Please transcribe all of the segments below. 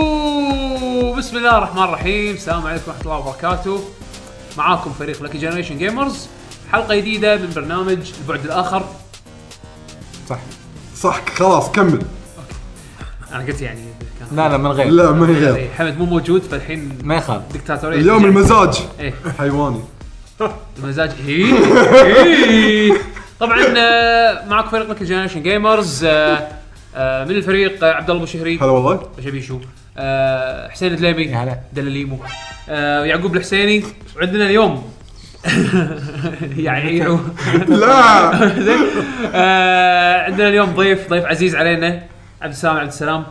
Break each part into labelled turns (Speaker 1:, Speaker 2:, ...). Speaker 1: اوه بسم الله الرحمن الرحيم السلام عليكم ورحمه الله وبركاته معاكم فريق لكي جنريشن جيمرز حلقه جديده من برنامج البعد الاخر
Speaker 2: صح
Speaker 3: صح خلاص كمل
Speaker 1: انا قلت يعني كان-
Speaker 2: لا لا من غير
Speaker 3: لا ما هي غير
Speaker 1: إيه، حمد مو موجود فالحين
Speaker 2: ما يخالف
Speaker 1: دكتاتوريه
Speaker 3: اليوم المزاج
Speaker 1: ايه
Speaker 3: حيواني
Speaker 1: المزاج هي طبعا آه، معكم فريق لكي جنريشن جيمرز آه، آه، من الفريق آه، عبد الله ابو شهري
Speaker 3: هلا والله
Speaker 1: ايش ابي شو آه حسين الدليمي
Speaker 2: يا هلا.
Speaker 1: دلاليمو آه ويعقوب الحسيني وعندنا اليوم يعني يعو.
Speaker 3: لا
Speaker 1: زين آه عندنا اليوم ضيف ضيف عزيز علينا عبد السلام عبد السلام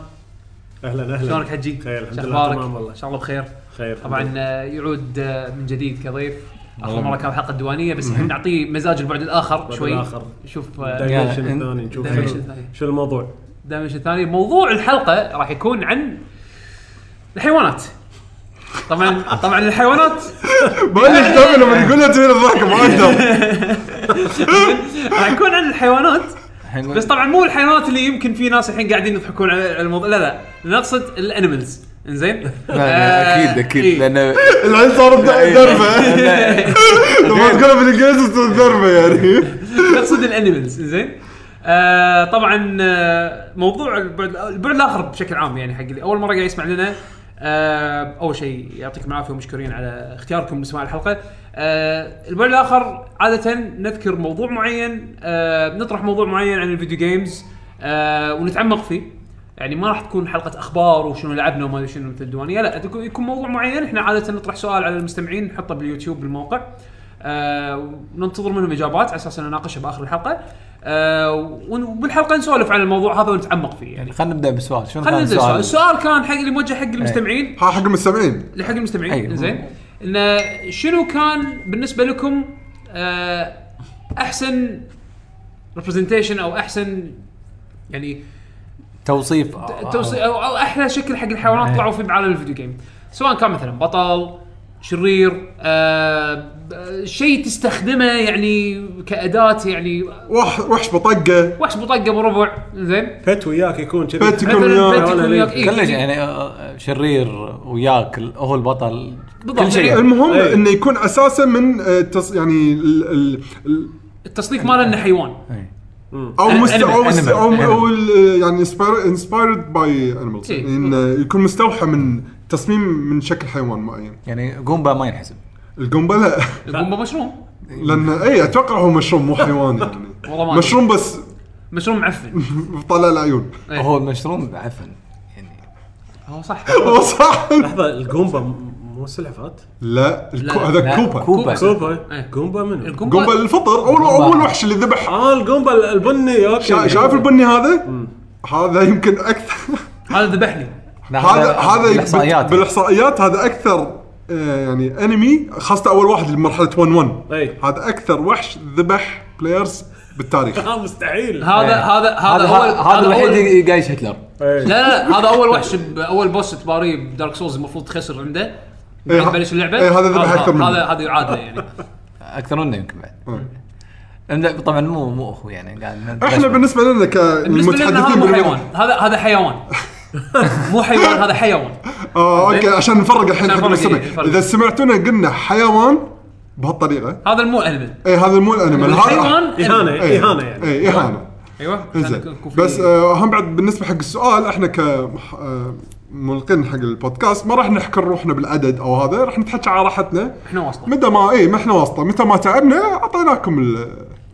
Speaker 4: اهلا اهلا
Speaker 1: شلونك حجي؟
Speaker 4: خير، الحمد
Speaker 1: شو
Speaker 4: لله،
Speaker 1: أخبارك؟
Speaker 4: تمام والله.
Speaker 1: ان شاء الله بخير
Speaker 4: خير
Speaker 1: طبعا آه، يعود آه، من جديد كضيف اخر
Speaker 2: والله.
Speaker 1: مره كان حلقه ديوانيه بس الحين نعطيه مزاج البعد الاخر
Speaker 4: البعد
Speaker 1: شوي
Speaker 4: الآخر.
Speaker 1: شوف
Speaker 2: دايما.
Speaker 1: آه،
Speaker 4: دايمنشن
Speaker 2: يلا، إن-
Speaker 4: الثاني نشوف
Speaker 1: دايمنشن
Speaker 4: شنو-
Speaker 1: الثاني.
Speaker 4: شو الموضوع
Speaker 1: دايمنشن الثاني موضوع الحلقه راح يكون عن الحيوانات طبعا طبعا الحيوانات
Speaker 3: بلش كمل لما يقول لها تبين الضحكه ما اقدر
Speaker 1: راح يكون عن الحيوانات
Speaker 2: الحين
Speaker 1: بس طبعا مو الحيوانات اللي يمكن في ناس الحين قاعدين يضحكون على الموضوع لا لا نقصد الانيمالز انزين
Speaker 5: لا،
Speaker 1: آه،
Speaker 5: لا، اكيد
Speaker 1: إيه.
Speaker 5: اكيد لان
Speaker 3: العين صارت دربه
Speaker 1: لان
Speaker 3: لما تقولها بالانجليزي تصير دربه يعني
Speaker 1: نقصد الانيمالز زين آه طبعا آه، موضوع البعد البعد الاخر بشكل عام يعني حق اللي اول مره قاعد يسمع لنا آه اول شيء يعطيكم العافيه ومشكورين على اختياركم لسماع الحلقه. آه البعد الاخر عاده نذكر موضوع معين آه نطرح موضوع معين عن الفيديو جيمز آه ونتعمق فيه. يعني ما راح تكون حلقه اخبار وشنو لعبنا وما ادري شنو مثل الديوانيه لا تكون- يكون موضوع معين احنا عاده نطرح سؤال على المستمعين نحطه باليوتيوب بالموقع. آه وننتظر منهم اجابات على اساس أن نناقشها باخر الحلقه آه ون- وبالحلقه نسولف عن الموضوع هذا ونتعمق فيه يعني
Speaker 2: خلينا نبدا بالسؤال شنو
Speaker 1: خلينا
Speaker 2: كان
Speaker 1: ننزل السؤال
Speaker 2: السؤال؟
Speaker 1: السؤال كان حق اللي موجه حق المستمعين
Speaker 3: ها حق المستمعين
Speaker 1: لحق المستمعين
Speaker 2: أي.
Speaker 1: زين انه شنو كان بالنسبه لكم آه، احسن ريبرزنتيشن او احسن يعني
Speaker 2: توصيف آه،
Speaker 3: آه،
Speaker 1: توصي او أو احلى شكل حق الحيوانات
Speaker 2: أي.
Speaker 1: طلعوا فيه بعالم الفيديو جيم سواء كان مثلا بطل شرير آه ب- شيء تستخدمه يعني كاداه يعني
Speaker 3: وح وحش بطقه
Speaker 1: وحش بطقه بربع زين
Speaker 4: بت وياك يكون كذي
Speaker 3: بت يكون
Speaker 1: مثلا
Speaker 3: وياه.
Speaker 1: بنت يكون وياك إيه،
Speaker 2: كلش
Speaker 1: إيه.
Speaker 2: يعني آه، شرير وياك ال- هو البطل
Speaker 1: بالضبط. يعني
Speaker 2: كل شيء يعني.
Speaker 3: المهم
Speaker 4: إيه.
Speaker 3: انه يكون اساسا من آه، تص- يعني ال- ال- ال-
Speaker 1: التصنيف ماله انه حيوان
Speaker 2: إيه.
Speaker 3: او
Speaker 1: أنا-
Speaker 3: مست
Speaker 1: أنا-
Speaker 3: او مست
Speaker 2: أنا-
Speaker 3: او,
Speaker 2: أنا-
Speaker 3: أو ال- يعني انسبايرد باي انيمالز
Speaker 1: إيه.
Speaker 3: انه يكون مستوحى من تصميم من شكل حيوان معين
Speaker 2: يعني قومبا ما ينحسب
Speaker 3: القنبله
Speaker 1: القنبه مشروم
Speaker 3: لان اي اتوقع إيه، هو مشروم مو حيوان يعني
Speaker 1: والله ما أدري.
Speaker 3: مشروم بس
Speaker 1: مشروم معفن
Speaker 3: طالع العيون
Speaker 1: إيه.
Speaker 2: هو المشروم عفن يعني
Speaker 1: هو صح
Speaker 3: هو صح
Speaker 4: لحظه القنبه م- مو سلحفات
Speaker 3: لا الكو...
Speaker 1: لا،
Speaker 3: هذا
Speaker 2: لا،
Speaker 3: كوبا
Speaker 2: كوبا.
Speaker 4: كوبا
Speaker 1: إيه.
Speaker 4: قنبه منو؟
Speaker 3: قنبل
Speaker 1: القنبه
Speaker 3: الفطر اول
Speaker 2: كوبا.
Speaker 3: اول وحش اللي ذبح
Speaker 4: اه القنبه ال- البني اوكي
Speaker 3: شا- شايف البني هذا؟ هذا يمكن اكثر
Speaker 1: هذا ذبحني
Speaker 3: هذا هذا يك-
Speaker 2: الاحصائيات
Speaker 3: بالاحصائيات هذا اكثر آه، يعني انمي خاصه اول واحد لمرحله 1 1
Speaker 4: اي
Speaker 3: هذا اكثر وحش ذبح بلايرز بالتاريخ
Speaker 4: اه مستحيل
Speaker 3: إيه.
Speaker 1: هذا هذا هذا
Speaker 2: هذا
Speaker 1: هو
Speaker 2: هذا
Speaker 1: أول-
Speaker 2: الوحيد قايش هتلر
Speaker 1: لا
Speaker 4: إيه.
Speaker 1: لا لا، هذا اول وحش ب- اول بوس تباريه بدارك سولز المفروض تخسر عنده
Speaker 3: ه-
Speaker 1: تبلش اللعبه
Speaker 3: إيه، هذا ذبح أكثر منه.
Speaker 1: هذا هذا يعادله يعني
Speaker 2: اكثر منه يمكن بعد
Speaker 3: مم.
Speaker 1: إيه.
Speaker 2: لا، طبعا مو مو اخو يعني قاعد
Speaker 3: احنا بالنسبه لنا
Speaker 1: بالنسبه لنا هذا
Speaker 3: كمتحدثين
Speaker 1: مو حيوان
Speaker 3: بالموضوع
Speaker 1: هذا هذا حيوان مو حيوان هذا حيوان
Speaker 3: اه اوكي عشان نفرق الحين
Speaker 1: عشان نفرق،
Speaker 3: حق المستمع
Speaker 1: إيه، نفرق.
Speaker 3: اذا سمعتونا قلنا حيوان بهالطريقه
Speaker 1: هذا المو انيمال
Speaker 3: اي هذا مو الانيمال
Speaker 1: الحيوان
Speaker 3: هذا
Speaker 4: اهانه
Speaker 1: animal.
Speaker 3: إيه.
Speaker 4: اهانه يعني
Speaker 3: اي اهانه
Speaker 1: ايوه عشان
Speaker 3: انزين
Speaker 1: يكون في-
Speaker 3: بس آه، هم بعد بالنسبه حق السؤال احنا ك آه، ملقين حق البودكاست ما راح نحكر روحنا بالعدد او هذا راح نتحكى على راحتنا
Speaker 1: احنا واصله
Speaker 3: متى ما اي ما احنا واسطه متى ما تعبنا اعطيناكم ال-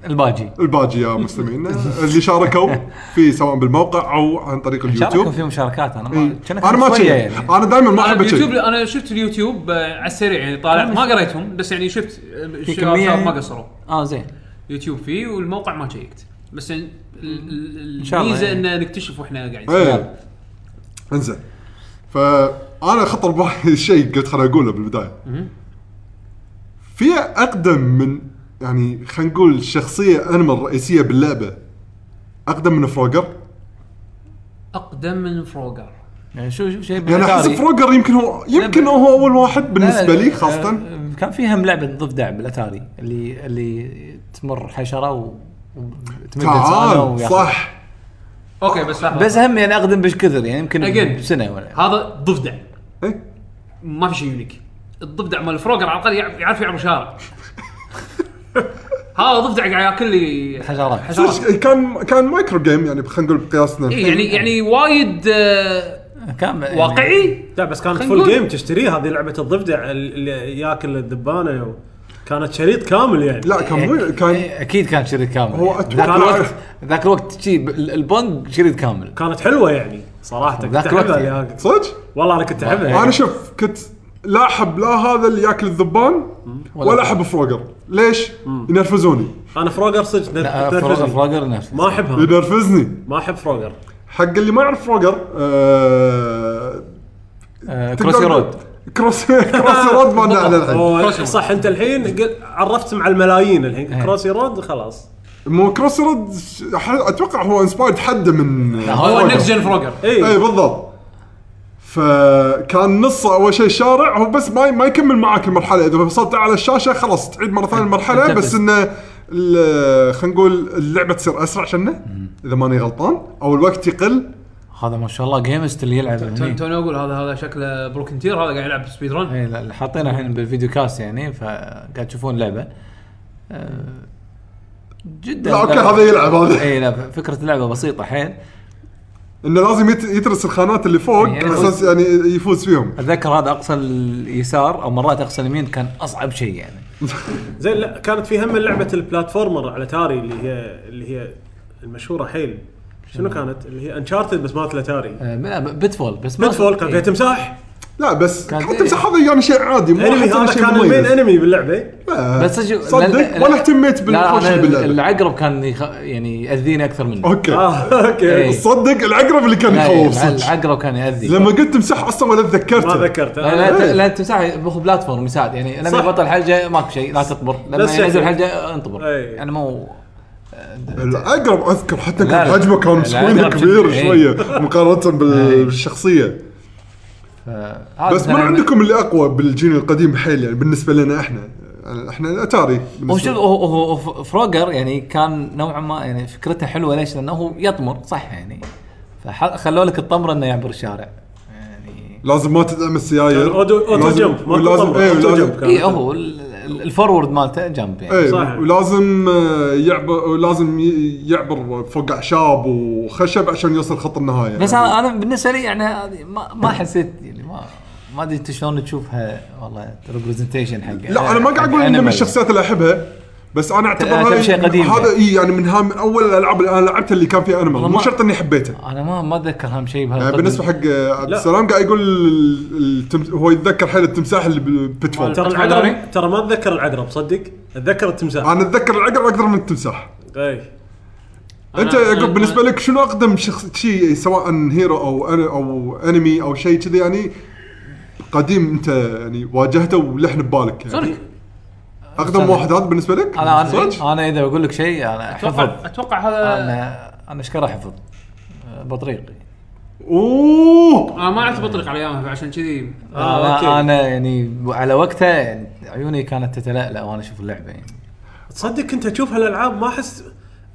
Speaker 2: الباجي
Speaker 3: الباجي يا مستمعينا اللي شاركوا في سواء بالموقع او عن طريق
Speaker 2: شاركوا
Speaker 3: اليوتيوب
Speaker 2: في مشاركات انا
Speaker 3: إي.
Speaker 2: ما كانت
Speaker 3: انا ما
Speaker 2: شوية
Speaker 3: أشيك.
Speaker 2: يعني.
Speaker 3: انا دائما ما
Speaker 1: انا
Speaker 3: احب
Speaker 1: اليوتيوب
Speaker 3: أشيك.
Speaker 1: انا شفت اليوتيوب آه، على السريع يعني طالع ما قريتهم بس يعني شفت آه، الشباب
Speaker 2: طيب. كمية
Speaker 1: الشباب ما
Speaker 2: يعني.
Speaker 1: قصروا
Speaker 2: اه زين
Speaker 1: يوتيوب فيه والموقع ما شيكت بس يعني ال- ال-
Speaker 2: إن شاء الله
Speaker 1: الميزه
Speaker 2: يعني.
Speaker 1: ان نكتشف واحنا قاعدين
Speaker 3: ايه انزين فانا خطر ببالي شيء قلت خليني اقوله بالبدايه في اقدم من يعني خلينا نقول شخصيه انمل رئيسيه باللعبه اقدم من فروجر
Speaker 1: اقدم من فروجر
Speaker 2: يعني شو شو شيء
Speaker 3: يعني احس
Speaker 2: بالأتاري.
Speaker 3: فروجر يمكن هو يمكن
Speaker 2: لا،
Speaker 3: هو اول واحد
Speaker 2: لا، لا،
Speaker 3: بالنسبه لي
Speaker 2: آه،
Speaker 3: خاصه
Speaker 2: كان فيها لعبه ضفدع بالاتاري اللي اللي تمر حشره و وتمد لسانه
Speaker 3: تعال
Speaker 2: وياخذ.
Speaker 3: صح
Speaker 1: اوكي بس لحظه
Speaker 2: بس هم يعني اقدم بش كثر يعني يمكن
Speaker 1: Again.
Speaker 2: بسنه ولا
Speaker 1: هذا ضفدع
Speaker 3: إيه؟
Speaker 1: ما في شيء يونيك الضفدع مال الفروقر على الاقل يعرف يعرف يعبر شارع هذا ضفدع قاعد ياكل لي
Speaker 2: حشرات.
Speaker 1: حشرات
Speaker 3: صدق كان كان مايكرو جيم يعني خلينا نقول بقياسنا
Speaker 1: إيه، يعني يعني وايد آه،
Speaker 2: كان يعني-
Speaker 1: واقعي
Speaker 4: لا بس كانت
Speaker 1: خلينا
Speaker 4: فول
Speaker 1: نقول-
Speaker 4: جيم تشتريه هذه لعبه الضفدع اللي ياكل الدبانه و... كانت شريط كامل يعني
Speaker 3: لا كان مو كان
Speaker 2: إيه، اكيد كان شريط كامل
Speaker 3: هو
Speaker 2: يعني.
Speaker 3: أتوقع-
Speaker 2: ذاك الوقت ذاك الوقت شي ب- البنج شريط كامل
Speaker 4: كانت حلوه يعني صراحه كنت
Speaker 2: ذاك الوقت
Speaker 4: احبها
Speaker 2: يعني.
Speaker 4: اللي هاك-
Speaker 3: صدق
Speaker 4: والله انا كنت احبها
Speaker 3: انا شوف كنت لا احب لا هذا اللي ياكل الذبان ولا احب فروجر ليش؟ ينرفزوني
Speaker 4: انا فروجر صدق
Speaker 2: لا،
Speaker 4: تنرفزني.
Speaker 2: فروغر فروغر نفسه
Speaker 4: ما احبها
Speaker 3: ينرفزني
Speaker 4: ما احب فروجر
Speaker 3: حق اللي ما يعرف فروجر آه،
Speaker 2: آه،
Speaker 3: تقدر-
Speaker 2: كروسي رود
Speaker 3: كروس كروسي رود ما لنا الحين
Speaker 4: هو
Speaker 1: كروسي رود.
Speaker 4: صح انت الحين قل- عرفت مع الملايين الحين
Speaker 2: إيه.
Speaker 4: كروسي رود خلاص
Speaker 3: مو كروسي رود ح- اتوقع هو انسبايرد حده من
Speaker 1: هو
Speaker 2: فروغر.
Speaker 1: النكست جن فروقر
Speaker 2: إيه.
Speaker 3: اي
Speaker 4: اي
Speaker 3: إيه، بالضبط فكان نصه اول شيء شارع هو بس ما ما يكمل معاك المرحله اذا وصلت على الشاشه خلاص تعيد مره ثانيه المرحله
Speaker 2: انتبه.
Speaker 3: بس انه ال- خلينا نقول اللعبه تصير اسرع شنه اذا ماني غلطان او الوقت يقل
Speaker 2: هذا ما شاء الله جيمست اللي يلعب
Speaker 1: توني-
Speaker 2: هني
Speaker 1: توني اقول هذا هذا شكله بروكن تير هذا قاعد يلعب سبيد ران
Speaker 2: إيه، لا، حاطينها الحين بالفيديو كاست يعني فقاعد تشوفون لعبه آه، جدا
Speaker 3: لا، أوكي، هذا يلعب، هذا.
Speaker 2: اي إيه، لا ف- فكره اللعبه بسيطه حيل
Speaker 3: انه لازم يت- يترس الخانات اللي فوق
Speaker 2: يعني
Speaker 3: على اساس يعني يفوز فيهم
Speaker 2: اتذكر هذا اقصى اليسار او مرات اقصى اليمين كان اصعب شيء يعني
Speaker 4: زين لا كانت في هم لعبه البلاتفورمر على تاري اللي هي اللي هي المشهوره حيل شنو كانت اللي هي انشارتد بس مالت الاتاري
Speaker 2: آه، لا، ب- بيتفول بس ما-
Speaker 4: ميدفول كان فيها
Speaker 2: إيه.
Speaker 4: تمساح
Speaker 3: لا بس
Speaker 2: كان- إيه.
Speaker 3: حتى تمسح هذا يعني شيء عادي مو
Speaker 4: انمي
Speaker 3: حتى
Speaker 4: هذا
Speaker 3: شيء
Speaker 4: كان
Speaker 3: مميز.
Speaker 4: المين انمي باللعبه
Speaker 3: لا،
Speaker 2: بس أجو-
Speaker 3: صدق
Speaker 2: لا- لا-
Speaker 3: ولا اهتميت
Speaker 2: لا
Speaker 3: بالخوش
Speaker 2: أنا
Speaker 3: باللعبه
Speaker 2: العقرب كان يخ... يعني ياذيني اكثر منه
Speaker 3: اوكي
Speaker 4: اه اوكي
Speaker 2: إيه.
Speaker 3: صدق العقرب اللي كان
Speaker 2: لا،
Speaker 3: يخوف
Speaker 2: لا،
Speaker 3: صدق
Speaker 2: العقرب كان ياذي
Speaker 3: لما قلت تمسح اصلا ولا تذكرته
Speaker 4: ما ذكرت
Speaker 2: لا
Speaker 3: إيه.
Speaker 2: لا
Speaker 4: أنا-
Speaker 2: لا, لا تمسح باخذ بلاتفورم يساعد يعني لما
Speaker 4: صح.
Speaker 2: يبطل حلقه ماكو شيء لا تطبر لما
Speaker 4: بس شيء.
Speaker 2: ينزل حلقه انطبر
Speaker 3: إيه.
Speaker 4: أي.
Speaker 2: يعني مو
Speaker 3: العقرب اذكر حتى
Speaker 2: لا،
Speaker 3: كان
Speaker 2: لا.
Speaker 3: حجمه كان مسوينه
Speaker 2: العقرب
Speaker 3: كبير
Speaker 2: جدا.
Speaker 3: شويه مقارنه بال- بالشخصيه
Speaker 2: آه،
Speaker 3: بس
Speaker 2: هذا
Speaker 3: من
Speaker 2: أنا-
Speaker 3: عندكم اللي اقوى بالجيل القديم بحيل يعني بالنسبه لنا احنا يعني احنا الاتاري
Speaker 2: هو
Speaker 3: بالنسبة
Speaker 2: شوف هو- هو هو فروجر يعني كان نوعا ما يعني فكرته حلوه ليش؟ لانه هو يطمر صح يعني فخلوا لك الطمره انه يعبر الشارع يعني
Speaker 3: لازم ما تدعم السياير
Speaker 4: كان أودو- أوتو
Speaker 3: لازم-
Speaker 4: جمب، ما
Speaker 3: ولازم
Speaker 4: تطمر،
Speaker 3: ايه
Speaker 4: أوتو
Speaker 3: ولازم
Speaker 4: جمب.
Speaker 2: اي إيه، هو ال- ال- الفورورد مالته جنب يعني
Speaker 3: ايه
Speaker 4: صح.
Speaker 3: ولازم آه، يعبر ولازم ي- يعبر فوق اعشاب وخشب عشان يوصل خط النهايه
Speaker 2: بس
Speaker 3: يعني.
Speaker 2: انا انا بالنسبه لي يعني هذه ما ما حسيت يعني ما ما ادري انت شلون تشوفها والله ريبرزنتيشن حق
Speaker 3: لا انا ما قاعد اقول انه من الشخصيات اللي احبها بس انا
Speaker 2: أنا
Speaker 3: اعتبرها
Speaker 2: يعني أعتبر شيء قديم
Speaker 3: هذا
Speaker 2: يعني.
Speaker 3: اي يعني من هام من اول الالعاب اللي انا لعبتها اللي كان فيها انمي
Speaker 2: والله
Speaker 3: مو
Speaker 2: ما- آه،
Speaker 3: شرط اني حبيته
Speaker 2: انا ما ما اتذكر اهم شيء
Speaker 3: آه،
Speaker 2: بهالقدم.
Speaker 3: بالنسبه حق آه، عبد
Speaker 4: لا.
Speaker 3: السلام قاعد يقول ال- التم... هو يتذكر حيل التمساح اللي بالبيتفول
Speaker 4: ترى
Speaker 1: العقرب؟
Speaker 4: العقرب ترى ما اتذكر العقرب صدق اتذكر التمساح إيه.
Speaker 3: انا اتذكر العقرب اكثر من التمساح
Speaker 4: اي
Speaker 3: انت
Speaker 1: أنا-
Speaker 3: يا يعقوب
Speaker 1: أنا-
Speaker 3: بالنسبه لك شنو اقدم شخص شيء سواء هيرو او أن... او انمي او شيء كذي يعني قديم انت يعني واجهته ولحن ببالك يعني
Speaker 1: سونيك
Speaker 3: اقدم
Speaker 2: سونيك.
Speaker 3: واحد هذا بالنسبه لك؟
Speaker 2: انا
Speaker 3: صدق؟
Speaker 2: انا, أنا اذا بقول لك شيء انا
Speaker 1: اتوقع
Speaker 2: حفظ
Speaker 1: اتوقع
Speaker 2: آه،
Speaker 1: هذا
Speaker 2: انا انا اشكره حفظ آه، بطريقي
Speaker 3: اوه
Speaker 1: انا آه، ما لعبت بطريق على ايامها فعشان كذي
Speaker 4: آه، أوكي.
Speaker 2: انا انا يعني على وقتها يعني عيوني كانت تتلألأ وانا اشوف اللعبه يعني
Speaker 4: تصدق كنت اشوف هالالعاب ما احس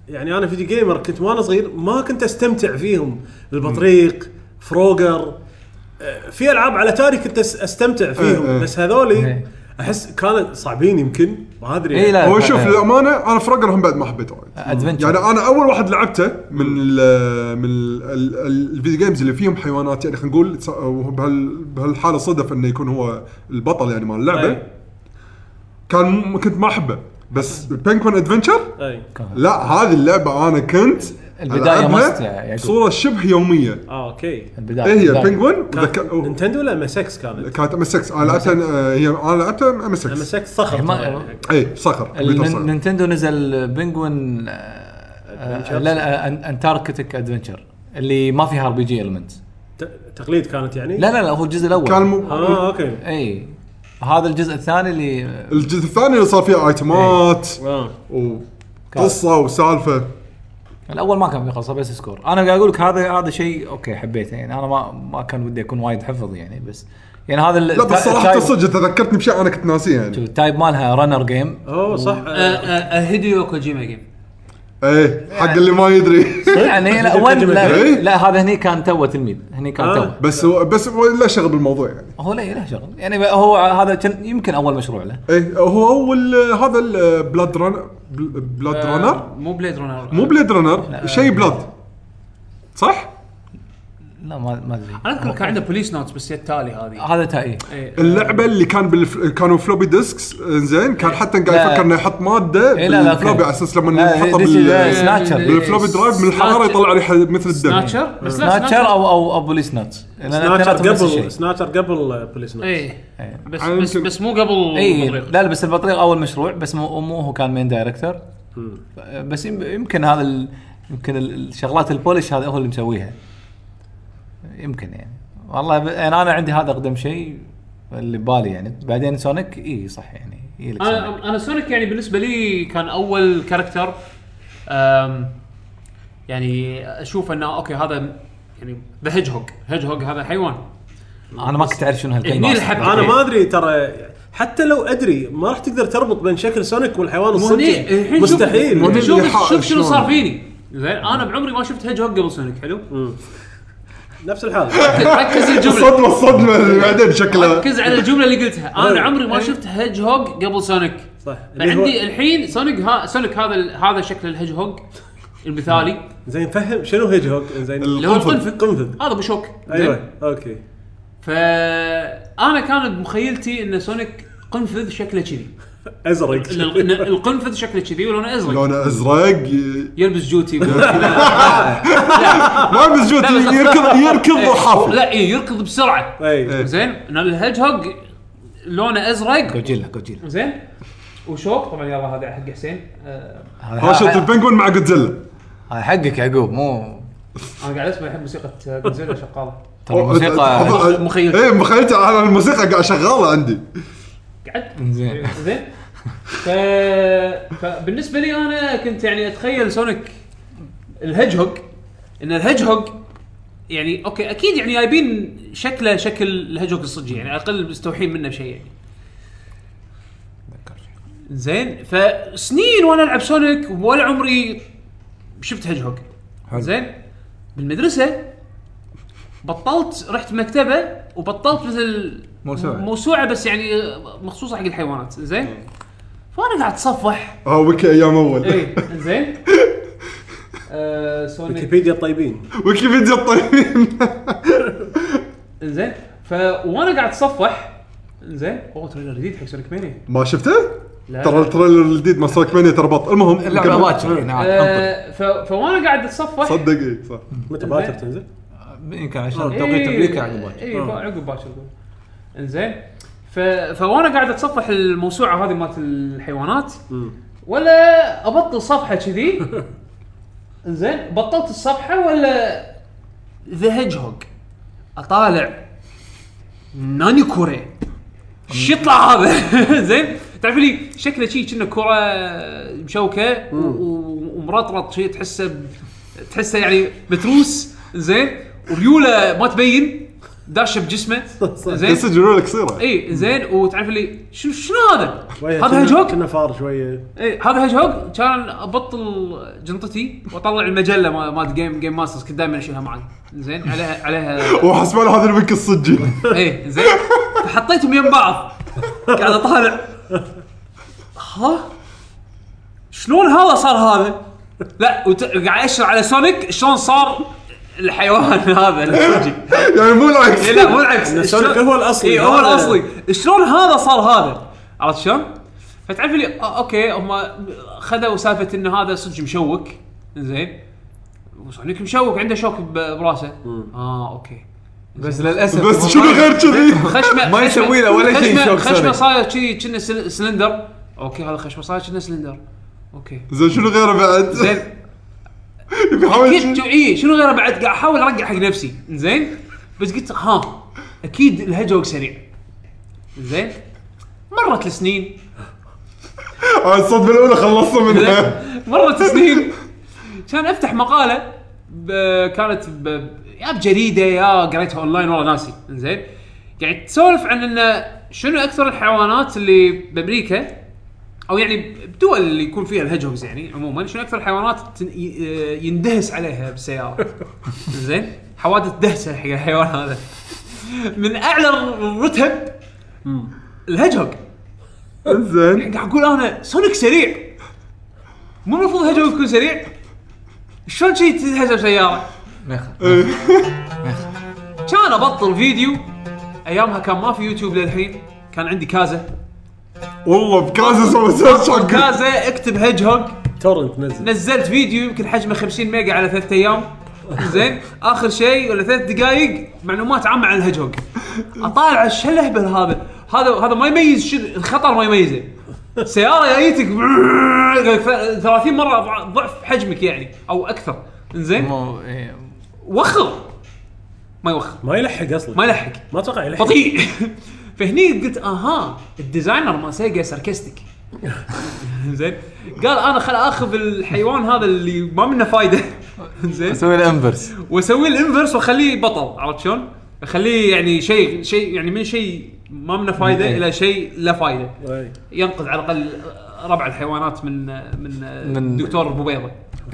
Speaker 4: يعني انا فيديو جيمر كنت وانا صغير ما كنت استمتع فيهم البطريق فروجر آه، في العاب على تاري كنت أس- استمتع
Speaker 3: إيه، إيه.
Speaker 4: فيهم بس هذولي
Speaker 2: إيه.
Speaker 4: احس كانوا صعبين يمكن ما ادري
Speaker 2: إيه، لا.
Speaker 3: هو شوف للامانه انا فراجر هم بعد ما حبيته وايد
Speaker 2: ادفنتشر
Speaker 3: يعني انا اول واحد لعبته من ال من ال ال الفيديو جيمز اللي فيهم حيوانات يعني خلينا نقول س- وهو بهال بهالحاله صدف انه يكون هو البطل يعني مال اللعبه
Speaker 4: أي.
Speaker 3: كان م- كنت ما احبه بس بينكمان ادفنشر
Speaker 4: اي
Speaker 3: لا هذه اللعبه انا كنت
Speaker 2: البداية
Speaker 3: ألعبها
Speaker 2: مست يا يعقوب.
Speaker 3: بصوره شبه يوميه
Speaker 4: اه اوكي
Speaker 2: البدايه
Speaker 3: ايه هي
Speaker 2: البداية.
Speaker 3: بينجوين
Speaker 4: كانت
Speaker 3: وذك- و-
Speaker 4: نينتندو ولا ام اس اكس كانت؟
Speaker 3: كانت ام اس 6 انا لعبتها آه، هي انا لعبتها ام اس
Speaker 4: ام اس
Speaker 3: 6
Speaker 4: اكس صخر
Speaker 2: إيه، ما-
Speaker 4: ترى.
Speaker 3: اي صخر كمبيوتر
Speaker 2: النن-
Speaker 3: صخر
Speaker 2: نينتندو نزل بنجوين آه، آه، لا لا أن- انتاركتيك ادفنتشر اللي ما فيها ار بي جي المنت
Speaker 4: ت- تقليد كانت يعني؟
Speaker 2: لا لا لا هو الجزء الاول
Speaker 3: كان
Speaker 2: آه.
Speaker 3: م-
Speaker 4: اه اوكي
Speaker 2: اي هذا الجزء الثاني اللي
Speaker 3: الجزء الثاني اللي صار فيه ايتمات
Speaker 4: آه.
Speaker 3: وقصه وسالفه
Speaker 2: الاول ما كان في قصه بس سكور انا قاعد اقول لك هذا هذا شيء اوكي حبيته يعني انا ما ما كان ودي اكون وايد حفظ يعني بس يعني هذا
Speaker 3: لا بس صراحه صدق تذكرتني بشيء انا كنت ناسيه يعني
Speaker 2: التايب مالها رنر جيم
Speaker 4: اوه صح
Speaker 1: آه، آه، آه، هيديو كوجيما جيم
Speaker 3: ايه حق إيه، اللي ما يدري
Speaker 4: إيه؟
Speaker 2: يعني لا
Speaker 4: ترجمة.
Speaker 2: ون لا,
Speaker 3: إيه؟
Speaker 2: لا هذا هني كان توه تلميذ هني كان
Speaker 4: آه.
Speaker 2: توه
Speaker 3: بس هو بس هو لا شغل بالموضوع يعني
Speaker 2: هو لا له شغل يعني هو هذا كان يمكن اول مشروع له
Speaker 3: اي إيه، هو اول هذا البلاد رانر بلاد
Speaker 2: آه.
Speaker 3: رانر
Speaker 1: مو بليد رونر
Speaker 3: مو بليد رانر شيء بلاد صح؟
Speaker 2: آه. لا ما ما ادري
Speaker 1: انا اذكر كان عنده بوليس نوتس بس هي التالي هذه
Speaker 2: هذا تا ايه
Speaker 1: إيه.
Speaker 3: اللعبه اللي كان بالف... كانوا فلوبي ديسكس زين كان حتى قاعد
Speaker 2: إيه. لا.
Speaker 3: يفكر انه يحط ماده
Speaker 2: إيه، لا، لا،
Speaker 3: بالفلوبي
Speaker 2: أوكي.
Speaker 3: على اساس لما
Speaker 2: لا،
Speaker 3: ينحطها
Speaker 2: this is
Speaker 3: بال...
Speaker 2: a سناتشر.
Speaker 3: بالفلوبي درايف من الحراره يطلع لي ح- مثل الدم
Speaker 1: سناتشر بس لا
Speaker 2: سناتشر او او او بوليس نوتس
Speaker 4: سناتشر قبل سناتشر قبل آه، بوليس نوتس
Speaker 1: اي
Speaker 2: إيه.
Speaker 1: بس
Speaker 3: أنا
Speaker 1: بس
Speaker 3: يمكن-
Speaker 1: بس مو قبل
Speaker 2: اي
Speaker 1: البطريق
Speaker 2: إيه، لا لا، بس البطريق اول مشروع بس مو مو هو كان مين دايركتور بس يم- يمكن هذا ال- يمكن ال- الشغلات البولش هذا هو اللي مسويها يمكن يعني والله ب... يعني انا عندي هذا اقدم شيء اللي ببالي يعني بعدين سونيك اي صح يعني إيه لك سونيك.
Speaker 1: انا انا سونيك يعني بالنسبه لي كان اول كاركتر أم، يعني اشوف انه اوكي هذا يعني ذا هيج هوج هيج هوج هذا حيوان يعني
Speaker 2: انا ما كنت اعرف شنو
Speaker 1: هني
Speaker 2: هالكلمه
Speaker 1: الحب-
Speaker 2: أصلاً.
Speaker 4: انا ما ادري ترى حتى لو ادري ما راح تقدر تربط بين شكل سونيك والحيوان
Speaker 1: مو هني-
Speaker 4: الصجي
Speaker 1: إيه، الحين شوف-
Speaker 3: مو هني
Speaker 4: مستحيل يعني
Speaker 3: اللي
Speaker 1: شوف
Speaker 3: حا-
Speaker 1: شوف شنو
Speaker 3: شلون.
Speaker 1: صار فيني زين انا بعمري ما شفت هيج هوج قبل سونيك حلو
Speaker 4: نفس الحال
Speaker 1: ركز الجمله
Speaker 3: الصدمه الصدمه اللي بعدين شكلها
Speaker 1: ركز على الجمله اللي قلتها انا
Speaker 4: أيوة.
Speaker 1: عمري ما
Speaker 4: أيوة.
Speaker 1: شفت هيج هوج قبل سونيك
Speaker 4: صح اللي
Speaker 1: فعندي
Speaker 4: هو
Speaker 1: الحين سونيك ها سونيك هذا ال- هذا شكل الهيج هوج المثالي
Speaker 4: زين فهم شنو هيج هوج زين
Speaker 1: اللي هو
Speaker 3: القنفذ.
Speaker 1: القنفذ
Speaker 4: قنفذ
Speaker 1: هذا ابو شوك زين؟
Speaker 4: ايوه اوكي
Speaker 1: فانا كانت بمخيلتي ان سونيك قنفذ شكله كذي
Speaker 4: ازرق
Speaker 1: إن ال- إن القنفذ شكله كذي ولونه ازرق
Speaker 3: لونه ازرق ي-
Speaker 1: يلبس جوتي
Speaker 3: ما يلبس جوتي
Speaker 1: لا، بس-
Speaker 3: يركض يركض وحافل
Speaker 1: لا إيه، يركض بسرعه
Speaker 4: اي
Speaker 1: زين ان الهيج هوج لونه ازرق
Speaker 2: جوجيلا جوجيلا
Speaker 1: زين وشوك طبعا يلا هذا حق حسين آه،
Speaker 2: هذا
Speaker 3: هاشة
Speaker 2: هذا
Speaker 3: البنجون مع جودزيلا
Speaker 2: حقك يعقوب مو
Speaker 1: انا قاعد اسمع الحين موسيقى آه، جوزيلا شغاله
Speaker 2: ترى
Speaker 3: أه،
Speaker 2: الموسيقى
Speaker 1: أوه. مخيلتي.
Speaker 3: ايه مخيلتي انا الموسيقى قاعد شغاله عندي
Speaker 1: قعدت
Speaker 2: زين.
Speaker 1: زين ف... فبالنسبه لي انا كنت يعني اتخيل سونيك الهجهوج ان الهجهوج يعني اوكي اكيد يعني جايبين شكله شكل الهجهوج الصجي يعني اقل مستوحين منه بشيء يعني زين فسنين وانا العب سونيك ولا عمري شفت هجهوج زين بالمدرسه بطلت رحت مكتبه وبطلت مثل
Speaker 2: موسوعة.
Speaker 1: موسوعه بس يعني مخصوصه حق الحيوانات زين فانا قاعد اتصفح
Speaker 3: اه ويكي ايام اول
Speaker 1: اي زين آه سونيك
Speaker 4: ويكيبيديا طيبين
Speaker 3: ويكيبيديا الطيبين
Speaker 1: زين ف وانا قاعد اتصفح زين اوه تريلر جديد حق سونيك مانيا
Speaker 3: ما شفته؟
Speaker 1: لا. آه،
Speaker 3: ترى التريلر الجديد ما سرق مني ترى بط المهم
Speaker 2: اللعبه
Speaker 3: نكمل.
Speaker 2: باكر يعني عاد انطر.
Speaker 1: آه ف... فوانا قاعد اتصفح
Speaker 3: صدق اي صح
Speaker 4: متى باكر تنزل؟
Speaker 2: يمكن عشان
Speaker 1: إيه،
Speaker 2: توقيت يعني امريكا عقب باكر
Speaker 1: اي عقب باكر انزين ف... فوانا قاعد اتصفح الموسوعه هذه مالت الحيوانات ولا ابطل صفحه كذي انزين بطلت الصفحه ولا ذا هيدجهوج اطالع نانيكوري شو يطلع هذا زين تعرف لي شكله شي كأنه كره مشوكه و- و- ومرطرط شي تحسه ب- تحسه يعني متروس زين وريوله ما تبين داشه بجسمه زين
Speaker 3: بس جرولة قصيرة
Speaker 1: اي زين وتعرف لي شو شنو هذا؟
Speaker 4: شوية
Speaker 1: هذا
Speaker 4: كنا-
Speaker 1: هيدجهوج؟
Speaker 4: كنا فار شويه
Speaker 1: اي إيه، هذا هيجهوج كان ابطل جنطتي واطلع المجله ما- مالت جيم جيم ماسترز كنت دائما اشيلها معي زين عليها عليها
Speaker 3: وحسبنا هذا البنك الصجي
Speaker 1: اي زين حطيتهم يم بعض قاعد اطالع ها شلون هذا صار هذا؟ لا وت... قاعد اشر على سونيك شلون صار الحيوان هذا الصجي
Speaker 3: يعني مو العكس
Speaker 1: إي إيه، لا مو العكس
Speaker 4: إن سونيك
Speaker 1: شلون-
Speaker 4: هو الأصلي.
Speaker 1: اي هو
Speaker 4: هذا-
Speaker 1: الاصلي شلون هذا صار هذا عرفت شلون؟ فتعرف لي آه، اوكي هم خذوا سالفه ان هذا صدق مشوك زين وسونيك مشوك عنده شوك ب- براسه اه اوكي
Speaker 2: بس للاسف
Speaker 3: بس شنو غير كذي
Speaker 1: خشمه
Speaker 5: ما يسوي له ولا شيء
Speaker 1: خشمه
Speaker 5: شوك
Speaker 1: خشمه
Speaker 5: سونيك.
Speaker 1: صاير كذي كنا سل- سلندر اوكي هذا خشمه صاير كنا سلندر اوكي
Speaker 3: زين شنو غيره بعد؟
Speaker 1: زين
Speaker 3: بيحاول
Speaker 1: اكيد
Speaker 3: شي-
Speaker 1: اي إيه، شنو غيره بعد قاعد احاول ارجع حق نفسي زين بس قلت ها اكيد الهجوج سريع زين مرت السنين
Speaker 3: آه، الصدمة الأولى خلصنا منها
Speaker 1: مرت سنين كان افتح مقاله ب... كانت ب... يا بجريده يا قريتها اونلاين والله ناسي زين قاعد تسولف عن انه شنو اكثر الحيوانات اللي بامريكا او يعني بدول اللي يكون فيها الهجومز يعني عموما شنو اكثر الحيوانات تن- ي- آه، يندهس عليها بالسياره زين حوادث دهسه حق الحيوان هذا من اعلى الرتب الهجوج
Speaker 3: انزين
Speaker 1: قاعد اقول انا سونيك سريع مو المفروض الهجوج يكون سريع شلون شي تدهس بسياره
Speaker 2: ما يخ-
Speaker 1: كان ابطل فيديو ايامها كان ما في يوتيوب للحين كان عندي كازا
Speaker 3: والله بكازا سوى سيرش حق
Speaker 1: كازا اكتب هجهوج
Speaker 4: تورنت نزل
Speaker 1: نزلت فيديو يمكن حجمه 50 ميجا على ثلاث ايام زين اخر شيء ولا ثلاث دقائق معلومات عامه عن الهجوج اطالع شو الهبل هذا هذا هذا ما يميز شو الخطر ما يميزه سياره جايتك 30 مره ضع- ضعف حجمك يعني او اكثر زين
Speaker 2: مو- إيه.
Speaker 1: وخر ما يوخر
Speaker 4: ما يلحق اصلا
Speaker 1: ما يلحق
Speaker 4: ما اتوقع يلحق
Speaker 1: بطيء فهني قلت اها الديزاينر ما سيجا ساركستيك زين قال انا خل اخذ الحيوان هذا اللي ما منه فايده زين
Speaker 2: اسوي الانفرس
Speaker 1: واسوي الانفرس واخليه بطل عرفت شلون؟ اخليه يعني شيء شيء يعني من شيء ما منه فايده الى شيء لا فايده
Speaker 4: أي.
Speaker 1: ينقذ على الاقل ربع الحيوانات من من,
Speaker 2: من-
Speaker 1: من دكتور بوبيضه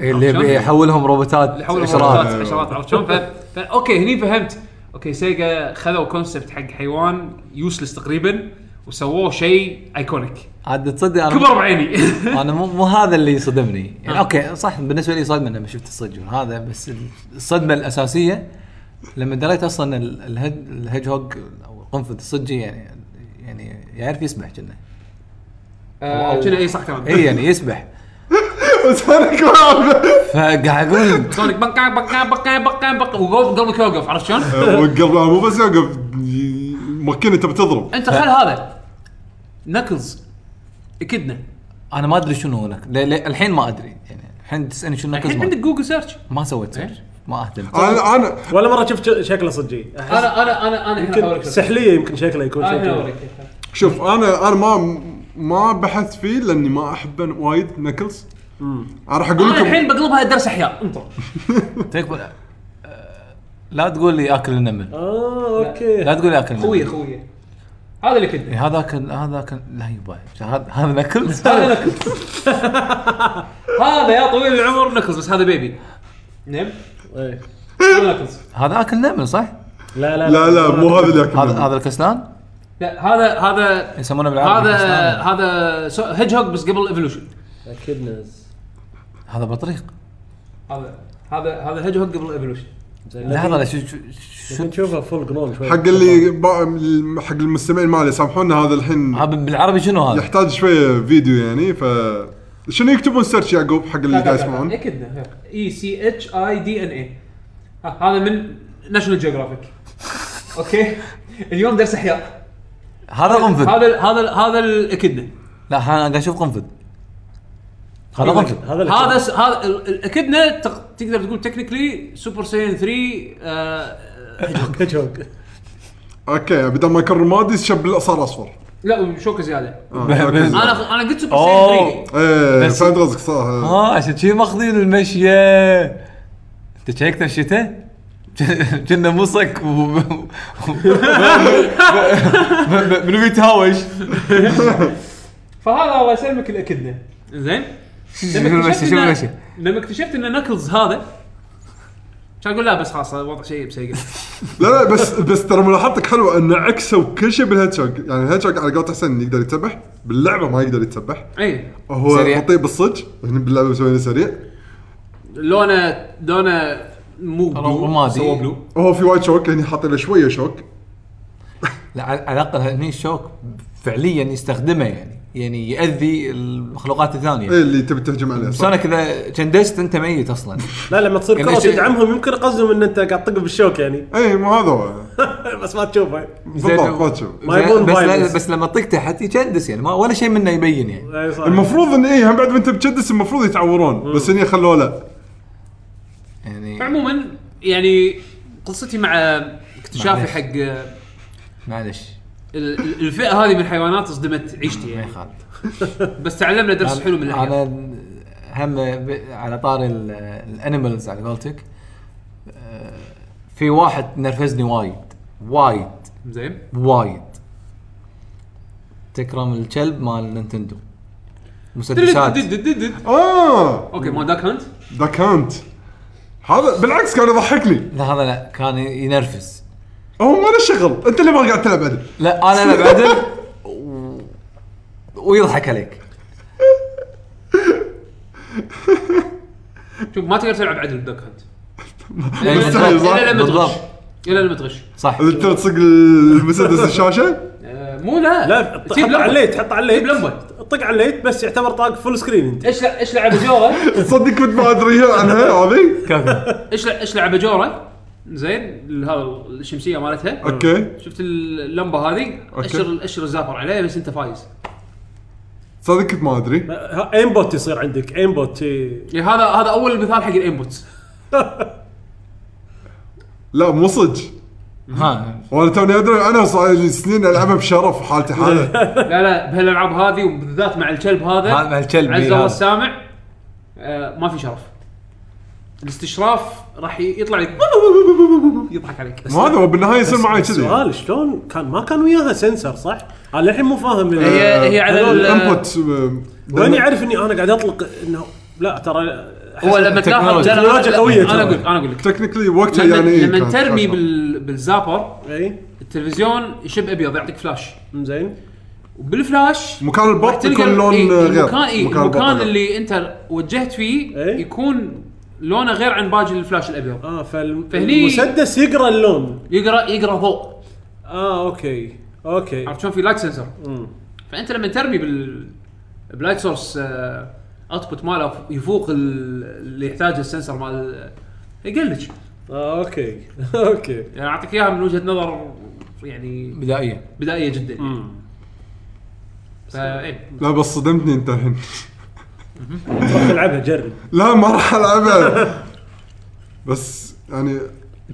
Speaker 1: عرفت شلون؟
Speaker 2: إيه، اللي يحولهم روبوتات
Speaker 1: اللي حولهم
Speaker 2: اشراف
Speaker 1: عشرات عشرات عرفت شلون؟ ف- ف- اوكي هني فهمت اوكي سيجا خذوا كونسبت حق حيوان يوسلس تقريبا وسووه شيء ايكونيك
Speaker 2: عاد تصدق انا
Speaker 1: كبر بعيني
Speaker 2: انا مو, مو هذا اللي صدمني يعني
Speaker 1: آه.
Speaker 2: اوكي صح بالنسبه لي صدمه لما شفت الصجون هذا بس ال- الصدمه الاساسيه لما دريت اصلا ال- الهج الهيج هوج او قنفذ الصجي يعني يعني يعرف يسبح كنا
Speaker 1: آه، كنا اي صح كلامك
Speaker 2: اي يعني يسبح
Speaker 3: سونيك ما أعرفه.
Speaker 2: فقاعد اقول
Speaker 1: سونيك بقع بقع بقع بقع بقع وقلبك يوقف عرفت شلون؟
Speaker 3: وقلبها مو بس يوقف ي- مكين انت بتضرب
Speaker 1: انت خل هذا نكلز اكدنا
Speaker 2: انا ما ادري شنو هناك ليه- ليه- الحين ما ادري يعني الحين تسالني شنو
Speaker 1: الحين
Speaker 2: كزمة.
Speaker 1: عندك جوجل سيرش
Speaker 2: ما سويت سيرش ما اهتم
Speaker 3: انا انا
Speaker 4: ولا مره شفت ش- شكله صجي
Speaker 1: انا انا انا انا الحين
Speaker 4: يمكن
Speaker 1: اوريك
Speaker 4: سحليه يمكن شكله يكون
Speaker 1: انا الحين
Speaker 4: شكله
Speaker 1: اوريك
Speaker 3: شوف انا انا ما ما بحثت فيه لاني ما احبه وايد نكلز انا راح اقول
Speaker 1: انا
Speaker 3: لكم
Speaker 1: الحين بقلبها درس احياء انطر
Speaker 2: تكبر آه، لا تقول لي اكل النمل
Speaker 4: اه اوكي
Speaker 2: لا تقول لي اكل النمل
Speaker 1: خويه خويه هذا اللي كدنا
Speaker 2: إيه، هذا كان هذا كان لا يبا هذا هذا نكلز
Speaker 1: هذا نكلز هذا يا طويل العمر نكلز بس هذا بيبي نعم
Speaker 4: إيه.
Speaker 1: هذا نكلز
Speaker 2: هذا اكل نمل صح؟
Speaker 4: لا لا
Speaker 3: لا لا مو هذا اللي
Speaker 2: هذا
Speaker 3: اكل
Speaker 2: هذا الكسلان
Speaker 1: لا هذا هذا
Speaker 2: يسمونه بالعربي
Speaker 1: هذا
Speaker 2: الكسلان.
Speaker 1: هذا سو- هيدج هوج بس قبل ايفولوشن
Speaker 4: اكيدنس
Speaker 2: هذا بطريق
Speaker 1: هذا هذا هذا هيدج هوج قبل ايفولوشن
Speaker 2: لحظه لا، شو شو- شو
Speaker 4: نشوفها فول جرون شوي
Speaker 3: حق اللي با- حق المستمعين مالي سامحونا هذا الحين
Speaker 2: هذا بالعربي شنو هذا؟
Speaker 3: يحتاج شويه فيديو يعني ف شنو يكتبون سيرش يعقوب حق اللي قاعد
Speaker 1: إيه،
Speaker 3: يسمعون؟
Speaker 1: اكدنا اي سي اتش اي دي ان اي هذا من ناشونال جيوغرافيك اوكي اليوم درس احياء
Speaker 2: هذا قنفذ
Speaker 1: هذا هذا هذا الاكدنا
Speaker 2: لا ها- انا قاعد اشوف قنفذ هذا قنفذ
Speaker 4: هذا
Speaker 1: هذا س- هذا ال- ال- اكدنا تق- تقدر تقول تكنيكلي سوبر ساين 3 آه،
Speaker 4: هيدجهوج
Speaker 3: اوكي بدل ما يكرر مادي شب صار اصفر
Speaker 1: لا وشوكه زياده
Speaker 3: آه،
Speaker 2: بس-
Speaker 3: أوكي.
Speaker 1: انا انا قلت سوبر
Speaker 2: أوه.
Speaker 1: ساين 3
Speaker 3: ايه
Speaker 2: بس-
Speaker 3: فهمت قصدك صح
Speaker 2: اه عشان كذي ماخذين المشيه انت شيكت الشتاء؟ كنا مصك و منو بيتهاوش؟
Speaker 1: فهذا الله يسلمك اللي اكدنا زين
Speaker 2: شنو
Speaker 1: لما
Speaker 2: المشي؟
Speaker 1: اكتشفت
Speaker 2: شنو
Speaker 1: إن-
Speaker 2: المشي؟
Speaker 1: لما اكتشفت ان نكلز هذا كان اقول لا بس خلاص وضع شيء بسيقه
Speaker 3: لا لا بس بس ترى ملاحظتك حلوه انه عكسوا كل شيء بالهيدشوك يعني الهيدشوك على قولة حسين يقدر يتسبح باللعبه ما يقدر يتسبح
Speaker 1: اي
Speaker 3: هو
Speaker 2: سريع.
Speaker 3: بطيء بالصج هنا باللعبه مسوينه سريع
Speaker 1: لونه لونه مو بلو
Speaker 2: رمادي.
Speaker 1: سوى بلو
Speaker 3: هو في وايد شوك هنا حاطين له شويه شوك
Speaker 2: لا على على الاقل هني الشوك فعليا يستخدمه يعني يعني ياذي المخلوقات
Speaker 3: ايه
Speaker 2: الثانيه
Speaker 3: اللي تبي تهجم عليه
Speaker 2: بس
Speaker 3: صح؟
Speaker 2: انا كذا كندست انت ميت اصلا
Speaker 4: لا لما تصير
Speaker 2: يعني
Speaker 4: كره
Speaker 2: شيء-
Speaker 4: تدعمهم يمكن قصدهم ان انت قاعد تطق بالشوك يعني
Speaker 3: ايه مو هذا هو
Speaker 4: بس ما تشوفه إيه،
Speaker 3: بالضبط ما تشوف
Speaker 4: ما يبون
Speaker 2: بس لا
Speaker 4: violence.
Speaker 2: بس لما طقته حتى يكندس يعني ما ولا شيء منه يبين يعني
Speaker 4: أي صح.
Speaker 3: المفروض ان ايه هم بعد ما انت بتجدس المفروض يتعورون بس هني خلوه لا
Speaker 2: يعني
Speaker 1: عموما يعني قصتي مع اكتشافي
Speaker 2: معليش.
Speaker 1: حق
Speaker 2: معلش
Speaker 1: ال- ال- الفئه هذه من الحيوانات صدمت عيشتي
Speaker 2: ما
Speaker 1: يعني
Speaker 2: يخالف
Speaker 1: بس تعلمنا درس حلو من الاحياء
Speaker 2: انا هم ب- على طاري ال- الانيمالز على قولتك آه، في واحد نرفزني وايد وايد
Speaker 1: زين
Speaker 2: وايد تكرم الكلب مال نينتندو
Speaker 5: مسدسات
Speaker 3: اه
Speaker 1: اوكي ما داك هانت
Speaker 3: ذا كانت هذا بالعكس كان يضحكني
Speaker 2: لا هذا لا كان ينرفز
Speaker 3: هو ما له شغل انت اللي ما قاعد تلعب عدل
Speaker 2: لا انا العب عدل و... ويضحك عليك
Speaker 1: شوف ما تقدر تلعب عدل بداك هانت
Speaker 2: يعني
Speaker 3: مستحيل، صح؟
Speaker 1: الا لما تغش
Speaker 2: بالضبط.
Speaker 1: الا لما تغش
Speaker 2: صح
Speaker 3: انت تصق المسدس الشاشه
Speaker 1: آه، مو لا
Speaker 4: لا تحط
Speaker 1: تجيب لمبة.
Speaker 4: على الليت حط على
Speaker 1: تجيب
Speaker 4: الليت
Speaker 1: لمبه
Speaker 4: طق على الليت بس يعتبر طاق فول سكرين انت
Speaker 1: ايش لع- ايش لعب جوره
Speaker 3: تصدق كنت ما ادري عنها هذه
Speaker 2: كفو
Speaker 1: ايش لع- ايش لعب جوره زين هذا الشمسيه مالتها
Speaker 3: اوكي
Speaker 1: شفت اللمبه هذه
Speaker 3: أوكي.
Speaker 1: اشر اشر الزافر عليه بس انت فايز
Speaker 3: صدق كنت ما ادري
Speaker 4: ها- ايم بوت يصير عندك ايم بوت ي-
Speaker 1: يعني هذا هذا اول مثال حق الانبوتس
Speaker 3: لا مو صدق
Speaker 2: ها
Speaker 3: وانا توني ادري انا صار لي سنين العبها بشرف وحالتي حاله
Speaker 1: لا لا بهالالعاب هذه وبالذات مع الكلب هذا
Speaker 2: هذا مع الكلب، إي،
Speaker 1: عز
Speaker 2: هذا.
Speaker 1: الله السامع آه ما في شرف الاستشراف راح ي- يطلع لك يضحك عليك
Speaker 3: ما هذا هو بالنهايه يصير معي
Speaker 4: بس
Speaker 3: كذي
Speaker 4: السؤال شلون كان ما كان وياها سنسر صح؟ انا للحين مو فاهم
Speaker 1: هي هي على ال-
Speaker 3: الانبوت آه،
Speaker 4: وين يعرف اني انا قاعد اطلق انه لا ترى
Speaker 1: هو لما تلاحظ
Speaker 2: التكنولوجيا.
Speaker 1: لا، لا، لا،
Speaker 4: التكنولوجيا قوية
Speaker 1: انا
Speaker 4: ترى.
Speaker 1: اقول انا اقول لك
Speaker 3: تكنيكلي وقتها
Speaker 1: لما
Speaker 3: يعني إيه
Speaker 1: لما
Speaker 3: كانت
Speaker 1: ترمي
Speaker 3: خاصة.
Speaker 1: بال- بالزابر
Speaker 4: اي
Speaker 1: التلفزيون يشب ابيض يعطيك فلاش
Speaker 4: زين
Speaker 1: وبالفلاش
Speaker 3: مكان
Speaker 1: راح
Speaker 3: البط
Speaker 1: تلقى
Speaker 3: يكون
Speaker 1: ال-
Speaker 3: لون آه،
Speaker 1: إيه،
Speaker 3: غير
Speaker 1: المكان إيه،
Speaker 3: البط
Speaker 1: المكان
Speaker 3: غير.
Speaker 1: اللي انت وجهت فيه
Speaker 4: إيه.
Speaker 1: يكون لونه غير عن باقي الفلاش الابيض
Speaker 4: اه
Speaker 1: فهني-
Speaker 4: فالمسدس يقرا اللون
Speaker 1: يقرا يقرا ضوء
Speaker 4: اه اوكي اوكي
Speaker 1: عرفت شلون في لايت سنسر
Speaker 4: مم.
Speaker 1: فانت لما ترمي بال بلايت سورس اوتبوت ماله يفوق ال- اللي يحتاجه السنسر مال آه، يقلج
Speaker 4: اه اوكي اوكي
Speaker 1: يعني اعطيك اياها من وجهه نظر يعني
Speaker 2: بدائيا
Speaker 1: بدائيه جدا يعني. فا إيه.
Speaker 3: لا بس صدمتني انت الحين
Speaker 4: روح العبها جرب
Speaker 3: لا ما راح العبها بس يعني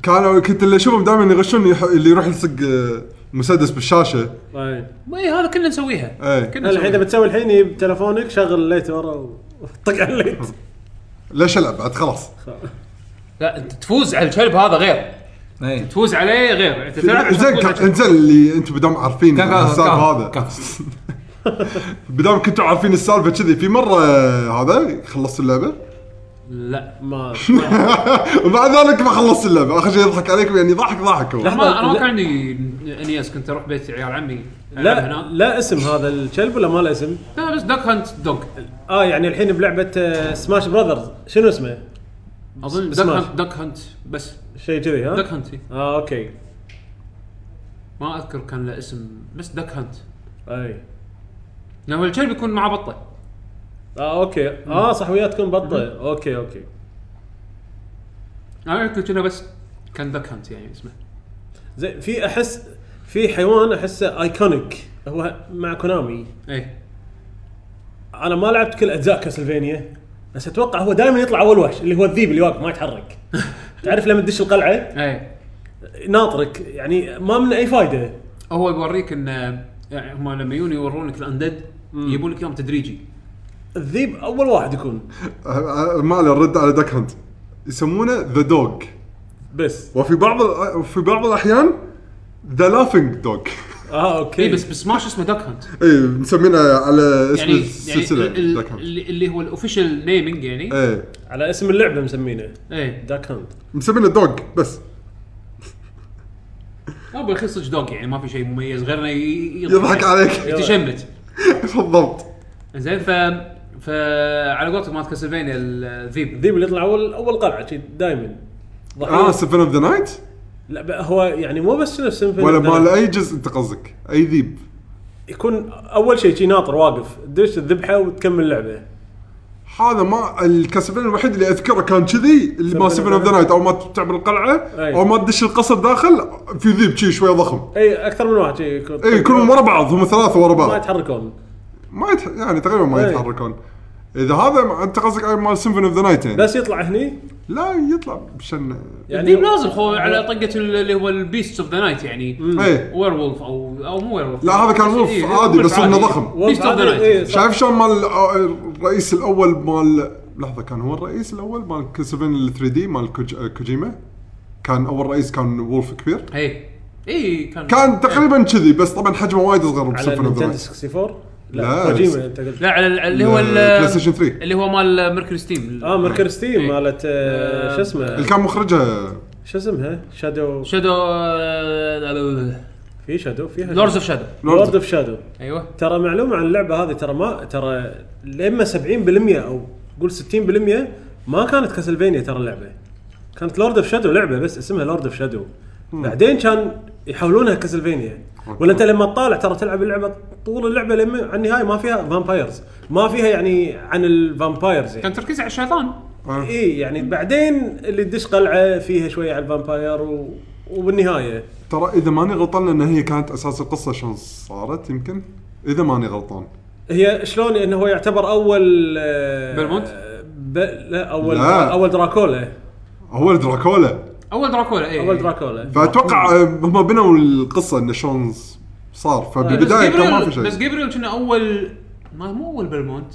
Speaker 3: كانوا كنت اللي اشوفهم دائما يغشون يح- اللي يروح يلصق آه، مسدس إيه. بالشاشه
Speaker 4: طيب
Speaker 1: ما هي هذا كنا نسويها كنا
Speaker 3: اي
Speaker 4: الحين
Speaker 1: نسويها
Speaker 4: اذا بتسوي الحين بتلفونك شغل الليت ورا وطق على الليت
Speaker 3: ليش العب بعد خلاص
Speaker 1: لا انت تفوز على الكلب هذا غير
Speaker 2: اي
Speaker 1: تفوز عليه غير انت تلعب عشان
Speaker 3: زين
Speaker 1: تفوز على
Speaker 3: كان-
Speaker 1: الكلب.
Speaker 3: انزين اللي انتم بدام عارفين
Speaker 2: كان- كان-
Speaker 3: السالفه
Speaker 2: كان-
Speaker 3: هذا
Speaker 2: كان.
Speaker 3: بدام كنتوا عارفين السالفه كذي في مره آه، هذا خلصت اللعبه
Speaker 1: لا
Speaker 4: ما
Speaker 3: ومع ذلك ما خلصت اللعبه اخر شيء يضحك عليكم يعني ضحك ضحك هو
Speaker 1: ما انا ما
Speaker 4: لا.
Speaker 1: كان عندي انيس كنت اروح بيت عيال عمي ألعب
Speaker 4: لا
Speaker 1: هناك.
Speaker 4: لا اسم هذا الكلب ولا ما له اسم؟
Speaker 1: لا بس دوك هانت دوج
Speaker 4: اه يعني الحين بلعبه آه، سماش براذرز شنو اسمه؟
Speaker 1: اظن دوك
Speaker 4: سماش.
Speaker 1: هانت دوك هانت بس
Speaker 4: شيء كذي
Speaker 1: دوك
Speaker 4: ها؟
Speaker 1: هانت إيه.
Speaker 4: اه اوكي
Speaker 1: ما اذكر كان له اسم بس دك هانت
Speaker 4: اي
Speaker 1: لانه الكلب يكون معه بطه
Speaker 4: اه اوكي اه صح وياكم بطه اوكي اوكي
Speaker 1: انا يمكن كنا بس كان دك هانت يعني اسمه
Speaker 4: زين في احس في حيوان احسه ايكونيك هو مع كونامي
Speaker 1: ايه
Speaker 4: انا ما لعبت كل اجزاء كاسلفينيا بس اتوقع هو دائما يطلع اول وحش اللي هو الذيب اللي واقف ما يتحرك تعرف لما تدش القلعه
Speaker 1: ايه
Speaker 4: ناطرك يعني ما منه اي فائده
Speaker 1: هو يوريك ان يعني هم لما يجون يورونك الاندد يجيبون لك اياهم تدريجي
Speaker 4: الذيب اول واحد يكون
Speaker 3: آه، آه، ما عليه الرد على داك هانت يسمونه ذا دوغ
Speaker 4: بس
Speaker 3: وفي بعض الأ- وفي بعض الاحيان ذا لافينج دوغ
Speaker 4: اه اوكي
Speaker 1: اي إيه، بس بسماش اسمه دك هانت
Speaker 3: اي إيه، مسمينه على اسم
Speaker 1: يعني يعني
Speaker 3: السلسله
Speaker 1: ال- ال-
Speaker 3: داك هانت
Speaker 1: اللي اللي هو الاوفيشال نيمنج يعني
Speaker 3: ايه
Speaker 4: على اسم اللعبه مسمينه
Speaker 1: ايه
Speaker 4: داك هانت
Speaker 3: مسمينه دوغ بس
Speaker 1: هو بالخير صدق دوج يعني ما في شيء مميز غير انه ي-
Speaker 3: يضحك عليك
Speaker 1: يتشمت
Speaker 3: بالضبط
Speaker 1: زين ف ف على قولتك مالت كاسلفينيا الذيب
Speaker 4: الذيب اللي يطلع اول اول قلعه دائما
Speaker 3: اه سفن اوف ذا نايت
Speaker 4: لا بقى هو يعني مو بس شنو السيمفوني
Speaker 3: ولا
Speaker 4: ده،
Speaker 3: مال اي جزء انت قصدك اي ذيب
Speaker 4: يكون اول شيء شي ناطر واقف تدش تذبحه وتكمل اللعبه
Speaker 3: هذا ما الكاسلفين الوحيد اللي اذكره كان كذي اللي ما
Speaker 4: Seven
Speaker 3: سفن
Speaker 4: of
Speaker 3: اوف
Speaker 4: the
Speaker 3: ذا نايت او ما تعمل القلعه
Speaker 4: أي.
Speaker 3: او ما تدش القصر داخل في ذيب شي شويه ضخم
Speaker 4: اي اكثر من واحد شي يكون
Speaker 3: اي يكونون ورا بعض هم ثلاثه ورا
Speaker 4: ما
Speaker 3: بعض
Speaker 4: يتحركون
Speaker 3: ما يتح... يعني تقريبا ما
Speaker 4: أي.
Speaker 3: يتحركون اذا هذا ما- انت قصدك أي مال سيمفون اوف ذا نايت يعني
Speaker 4: بس يطلع هني
Speaker 3: لا يطلع بشن
Speaker 4: يعني
Speaker 1: الذيب لازم خو على طقه ال- اللي هو البيست اوف ذا نايت يعني
Speaker 3: اي
Speaker 1: وير وولف او او مو إيه، وير وولف
Speaker 3: إيه. لا، هذا كان وولف عادي، بس إنه ضخم.
Speaker 1: بيست اوف ذا نايت
Speaker 4: إيه، صح.
Speaker 3: شايف شلون مال آه، الرئيس الاول مال لحظه كان هو الرئيس الاول مال كاسلفين ال 3 دي مال كوج... آه، كوجيما كان اول رئيس كان وولف كبير
Speaker 1: اي اي إيه. كان
Speaker 3: كان تقريبا كذي بس طبعا حجمه وايد صغير
Speaker 4: على
Speaker 3: بسفن اوف ذا
Speaker 4: نينتندو
Speaker 3: نايت
Speaker 4: 64 لا
Speaker 3: لا،
Speaker 4: كوجيما انت قلت
Speaker 1: لا على ال- اللي هو ال-
Speaker 3: بلاي ستيشن 3
Speaker 1: اللي هو مال ميركوري ستيم
Speaker 4: اه مركر ستيم
Speaker 1: إيه.
Speaker 4: مالت آه، شو اسمه
Speaker 3: اللي كان مخرجها
Speaker 4: شو اسمها شادو
Speaker 1: شادو
Speaker 4: في شادو فيها
Speaker 1: لوردز اوف شادو
Speaker 4: لورد اوف شادو
Speaker 1: ايوه
Speaker 4: ترى معلومه عن اللعبه هذه ترى ما ترى لما 70% او قول 60% ما كانت كاسلفينيا ترى اللعبه كانت لورد اوف شادو لعبه بس اسمها لورد اوف شادو بعدين كان يحولونها كاسلفينيا ولا انت لما تطالع ترى تلعب اللعبه طول اللعبه لما على النهايه ما فيها فامبايرز ما فيها يعني عن الفامبايرز يعني
Speaker 1: كان تركيز على الشيطان
Speaker 3: آه،
Speaker 4: اي يعني بعدين اللي تدش قلعه فيها شويه على الفامباير و... وبالنهايه
Speaker 3: ترى اذا ماني غلطان لان هي كانت اساس القصه شلون صارت يمكن اذا ماني غلطان
Speaker 4: هي شلون انه هو يعتبر اول آه،
Speaker 1: بيرمونت؟
Speaker 4: ب... لا اول
Speaker 3: لا.
Speaker 4: اول دراكولا
Speaker 3: اول دراكولا
Speaker 1: اول دراكولا إيه. اي
Speaker 4: اول دراكولا
Speaker 3: فاتوقع آه، هم بنوا القصه انه شلون صار فبالبدايه كان ما في
Speaker 1: بس
Speaker 3: شيء
Speaker 1: جابريل كنا اول ما مو اول بلمونت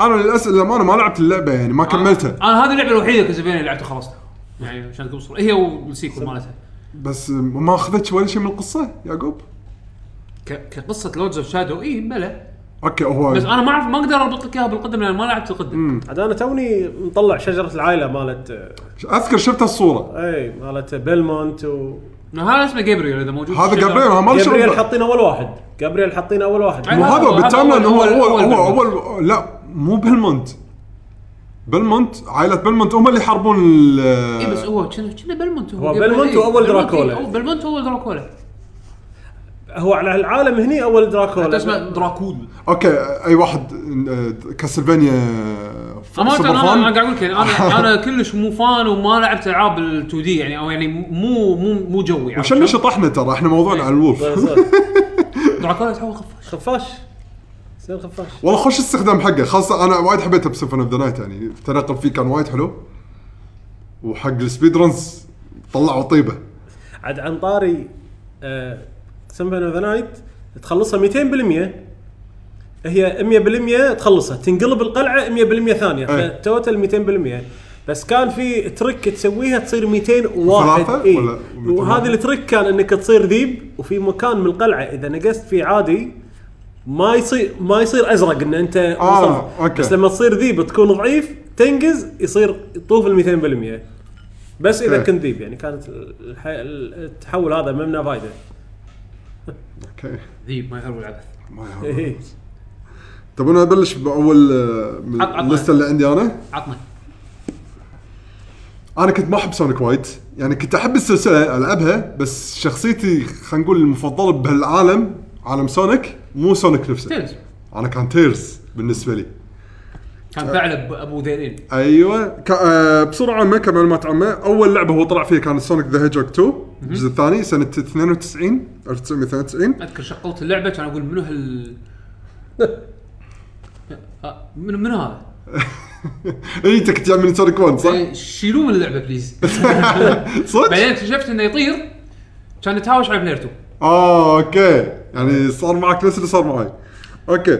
Speaker 3: انا للاسف للامانه ما لعبت اللعبه يعني ما كملتها
Speaker 1: انا هذه اللعبه الوحيده كازافينيا اللي لعبتها خلصتها يعني عشان توصل هي والسيكول مالتها
Speaker 3: بس ما اخذتش ولا شيء من القصه يعقوب
Speaker 1: ك- كقصه لوردز اوف شادو اي بلا
Speaker 3: اوكي هو
Speaker 1: إيه، بس انا ما اعرف ما اقدر اربط لك اياها بالقدم لان ما لعبت القدم
Speaker 4: عاد انا توني مطلع شجره العائله مالت آه،
Speaker 3: اذكر شفت الصوره
Speaker 4: اي مالت بيلمونت و
Speaker 1: إنه هذا اسمه جابريل اذا موجود
Speaker 3: هذا جابريل ما له
Speaker 4: جابرييل
Speaker 3: شغل
Speaker 4: حاطين اول واحد جابرييل حاطين اول واحد
Speaker 1: عاد
Speaker 3: مو
Speaker 1: هذا
Speaker 3: هذا
Speaker 1: هو-
Speaker 3: بالتايم
Speaker 1: هذا
Speaker 3: هو
Speaker 1: هو
Speaker 3: اول
Speaker 1: أول-
Speaker 3: هو
Speaker 1: أول
Speaker 3: اول لا مو بلمونت بلمونت عائله بلمونت هم اللي يحاربون ال-
Speaker 1: اي إيه، بس هو إيه، كنا كنا بلمونت
Speaker 4: هو
Speaker 1: جابرييل،
Speaker 4: بلمونت
Speaker 1: إي.
Speaker 4: وأول
Speaker 1: بلمونت،
Speaker 4: دراكولا.
Speaker 1: إي. هو بلمونت اول دراكولا
Speaker 4: هو على العالم هني اول
Speaker 1: هذا
Speaker 4: دراكولا
Speaker 1: اسمه دراكول
Speaker 3: اوكي اي واحد آه، كاسلفانيا
Speaker 1: امانه
Speaker 3: سوبر
Speaker 1: انا
Speaker 3: فان.
Speaker 1: انا قاعد اقول لك يعني انا انا كلش مو فان وما لعبت العاب ال 2 دي يعني او يعني مو مو مو جوي عرفت
Speaker 3: عشان
Speaker 1: شلون؟
Speaker 3: شطحنا ترى احنا موضوعنا على الولف
Speaker 1: دراكولا تحول خفاش
Speaker 4: خفاش يصير خفاش
Speaker 3: والله خوش استخدام حقه خاصه انا وايد حبيته بسيفون اوف ذا نايت يعني التنقل فيه كان وايد حلو وحق السبيد رنز طلعوا طيبه
Speaker 4: عاد عن طاري آه، سمبن اوف ذا نايت تخلصها 200% هي 100% تخلصها تنقلب القلعه 100% ثانيه
Speaker 3: أي.
Speaker 4: فتوتال 200% بس كان في تريك تسويها تصير 201
Speaker 3: ثلاثة
Speaker 4: إي.
Speaker 3: ولا 200
Speaker 4: وهذا التريك كان انك تصير ذيب وفي مكان من القلعه اذا نقصت فيه عادي ما يصير ما يصير ازرق ان انت
Speaker 3: آه،
Speaker 4: مصاب.
Speaker 3: أوكي.
Speaker 4: بس لما تصير ذيب تكون ضعيف تنقز يصير يطوف ال 200% بس اذا
Speaker 3: إيه.
Speaker 4: كنت ذيب يعني كانت الح... التحول هذا ممنع فايده
Speaker 3: اوكي
Speaker 1: ذيب ما يهرب العبث
Speaker 3: ما يهم.
Speaker 4: إيه.
Speaker 3: تبون ابلش باول آه، من
Speaker 1: عط- عطنا.
Speaker 3: اللسته اللي عندي انا
Speaker 1: عطنا
Speaker 3: انا كنت ما احب سونيك وايد يعني كنت احب السلسله العبها بس شخصيتي خلينا نقول المفضله بهالعالم عالم سونيك مو سونيك نفسه
Speaker 1: تيرز
Speaker 3: انا كان تيرز بالنسبه لي
Speaker 1: كان
Speaker 3: آه.
Speaker 1: ثعلب ابو ذيلين
Speaker 3: ايوه ك... آه، بسرعه عامه كمعلومات عامه اول لعبه هو طلع فيها كانت سونيك ذا هيدجوج 2 الجزء الثاني سنه 92 1992
Speaker 1: اذكر شغلت اللعبه كان اقول منو هال آه، منو منو هذا؟
Speaker 3: اي انت كنت يعني من سونيك 1 صح؟
Speaker 1: إيه، شيلوه من اللعبه بليز
Speaker 3: صدق؟
Speaker 1: بعدين اكتشفت انه يطير كان يتهاوش على بلاير 2
Speaker 3: اه اوكي يعني صار معك نفس اللي صار معي اوكي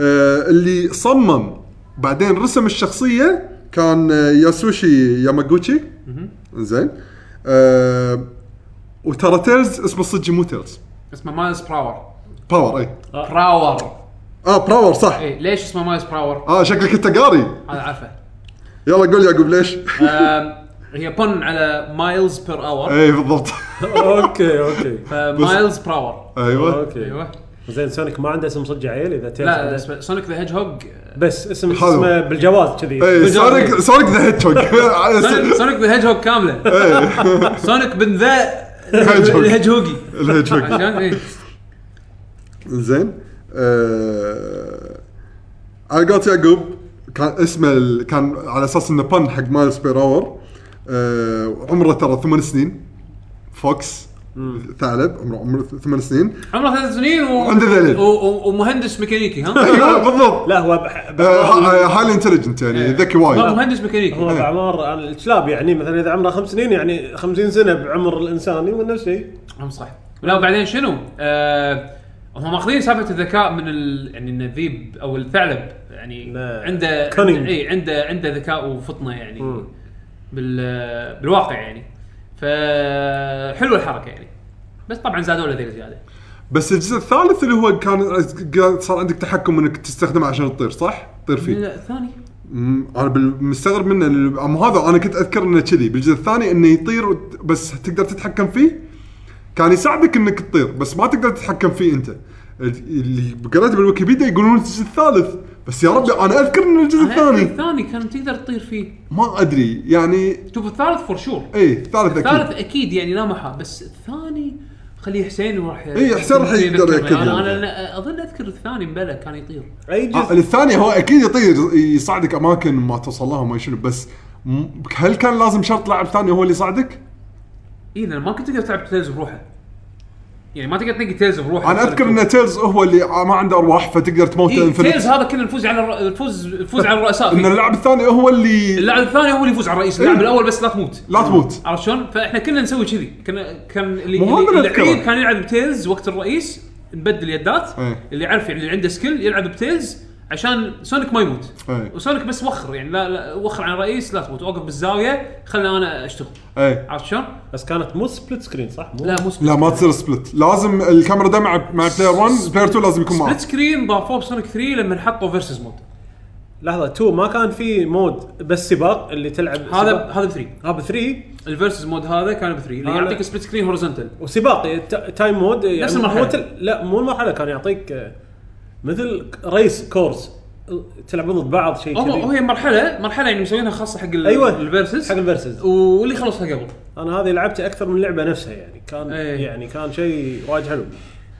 Speaker 3: آه اللي صمم بعدين رسم الشخصيه كان آه، ياسوشي ياماغوتشي زين آه وترى تيلز اسمه الصجي مو تيلز
Speaker 1: اسمه مايلز براور
Speaker 3: باور اي
Speaker 1: براور
Speaker 3: اه براور صح
Speaker 1: اي ليش اسمه مايلز براور؟
Speaker 3: اه شكلك انت قاري
Speaker 1: هذا عارفه
Speaker 3: يلا قول يعقوب ليش؟
Speaker 1: آم، هي بن على مايلز بير اور
Speaker 3: اي إيه، بالضبط
Speaker 4: اوكي اوكي
Speaker 1: آه، مايلز براور
Speaker 3: ايوه
Speaker 4: اوكي
Speaker 1: ايوه
Speaker 4: زين سونيك ما عنده اسم صجي عيل اذا تيرز
Speaker 1: لا
Speaker 4: عنده اسم-
Speaker 1: اسمه سونيك ذا هيدج هوج
Speaker 4: بس اسم
Speaker 3: حلو.
Speaker 4: اسمه بالجواز كذي
Speaker 3: اي
Speaker 4: بالجواز.
Speaker 3: إيه،
Speaker 1: إيه.
Speaker 3: سونيك سونيك ذا إيه، هيتشوك
Speaker 1: سونيك ذا هيدج هوج كامله سونيك بن ذا
Speaker 3: Hedgehog.
Speaker 1: الهيدج هوجي
Speaker 3: الهيتشوك
Speaker 1: عشان إيه؟ اي
Speaker 3: زين آه... على قولة يعقوب كان اسمه ال... كان على اساس انه بن حق مايلز بير اور آه... عمره ترى ثمان سنين فوكس ثعلب عمره عمره ثمان سنين
Speaker 1: عمره ثلاث سنين و...
Speaker 3: عنده ذليل.
Speaker 1: و... و... ومهندس ميكانيكي ها
Speaker 3: ايوه بالضبط
Speaker 4: لا هو بح-
Speaker 3: آه، إيه،
Speaker 4: بأعمار-
Speaker 3: هايلي انتليجنت يعني ذكي
Speaker 1: هو
Speaker 3: وايد
Speaker 1: مهندس
Speaker 4: هو
Speaker 1: ميكانيكي
Speaker 4: باعمار الكلاب يعني مثلا اذا عمره خمس سنين يعني 50 سنه بعمر الانسان يقول نفس الشيء
Speaker 1: هم صح لا وبعدين شنو؟ آه... هم ماخذين سالفه الذكاء من ال... يعني ان الذيب او الثعلب يعني
Speaker 4: لا.
Speaker 1: عنده
Speaker 4: Cunning.
Speaker 1: عنده- اي عنده عنده ذكاء وفطنه يعني بال... بالواقع يعني فحلوه الحركه يعني بس طبعا زادوا له ذيل زياده
Speaker 3: بس الجزء الثالث اللي هو كان قال صار عندك تحكم انك تستخدمه عشان تطير صح؟ تطير فيه
Speaker 1: لا ثاني
Speaker 3: مم، انا بال- مستغرب منه ال- أم هذا انا كنت اذكر انه كذي بالجزء الثاني انه يطير وت- بس تقدر تتحكم فيه كان يساعدك انك تطير بس ما تقدر تتحكم فيه انت ال- اللي قريت بالويكيبيديا يقولون الجزء الثالث بس يا ربي انا اذكر ان الجزء
Speaker 1: أنا أذكر
Speaker 3: الثاني
Speaker 1: الثاني كان تقدر تطير فيه
Speaker 3: ما ادري يعني
Speaker 1: شوف الثالث فور شور
Speaker 3: ايه الثالث
Speaker 1: الثالث
Speaker 3: اكيد
Speaker 1: اكيد يعني لا محا بس الثاني خليه حسين وراح
Speaker 3: إيه، حسين راح يقدر يأكد
Speaker 1: انا
Speaker 3: يعني.
Speaker 1: أنا اظن اذكر الثاني مبلى كان يطير
Speaker 4: اي
Speaker 3: آه،
Speaker 4: جزء
Speaker 3: الثاني هو اكيد يطير يصعدك اماكن ما توصل لها وما شنو بس م- هل كان لازم شرط لاعب ثاني هو اللي يصعدك؟
Speaker 1: اي لان إيه، ما كنت تقدر تلعب تيلز بروحه يعني ما تقدر تنقي تيلز بروحه
Speaker 3: انا اذكر ان تيلز هو اللي ما عنده ارواح فتقدر تموت
Speaker 1: إيه تيلز
Speaker 3: انفنت
Speaker 1: هذا كنا نفوز على الر- نفوز نفوز على الرؤساء
Speaker 3: ان
Speaker 1: فيه.
Speaker 3: اللاعب الثاني هو اللي
Speaker 1: اللاعب الثاني هو اللي يفوز على الرئيس اللاعب
Speaker 3: إيه.
Speaker 1: الاول بس لا تموت
Speaker 3: لا تموت
Speaker 1: عرفت شلون؟ فاحنا كنا نسوي كذي كنا كان اللي
Speaker 3: مو هذا
Speaker 1: اللي-
Speaker 3: اللي أذكره.
Speaker 1: اللعيب كان يلعب بتيلز وقت الرئيس نبدل يدات
Speaker 3: إيه.
Speaker 1: اللي يعرف يعني اللي عنده سكيل يلعب بتيلز عشان سونيك ما يموت
Speaker 3: إيه.
Speaker 1: وسونيك بس وخر يعني لا, لا وخر عن الرئيس لا تموت اوقف بالزاويه خلنا انا اشتغل
Speaker 3: اي
Speaker 1: عرفت شلون؟
Speaker 4: بس كانت مو سبليت سكرين صح؟ مو
Speaker 1: لا مو سبليت
Speaker 3: إيه. لا ما تصير سبلت لازم الكاميرا ده مع مع بلاير 1 بلاير 2 لازم يكون معه
Speaker 1: سبليت سكرين ضافوه بسونيك 3 لما حطوا فيرسز مود
Speaker 4: لحظه 2 ما كان في مود بس سباق اللي تلعب
Speaker 1: هذا
Speaker 4: سباق.
Speaker 1: هذا ب 3
Speaker 4: هذا 3
Speaker 1: الفيرسز مود هذا كان ب 3 اللي
Speaker 4: هذا-
Speaker 1: يعطيك سبليت سكرين هورزنتال
Speaker 4: وسباق ت- تايم مود يعني
Speaker 1: نفس المرحلة.
Speaker 4: مو تل... لا مو المرحله كان يعطيك آه، مثل ريس كورس تلعبون ضد بعض شيء
Speaker 1: هم
Speaker 4: كذي
Speaker 1: هي مرحله مرحله يعني مسوينها خاصه حق ال-
Speaker 4: أيوة.
Speaker 1: الفيرسز
Speaker 4: حق الفيرسز
Speaker 1: واللي خلصها قبل
Speaker 4: انا هذه لعبت اكثر من لعبه نفسها يعني كان
Speaker 1: أي.
Speaker 4: يعني كان شيء وايد حلو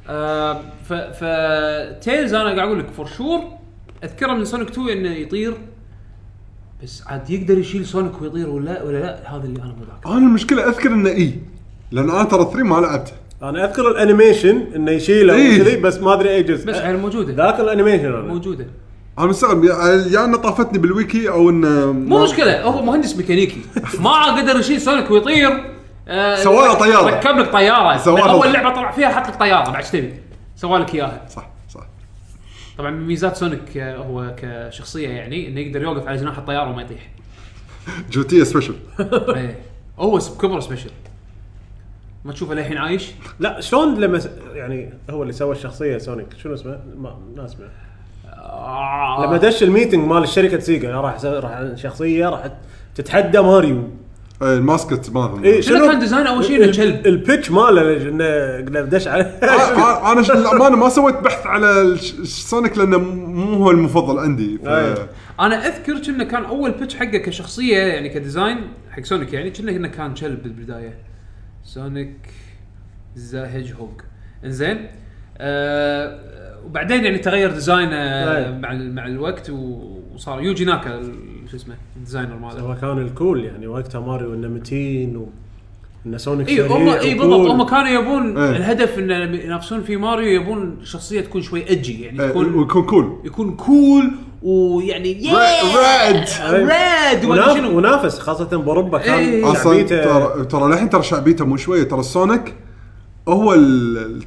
Speaker 1: آه، ف ف تيلز انا قاعد اقول لك فور شور اذكره من سونيك 2 انه يطير بس عاد يقدر يشيل سونيك ويطير ولا ولا لا هذا اللي انا مو ذاكر
Speaker 3: انا المشكله اذكر انه اي لان انا ترى 3 ما لعبته
Speaker 4: انا اذكر الانيميشن انه يشيله
Speaker 3: إيه.
Speaker 4: وكذي بس ما ادري اي جزء
Speaker 1: بس
Speaker 4: أه،
Speaker 1: يعني موجوده
Speaker 4: ذاك الانيميشن انا
Speaker 1: موجوده
Speaker 3: انا مستغرب يا يا انه طافتني بالويكي او انه
Speaker 1: مو
Speaker 4: نعم.
Speaker 1: مشكله هو مهندس ميكانيكي ما عاد قدر يشيل سونيك ويطير آه،
Speaker 3: سوى له طيارة.
Speaker 1: ركب لك طياره
Speaker 3: سوى له-
Speaker 1: اول لعبه طلع فيها حط لك طياره بعد ايش تبي؟ سوى لك اياها
Speaker 3: صح صح
Speaker 1: طبعا من ميزات سونيك آه، هو كشخصيه يعني انه يقدر يوقف على جناح الطياره وما يطيح
Speaker 3: جوتيه سبيشل
Speaker 1: إيه. هو س- كبر سبيشل ما تشوفه للحين عايش
Speaker 4: لا شلون لما س- يعني هو اللي سوى الشخصيه سونيك شنو اسمه؟ ما ما اسمه
Speaker 1: آه.
Speaker 4: لما دش الميتنج مال الشركه سيجا أنا راح أسوي- راح شخصيه راح تتحدى ماريو
Speaker 3: إيه، الماسكت مالهم
Speaker 4: اي
Speaker 1: شنو كان ديزاين أول شيء؟ إنه كلب. آه،
Speaker 4: البيتش ماله انه إنه دش عليه
Speaker 3: انا أنا ش- للامانه ما سويت بحث على الش- سونيك لانه مو هو المفضل عندي ف...
Speaker 4: أي.
Speaker 1: انا اذكر كنا كان اول بيتش حقه كشخصيه يعني كديزاين حق سونيك يعني كنا انه كان كلب بالبدايه سونيك ذا هيج هوج انزين آه وبعدين يعني تغير ديزاينه
Speaker 4: طيب.
Speaker 1: مع ال- مع الوقت و- وصار يوجي ناكا ال- شو اسمه الديزاينر ماله
Speaker 4: هو كان الكول يعني وقتها ماريو انه متين و انه سونيك
Speaker 1: اي
Speaker 4: سريع
Speaker 1: إيه، هم اي
Speaker 4: وكول.
Speaker 1: بالضبط هم كانوا يبون
Speaker 3: إيه.
Speaker 1: الهدف ان ينافسون في ماريو يبون شخصيه تكون شوي اجي يعني
Speaker 3: إيه،
Speaker 1: تكون
Speaker 3: ويكون كول
Speaker 1: يكون كول ويعني
Speaker 3: ريد
Speaker 4: أي.
Speaker 1: ريد ولا
Speaker 4: ونا-
Speaker 1: شنو إيه،
Speaker 4: ونافس خاصه باوروبا كان يعني
Speaker 1: إي.
Speaker 3: اصلا
Speaker 4: لعبيته
Speaker 3: ترى ترى للحين ترى شعبيته مو شويه ترى سونيك هو ال- ال-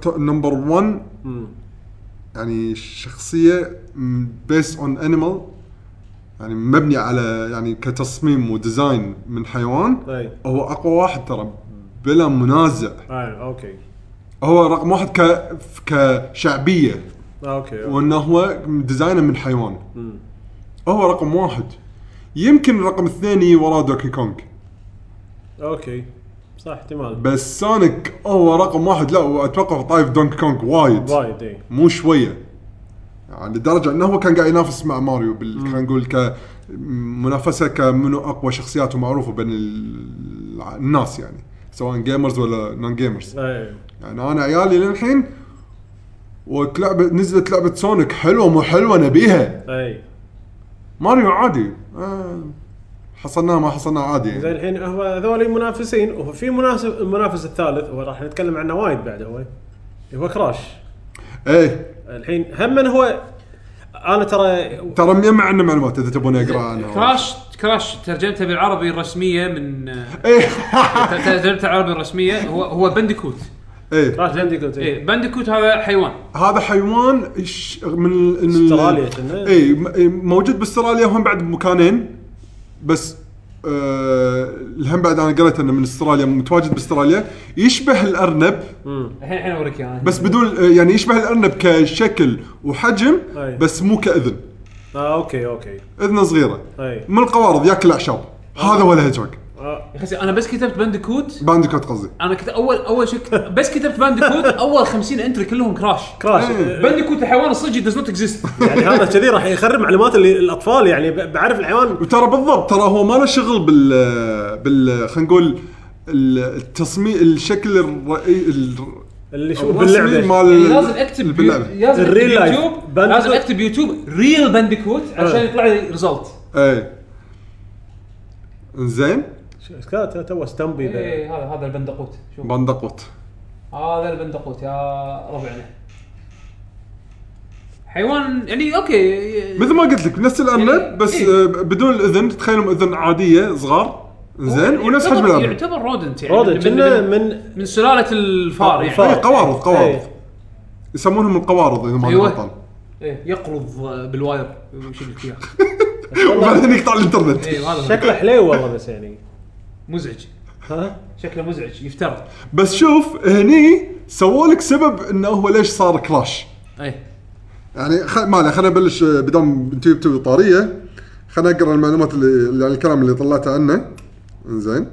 Speaker 3: ترى نمبر 1 يعني شخصيه بيس اون انيمال يعني مبني على يعني كتصميم وديزاين من حيوان
Speaker 4: أي.
Speaker 3: هو اقوى واحد ترى بلا منازع
Speaker 4: آه، اوكي
Speaker 3: هو رقم واحد ك كشعبيه
Speaker 4: آه، اوكي أوكي.
Speaker 3: وانه هو ديزاينه من حيوان
Speaker 4: مم.
Speaker 3: هو رقم واحد يمكن رقم اثنين يجي وراه دوكي كونغ
Speaker 4: اوكي صح احتمال
Speaker 3: بس سونيك هو رقم واحد لا واتوقع طايف دونكي كونغ وايد
Speaker 4: وايد إيه. اي
Speaker 3: مو شويه يعني لدرجه انه هو كان قاعد ينافس مع ماريو بال خلينا نقول ك منافسه كمنو اقوى شخصيات ومعروفه بين ال- الناس يعني سواء جيمرز ولا نون جيمرز
Speaker 4: أي.
Speaker 3: يعني انا عيالي للحين ولعبه نزلت لعبه سونيك حلوه مو حلوه نبيها
Speaker 4: اي
Speaker 3: ماريو عادي آه، حصلناها ما حصلناها عادي يعني.
Speaker 4: زين الحين هو هذول منافسين وفي منافس المنافس الثالث هو راح نتكلم عنه وايد بعد هو هو كراش
Speaker 3: ايه
Speaker 4: الحين هم من هو انا ترى
Speaker 3: ترى مجمع عندنا معلومات اذا تبون اقرا عنها
Speaker 1: كراش كراش ترجمته بالعربي الرسميه من
Speaker 3: ايه
Speaker 1: ترجمته العربي الرسميه هو هو بندكوت
Speaker 3: ايه
Speaker 4: كراش بانديكوت إي.
Speaker 1: إيه بندكوت هذا حيوان
Speaker 3: هذا حيوان إيش- من ال- من ال-
Speaker 4: استراليا كنا.
Speaker 3: ايه م- إيه، موجود باستراليا وهم بعد بمكانين بس آه، الهم بعد انا قريت انه من استراليا متواجد باستراليا يشبه الارنب
Speaker 1: الحين الحين اوريك اياه
Speaker 3: بس بدون آه، يعني يشبه الارنب كشكل وحجم
Speaker 4: أي.
Speaker 3: بس مو كاذن
Speaker 4: اه اوكي اوكي
Speaker 3: اذنه صغيره
Speaker 4: اي
Speaker 3: من القوارض ياكل اعشاب هذا ولا هيجوك
Speaker 4: آه،
Speaker 1: يا أخي، انا بس كتبت بندكوت
Speaker 3: بانديكوت قصدي
Speaker 1: انا كنت اول اول شيء كت- بس كتبت باندكوت اول 50 انتري كلهم كراش
Speaker 4: كراش
Speaker 3: إيه.
Speaker 1: باندكوت الحيوان الصجي داز نوت اكزيست
Speaker 4: يعني هذا كذي راح يخرب معلومات اللي الاطفال يعني ب- بعرف الحيوان
Speaker 3: وترى بالضبط ترى هو ما له شغل بال آه، بال خلينا نقول التصميم الشكل الرئي الر-
Speaker 4: اللي شو
Speaker 3: الرسمي
Speaker 4: باللعبه
Speaker 3: مال
Speaker 1: يعني لازم اكتب يو-
Speaker 3: باللعبة.
Speaker 1: لازم اكتب
Speaker 4: الريل لايف. آه.
Speaker 1: يوتيوب
Speaker 4: باندكوت.
Speaker 1: لازم اكتب يوتيوب ريل باندكوت عشان يطلع لي ريزلت
Speaker 3: اي زين
Speaker 4: شو- إيش كانت؟ تو ستمبي ذا-
Speaker 1: إيه، هذا هذا البندقوت شوف
Speaker 3: بندقوت
Speaker 1: هذا البندقوت يا ربعنا حيوان يعني اوكي
Speaker 3: مثل ما قلت لك نفس
Speaker 1: يعني-
Speaker 3: الارنب بس
Speaker 1: إيه.
Speaker 3: آه، بدون الاذن تخيلهم اذن عاديه صغار زين ونفس حجم
Speaker 1: يعتبر-
Speaker 3: الارنب
Speaker 1: يعتبر رودنت يعني
Speaker 4: رودن
Speaker 1: رودنت من,
Speaker 4: كنا
Speaker 1: من,
Speaker 4: من
Speaker 1: من سلاله الفار يعني
Speaker 3: اي
Speaker 4: الفار.
Speaker 3: قوارض قوارض
Speaker 4: إيه.
Speaker 3: يسمونهم القوارض اذا ما أنا
Speaker 1: أيوة.
Speaker 3: غلطان
Speaker 1: إيه، يقرض بالواير يشيل لك اياه
Speaker 3: وبعدين يقطع الانترنت
Speaker 1: إيه، هذا هو.
Speaker 4: شكله حليو والله بس يعني
Speaker 1: مزعج
Speaker 4: ها
Speaker 1: شكله مزعج يفترض
Speaker 3: بس شوف هني سووا لك سبب انه هو ليش صار كراش
Speaker 1: اي
Speaker 3: يعني خ... ما عليه خلينا نبلش آه، بدام بنجيب تبي طاريه خلينا نقرا المعلومات اللي يعني الكلام اللي طلعته عنه زين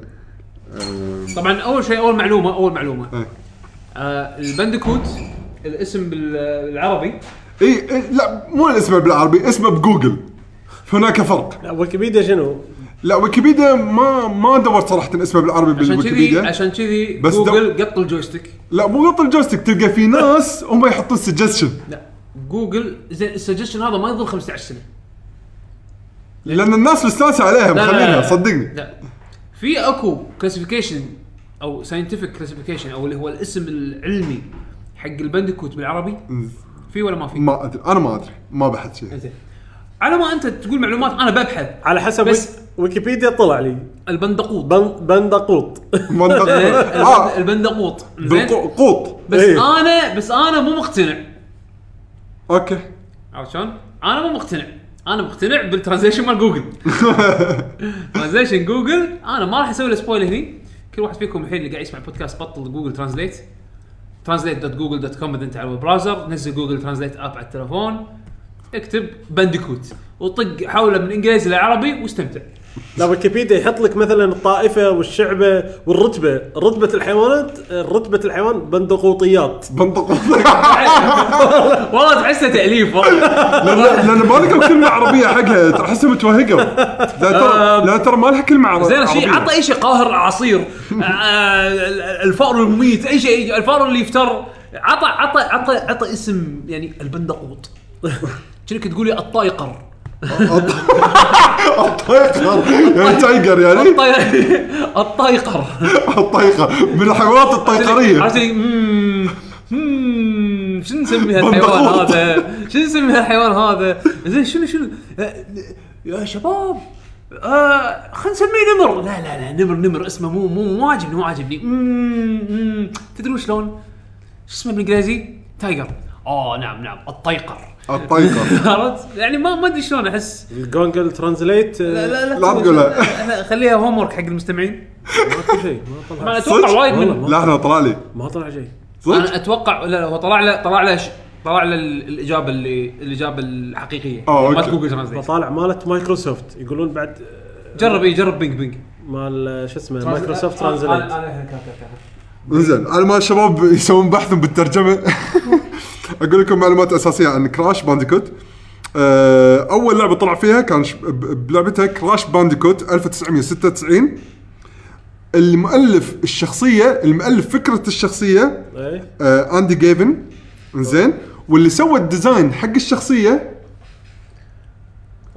Speaker 1: طبعا اول شيء اول معلومه اول معلومه
Speaker 3: إيه.
Speaker 1: آه البندكوت الاسم بال- بالعربي
Speaker 3: اي إيه لا مو اسمه بالعربي اسمه بجوجل هناك فرق
Speaker 4: لا، ويكيبيديا شنو؟
Speaker 3: لا ويكيبيديا ما ما دورت صراحه اسمه بالعربي
Speaker 1: عشان كذي
Speaker 3: بالويكيبيديا
Speaker 1: عشان كذي
Speaker 3: بس دو-
Speaker 1: جوجل قط الجويستيك
Speaker 3: لا مو قط الجوستيك تلقى في ناس هم يحطون سجستشن
Speaker 1: لا جوجل زين السجشن هذا ما يظل 15 سنه
Speaker 3: لان الناس مستانسه عليها
Speaker 1: لا، لا، لا،
Speaker 3: مخلينها
Speaker 1: لا.
Speaker 3: صدقني
Speaker 1: لا في اكو كلاسيفيكيشن او ساينتفك كلاسيفيكيشن او اللي هو الاسم العلمي حق البندكوت بالعربي في ولا ما في؟
Speaker 3: ما ادري انا ما ادري ما بحث شيء
Speaker 1: زين على ما انت تقول معلومات انا ببحث
Speaker 4: على حسب
Speaker 1: بس-
Speaker 4: ويك- ويكيبيديا طلع لي
Speaker 1: البندقوط
Speaker 4: بن- بندقوط
Speaker 3: منطقة
Speaker 1: البند-
Speaker 3: اه
Speaker 1: البندقوط إيه، زين؟
Speaker 3: بالقوط
Speaker 1: بس
Speaker 4: إيه.
Speaker 1: انا بس انا مو مقتنع
Speaker 3: اوكي
Speaker 1: عرفت شلون؟ انا مو مقتنع انا مقتنع بالترانزيشن مال جوجل ترانزيشن جوجل انا ما راح اسوي له سبويل هني كل واحد فيكم الحين اللي قاعد يسمع بودكاست بطل جوجل ترانزليت ترانزليت دوت جوجل دوت كوم إذا انت على البراوزر نزل جوجل ترانزليت اب على التلفون اكتب بندكوت وطق حوله من انجليزي لعربي واستمتع
Speaker 4: لا ويكيبيديا يحط لك مثلا الطائفه والشعبه والرتبه رتبه الحيوانات رتبه الحيوان بندقوطيات
Speaker 3: منطقة
Speaker 1: والله تحسه تاليف والله
Speaker 3: لان لان ما لقوا كلمه عربيه حقها تحسها متوهقه لا ترى لا ترى ما لها كلمه عربيه
Speaker 1: آه. زين شيء عطى اي شيء قاهر عصير آه، ال- الفار المميت اي شيء الفار اللي يفتر عطى عطى عطى عطى اسم يعني البندقوط كأنك تقول لي الطايقر
Speaker 3: الطيقر يعني تايجر يعني
Speaker 1: الطي- الطايقر
Speaker 3: الطيقه من الحيوانات
Speaker 1: عرفت
Speaker 3: الطيقريه
Speaker 1: لي، مم، مم، شو نسمي هالحيوان
Speaker 3: بندقوط.
Speaker 1: هذا؟ شو نسمي هالحيوان هذا؟ زين شنو شنو؟ آه، يا شباب آه خلينا نسميه نمر لا لا لا نمر نمر اسمه مو مو مو عاجبني مو عاجبني مم، مم. تدرون شلون؟ شو اسمه بالانجليزي؟ تايجر اه نعم نعم الطيقر
Speaker 3: الطيقر
Speaker 1: عرفت؟ يعني ما ما ادري شلون احس
Speaker 4: جوجل ترانزليت آه،
Speaker 1: لا لا
Speaker 3: لا
Speaker 1: تسوي-
Speaker 3: تقولها.
Speaker 1: لا، خليها هوم ورك حق المستمعين
Speaker 4: ما في شيء ما طلع
Speaker 1: أنا اتوقع
Speaker 3: صدق؟
Speaker 1: وايد
Speaker 4: والله
Speaker 1: من
Speaker 4: ما-
Speaker 3: لا احنا طلع لي
Speaker 4: ما طلع شيء
Speaker 3: صدق
Speaker 1: انا اتوقع لا لا، هو طلع له طلع له ش- طلع له ال- الاجابه اللي الاجابه الحقيقيه
Speaker 3: آه،
Speaker 1: ما
Speaker 3: أوكي.
Speaker 1: جوجل ترانزليت
Speaker 4: بطالع مالت مايكروسوفت يقولون بعد آه،
Speaker 1: جرب اي جرب بينج بينج
Speaker 4: مال آه، شو اسمه
Speaker 1: آه،
Speaker 4: مايكروسوفت ترانزليت
Speaker 3: انزين على ما الشباب يسوون بحثهم بالترجمه اقول لكم معلومات اساسيه عن كراش بانديكوت آه، اول لعبه طلع فيها كان ش- ب- بلعبتها كراش بانديكوت 1996 المؤلف الشخصيه المؤلف فكره الشخصيه
Speaker 4: إيه.
Speaker 3: آه، اندي جيفن زين واللي سوى الديزاين حق الشخصيه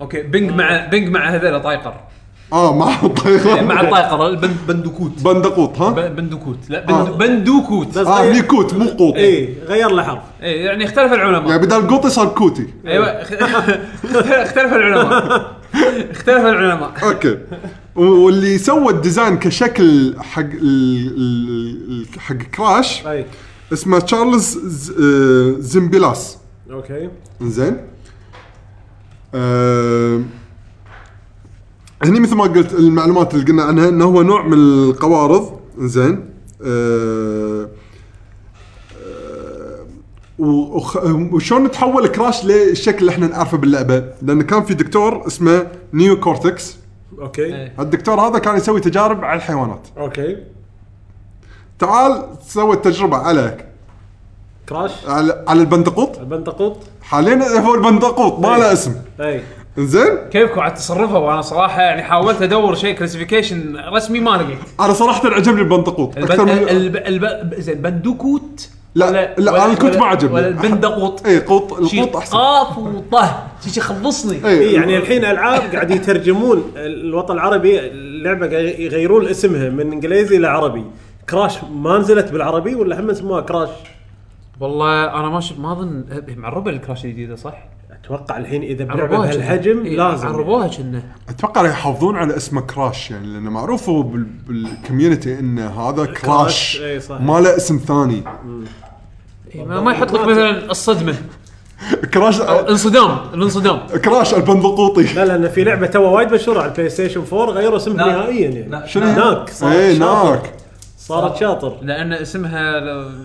Speaker 1: اوكي بينج مع بينج مع هذول طايقر إيه،
Speaker 3: اه مع الطيارة
Speaker 1: مع الطايقر البند بندكوت
Speaker 3: بندقوط ها
Speaker 1: ب- بندكوت لا
Speaker 3: آه.
Speaker 1: بند- بندوكوت
Speaker 4: بس
Speaker 3: اه
Speaker 4: غير-
Speaker 3: لي كوت مو قوط
Speaker 4: اي غير له حرف
Speaker 1: إيه، يعني اختلف
Speaker 3: يعني
Speaker 1: العلماء
Speaker 3: بدل قوطي صار كوتي
Speaker 1: ايوه اختلف العلماء اختلف العلماء
Speaker 3: اوكي و- واللي سوى الديزاين كشكل حق ال- ال- ال- حق كراش
Speaker 4: اي
Speaker 3: اسمه تشارلز ز- آه، زمبيلاس
Speaker 4: اوكي
Speaker 3: زين آه، هني مثل ما قلت المعلومات اللي قلنا عنها انه هو نوع من القوارض زين أه أه، وخ- وشلون تحول كراش للشكل اللي احنا نعرفه باللعبه لان كان في دكتور اسمه نيو كورتكس
Speaker 4: اوكي
Speaker 1: إيه.
Speaker 3: الدكتور هذا كان يسوي تجارب على الحيوانات
Speaker 4: اوكي
Speaker 3: تعال سوى التجربه على
Speaker 4: كراش
Speaker 3: على, على البندقوط
Speaker 4: البندقوط إيه.
Speaker 3: حاليا هو البندقوط ما له اسم
Speaker 4: اي
Speaker 3: زين
Speaker 1: كيفكم على تصرفها وانا صراحه يعني حاولت ادور شيء كلاسيفيكيشن رسمي ما لقيت
Speaker 3: انا صراحه عجبني البندقوط
Speaker 1: البن...
Speaker 3: اكثر من
Speaker 1: الب... الب... زين بندوكوت
Speaker 3: لا، لا، أنا الكوت ما عجبني.
Speaker 1: ولا البندقوط
Speaker 3: اي إيه، قوط القوط
Speaker 1: شي
Speaker 3: احسن
Speaker 1: قاف وطه شي شي خلصني
Speaker 3: اي
Speaker 4: إيه، آه، يعني الحين العاب قاعد يترجمون الوطن العربي اللعبه قاعد يغيرون اسمها من انجليزي الى عربي كراش ما نزلت بالعربي ولا هم سموها كراش
Speaker 1: والله انا ما شفت ما اظن معربه الكراش الجديده صح؟
Speaker 4: اتوقع الحين اذا بلعبه
Speaker 1: عربوها
Speaker 4: بهالحجم
Speaker 1: شنو.
Speaker 4: لازم
Speaker 1: عربوها إيه، كنا
Speaker 3: اتوقع راح يحافظون على اسمه كراش يعني لانه معروف هو بال- بالكوميونتي ان هذا كراش
Speaker 4: إي إيه، صح.
Speaker 3: ما له اسم ثاني
Speaker 1: إيه، ما, ما يحط لك مثلا الصدمه
Speaker 3: كراش
Speaker 1: أو انصدام الانصدام
Speaker 3: كراش البندقوطي
Speaker 4: لا لان في لعبه تو وايد مشهوره على البلاي ستيشن 4 غيروا اسمها
Speaker 6: لا.
Speaker 4: نهائيا يعني
Speaker 6: لا.
Speaker 4: شنو هناك صارت
Speaker 3: اي
Speaker 4: شاطر.
Speaker 3: إيه، ناك
Speaker 4: صارت شاطر
Speaker 1: لان اسمها ل-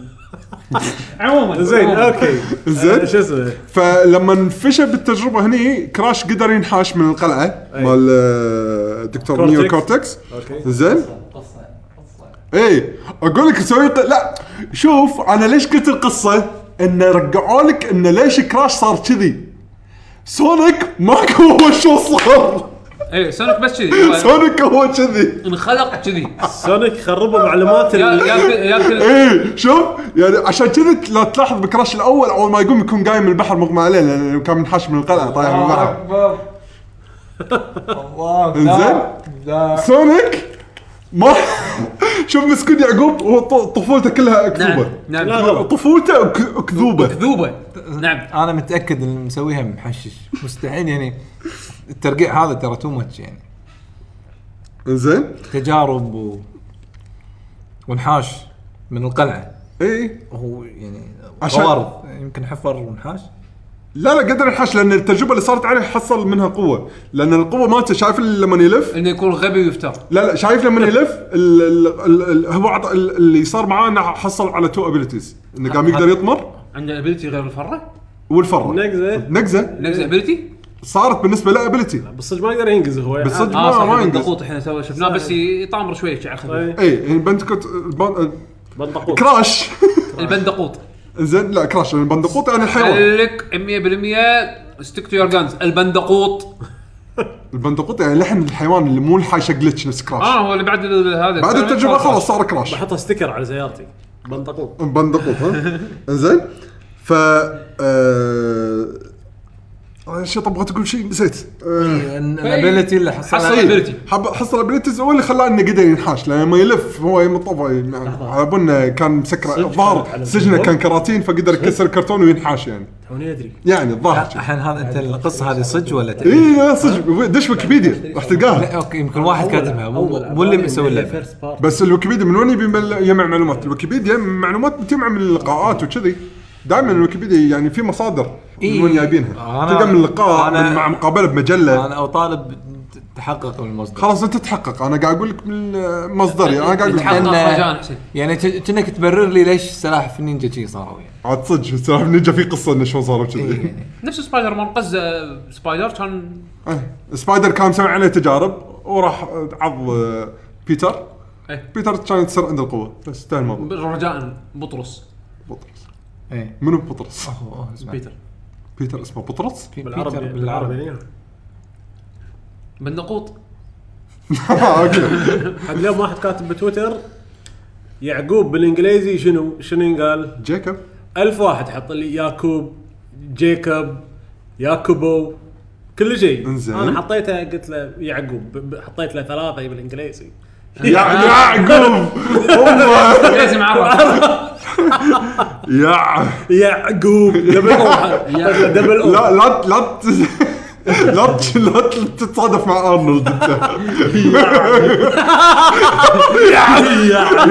Speaker 1: عموما
Speaker 4: زين
Speaker 1: عموماً.
Speaker 4: اوكي
Speaker 3: زين.
Speaker 4: آه، شو اسمه
Speaker 3: فلما فشل بالتجربه هني كراش قدر ينحاش من القلعه
Speaker 4: أي.
Speaker 3: مال آه، دكتور
Speaker 4: كورتكس.
Speaker 3: نيو كورتكس
Speaker 4: اوكي
Speaker 3: زين
Speaker 6: قصه قصه
Speaker 3: اي اقول لك سوي ق- لا شوف انا ليش قلت القصه انه رجعوا لك انه ليش كراش صار كذي سونيك ماكو هو شو صار
Speaker 1: اي إيه، سونيك بس كذي
Speaker 3: سونيك هو كذي
Speaker 1: انخلق كذي
Speaker 4: سونيك خربوا معلومات
Speaker 1: يا-
Speaker 4: ال-
Speaker 1: ياكل ياكل
Speaker 3: ايه شوف يعني عشان كذي لا تلاحظ بكراش الاول اول ما يقوم يكون قايم من البحر مغمى عليه لانه كان منحاش من القلعه طايح من
Speaker 6: الله
Speaker 3: البحر
Speaker 6: اكبر الله
Speaker 3: إنزين.
Speaker 6: لا
Speaker 3: سونيك ما شوف مسكين يعقوب هو ط- طفولته كلها
Speaker 1: نعم
Speaker 3: اكذوبه
Speaker 4: لا
Speaker 1: نعم
Speaker 4: غلط
Speaker 3: طفولته أك- اكذوبه
Speaker 1: كذوبه نعم
Speaker 2: انا متاكد ان مسويها محشش مستحيل يعني الترقيع هذا ترى تو ماتش يعني
Speaker 3: زين
Speaker 2: تجارب و... ونحاش من القلعه
Speaker 3: ايه
Speaker 2: هو يعني
Speaker 3: عشان-
Speaker 2: قوارض يمكن حفر ونحاش
Speaker 3: لا لا قدر ينحش لان التجربه اللي صارت عليه حصل منها قوه لان القوه مالته شايف لما يلف
Speaker 1: انه يكون غبي ويفتر
Speaker 3: لا لا شايف لما يلف ال ال ال ال هو عط ال- اللي صار معاه انه حصل على تو ابيلتيز انه قام يقدر يطمر
Speaker 1: عنده ابيلتي غير الفره
Speaker 3: والفر
Speaker 4: نقزه
Speaker 3: نقزه
Speaker 1: نفس ابيلتي
Speaker 3: صارت بالنسبه له ابيلتي
Speaker 4: بالصدق ما يقدر ينقز هو يعني.
Speaker 3: بالصدق.
Speaker 1: اه
Speaker 3: ما- ما
Speaker 1: صح
Speaker 3: ينقص.
Speaker 1: الضغوط احنا تو شفناه بس يطامر شوي شعر خفيف
Speaker 4: إيه.
Speaker 3: اي يعني بندقوت البن-
Speaker 4: بندقوط
Speaker 3: كراش
Speaker 1: البندقوط
Speaker 3: زين لا كراش لأن البندقوت يعني الحيوان
Speaker 1: قال لك 100% ستيك تو يور جانز البندقوط
Speaker 3: البندقوت يعني لحن الحيوان اللي مو الحاشه جلتش نفس كراش
Speaker 4: آه.
Speaker 1: اه هو اللي بعد ال- هذا
Speaker 3: بعد التجربه خلاص صار كراش
Speaker 4: بحطها ستيكر على سيارتي بندقوط
Speaker 3: بندقوط ها انزين ف آه... شيء طب بغيت تقول شيء نسيت آه...
Speaker 2: الابيلتي اللي إيه. حصل
Speaker 1: حصل
Speaker 3: إيه،
Speaker 1: ability.
Speaker 3: حب حصل ابيلتيز هو اللي خلاه انه قدر ينحاش لان لما يلف هو يمطبع على بنا كان مسكر
Speaker 4: صدق كانت
Speaker 3: الظاهر
Speaker 4: على
Speaker 3: سجنه
Speaker 4: البنبول؟
Speaker 3: كان كراتين فقدر يكسر الكرتون وينحاش يعني
Speaker 4: توني ادري
Speaker 3: يعني الظاهر شي.
Speaker 2: الحين هذا انت القصه هذه صدق ولا تأليف؟
Speaker 3: اي لا صدق دش ويكيبيديا راح تلقاها
Speaker 2: لا اوكي يمكن واحد كاتبها مو مو اللي مسوي اللعبه
Speaker 3: بس الويكيبيديا من وين يبي مل- يجمع معلومات؟ الويكيبيديا معلومات بتجمع من اللقاءات وكذي دائما الويكيبيديا يعني في مصادر من
Speaker 2: إيه.
Speaker 3: وين جايبينها
Speaker 2: أنا-
Speaker 3: تلقى من لقاء
Speaker 2: أنا-
Speaker 3: من مع مقابله بمجله
Speaker 2: انا اطالب تحقق من المصدر
Speaker 3: خلاص انت تحقق انا قاعد اقول لك من مصدري انا قاعد اقول لك
Speaker 1: تحقق.
Speaker 2: لأن-
Speaker 1: أخرجان أحسن.
Speaker 2: يعني ك- كأنك تبرر لي ليش سلاحف النينجا شي صاروا يعني
Speaker 3: عاد صدق السالفه نجا في قصه انه شلون صاروا كذي
Speaker 2: يعني
Speaker 1: نفس سبايدر مان قز آه، سبايدر كان
Speaker 3: إيه. سبايدر كان مسوي عليه تجارب وراح عض آه، بيتر
Speaker 1: إيه.
Speaker 3: بيتر كان تصير عنده القوه بس انتهى الموضوع
Speaker 1: رجاء بطرس
Speaker 3: بطرس
Speaker 2: ايه
Speaker 3: منو بطرس؟
Speaker 2: أوه، أوه، اسمع.
Speaker 1: بيتر
Speaker 3: بيتر اسمه بطرس؟
Speaker 2: في
Speaker 4: بالعربي
Speaker 2: بيتر بالعربي
Speaker 4: بالعربي
Speaker 1: بندقوط
Speaker 3: اوكي
Speaker 4: حق اليوم واحد كاتب بتويتر يعقوب بالانجليزي شنو شنو ينقال؟
Speaker 3: جيكوب
Speaker 4: ألف واحد حط لي ياكوب جيكوب ياكوبو كل شيء
Speaker 3: إنزين.
Speaker 4: انا حطيته قلت له يعقوب ب- ب- حطيت له ثلاثه بالانجليزي
Speaker 3: يع- يعقوب والله
Speaker 1: لازم
Speaker 3: طيب.
Speaker 1: اعرف
Speaker 3: يع
Speaker 4: يعقوب دبل او حط له دبل او
Speaker 3: لا لا لا ت- لا ت- لا ت- تتصادف مع ارنولد انت
Speaker 4: يا عم
Speaker 3: يا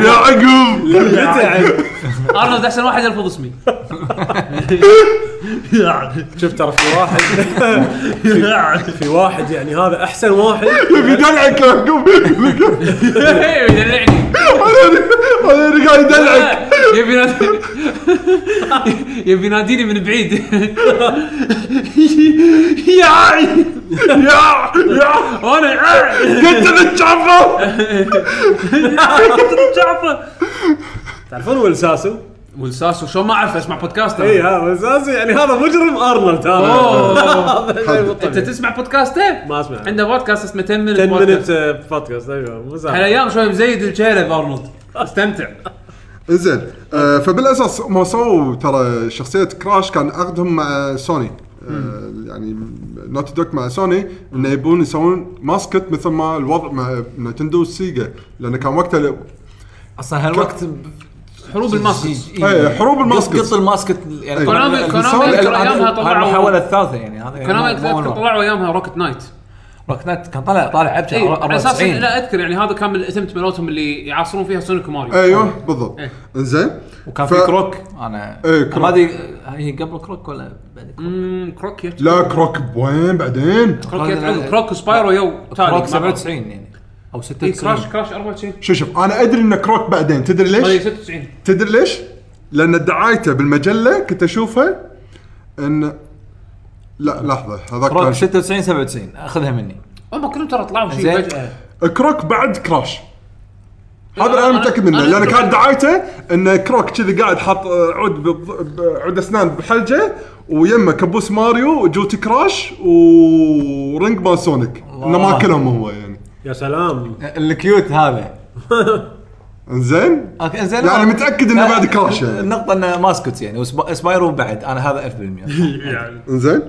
Speaker 3: عقب
Speaker 4: يا عم
Speaker 1: ارنولد احسن واحد يلفظ اسمي
Speaker 4: يا عم شوف ترى في واحد يا عم في واحد يعني هذا احسن واحد
Speaker 3: يدلعك يا عقب
Speaker 1: إيه، يدلعني
Speaker 3: هذا اللي قاعد يدلعك
Speaker 1: يبي ينادي- يبي يناديني من بعيد يا عي
Speaker 3: يا يا
Speaker 1: وانا عي.
Speaker 3: قلت لك شعبه
Speaker 1: جعفر
Speaker 4: تعرفون ولساسو؟
Speaker 1: والساسو شلون ما اعرف اسمع بودكاست
Speaker 4: اي ها ولساسو يعني هذا مجرم ارنولد
Speaker 1: أوه.
Speaker 4: هذا شيء مو
Speaker 1: انت
Speaker 4: طبيعي.
Speaker 1: تسمع بودكاسته؟
Speaker 4: ما اسمع
Speaker 1: عنده بودكاست اسمه 10 minute
Speaker 4: 10
Speaker 1: بودكاست.
Speaker 4: مينت بودكاست ايوه مو سهل.
Speaker 1: هالايام شوي مزيد الجيله بارنولد استمتع
Speaker 3: زين آه، فبالاساس هم سووا ترى شخصيه كراش كان عقدهم مع سوني آه، يعني نوتي دوك مع سوني انه يبون يسوون ماسكت مثل ما الوضع مع نتندو سيجا لأنه كان وقتها ال-
Speaker 2: اصلا هالوقت
Speaker 1: حروب الماسك
Speaker 3: إيه، حروب الماسكت.
Speaker 2: قط الماسكت يعني
Speaker 3: إيه.
Speaker 1: كونامي-
Speaker 2: كونامي-
Speaker 1: كونامي
Speaker 2: هذا-
Speaker 1: يذكر أيامها
Speaker 2: هذا
Speaker 1: طلعوا-
Speaker 2: المحاوله الثالثه يعني هذا يعني
Speaker 1: كلام
Speaker 2: مو- مو أول
Speaker 1: اذكر
Speaker 2: مرة.
Speaker 1: طلعوا ايامها روكت نايت
Speaker 2: روك نايت كان طالع طالع ابشع
Speaker 1: اي على اساس
Speaker 2: 94
Speaker 1: لا اذكر يعني هذا كان من الاتمت مالتهم اللي يعاصرون فيها سونيك وماريو
Speaker 3: ايوه بالضبط
Speaker 1: إيه.
Speaker 3: انزين
Speaker 2: وكان في
Speaker 3: ف-
Speaker 2: كروك انا
Speaker 3: إيه،
Speaker 2: أنا
Speaker 3: كروك.
Speaker 2: ما ادري هي قبل كروك ولا بعد كروك؟
Speaker 1: امم كروكيت
Speaker 3: لا كروك بوين بعدين
Speaker 1: كروكيت عقب كروك وسبايرو يو تالي
Speaker 2: كروك
Speaker 1: مع بعض.
Speaker 2: 97 يعني او
Speaker 1: اي
Speaker 2: 96
Speaker 1: كراش كراش 94
Speaker 3: شوف شوف انا ادري ان كروك بعدين تدري
Speaker 1: هذه
Speaker 3: ليش؟
Speaker 2: طيب.
Speaker 1: 96
Speaker 3: تدري ليش؟ لان دعايته بالمجله كنت اشوفها ان لا لحظه هذاك
Speaker 2: كروك
Speaker 3: كان
Speaker 2: 96 97 اخذها مني
Speaker 1: هم كلهم ترى طلعوا شيء
Speaker 2: زين.
Speaker 1: فجاه
Speaker 3: كروك بعد كراش
Speaker 1: لا،
Speaker 3: هذا انا
Speaker 1: أنا-
Speaker 3: متاكد منه
Speaker 1: أنا
Speaker 3: لان
Speaker 1: أتوقع-
Speaker 3: كان دعايته ان كروك كذي قاعد حاط آه، عود بض- ب- عود اسنان بحلجه ويمه كبوس ماريو وجوتي كراش ورينج مان سونيك انه ماكلهم هو يعني
Speaker 4: يا سلام
Speaker 2: الكيوت هذا
Speaker 3: انزين
Speaker 2: اوكي زين
Speaker 3: يعني
Speaker 2: أنا-
Speaker 3: متأكد إنه
Speaker 2: لا،
Speaker 3: بعد كراش يعني.
Speaker 2: النقطة انه ماسكت يعني وسبايرو بعد انا هذا 1000%
Speaker 3: انزين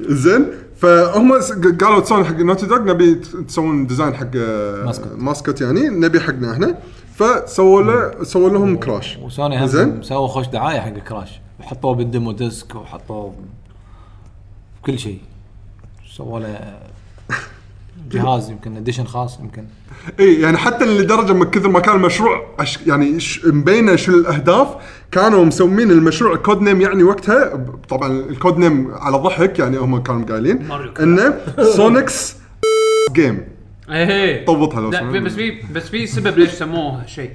Speaker 3: زين فهم س- ق- قالوا تسوون حق نوتي دوغ نبي ت- تسوون ديزاين حق آه،
Speaker 2: ماسكوت.
Speaker 3: ماسكوت يعني نبي حقنا احنا فسووا له سووا لهم كراش
Speaker 2: وسوني هم
Speaker 3: زين
Speaker 2: سووا خوش دعاية حق كراش وحطوه بالديمو ديسك وحطوه بكل شيء سووا له جهاز يمكن اديشن خاص يمكن
Speaker 3: اي يعني حتى لدرجه من كثر ما كان المشروع عش- يعني ش- مبينه شو الاهداف كانوا مسمين المشروع كود نيم يعني وقتها ب- طبعا الكود نيم على ضحك يعني هم كانوا قايلين
Speaker 1: ماريو كارت.
Speaker 3: انه سونكس جيم
Speaker 1: ايه
Speaker 3: طوطها لو
Speaker 1: لا
Speaker 3: سمحت.
Speaker 1: في- بس في بس في سبب ليش سموه شيء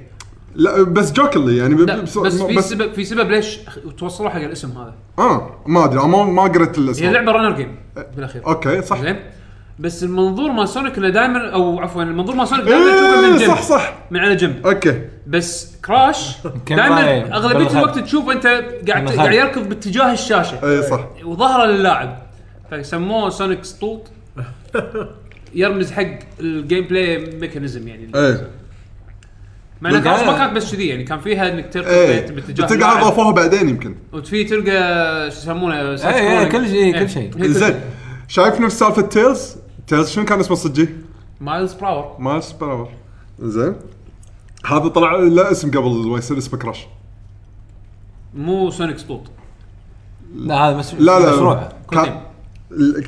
Speaker 3: لا بس جوكلي يعني ب-
Speaker 1: لا بس
Speaker 3: بس-
Speaker 1: في
Speaker 3: بس-
Speaker 1: سبب في سبب ليش توصلوا حق الاسم هذا
Speaker 3: اه ما ادري ما ما قريت الاسم
Speaker 1: هي لعبه رانر جيم بالاخير
Speaker 3: اوكي أه، صح
Speaker 1: زين بس المنظور مال سونيك انه دائما او عفوا المنظور مال سونيك دائما تشوفه من
Speaker 3: ايه
Speaker 1: جنب
Speaker 3: صح صح إيه،
Speaker 1: من على جنب
Speaker 3: اوكي
Speaker 1: بس كراش
Speaker 2: يمكن
Speaker 1: دائما
Speaker 2: رأي
Speaker 1: اغلبيه
Speaker 2: بالخلف.
Speaker 1: الوقت تشوف انت قاعد
Speaker 2: بالخلف.
Speaker 1: قاعد يركض باتجاه الشاشه
Speaker 3: اي صح
Speaker 1: وظهره للاعب فسموه سونيك سطوط يرمز حق الجيم بلاي ميكانيزم يعني
Speaker 3: ايه
Speaker 1: مع انها
Speaker 2: بالغالب-
Speaker 1: كراش ما كانت بس كذي يعني كان فيها انك تركض
Speaker 3: ايه
Speaker 1: بات- باتجاه
Speaker 3: بتلقى
Speaker 1: اللاعب.
Speaker 3: اضافوها بعدين يمكن
Speaker 1: وفي تلقى شو يسمونه سايد
Speaker 2: إيه،
Speaker 1: سكرولينج.
Speaker 2: كل شيء-
Speaker 1: إيه.
Speaker 2: كل شيء.
Speaker 1: هي كل
Speaker 3: زين شايف نفس سالفه تيلز تيلز شنو كان اسمه صجي؟
Speaker 1: مايلز براور
Speaker 3: مايلز براور زين هذا طلع لا اسم قبل ما يصير اسمه كراش
Speaker 1: مو سونيك سطوط
Speaker 2: لا هذا مش
Speaker 3: لا لا
Speaker 2: مشروع
Speaker 3: كان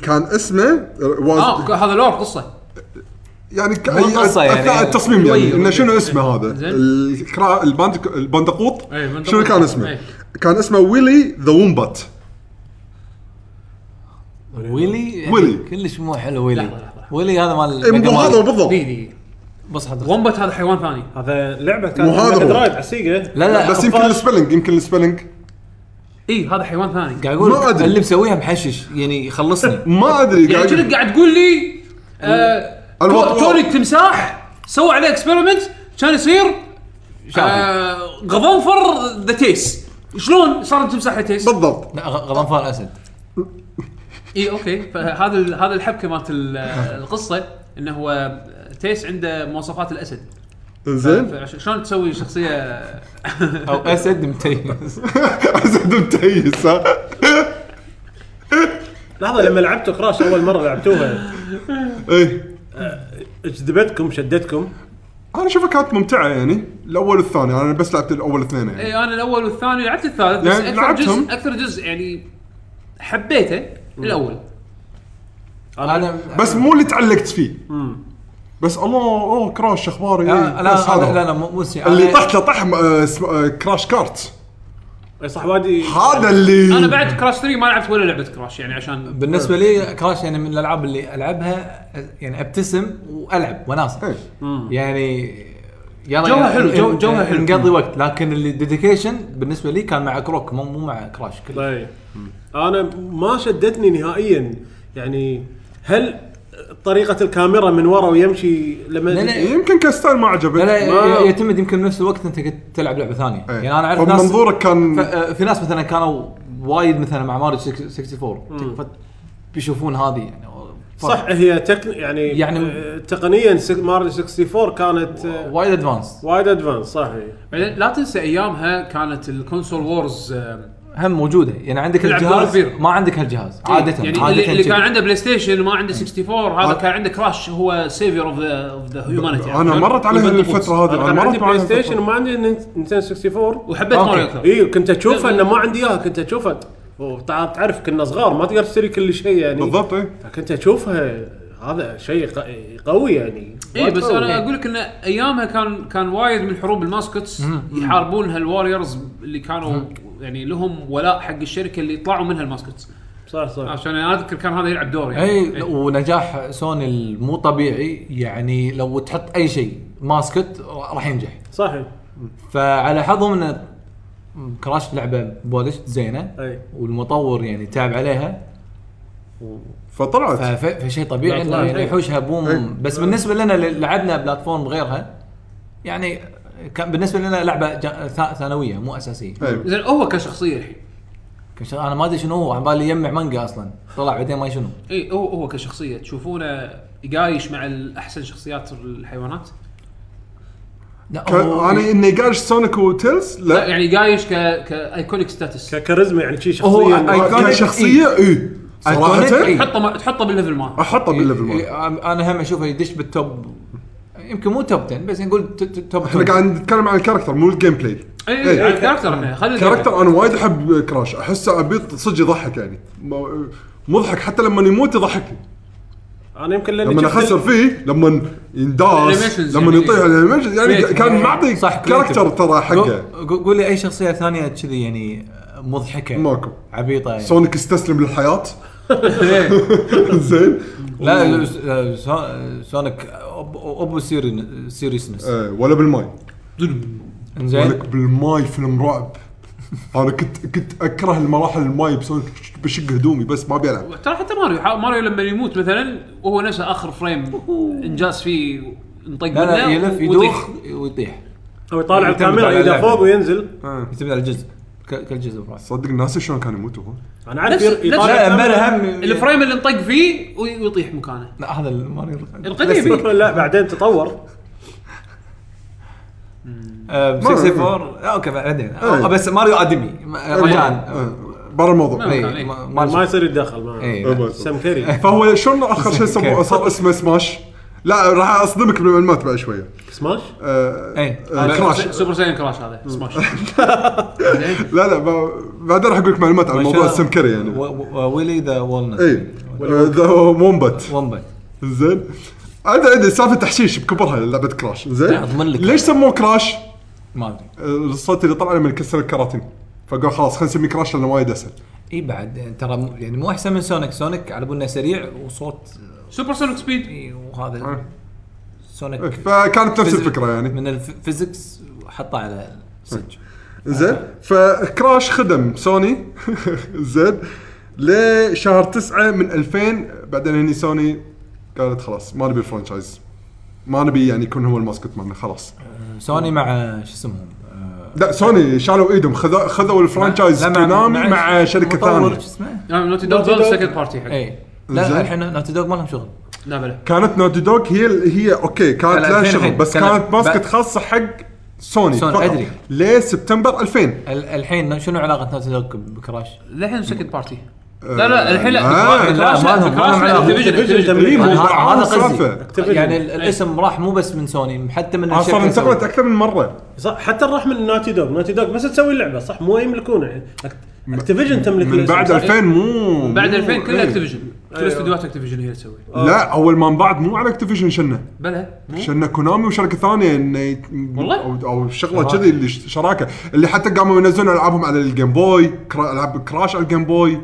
Speaker 3: كان اسمه واز
Speaker 1: اه هذا لور قصه
Speaker 3: يعني ك...
Speaker 2: مو قصة يعني.
Speaker 3: اثناء التصميم يعني
Speaker 1: تغير.
Speaker 3: انه شنو اسمه
Speaker 1: أيوة. زين.
Speaker 3: هذا؟ الكرا... البندق... البندقوط
Speaker 1: إيه، البندقوط.
Speaker 3: شنو كان اسمه؟
Speaker 1: إيه.
Speaker 3: كان اسمه ويلي ذا وومبات
Speaker 2: ويلي يعني
Speaker 3: ويلي.
Speaker 2: كلش مو حلو
Speaker 1: لحظة،
Speaker 2: ويلي
Speaker 1: لحظة.
Speaker 2: ويلي هذا مال
Speaker 3: إيه،
Speaker 2: ميجا
Speaker 3: مو
Speaker 2: مان.
Speaker 3: هذا بالضبط
Speaker 1: دي دي
Speaker 2: بص حضرتك
Speaker 1: وومبت هذا حيوان ثاني
Speaker 4: هذا لعبه كانت
Speaker 3: مهاضرة.
Speaker 4: ميجا درايف على السيجا
Speaker 2: لا لا
Speaker 3: بس يمكن السبلنج يمكن السبلنج
Speaker 1: اي هذا حيوان ثاني
Speaker 2: قاعد اقول
Speaker 3: ما
Speaker 2: لك
Speaker 3: أدري.
Speaker 2: اللي مسويها محشش يعني يخلصني
Speaker 3: ما ادري
Speaker 1: يعني شنو قاعد تقول لي آه،
Speaker 3: الوضع-
Speaker 1: تو- توني التمساح سوى عليه اكسبيرمنت كان يصير
Speaker 2: شافي
Speaker 1: آه، غضنفر ذا تيس شلون صار التمساح تيس؟
Speaker 3: بالضبط
Speaker 2: لا غ- غضنفار اسد
Speaker 1: اي اوكي فهذا ال- هذا الحبكه مالت ال- القصه انه هو تيس عنده مواصفات الاسد
Speaker 3: زين
Speaker 1: فعش- شلون تسوي شخصيه
Speaker 2: او اسد متيس
Speaker 3: زد متيس ها؟
Speaker 4: لحظه لما لعبتوا كراش اول مره لعبتوها
Speaker 3: ايه
Speaker 4: جذبتكم شدتكم
Speaker 3: انا اشوفها كانت ممتعه يعني الاول والثاني انا بس لعبت الاول والاثنين يعني
Speaker 1: اي انا الاول إيه، والثاني لعبت الثالث بس
Speaker 3: يعني
Speaker 1: اكثر
Speaker 3: لعبتهم.
Speaker 1: جزء اكثر جزء يعني حبيته الاول
Speaker 2: انا
Speaker 3: بس مو اللي تعلقت فيه بس الله اوه كراش اخباري
Speaker 2: لا
Speaker 3: إيه، بس
Speaker 2: لا
Speaker 3: هذا
Speaker 2: لا لا مو مو سي-
Speaker 3: اللي
Speaker 2: أنا-
Speaker 3: طحت له طح آه، اسم- آه، كراش كارت
Speaker 4: اي صح وادي
Speaker 3: هذا اللي
Speaker 1: انا بعد كراش 3 ما لعبت ولا لعبه كراش يعني عشان
Speaker 2: بالنسبه لي كراش يعني من الالعاب اللي العبها يعني ابتسم والعب وناسه
Speaker 3: إيه.
Speaker 2: يعني يلا
Speaker 1: جوها حلو، جو- جوها حلو.
Speaker 2: نقضي وقت لكن اللي ديديكيشن بالنسبه لي كان مع كروك مو مو مع كراش كله
Speaker 4: طيب انا ما شدتني نهائيا يعني هل طريقه الكاميرا من ورا ويمشي لما
Speaker 2: لا، لا.
Speaker 3: يمكن كستايل ما عجبك
Speaker 2: لا لا
Speaker 4: ما-
Speaker 2: ي- يعتمد يمكن بنفس الوقت انت كنت تلعب لعبه ثانيه
Speaker 3: إيه.
Speaker 2: يعني انا اعرف ناس
Speaker 3: فمنظورك
Speaker 2: ف-
Speaker 3: كان
Speaker 2: آه، في ناس مثلا كانوا وايد مثلا مع ماريو 64 فت- بيشوفون هذه يعني
Speaker 4: صح هي تكن يعني
Speaker 2: يعني-
Speaker 4: يعني تقنيا سك- ماريو 64 كانت آه،
Speaker 2: وايد ادفانس
Speaker 4: وايد ادفانس صح هي.
Speaker 1: بعدين لا تنسى ايامها كانت الكونسول وورز آه،
Speaker 2: هم موجوده يعني عندك
Speaker 1: تلعب دور
Speaker 2: الجهاز
Speaker 1: كبير.
Speaker 2: ما عندك هالجهاز عاده
Speaker 1: يعني
Speaker 2: عاده
Speaker 1: اللي, اللي
Speaker 2: كذي.
Speaker 1: كان عنده بلاي ستيشن وما عنده 64 هذا
Speaker 3: آه.
Speaker 1: كان عنده كراش هو سيفير اوف ذا اوف ذا هيومانيتي
Speaker 3: انا مرت عليه الفتره
Speaker 4: انا
Speaker 3: هذه
Speaker 4: كان
Speaker 3: انا
Speaker 4: عندي
Speaker 3: مرت
Speaker 4: بلاي
Speaker 3: عليه
Speaker 4: ستيشن
Speaker 3: الفترة.
Speaker 4: وما عندي نين- نينتندو 64
Speaker 1: وحبيت
Speaker 2: أوكي.
Speaker 1: ماريو اكثر
Speaker 4: اي كنت اشوفه انه ما عندي اياها كنت اشوفه وتع- تعرف كنا صغار ما تقدر تشتري كل شيء يعني
Speaker 3: بالضبط إيه. اي
Speaker 4: كنت اشوفها هذا شيء ق- قوي يعني
Speaker 1: اي إيه،
Speaker 4: وايد
Speaker 1: بس
Speaker 4: قوي.
Speaker 1: انا اقول لك ان ايامها كان كان وايد من حروب الماسكتس يحاربون هالواريورز اللي كانوا يعني لهم ولاء حق الشركه اللي طلعوا منها الماسكتس
Speaker 4: صح صح
Speaker 1: عشان انا اذكر كان هذا يلعب دور يعني
Speaker 2: اي إيه، ونجاح سوني المو طبيعي يعني لو تحط اي شيء ماسكت ر- راح ينجح
Speaker 4: صحيح
Speaker 2: فعلى حظهم ان كراش لعبه بولش زينه
Speaker 1: إيه.
Speaker 4: اي
Speaker 2: والمطور يعني تعب عليها ف-
Speaker 3: فطلعت
Speaker 2: ف- فشيء طبيعي انه
Speaker 4: لا،
Speaker 2: يعني
Speaker 1: إيه.
Speaker 4: أي.
Speaker 2: يحوشها بوم
Speaker 3: أي.
Speaker 2: بس بالنسبه لنا اللي لعبنا بلاتفورم غيرها يعني كان بالنسبه لنا لعبه جا- ثا- ثانويه مو اساسيه
Speaker 3: إي.
Speaker 1: زين هو كشخصيه الحين
Speaker 2: كش- انا ما ادري شنو هو على بالي يجمع مانجا اصلا طلع بعدين ما شنو
Speaker 1: اي إيه، هو هو كشخصيه تشوفونه يقايش مع الاحسن شخصيات الحيوانات
Speaker 2: لا إيه،
Speaker 3: كان- انا اني قايش سونيك وتيلز
Speaker 1: لا
Speaker 3: لا
Speaker 1: يعني يقايش ك كايكونيك ستاتس
Speaker 4: ككاريزما يعني شيء
Speaker 2: هو
Speaker 4: شخصيا
Speaker 2: أي- iconic
Speaker 3: كشخصيه
Speaker 2: إيه.
Speaker 3: اي
Speaker 2: Iconic
Speaker 3: صراحه
Speaker 2: إي.
Speaker 1: تحطه ما- تحطه بالليفل مال
Speaker 3: احطه بالليفل
Speaker 2: إي-
Speaker 3: مال
Speaker 2: إي- انا إيه، هم اشوفه يدش بالتوب يمكن مو توب 10 بس نقول ت- ت- توب
Speaker 3: احنا
Speaker 2: 20.
Speaker 3: قاعد نتكلم عن الكاركتر مو الجيم بلاي
Speaker 1: اي
Speaker 3: إي.
Speaker 1: اي إيه، الكاركتر احنا خلي ال character.
Speaker 3: كاركتر انا وايد احب كراش احسه عبيط صدق يضحك يعني م- مضحك حتى لما يموت يضحكني
Speaker 4: انا يمكن لاني
Speaker 3: لما
Speaker 4: يعني شفت
Speaker 3: اخسر
Speaker 4: ال-
Speaker 3: فيه لما ينداس
Speaker 1: الانيميشنز
Speaker 3: لما
Speaker 1: يعني.
Speaker 3: يطيح الانيميشن يعني
Speaker 1: كريتيف.
Speaker 3: كان معطي
Speaker 2: صح
Speaker 3: كاركتر ترى حقه
Speaker 2: قول لي اي شخصيه ثانيه كذي يعني مضحكه
Speaker 3: ماكو.
Speaker 2: عبيطه يعني.
Speaker 3: سونيك استسلم للحياه زين
Speaker 2: لا لا، س- سو- سونيك أب- ابو سيري سيريسنس
Speaker 3: آه، ولا بالماي
Speaker 2: انزين
Speaker 3: ولك بالماي فيلم رعب انا كنت كنت اكره المراحل الماي بسونيك بشق هدومي بس ما ابي العب
Speaker 1: ترى حتى ماريو حا- ماريو لما يموت مثلا وهو نفسه اخر فريم انجاز فيه انطق
Speaker 2: لا لا
Speaker 1: منه
Speaker 2: يلف
Speaker 1: ويطيح.
Speaker 2: يدوخ ويطيح
Speaker 4: او يطالع
Speaker 2: يعتمد
Speaker 4: الكاميرا
Speaker 2: على
Speaker 4: الى
Speaker 2: اللعبة.
Speaker 4: فوق وينزل
Speaker 3: أه.
Speaker 2: يعتمد على الجزء ك- كل جزء براس
Speaker 3: صدق الناس شلون كانوا يموتوا هو؟
Speaker 4: انا عارف
Speaker 1: نفس-
Speaker 4: ير-
Speaker 1: نفس-
Speaker 4: يطالع
Speaker 2: لا
Speaker 4: الكاميرا-
Speaker 2: مرة هم
Speaker 1: الفريم اللي انطق فيه وي- ويطيح مكانه
Speaker 2: لا هذا الماريو
Speaker 1: القديم
Speaker 4: لا بعدين تطور
Speaker 2: آه، 64 آه، اوكي بعدين آه،
Speaker 3: إيه.
Speaker 2: بس ماريو ادمي ما- رجعان
Speaker 3: آه، برا الموضوع
Speaker 1: إيه.
Speaker 2: إيه، ما-
Speaker 4: ما
Speaker 2: ما
Speaker 4: يصير يتدخل ما
Speaker 2: إيه، لا.
Speaker 3: إيه.
Speaker 4: سم كيري
Speaker 3: فهو شلون اخر شيء
Speaker 2: كيف؟
Speaker 3: سووه صار اسمه سماش لا راح اصدمك بالمعلومات بعد شويه
Speaker 4: سماش
Speaker 3: آه،
Speaker 2: إيه.
Speaker 3: آه، كراش
Speaker 1: سوبر سايان كراش هذا سماش
Speaker 3: لا لا ب- بعدين راح اقول لك معلومات عن موضوع السمكري
Speaker 2: و-
Speaker 3: يعني إيه.
Speaker 2: و- ويلي ذا والنت
Speaker 3: اي ذا مومبت
Speaker 2: ومبت
Speaker 3: زين عندي عندي سالفه تحشيش بكبرها لعبه كراش زين
Speaker 2: لا، أضمن لك.
Speaker 3: ليش سموه كراش؟
Speaker 2: ما ادري
Speaker 3: آه، الصوت اللي طلع لي من كسر الكراتين فقال خلاص خلينا نسميه كراش لانه وايد اسهل
Speaker 2: اي بعد ترى مو- يعني مو احسن من سونيك سونيك على بالنا سريع وصوت
Speaker 1: سوبر سونيك سبيد
Speaker 2: إي، وهذا
Speaker 3: إيه،
Speaker 2: سونيك
Speaker 3: فكانت نفس
Speaker 2: فيزي-
Speaker 3: الفكره يعني إيه.
Speaker 2: من الفيزكس حطه على الصج
Speaker 3: زين فكراش خدم سوني زين لشهر 9 من 2000 بعدين هني سوني قالت خلاص ما نبي الفرنشايز ما نبي يعني يكون هو الماسكت مالنا خلاص
Speaker 2: آه. سوني مع شو اسمهم آه،
Speaker 3: لا سوني شالوا ايدهم خذوا خذوا الفرانشايز
Speaker 2: لا، مع-
Speaker 3: كونامي
Speaker 2: مع-
Speaker 3: مع, شركه
Speaker 2: مطور
Speaker 3: ثانيه
Speaker 2: شو اسمه
Speaker 1: نوتي دوغ
Speaker 4: Naughty Dog.
Speaker 1: سكند بارتي حق
Speaker 2: اي لا
Speaker 3: زين.
Speaker 2: لا، الحين نوتي دوغ ما لهم شغل
Speaker 1: لا بلا
Speaker 3: كانت نوتي دوغ هي هي اوكي كانت
Speaker 2: لا،
Speaker 3: لها
Speaker 2: 2000
Speaker 3: شغل بس
Speaker 2: كانت-
Speaker 3: كانت
Speaker 2: ب-
Speaker 3: ماسكت خاصه حق سوني
Speaker 2: سوني،
Speaker 3: فقط
Speaker 2: أدري.
Speaker 3: ليه سبتمبر 2000
Speaker 2: ال- الحين شنو علاقه نوتي دوغ بكراش؟
Speaker 1: للحين سكند بارتي لا لا الحين لا
Speaker 3: آه،
Speaker 1: كراش-
Speaker 2: لا،
Speaker 1: كراش
Speaker 2: ما لهم-
Speaker 1: لا
Speaker 2: ما
Speaker 1: كراش
Speaker 2: لهم
Speaker 1: لا،
Speaker 2: علاقة.
Speaker 1: Activision-
Speaker 4: Activision
Speaker 1: Activision.
Speaker 3: إيه، مو-
Speaker 2: هذا
Speaker 3: هذا
Speaker 2: هذا
Speaker 3: سالفة.
Speaker 2: قصدي يعني ال- الاسم راح مو بس من سوني حتى من
Speaker 3: آه، صار
Speaker 2: الشركة
Speaker 3: انتقلت
Speaker 2: سوني.
Speaker 3: اكثر من مره
Speaker 4: صح حتى راح من ناتي دوغ ناتي دوغ بس تسوي اللعبه صح مو يملكونه يعني اكتيفيجن تملك
Speaker 3: من
Speaker 4: الاسم،
Speaker 3: بعد
Speaker 4: صح؟
Speaker 3: 2000 مو
Speaker 1: بعد
Speaker 3: مو-
Speaker 1: 2000 كله
Speaker 3: إيه.
Speaker 1: اكتيفيجن
Speaker 2: أيوه.
Speaker 1: كل استديوهات اكتيفيجن هي تسوي
Speaker 3: لا اول ما انبعد مو على اكتيفيشن شنه
Speaker 1: بلى مو؟
Speaker 3: شنه كونامي وشركه ثانيه انه يت-
Speaker 1: والله؟
Speaker 3: او, أو شغله كذي اللي ش- شراكه اللي حتى قاموا ينزلون العابهم على الجيم بوي كرا... العاب كراش على الجيم بوي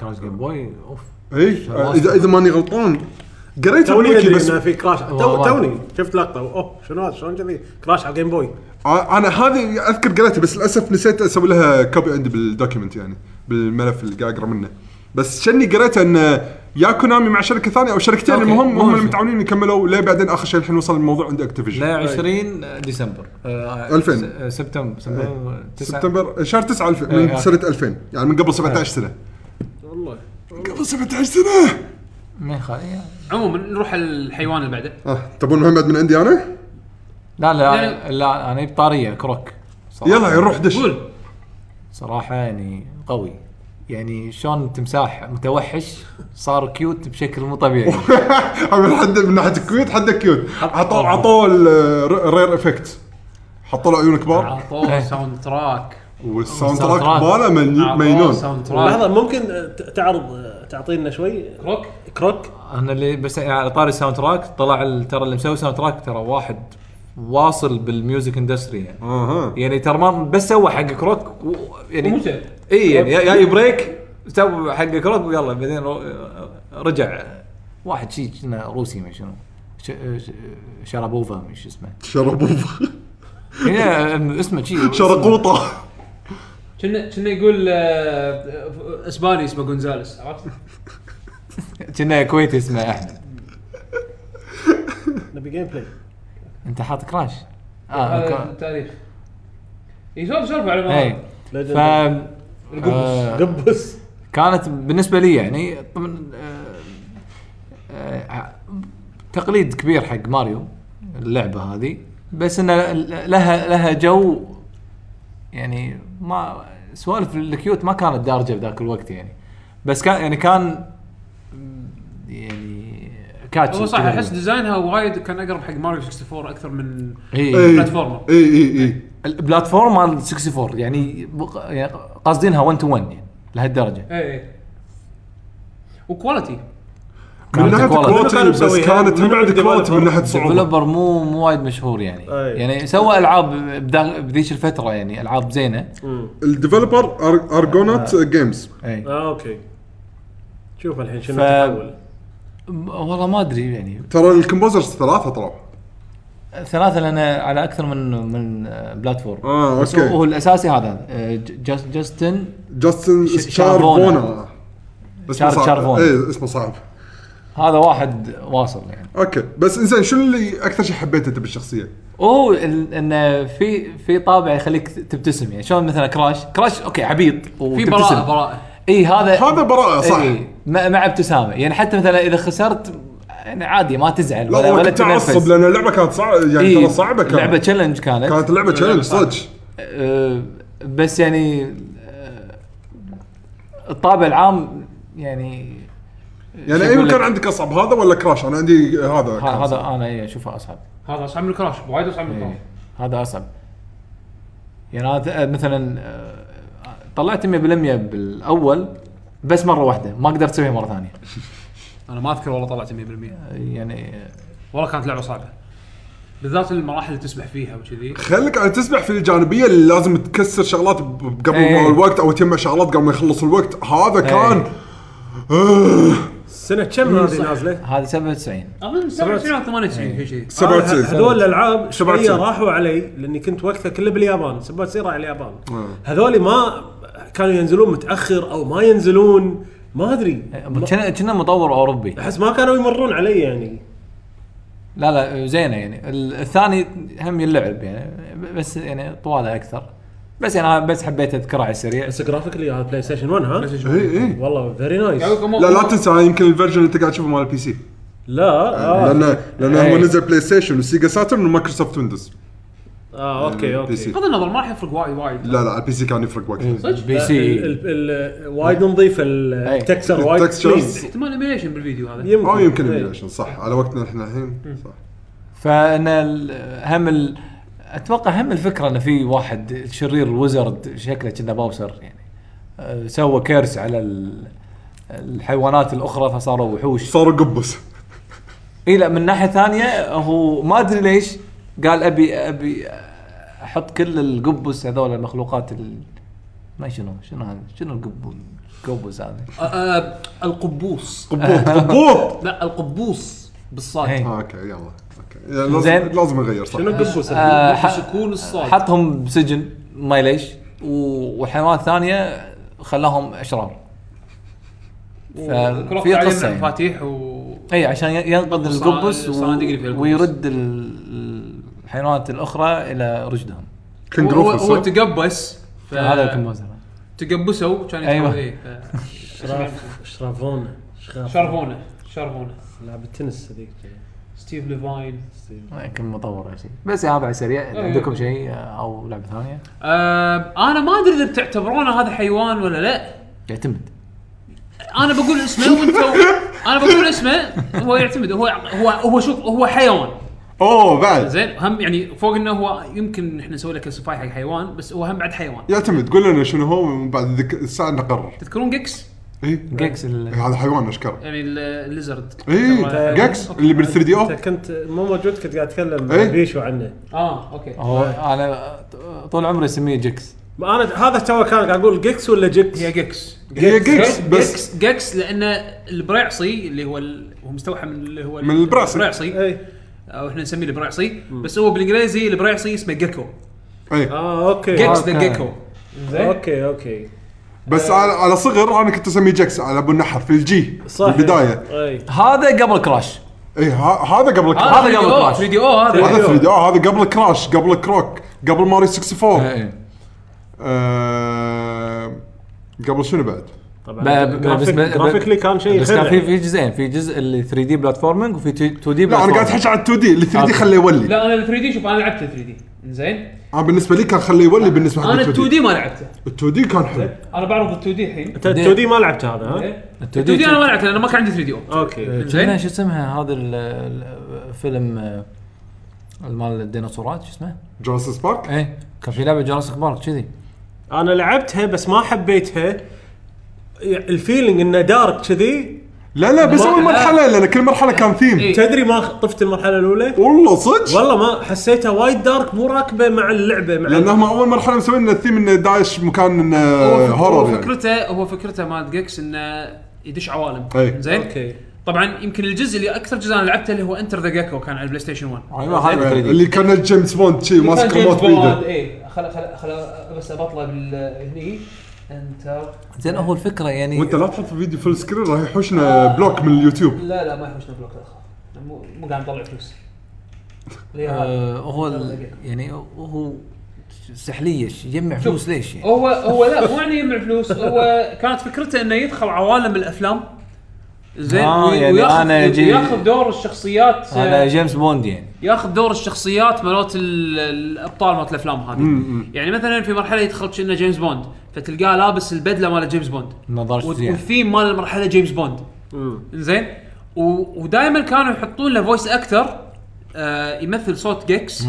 Speaker 2: كراش جيم بوي اوف
Speaker 3: اي آه، اذا اذا ماني غلطان قريت
Speaker 4: توني
Speaker 3: الويكي
Speaker 4: ادري
Speaker 3: بس
Speaker 4: انه في كراش تو-
Speaker 2: والله.
Speaker 4: توني شفت لقطه اوه شنو هذا شلون كذي كراش على الجيم بوي
Speaker 3: آه، انا هذه اذكر قريتها بس للاسف نسيت اسوي لها كوبي عندي بالدوكيمنت يعني بالملف اللي قاعد اقرا منه بس شني قريتها ان يا كونامي مع شركه ثانيه او شركتين
Speaker 2: أوكي،
Speaker 3: المهم
Speaker 2: مو
Speaker 3: هم
Speaker 2: مشكلة.
Speaker 3: المتعاونين يكملوا ليه بعدين اخر شيء الحين وصل الموضوع عند
Speaker 2: ل
Speaker 3: اكتيفيجن
Speaker 2: 20 ديسمبر آه،
Speaker 3: 2000.
Speaker 2: س- آه، سبتمبر سبتمبر تسعة.
Speaker 3: إيه. سبتمبر شهر 9 الف
Speaker 2: إيه،
Speaker 3: من
Speaker 2: آه.
Speaker 3: سنه 2000 يعني من قبل 17 سنه
Speaker 4: والله
Speaker 3: قبل 17 سنه
Speaker 2: ما يخالف يعني.
Speaker 1: عموما نروح الحيوان اللي بعده
Speaker 3: اه تبون محمد من عندي انا؟
Speaker 2: لا لا
Speaker 1: لا.
Speaker 2: لا انا جبت طاريه كروك صراحة.
Speaker 3: يلا نروح دش
Speaker 1: قول
Speaker 2: صراحه يعني قوي يعني شلون التمساح متوحش صار كيوت بشكل مو طبيعي
Speaker 3: عمل حد من ناحيه الكيوت حد كيوت عطوه عطوه الرير افكت حطوا له عيون
Speaker 2: آه.
Speaker 3: كبار
Speaker 1: عطوه ساوند تراك
Speaker 3: والساوند
Speaker 2: والساوند
Speaker 3: تراك
Speaker 2: تراك.
Speaker 3: باله ملي-
Speaker 1: عطوه
Speaker 3: مليون
Speaker 1: ساوند
Speaker 4: لحظه
Speaker 1: تراك
Speaker 4: ممكن ت- تعرض تعطينا شوي
Speaker 1: روك
Speaker 4: كروك
Speaker 2: انا اللي بس يعني على طاري الساوند تراك طلع ال- ترى اللي مسوي ساوند تراك ترى واحد واصل بالميوزك اندستري يعني
Speaker 3: اها
Speaker 2: يعني ترى ما بس سوى حق كروك و- يعني
Speaker 1: وممتع.
Speaker 2: اي يعني يا- جاي بريك سوى حق كروك ويلا بعدين رو- رجع واحد شيء كنا روسي ما شنو ش- ش- شرابوفا مش اسمه
Speaker 3: شربوف
Speaker 2: هنا اسمه شيء
Speaker 3: شرقوطه
Speaker 1: كنا كنا يقول آه، اسباني اسمه جونزاليس
Speaker 3: آه،
Speaker 1: عرفت؟
Speaker 2: كنا كويتي اسمه احمد
Speaker 4: نبي جيم بلاي
Speaker 2: انت حاط كراش اه
Speaker 1: هذا
Speaker 2: كو-
Speaker 1: التاريخ اي سولف سولف على
Speaker 2: اي
Speaker 3: إيه.
Speaker 1: ما
Speaker 2: ف آه،
Speaker 4: القبس قبس
Speaker 2: كانت بالنسبه لي يعني طبعا آه، آه، تقليد كبير حق ماريو اللعبه هذه بس ان لها لها جو يعني ما سوالف الكيوت ما كانت دارجه بذاك الوقت يعني بس كان يعني كان يعني كاتشي
Speaker 1: هو صح
Speaker 2: كذا
Speaker 1: احس
Speaker 2: يعني.
Speaker 1: ديزاينها وايد كان اقرب حق ماريو 64 اكثر من
Speaker 2: إيه.
Speaker 3: اي
Speaker 1: بلاتفورمر.
Speaker 3: اي اي اي
Speaker 2: البلاتفورم مال 64 يعني بق- يعني قاصدينها 1 تو 1 يعني لهالدرجه
Speaker 1: اي اي وكواليتي
Speaker 3: من ناحيه
Speaker 2: كواليتي.
Speaker 4: كانوا
Speaker 3: الكواليتي بس
Speaker 4: مسويها؟
Speaker 3: كانت هم
Speaker 4: من
Speaker 3: عندك كواليتي من
Speaker 4: الديفلوبر.
Speaker 3: ناحيه صعوبه
Speaker 2: ديفلوبر مو مو وايد مشهور يعني
Speaker 4: أي.
Speaker 2: يعني سوى العاب بدا- بذيك الفتره يعني العاب زينه
Speaker 3: الديفلوبر أر- ارجونات جيمز
Speaker 2: اي
Speaker 4: اه اوكي شوف الحين شنو
Speaker 2: ف-
Speaker 4: تحول
Speaker 2: م- والله ما ادري يعني
Speaker 3: ترى الكومبوزرز ثلاثه طلعوا
Speaker 2: ثلاثه لنا على اكثر من من آه، بلاتفورم
Speaker 3: اه
Speaker 2: بس هو- هو
Speaker 3: اوكي
Speaker 2: الاساسي هذا آه، ج- جاس- جاستن
Speaker 3: جاستن
Speaker 2: ش-
Speaker 3: شاربونا اسمه
Speaker 2: شار-
Speaker 3: صعب
Speaker 2: شارفونا.
Speaker 3: اي اسمه صعب
Speaker 2: هذا واحد واصل يعني
Speaker 3: اوكي بس انزين شنو اللي اكثر شيء حبيته انت بالشخصيه؟
Speaker 2: اوه ال- انه في في طابع يخليك تبتسم يعني شلون مثلا كراش كراش اوكي عبيط
Speaker 1: في
Speaker 2: وتبتسم.
Speaker 1: براءه براءه
Speaker 2: اي هذا
Speaker 3: هذا براءة، صح.
Speaker 2: إي، مع مع ابتسامه يعني حتى مثلا اذا خسرت يعني عادي ما تزعل
Speaker 3: لا
Speaker 2: ولا
Speaker 3: والله
Speaker 2: ولا
Speaker 3: كنت
Speaker 2: تنفس
Speaker 3: تعصب لان اللعبه كانت صعبه يعني
Speaker 2: إي،
Speaker 3: ترى صعبه كانت
Speaker 2: لعبه تشالنج إيه، كانت,
Speaker 3: كانت اللعبه تشالنج صدق
Speaker 2: أه بس يعني أه الطابع العام يعني
Speaker 3: يعني
Speaker 2: شو
Speaker 3: اي
Speaker 2: أقول
Speaker 3: مكان
Speaker 2: لك؟
Speaker 3: عندك اصعب هذا ولا كراش انا عندي هذا
Speaker 2: ه-
Speaker 3: كان
Speaker 2: هذا إيه،
Speaker 3: صعب.
Speaker 2: انا إي اشوفه اصعب
Speaker 1: هذا اصعب من الكراش وايد اصعب
Speaker 3: إيه.
Speaker 1: من الكراش
Speaker 2: إي، هذا اصعب يعني انا ت- مثلا أه، طلعت 100% بالاول بس مره واحده ما قدرت اسويها مره ثانيه
Speaker 1: انا ما اذكر والله طلعت 100%
Speaker 2: يعني أه،
Speaker 1: والله كانت لعبه صعبه بالذات المراحل اللي تسبح فيها وكذي
Speaker 3: خليك على تسبح في الجانبيه اللي لازم تكسر شغلات ب- ب- قبل
Speaker 2: إي.
Speaker 3: ما الوقت او تجمع شغلات قبل ما يخلص الوقت هذا كان
Speaker 4: سنه كم هذه نازله؟
Speaker 2: هذا 97
Speaker 1: اظن 97 او 98
Speaker 3: إيه.
Speaker 1: شيء شيء
Speaker 4: هذول-
Speaker 3: 97
Speaker 4: هذول الالعاب شويه
Speaker 3: 97.
Speaker 4: راحوا علي لاني كنت وقتها كله باليابان 97 راح اليابان هذول ما كانوا ينزلون متاخر او ما ينزلون ما ادري ما-
Speaker 2: كنا كنا مطور اوروبي
Speaker 4: احس ما كانوا يمرون علي يعني
Speaker 2: لا لا زينه يعني ال- الثاني هم يلعب يعني ب- بس يعني طواله اكثر بس يعني انا بس حبيت اذكره على السريع
Speaker 4: بس جرافيكلي هذا بلاي ستيشن 1 ها
Speaker 3: اي اي
Speaker 4: والله فيري نايس
Speaker 3: إيه، لا لا تنسى هاي يمكن الفيرجن اللي انت قاعد تشوفه مال البي سي
Speaker 4: لا اه
Speaker 3: لان لان هو
Speaker 2: إي.
Speaker 3: نزل بلاي ستيشن وسيجا ساترن ومايكروسوفت ويندوز
Speaker 4: اه اوكي
Speaker 3: بي سي.
Speaker 4: اوكي
Speaker 1: بغض النظر ما راح يفرق وايد وايد
Speaker 3: لا لا على البي سي كان يفرق وقتها
Speaker 1: صدق؟
Speaker 2: بي
Speaker 4: آه، ال-
Speaker 2: سي
Speaker 4: ال- ال- وايد نظيف ال-
Speaker 2: أي.
Speaker 4: التكسر وايد
Speaker 3: التكستشرز.
Speaker 4: clean.
Speaker 1: احتمال ايميليشن بالفيديو هذا
Speaker 4: آه، يمكن إيه.
Speaker 3: او آه، يمكن
Speaker 4: إي.
Speaker 3: ايميليشن صح على وقتنا احنا الحين صح
Speaker 2: فان ال- هم ال... اتوقع هم الفكره انه في واحد شرير الوزرد شكله كنا باوسر يعني أه، سوى كيرس على ال... الحيوانات الاخرى فصاروا وحوش
Speaker 3: صاروا قبس
Speaker 2: اي إيه، لا من ناحيه ثانيه هو ما ادري ليش قال ابي ابي احط كل القبس هذول المخلوقات ال... ما شنو شنو هذا شنو القبوس قبوس هذا
Speaker 1: آه، القبوس
Speaker 3: قبوط قبوط
Speaker 1: لا القبوس
Speaker 2: إيه.
Speaker 1: بالصاد
Speaker 3: آه، اوكي يلا اوكي يا، لازم-
Speaker 2: زين.
Speaker 3: لازم نغير صح
Speaker 4: شنو قبوس
Speaker 2: آه، ح-
Speaker 1: سكون الصاد
Speaker 2: حطهم بسجن ما ليش و- وحيوانات ثانيه خلاهم اشرار
Speaker 1: وكل واحد
Speaker 2: في
Speaker 1: عليه
Speaker 2: قصة يعني.
Speaker 1: مفاتيح و
Speaker 2: اي إيه، عشان ي- ينقذ
Speaker 1: صنا-
Speaker 2: القبس و...
Speaker 1: صناديق اللي فيها القبس.
Speaker 2: ويرد ال- الحيوانات الاخرى الى رشدهم
Speaker 1: هو,
Speaker 3: كنغرو
Speaker 1: هو
Speaker 3: فصل.
Speaker 1: تقبس ف-
Speaker 2: هذا الكمبوزر
Speaker 1: تقبسوا كان يتحول
Speaker 2: أيوة.
Speaker 1: ايه
Speaker 4: شراف شرافون شراف-
Speaker 1: شارفونه شارفونه
Speaker 4: لعبة تنس هذيك
Speaker 1: ستيف ليفاين
Speaker 2: يمكن مطور أو شيء بس يا هذا على السريع إذا
Speaker 1: أي.
Speaker 2: عندكم شيء آه، او لعبه ثانيه
Speaker 1: آه، انا ما ادري اذا بتعتبرونه هذا حيوان ولا لا
Speaker 2: يعتمد
Speaker 1: انا بقول اسمه وانتم انا بقول اسمه هو يعتمد هو هو هو شوف هو حيوان
Speaker 3: اوه بعد
Speaker 1: زين هم يعني فوق انه هو يمكن احنا نسوي لك كلاسيفاي حق حيوان بس هو هم بعد حيوان
Speaker 3: يعتمد قول لنا شنو هو ومن بعد ذك... الساعه نقرر
Speaker 1: تذكرون جيكس
Speaker 3: اي
Speaker 2: جيكس ال-
Speaker 3: هذا حيوان اشكره
Speaker 1: يعني ال- الليزرد
Speaker 3: اي
Speaker 1: ترى- يعني
Speaker 3: جاكس إيه، اللي بال 3 دي او
Speaker 4: انت كنت مو موجود كنت قاعد اتكلم
Speaker 3: إيه؟
Speaker 4: بيشو عنه
Speaker 1: اه اوكي
Speaker 2: هو انا طول عمري اسميه جيكس
Speaker 4: ما انا هذا تو كان قاعد اقول جيكس ولا جيكس؟
Speaker 1: هي جيكس
Speaker 3: إيه، هي جيكس بس
Speaker 1: جيكس جيكس لان البرعصي اللي هو ال... هو مستوحى من اللي هو ال-
Speaker 3: من البرعصي.
Speaker 1: البرعصي
Speaker 4: اي
Speaker 1: او احنا نسميه البرعصي بس هو بالانجليزي البرعصي اسمه جيكو
Speaker 3: اي
Speaker 4: اه اوكي
Speaker 1: جيكس
Speaker 2: أوكي.
Speaker 1: ذا جيكو
Speaker 4: اوكي اوكي
Speaker 3: بس على على صغر انا كنت اسميه جاكس على ابو النحر في الجي
Speaker 4: صح إيه.
Speaker 3: البدايه
Speaker 4: اي
Speaker 2: هذا قبل كراش
Speaker 3: اي ه- هذا قبل كراش
Speaker 2: هذا
Speaker 1: آه،
Speaker 2: قبل كراش.
Speaker 1: فيديو او هذا
Speaker 3: هذا 3 دي او هذا قبل كراش قبل كروك قبل ماري
Speaker 2: إيه،
Speaker 3: 64 آه، قبل شنو بعد؟
Speaker 4: طبعا
Speaker 2: ب- ب- بس- ب- ب-
Speaker 4: جرافيكلي كان شيء
Speaker 2: بس كان في
Speaker 4: يخرع
Speaker 2: في جزئين في جزء اللي 3 دي بلاتفورمينج وفي 2 دي
Speaker 3: لا انا قاعد احكي على 2 دي اللي 3 دي
Speaker 2: أوكي.
Speaker 3: خليه يولي
Speaker 1: لا انا ال 3 دي شوف انا لعبت 3 دي زين
Speaker 3: انا بالنسبه لي كان خليه يولي بالنسبه حق
Speaker 1: انا ال 2
Speaker 3: 2
Speaker 1: دي إيه. ما لعبته
Speaker 3: ال 2 دي كان حلو
Speaker 1: انا بعرض ال 2 دي الحين
Speaker 4: انت 2 دي ما لعبت هذا ها؟
Speaker 1: إيه. ال
Speaker 2: 2
Speaker 1: 2 دي انا ما
Speaker 2: دي
Speaker 1: لعبته لان ما كان عندي 3 دي او
Speaker 4: اوكي
Speaker 1: زين.
Speaker 2: زين شو اسمها هذا ال- ال- الفيلم آه، المال الديناصورات شو اسمه؟
Speaker 3: جوراسيس بارك
Speaker 2: ايه كان في لعبه جراسيك بارك كذي
Speaker 4: انا لعبتها بس ما حبيتها الفيلينج انه دارك كذي
Speaker 3: لا لا بس
Speaker 4: ما-
Speaker 3: اول
Speaker 4: لا.
Speaker 3: مرحله لان كل مرحله كان ثيم
Speaker 1: إيه.
Speaker 4: تدري ما طفت المرحله الاولى
Speaker 3: والله صدق
Speaker 4: والله ما حسيتها وايد دارك مو راكبه مع اللعبه مع
Speaker 3: لان هم اول مرحله مسوين لنا الثيم انه داعش مكان انه
Speaker 2: آه،
Speaker 1: هو-
Speaker 3: هورر
Speaker 1: هو
Speaker 3: يعني
Speaker 1: فكرته هو فكرته مال جيكس انه يدش عوالم
Speaker 2: إيه.
Speaker 3: أي.
Speaker 1: زين
Speaker 4: اوكي
Speaker 1: طبعا يمكن الجزء اللي اكثر جزء انا لعبته اللي هو انتر ذا جاكو كان على البلاي ستيشن 1
Speaker 2: أيوة، هذا
Speaker 1: زين؟
Speaker 2: 3D.
Speaker 3: اللي كان جيمس بوند شي ماسك
Speaker 1: كان
Speaker 3: ريموت
Speaker 1: جيمس بوند،
Speaker 3: بيده
Speaker 1: ايه خل خل خل بس ابطله بال هني انتر
Speaker 2: زين هو الفكره يعني
Speaker 3: وانت لا تحط الفيديو فول سكرين راح يحوشنا بلوك من اليوتيوب
Speaker 1: لا لا ما يحوشنا بلوك لا اخاف مو مو قاعد نطلع فلوس ليه هذا؟
Speaker 2: آه، هو ال- يعني هو سحليه ش- يجمع فلوس ليش يعني
Speaker 1: هو هو لا مو يعني يجمع فلوس هو كانت فكرته انه يدخل عوالم الافلام زين
Speaker 2: آه،
Speaker 1: وي-
Speaker 2: يعني
Speaker 1: وياخذ
Speaker 2: أنا أجي-
Speaker 1: وياخذ دور الشخصيات آه،
Speaker 2: هذا جيمس بوند يعني
Speaker 1: ياخذ دور الشخصيات مالت ال- الابطال مالت الافلام هذه
Speaker 3: مم.
Speaker 1: يعني مثلا في مرحله يدخل كأنه جيمس بوند فتلقاه لابس البدله مالت جيمس بوند
Speaker 2: نظارة
Speaker 1: وال-
Speaker 3: يعني.
Speaker 2: زيادة.
Speaker 1: والثيم مال المرحله جيمس بوند زين ودائما كانوا يحطون له فويس اكتر آه يمثل صوت جيكس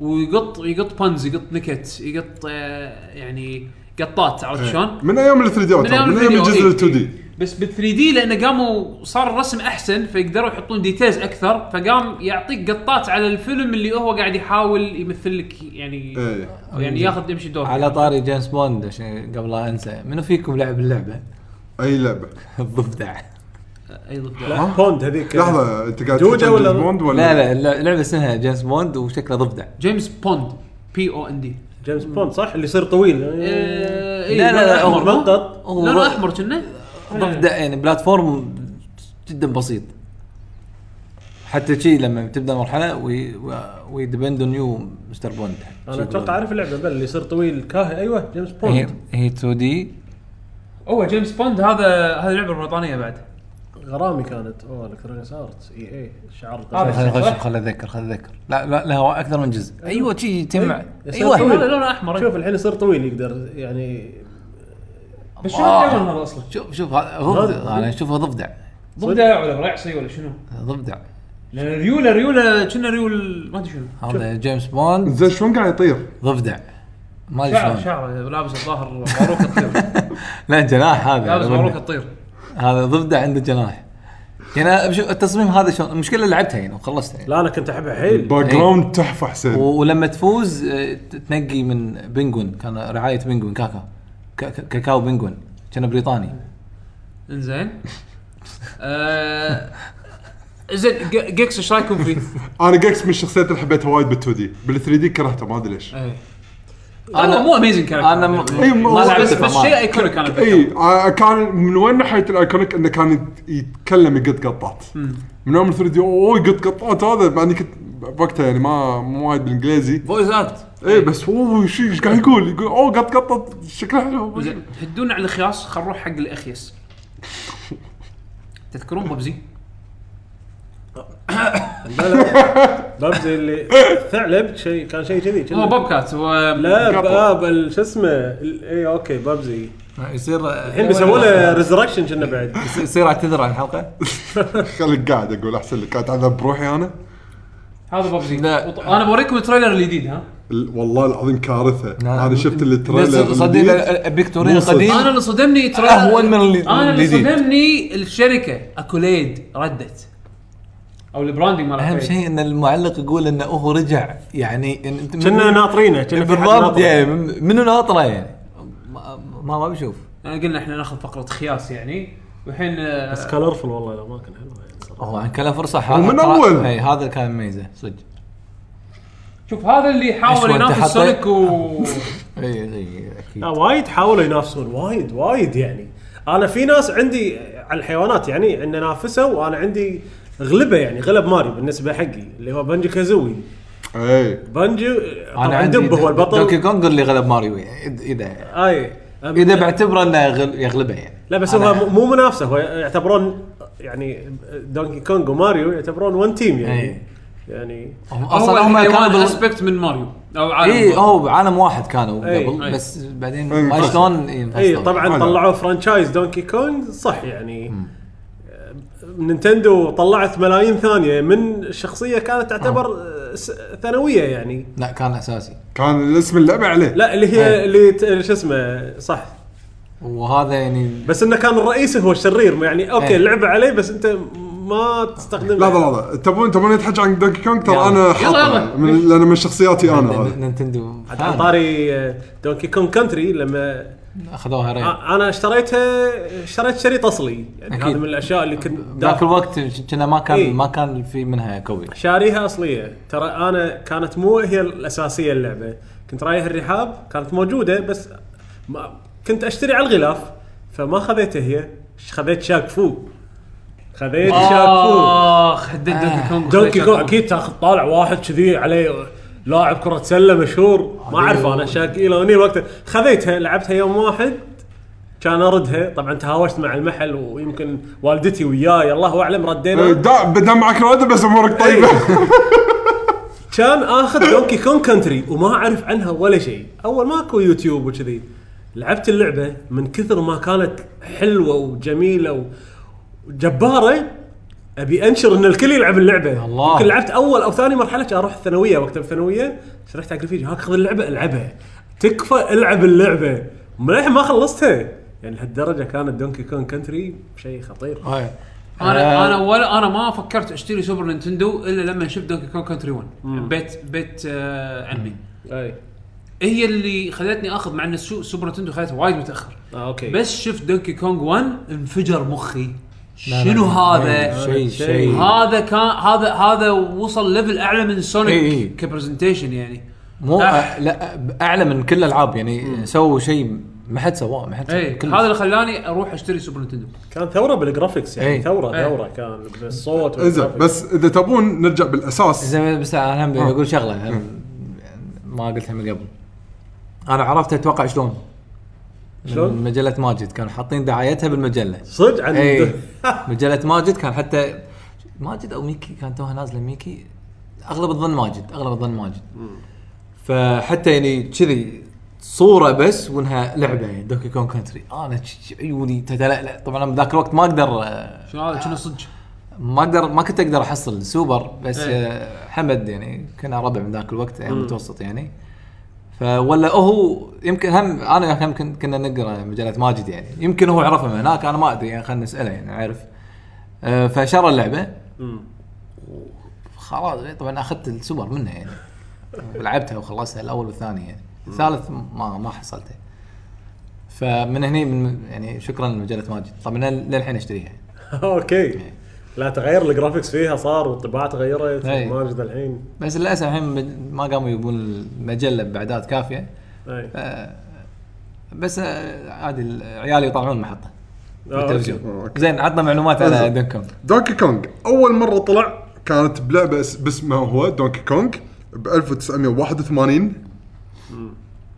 Speaker 1: ويقط يقط بنز يقط نكت يقط آه يعني قطات عرفت شلون؟
Speaker 3: إيه. من ايام ال 3 دي من
Speaker 1: من أيام
Speaker 3: ايام
Speaker 1: ال 3D
Speaker 3: الجزء
Speaker 1: إيه.
Speaker 3: ال 2 دي
Speaker 1: بس بال 3 دي لانه قاموا صار الرسم احسن فيقدروا يحطون ديتيلز اكثر فقام يعطيك قطات على الفيلم اللي هو قاعد يحاول يمثل لك يعني
Speaker 3: ايه
Speaker 1: يعني ياخذ يمشي دور
Speaker 2: إيه. على طاري جيمس بوند عشان قبل لا انسى منو فيكم لعب اللعبه
Speaker 3: اي لعبه
Speaker 2: الضفدع
Speaker 1: اي ضفدع
Speaker 4: لا بوند هذيك
Speaker 3: لحظه انت قاعد
Speaker 4: جوجة
Speaker 3: تحكي عن
Speaker 4: ولا-
Speaker 3: جيمس بوند ولا
Speaker 2: لا لا الل- اللعبه اسمها جيمس بوند وشكله ضفدع
Speaker 1: جيمس بوند بي او ان دي
Speaker 4: جيمس بوند صح اللي يصير طويل
Speaker 1: إيه،
Speaker 4: إيه،
Speaker 2: لا، لا، لا، هو
Speaker 4: مخطط.
Speaker 1: لا لا احمر كنا
Speaker 2: ضفدع يعني بلاتفورم جدا بسيط حتى شي لما تبدا مرحله وي وي ديبند اون يو مستر بوند
Speaker 4: انا اتوقع اعرف اللعبه بل اللي يصير طويل كاهي ايوه جيمس
Speaker 2: هي
Speaker 1: إيه.
Speaker 4: بوند
Speaker 2: هي 2 دي
Speaker 1: هو جيمس بوند هذا هذه لعبه بريطانيه بعد
Speaker 4: غرامي كانت اوه الكترونيس ارتس اي اي شعار
Speaker 1: هذا.
Speaker 2: خل خل خل اتذكر خل اتذكر لا لا لا هو اكثر من جزء ايوه شي يجمع ايوه
Speaker 4: أيوة.
Speaker 1: أيوه، هذا لونه احمر
Speaker 4: شوف الحين يصير طويل يقدر يعني
Speaker 1: بس شنو الحيوان هذا اصلا؟
Speaker 2: شوف شوف هذا ضفدع انا اشوفه ضفدع
Speaker 1: ضفدع ولا برعصي ولا شنو؟
Speaker 2: ضفدع
Speaker 1: لان ريوله ريوله كنا ريول ما ادري شنو
Speaker 2: هذا جيمس بوند
Speaker 3: زين شلون قاعد يطير؟
Speaker 2: ضفدع ما ادري
Speaker 1: شعر
Speaker 2: شلون
Speaker 1: شعر لابس الظاهر باروكه الطير
Speaker 2: لا جناح هذا
Speaker 1: لابس
Speaker 2: ضفدع.
Speaker 1: باروكه الطير
Speaker 2: هذا ضفدع عنده جناح يعني أنا بشوف التصميم هذا شلون المشكله لعبتها يعني وخلصتها يعني.
Speaker 4: لا انا كنت احبها حيل
Speaker 3: باك جراوند تحفه حسين
Speaker 2: و- ولما تفوز آه، ت- تنقي من بنجون كان رعايه بنجون كاكا ك- ك- كاكاو بنجون كان بريطاني
Speaker 1: انزين آه، زين ج- جيكس ايش رايكم فيه؟
Speaker 3: انا جاكس من الشخصيات اللي حبيتها وايد بال 2 دي بال 3 دي كرهته ما ادري ليش
Speaker 1: إيه.
Speaker 2: أنا-
Speaker 1: هو مو اميزنج كاركتر
Speaker 2: انا م-
Speaker 3: إي،
Speaker 2: ما
Speaker 3: بس-
Speaker 1: بس
Speaker 2: لعبت
Speaker 1: بس شيء ايكونيك انا
Speaker 2: إيه.
Speaker 1: أتذكره.
Speaker 3: اي آه، كان من وين ناحيه الايكونيك انه كان يت- يتكلم يقط قطات من يوم 3 دي اوه يقط قطات هذا مع اني كنت وقتها يعني ما مو وايد بالانجليزي
Speaker 1: فويس اكت
Speaker 3: اي بس اوه شي- ايش قاعد يقول؟ يقول اوه قط قطه شكلها حلو
Speaker 1: زين هدونا على الخياس خل نروح حق الاخيس تذكرون ببزي؟
Speaker 4: ببجي اللي ثعلب شيء كان شيء كذي
Speaker 1: هو بوبكات هو
Speaker 4: لا
Speaker 3: قطو.
Speaker 4: باب شو اسمه ال- اي اوكي ببجي
Speaker 2: يصير
Speaker 1: أيوه،
Speaker 4: الحين بيسووا له ريزركشن كنا بعد
Speaker 2: يصير اعتذر عن الحلقه
Speaker 3: خليك قاعد اقول احسن لك قاعد اعذب بروحي انا
Speaker 1: هذا ببزي
Speaker 2: لا.
Speaker 1: وط- انا بوريكم التريلر الجديد ها
Speaker 3: ال- والله العظيم كارثه
Speaker 2: لا.
Speaker 3: انا شفت التريلر
Speaker 2: بس صدق
Speaker 3: الجديد.
Speaker 2: البكتورين
Speaker 3: مو صدق.
Speaker 2: القديم
Speaker 1: انا اللي صدمني تريلر
Speaker 2: أهون من اللي-
Speaker 1: انا اللي
Speaker 2: آه، الجديد.
Speaker 1: صدمني الشركه اكوليد ردت او البراندنج مال
Speaker 2: اهم
Speaker 1: أكوليد.
Speaker 2: شيء ان المعلق يقول انه هو رجع يعني إن انت
Speaker 4: كنا ناطرينه كنا في حد
Speaker 2: بالضبط
Speaker 4: ناطره.
Speaker 2: يعني من- منو ناطره يعني ما ما ما بشوف
Speaker 1: يعني قلنا احنا ناخذ فقره خياس يعني والحين آه،
Speaker 4: بس كالرفل والله لا ما كان حلو يعني صراحة.
Speaker 2: هو عن كلام فرصه ح-
Speaker 3: ومن
Speaker 2: ترى-
Speaker 3: أول.
Speaker 2: اي إيه، هذا كان ميزه صدق
Speaker 1: شوف هذا اللي
Speaker 2: أيش
Speaker 1: يحاول
Speaker 2: وانت
Speaker 1: ينافس
Speaker 2: حاطط؟
Speaker 1: سونيك و
Speaker 2: اي اي اكيد
Speaker 4: لا وايد حاولوا ينافسون وايد وايد يعني انا في ناس عندي على الحيوانات يعني ان نافسوا وانا عندي غلبه يعني غلب ماري بالنسبه حقي اللي هو بنجي كازوي
Speaker 3: اي
Speaker 4: بنجي
Speaker 2: انا
Speaker 4: طبعا
Speaker 2: عندي
Speaker 4: دب هو
Speaker 2: دوكي
Speaker 4: البطل
Speaker 2: كونغ اللي غلب ماريو إذا- اذا
Speaker 4: اي
Speaker 2: اذا بعتبره انه يغل- يغلبه يعني
Speaker 4: لا بس
Speaker 2: أنا-
Speaker 4: هو مو- مو منافسه هو يعتبرون يعني دونكي كونغ وماريو يعتبرون ون تيم
Speaker 2: أي.
Speaker 4: يعني يعني
Speaker 2: هم
Speaker 1: اصلا
Speaker 2: اصلا هم
Speaker 1: هو
Speaker 2: كانوا
Speaker 1: كان
Speaker 2: بال... إيه،
Speaker 1: اسبكت من ماريو او عالم
Speaker 2: اي
Speaker 1: ماريو.
Speaker 2: هو بعالم واحد كانوا
Speaker 3: إيه،
Speaker 4: إي،
Speaker 2: قبل
Speaker 1: إي.
Speaker 2: بس بعدين
Speaker 3: إي،
Speaker 2: ما
Speaker 3: انفصلوا.
Speaker 2: شلون
Speaker 4: اي
Speaker 2: انفصلوا.
Speaker 4: طبعا
Speaker 3: حلو.
Speaker 4: إيه، طلعوا فرانشايز دونكي كونغ صح يعني آه، نينتندو طلعت ملايين ثانيه من شخصيه كانت تعتبر آه، س- ثانويه يعني
Speaker 2: لا كان اساسي
Speaker 3: كان اسم اللعبه عليه
Speaker 4: لا اللي
Speaker 2: أي.
Speaker 4: هي اللي ت- شو اسمه صح
Speaker 2: وهذا يعني
Speaker 4: بس انه كان الرئيس هو الشرير يعني
Speaker 2: أي.
Speaker 4: اوكي اللعبه عليه بس انت ما تستخدم
Speaker 3: لحظه لحظه تبون تبون نتحكي عن دونكي كونغ ترى
Speaker 2: يلا.
Speaker 3: انا
Speaker 1: يلا.
Speaker 3: حاطه من- لان من شخصياتي انا هذا
Speaker 2: نينتندو
Speaker 4: عاد على طاري آه، دونكي كونغ كونتري لما
Speaker 2: اخذوها
Speaker 3: آه،
Speaker 2: ريت
Speaker 4: آ- انا اشتريتها اشتريت شريط اصلي يعني
Speaker 2: أكيد.
Speaker 4: هذا من الاشياء اللي كنت
Speaker 2: ذاك
Speaker 4: دافع-
Speaker 2: الوقت كنا ما كان
Speaker 3: إيه.
Speaker 4: إي.
Speaker 2: ما كان في منها كوبي
Speaker 4: شاريها اصليه ترى انا كانت مو هي الاساسيه اللعبه كنت رايح الرحاب كانت موجوده بس ما كنت اشتري على الغلاف فما خذيتها هي ش- خذيت شاك فو خذيت
Speaker 1: آه.
Speaker 4: شاك فو
Speaker 1: اخ حدد
Speaker 2: آه.
Speaker 1: دونكي كونغ
Speaker 4: دونكي كونغ اكيد تاخذ طالع واحد كذي عليه لاعب كره سله مشهور ما اعرف انا شاك الى هني وقتها خذيتها لعبتها يوم واحد كان اردها طبعا تهاوشت مع المحل ويمكن والدتي وياي الله اعلم ردينا
Speaker 3: دا- بدم معك رادة بس امورك طيبه
Speaker 4: كان اخذ دونكي كون كونتري وما اعرف عنها ولا شيء اول ماكو يوتيوب وكذي لعبت اللعبه من كثر ما كانت حلوه وجميله وجباره ابي انشر ان الكل يلعب اللعبه
Speaker 2: الله.
Speaker 4: يمكن لعبت اول او ثاني مرحله كان اروح الثانويه وقتها بالثانويه شرحت حق رفيجي هاك خذ اللعبه العبها تكفى العب اللعبه للحين ما خلصتها يعني لهالدرجه كانت دونكي كون كونتري شيء خطير
Speaker 2: آه.
Speaker 1: انا انا ولا انا ما فكرت اشتري سوبر نينتندو الا لما شفت دونكي كونغ كونتري 1 بيت بيت آه، عمي
Speaker 4: اي
Speaker 1: هي اللي خلتني اخذ مع ان السو- سوبر نينتندو خليتها وايد متاخر
Speaker 4: اه اوكي
Speaker 1: بس شفت دونكي كونغ 1 انفجر مخي شنو هذا؟
Speaker 2: شيء شيء
Speaker 1: هذا كان هذا هذا وصل ليفل اعلى من
Speaker 2: إي
Speaker 1: سونيك
Speaker 2: إي.
Speaker 1: كبرزنتيشن يعني
Speaker 2: مو
Speaker 1: أح.
Speaker 2: أح. لا اعلى من كل الالعاب يعني سووا شيء ما حد سواه ما حد سواه
Speaker 1: اي
Speaker 2: كل-
Speaker 1: إيه، هذا اللي خلاني اروح اشتري سوبر نينتندو
Speaker 4: كان ثوره بالجرافكس يعني
Speaker 2: إي.
Speaker 4: ثوره
Speaker 1: إي.
Speaker 4: ثوره كان بالصوت
Speaker 3: زين
Speaker 4: والجرافيكس.
Speaker 3: بس اذا تبون نرجع بالاساس
Speaker 2: زين بس انا هم بقول شغله هم ما قلتها من قبل انا عرفت اتوقع شلون
Speaker 4: شلون؟
Speaker 2: من مجله ماجد كانوا حاطين دعايتها بالمجله
Speaker 4: صدق عن
Speaker 2: اي مجله إيه. ماجد كان حتى ماجد او ميكي كان توها نازله ميكي اغلب الظن ماجد اغلب الظن ماجد فحتى يعني كذي صوره بس وانها لعبه يعني دوكي كون كونتري انا ش- ش- عيوني تتلألأ طبعا أنا بذاك الوقت ما اقدر آه،
Speaker 1: شنو هذا شنو صدق
Speaker 2: ما اقدر ما كنت اقدر احصل سوبر بس
Speaker 1: إيه.
Speaker 2: آه، حمد يعني كنا ربع من ذاك الوقت يعني متوسط يعني فولا هو يمكن هم انا هم كن- كنا نقرا مجلات ماجد يعني يمكن هو عرفها من هناك انا ما ادري يعني خلينا نساله يعني عارف آه، فشرى اللعبه خلاص طبعا اخذت السوبر منه يعني لعبتها وخلصتها الاول والثاني يعني الثالث ما ما حصلته فمن هني من يعني شكرا لمجله ماجد طبعا لل- للحين اشتريها
Speaker 4: اوكي لا تغير الجرافكس فيها صار والطباعه تغيرت
Speaker 2: أي.
Speaker 4: ماجد الحين
Speaker 2: بس للاسف الحين مج- ما قاموا يبون المجله باعداد كافيه
Speaker 4: أي.
Speaker 2: إيه. بس آه، عادي ال- عيالي يطلعون المحطه
Speaker 4: آه،
Speaker 2: بالتلفزيون
Speaker 3: أوكي. أوكي.
Speaker 2: زين عطنا معلومات على
Speaker 3: انزين.
Speaker 2: دنكم
Speaker 3: دونكي كونغ اول مره طلع كانت بلعبه اس- باسمها هو دونكي كونغ ب 1981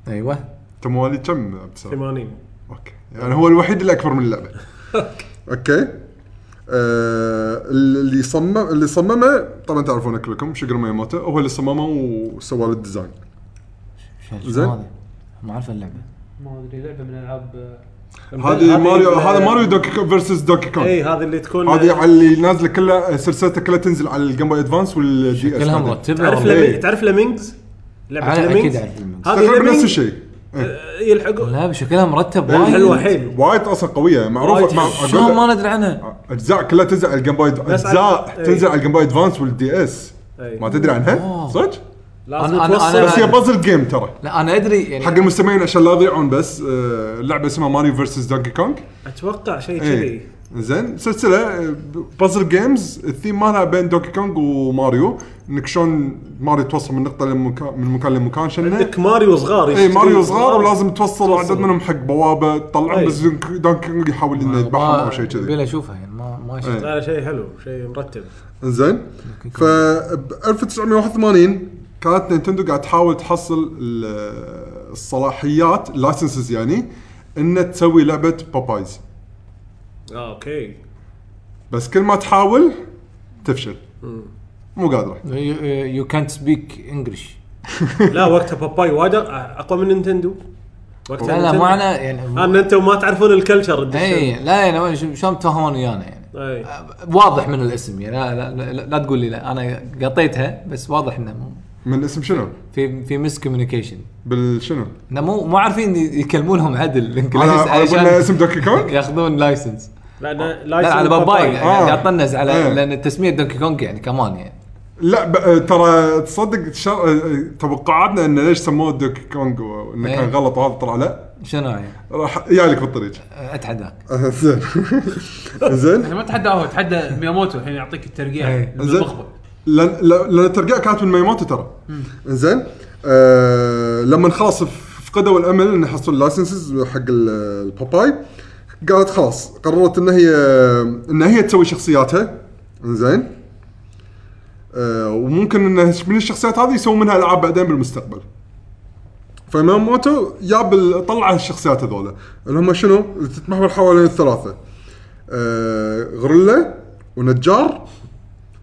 Speaker 2: ايوه
Speaker 3: انت مواليد كم عبد السلام؟
Speaker 4: 80
Speaker 3: اوكي يعني هو الوحيد اللي اكبر من اللعبه اوكي آه اللي صمم اللي صممه طبعا تعرفونه كلكم شيجر ميموتو هو اللي صممه وسوى له الديزاين زين.
Speaker 2: زين ما اعرف اللعبه
Speaker 1: ما ادري لعبه من العاب
Speaker 3: هذه ماريو هذا ماريو دوكي كونغ فيرسس دوكي كونغ
Speaker 4: اي إيه، هذه اللي تكون
Speaker 3: هذه على اللي نازله كلها سلسلتها كلها تنزل على الجيم بوي ادفانس والدي اس
Speaker 2: كلها
Speaker 3: بعدين.
Speaker 2: مرتبه
Speaker 4: تعرف
Speaker 2: والله.
Speaker 3: لمين؟
Speaker 4: لمي... تعرف ليمينجز؟ لعبه
Speaker 2: أنا
Speaker 4: ليمينجز
Speaker 2: اكيد اعرف لمين.
Speaker 3: تقريبا نفس الشيء
Speaker 4: آه، يلحقوا
Speaker 2: لا شكلها مرتب
Speaker 3: إيه.
Speaker 4: حلوه حيل
Speaker 3: وايد اصلا قويه
Speaker 4: وايد.
Speaker 3: معروفه مع
Speaker 2: شلون
Speaker 3: أقول
Speaker 2: ما
Speaker 3: لك،
Speaker 2: ندري عنها
Speaker 3: اجزاء كلها تنزل على الجيم بوي أد-
Speaker 4: بس على-
Speaker 3: اجزاء
Speaker 4: إيه.
Speaker 3: تنزل على الجيم بوي ادفانس والدي اس
Speaker 4: إيه.
Speaker 3: ما تدري عنها
Speaker 2: أوه.
Speaker 3: صدق
Speaker 4: لازم
Speaker 2: أنا- أنا-
Speaker 4: توصل
Speaker 2: أنا-
Speaker 3: بس هي بازل جيم ترى
Speaker 2: لا انا ادري يعني
Speaker 3: حق المستمعين عشان لا يضيعون بس آه، اللعبه اسمها ماريو فيرسس دونكي كونغ
Speaker 4: اتوقع شيء
Speaker 3: ايه
Speaker 4: كذي
Speaker 3: زين سلسله بازل جيمز الثيم مالها بين دونكي كونغ وماريو انك شلون ماريو توصل من نقطه لمكان من مكان لمكان شنه
Speaker 4: عندك ماريو صغار
Speaker 3: اي
Speaker 4: يشتري
Speaker 3: إيه، ماريو صغار ولازم توصل
Speaker 4: إيه، توصل.
Speaker 3: عدد منهم حق بوابه تطلعهم
Speaker 4: إيه.
Speaker 3: بس دونك- دونكي كونغ يحاول انه يذبحهم او شيء كذي
Speaker 2: بلا اشوفها يعني ما ما شفت
Speaker 3: إيه.
Speaker 4: لا لا شيء حلو شيء مرتب
Speaker 3: زين ف ب 1981 كانت نينتندو قاعد تحاول تحصل ال- الصلاحيات اللايسنسز يعني ان تسوي لعبه بابايز
Speaker 4: اه اوكي
Speaker 3: بس كل ما تحاول تفشل مو قادره
Speaker 2: يو كانت سبيك انجلش
Speaker 4: لا وقتها باباي وايد اقوى من نينتندو وقتها
Speaker 2: لا لا
Speaker 4: نينتندو-
Speaker 2: ما انا يعني مو-
Speaker 4: انا انتم آه، ما تعرفون الكلتشر الدشة.
Speaker 2: اي لا يعني وين- شو- شلون تفهمون ويانا يعني
Speaker 4: اي
Speaker 2: واضح من الاسم يعني لا لا, لا, لا, لا تقول لي لا انا قطيتها بس واضح انه مو-
Speaker 3: من اسم شنو؟
Speaker 2: في في مس كوميونيكيشن
Speaker 3: بالشنو؟
Speaker 2: انه مو مو عارفين ي- يكلمونهم عدل الانجليز
Speaker 3: على على قولنا اسم دوكي كونغ؟
Speaker 2: ياخذون لايسنس
Speaker 4: لا
Speaker 2: لا على باباي
Speaker 3: آه.
Speaker 2: يعني اطنز على
Speaker 3: إيه.
Speaker 2: لان تسميه دونكي كونج يعني كمان يعني
Speaker 3: لا ب- آه، ترى تصدق شر... آه، توقعاتنا انه ليش سموه دوكي كونغ وانه كان
Speaker 2: إيه.
Speaker 3: غلط وهذا طلع لا
Speaker 2: شنو يعني
Speaker 3: راح يالك بالطريق
Speaker 2: اتحداك
Speaker 3: آه، زين زين
Speaker 1: احنا ما تحداه هو تحدى مياموتو الحين يعطيك الترقيع
Speaker 2: إيه.
Speaker 1: المخبط
Speaker 3: لان لأن- لان الترقيع كانت من ميموتو ترى زين آه لما خلاص فقدوا الامل ان يحصلوا اللايسنسز حق ال- الباباي قالت خلاص قررت ان هي ان هي تسوي شخصياتها زين آه وممكن ان من الشخصيات هذه يسووا منها العاب بعدين بالمستقبل فميموتو جاب ال- طلع الشخصيات هذول اللي هم شنو؟ اللي تتمحور حوالين الثلاثه آه غوريلا ونجار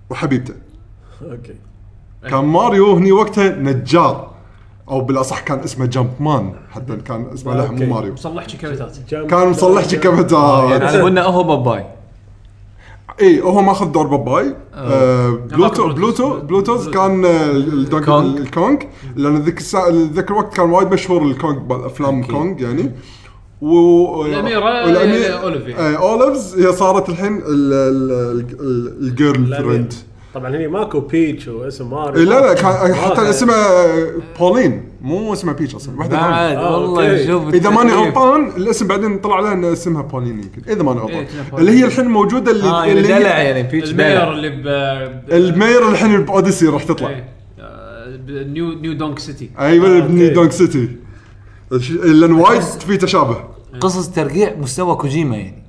Speaker 3: وحبيبته
Speaker 4: اوكي
Speaker 3: كان ماريو هني وقتها نجار او بالاصح كان اسمه جامب مان حتى كان اسمه لا مو
Speaker 4: أوكي.
Speaker 3: ماريو
Speaker 1: وصلح شيكابيتات
Speaker 4: جام-
Speaker 3: كان مصلح
Speaker 2: يعني
Speaker 3: كبتات
Speaker 2: على قولنا هو باباي
Speaker 3: اي هو ماخذ دور باباي آه، بلوتو
Speaker 1: أماكن بلوتوز.
Speaker 3: بلوتو بلوتوز كان آه، الدونكي-
Speaker 2: كونغ.
Speaker 3: الكونغ لان ذيك الساعه ذاك الوقت كان وايد مشهور الكونغ بالافلام كونغ يعني و
Speaker 1: الأميرة
Speaker 3: والأمي-
Speaker 1: أوليف يعني.
Speaker 3: آه، اوليفز هي صارت الحين ال- ال- ال- الجيرل فريند
Speaker 4: طبعا هني ماكو بيتش واسم ماريو
Speaker 3: إيه لا لا كان
Speaker 4: واضح.
Speaker 3: حتى اسمها بولين مو اسمها بيتش اصلا واحده ثانية.
Speaker 2: بعد
Speaker 4: آه،
Speaker 2: والله
Speaker 4: أوكي.
Speaker 2: شوف
Speaker 3: اذا ماني
Speaker 2: التكليف.
Speaker 3: غلطان الاسم بعدين طلع لها ان اسمها بولين يمكن اذا ماني غلطان
Speaker 1: إيه، اسمها بولين.
Speaker 3: اللي هي الحين موجوده اللي,
Speaker 2: اه يعني
Speaker 3: اللي هي-
Speaker 2: دلع يعني بيتش
Speaker 1: المير
Speaker 2: دلع
Speaker 1: اللي ب ب-
Speaker 3: المير الحين باوديسي راح تطلع
Speaker 1: إيه. آه، ب- نيو نيو دونك سيتي
Speaker 3: ايوه اللي
Speaker 4: أوكي.
Speaker 3: بنيو دونك سيتي الش- لان وايد في تشابه
Speaker 2: قصص ترقيع مستوى كوجيما يعني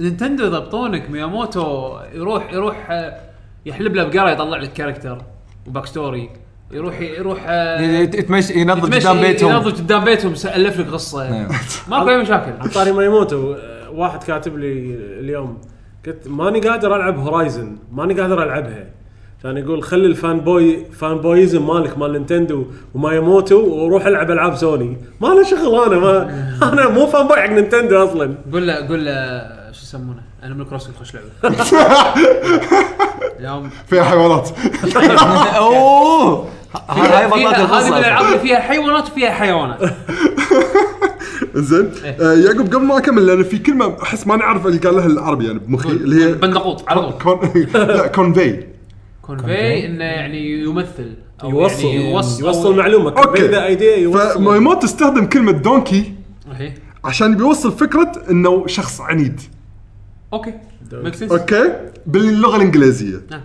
Speaker 1: نينتندو يضبطونك مياموتو يروح يروح آه، يحلب له بقره يطلع لك كاركتر وباك ستوري يروح يروح آه،
Speaker 2: يعني يتمشي ينظف
Speaker 1: يتمشى-
Speaker 2: قدام بيتهم
Speaker 1: ينظف قدام بيتهم الف لك قصه
Speaker 2: نعم.
Speaker 1: ماكو اي مشاكل
Speaker 4: عن طاري مايموتو آه، واحد كاتب لي اليوم قلت ماني قادر العب هورايزن ماني قادر العبها كان يقول خلي الفان بوي فان بويزم مالك مال نينتندو ومايموتو وروح العب العاب سوني ما له شغل انا ما انا مو فان بوي حق نينتندو اصلا
Speaker 1: قول له قول له شو يسمونه انيمال كروسنج خوش لعبه اليوم
Speaker 3: فيها حيوانات
Speaker 2: اوه هاي هاي
Speaker 1: فيها-
Speaker 2: بطاطا
Speaker 1: هذه من الالعاب
Speaker 2: القصه
Speaker 1: اللي فيها حيوانات وفيها حيوانات
Speaker 3: زين آه، يعقوب قبل ما اكمل لان في كلمه احس ما نعرف اللي قال لها العربي يعني بمخي اللي هي
Speaker 1: بندقوط على طول
Speaker 3: كون لا كونفي
Speaker 1: كونفي انه يعني يمثل أو
Speaker 4: يوصل
Speaker 1: يعني يوصل
Speaker 4: يوصل معلومه
Speaker 3: اوكي
Speaker 4: بين ذا ايديا يوصل
Speaker 3: فمايموت استخدم كلمه دونكي
Speaker 1: إيه.
Speaker 3: عشان بيوصل فكره انه شخص عنيد
Speaker 1: اوكي ميك سنس
Speaker 3: اوكي باللغه الانجليزيه
Speaker 1: نعم.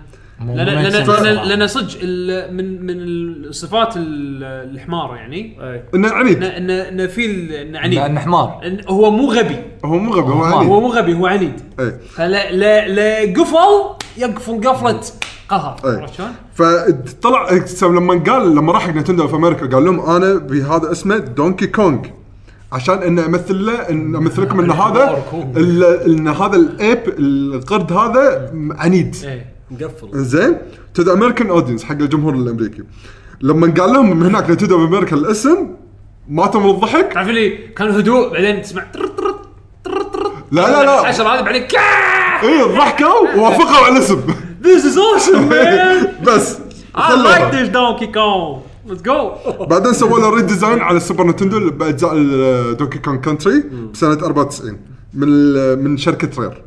Speaker 1: لان لان لان لان صدق ال- من من الصفات ال- الحمار يعني
Speaker 4: أي.
Speaker 3: انه عنيد
Speaker 1: انه انه إنه في ال- انه
Speaker 2: لان
Speaker 1: عنيد
Speaker 2: حمار
Speaker 1: إن- هو مو غبي
Speaker 3: هو مو غبي هو
Speaker 2: هو-
Speaker 1: هو
Speaker 3: عنيد
Speaker 1: مو غبي هو عنيد
Speaker 3: إيه.
Speaker 1: فلا لا لا قفل يقفل قفله قهر
Speaker 3: إيه.
Speaker 1: عرفت شلون؟
Speaker 3: فطلع لما قال لما راح حق نتندو في امريكا قال لهم انا بهذا اسمه دونكي كونغ عشان ان امثل له ان امثلكم ان هذا ال- ان هذا الايب القرد هذا عنيد
Speaker 1: ايه
Speaker 4: مقفل
Speaker 3: زين تو ذا امريكان اودينس حق الجمهور الامريكي لما قال لهم من هناك نتندو في امريكا الاسم ماتوا من الضحك
Speaker 1: تعرف اللي كان هدوء بعدين تسمع تر تر تر تر
Speaker 3: لا لا لا.
Speaker 1: عشرة هذه بعدين
Speaker 3: اي إيه، ضحكوا ووافقوا على الاسم
Speaker 1: This is awesome man
Speaker 3: بس
Speaker 1: I like
Speaker 3: خلوها.
Speaker 1: this Donkey Kong Let's go
Speaker 3: بعدين سووا له ريديزاين على السوبر نتندو باجزاء دونكي كون كونتري بسنه 94 من ال- من شركه رير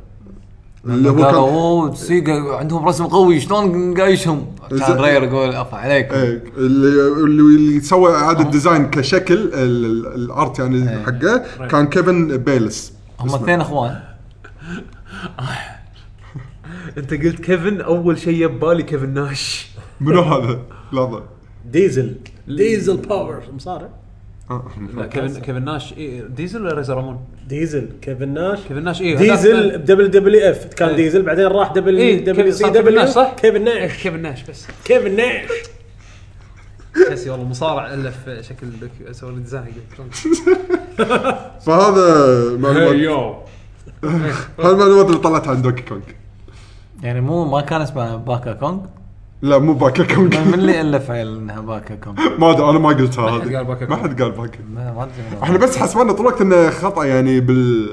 Speaker 3: اللي هو
Speaker 2: قالوا
Speaker 3: كان
Speaker 2: اوه سيجا عندهم رسم قوي شلون نقايشهم كان
Speaker 3: زين.
Speaker 2: رير يقول افا عليكم
Speaker 3: إيه، اللي اللي اللي سوى اعاده ديزاين كشكل ال- ال- الارت يعني حقه كان كيفن بيلس
Speaker 2: هم اثنين اخوان
Speaker 7: انت قلت كيفن اول شيء ببالي كيفن ناش
Speaker 3: منو هذا؟ لحظه
Speaker 4: ديزل ديزل باور مصارع
Speaker 3: آه.
Speaker 7: كيفن كيفن ناش إيه، ديزل ولا ريزر رامون؟
Speaker 4: ديزل كيفن ناش
Speaker 7: كيفن ناش إيه، اي
Speaker 4: ديزل بدبل دبليو اف كان ديزل بعدين راح دبل
Speaker 7: إيه،
Speaker 4: دبليو
Speaker 7: كيفن-
Speaker 4: سي
Speaker 7: صار كيفن
Speaker 4: دبليو
Speaker 7: ناش، صح؟
Speaker 4: كيفن ناش
Speaker 7: إيه، كيفن ناش بس
Speaker 4: كيفن ناش
Speaker 7: تحسي والله مصارع الف شكل دوك- سوى لي ديزاين حق-
Speaker 3: فهذا معلومات هاي المعلومات اللي طلعت عن دوكي كونج
Speaker 2: يعني مو ما كان اسمه باكا كونغ
Speaker 3: لا مو باكا كونج
Speaker 2: من اللي الف على انها باكا كونغ
Speaker 3: ما ادري انا ما قلتها هذه
Speaker 7: حد قال باكا
Speaker 3: ما
Speaker 7: كونج.
Speaker 3: حد قال باكا
Speaker 2: ما ما ادري منو.
Speaker 3: احنا بس حسبنا طول الوقت انه خطا يعني بال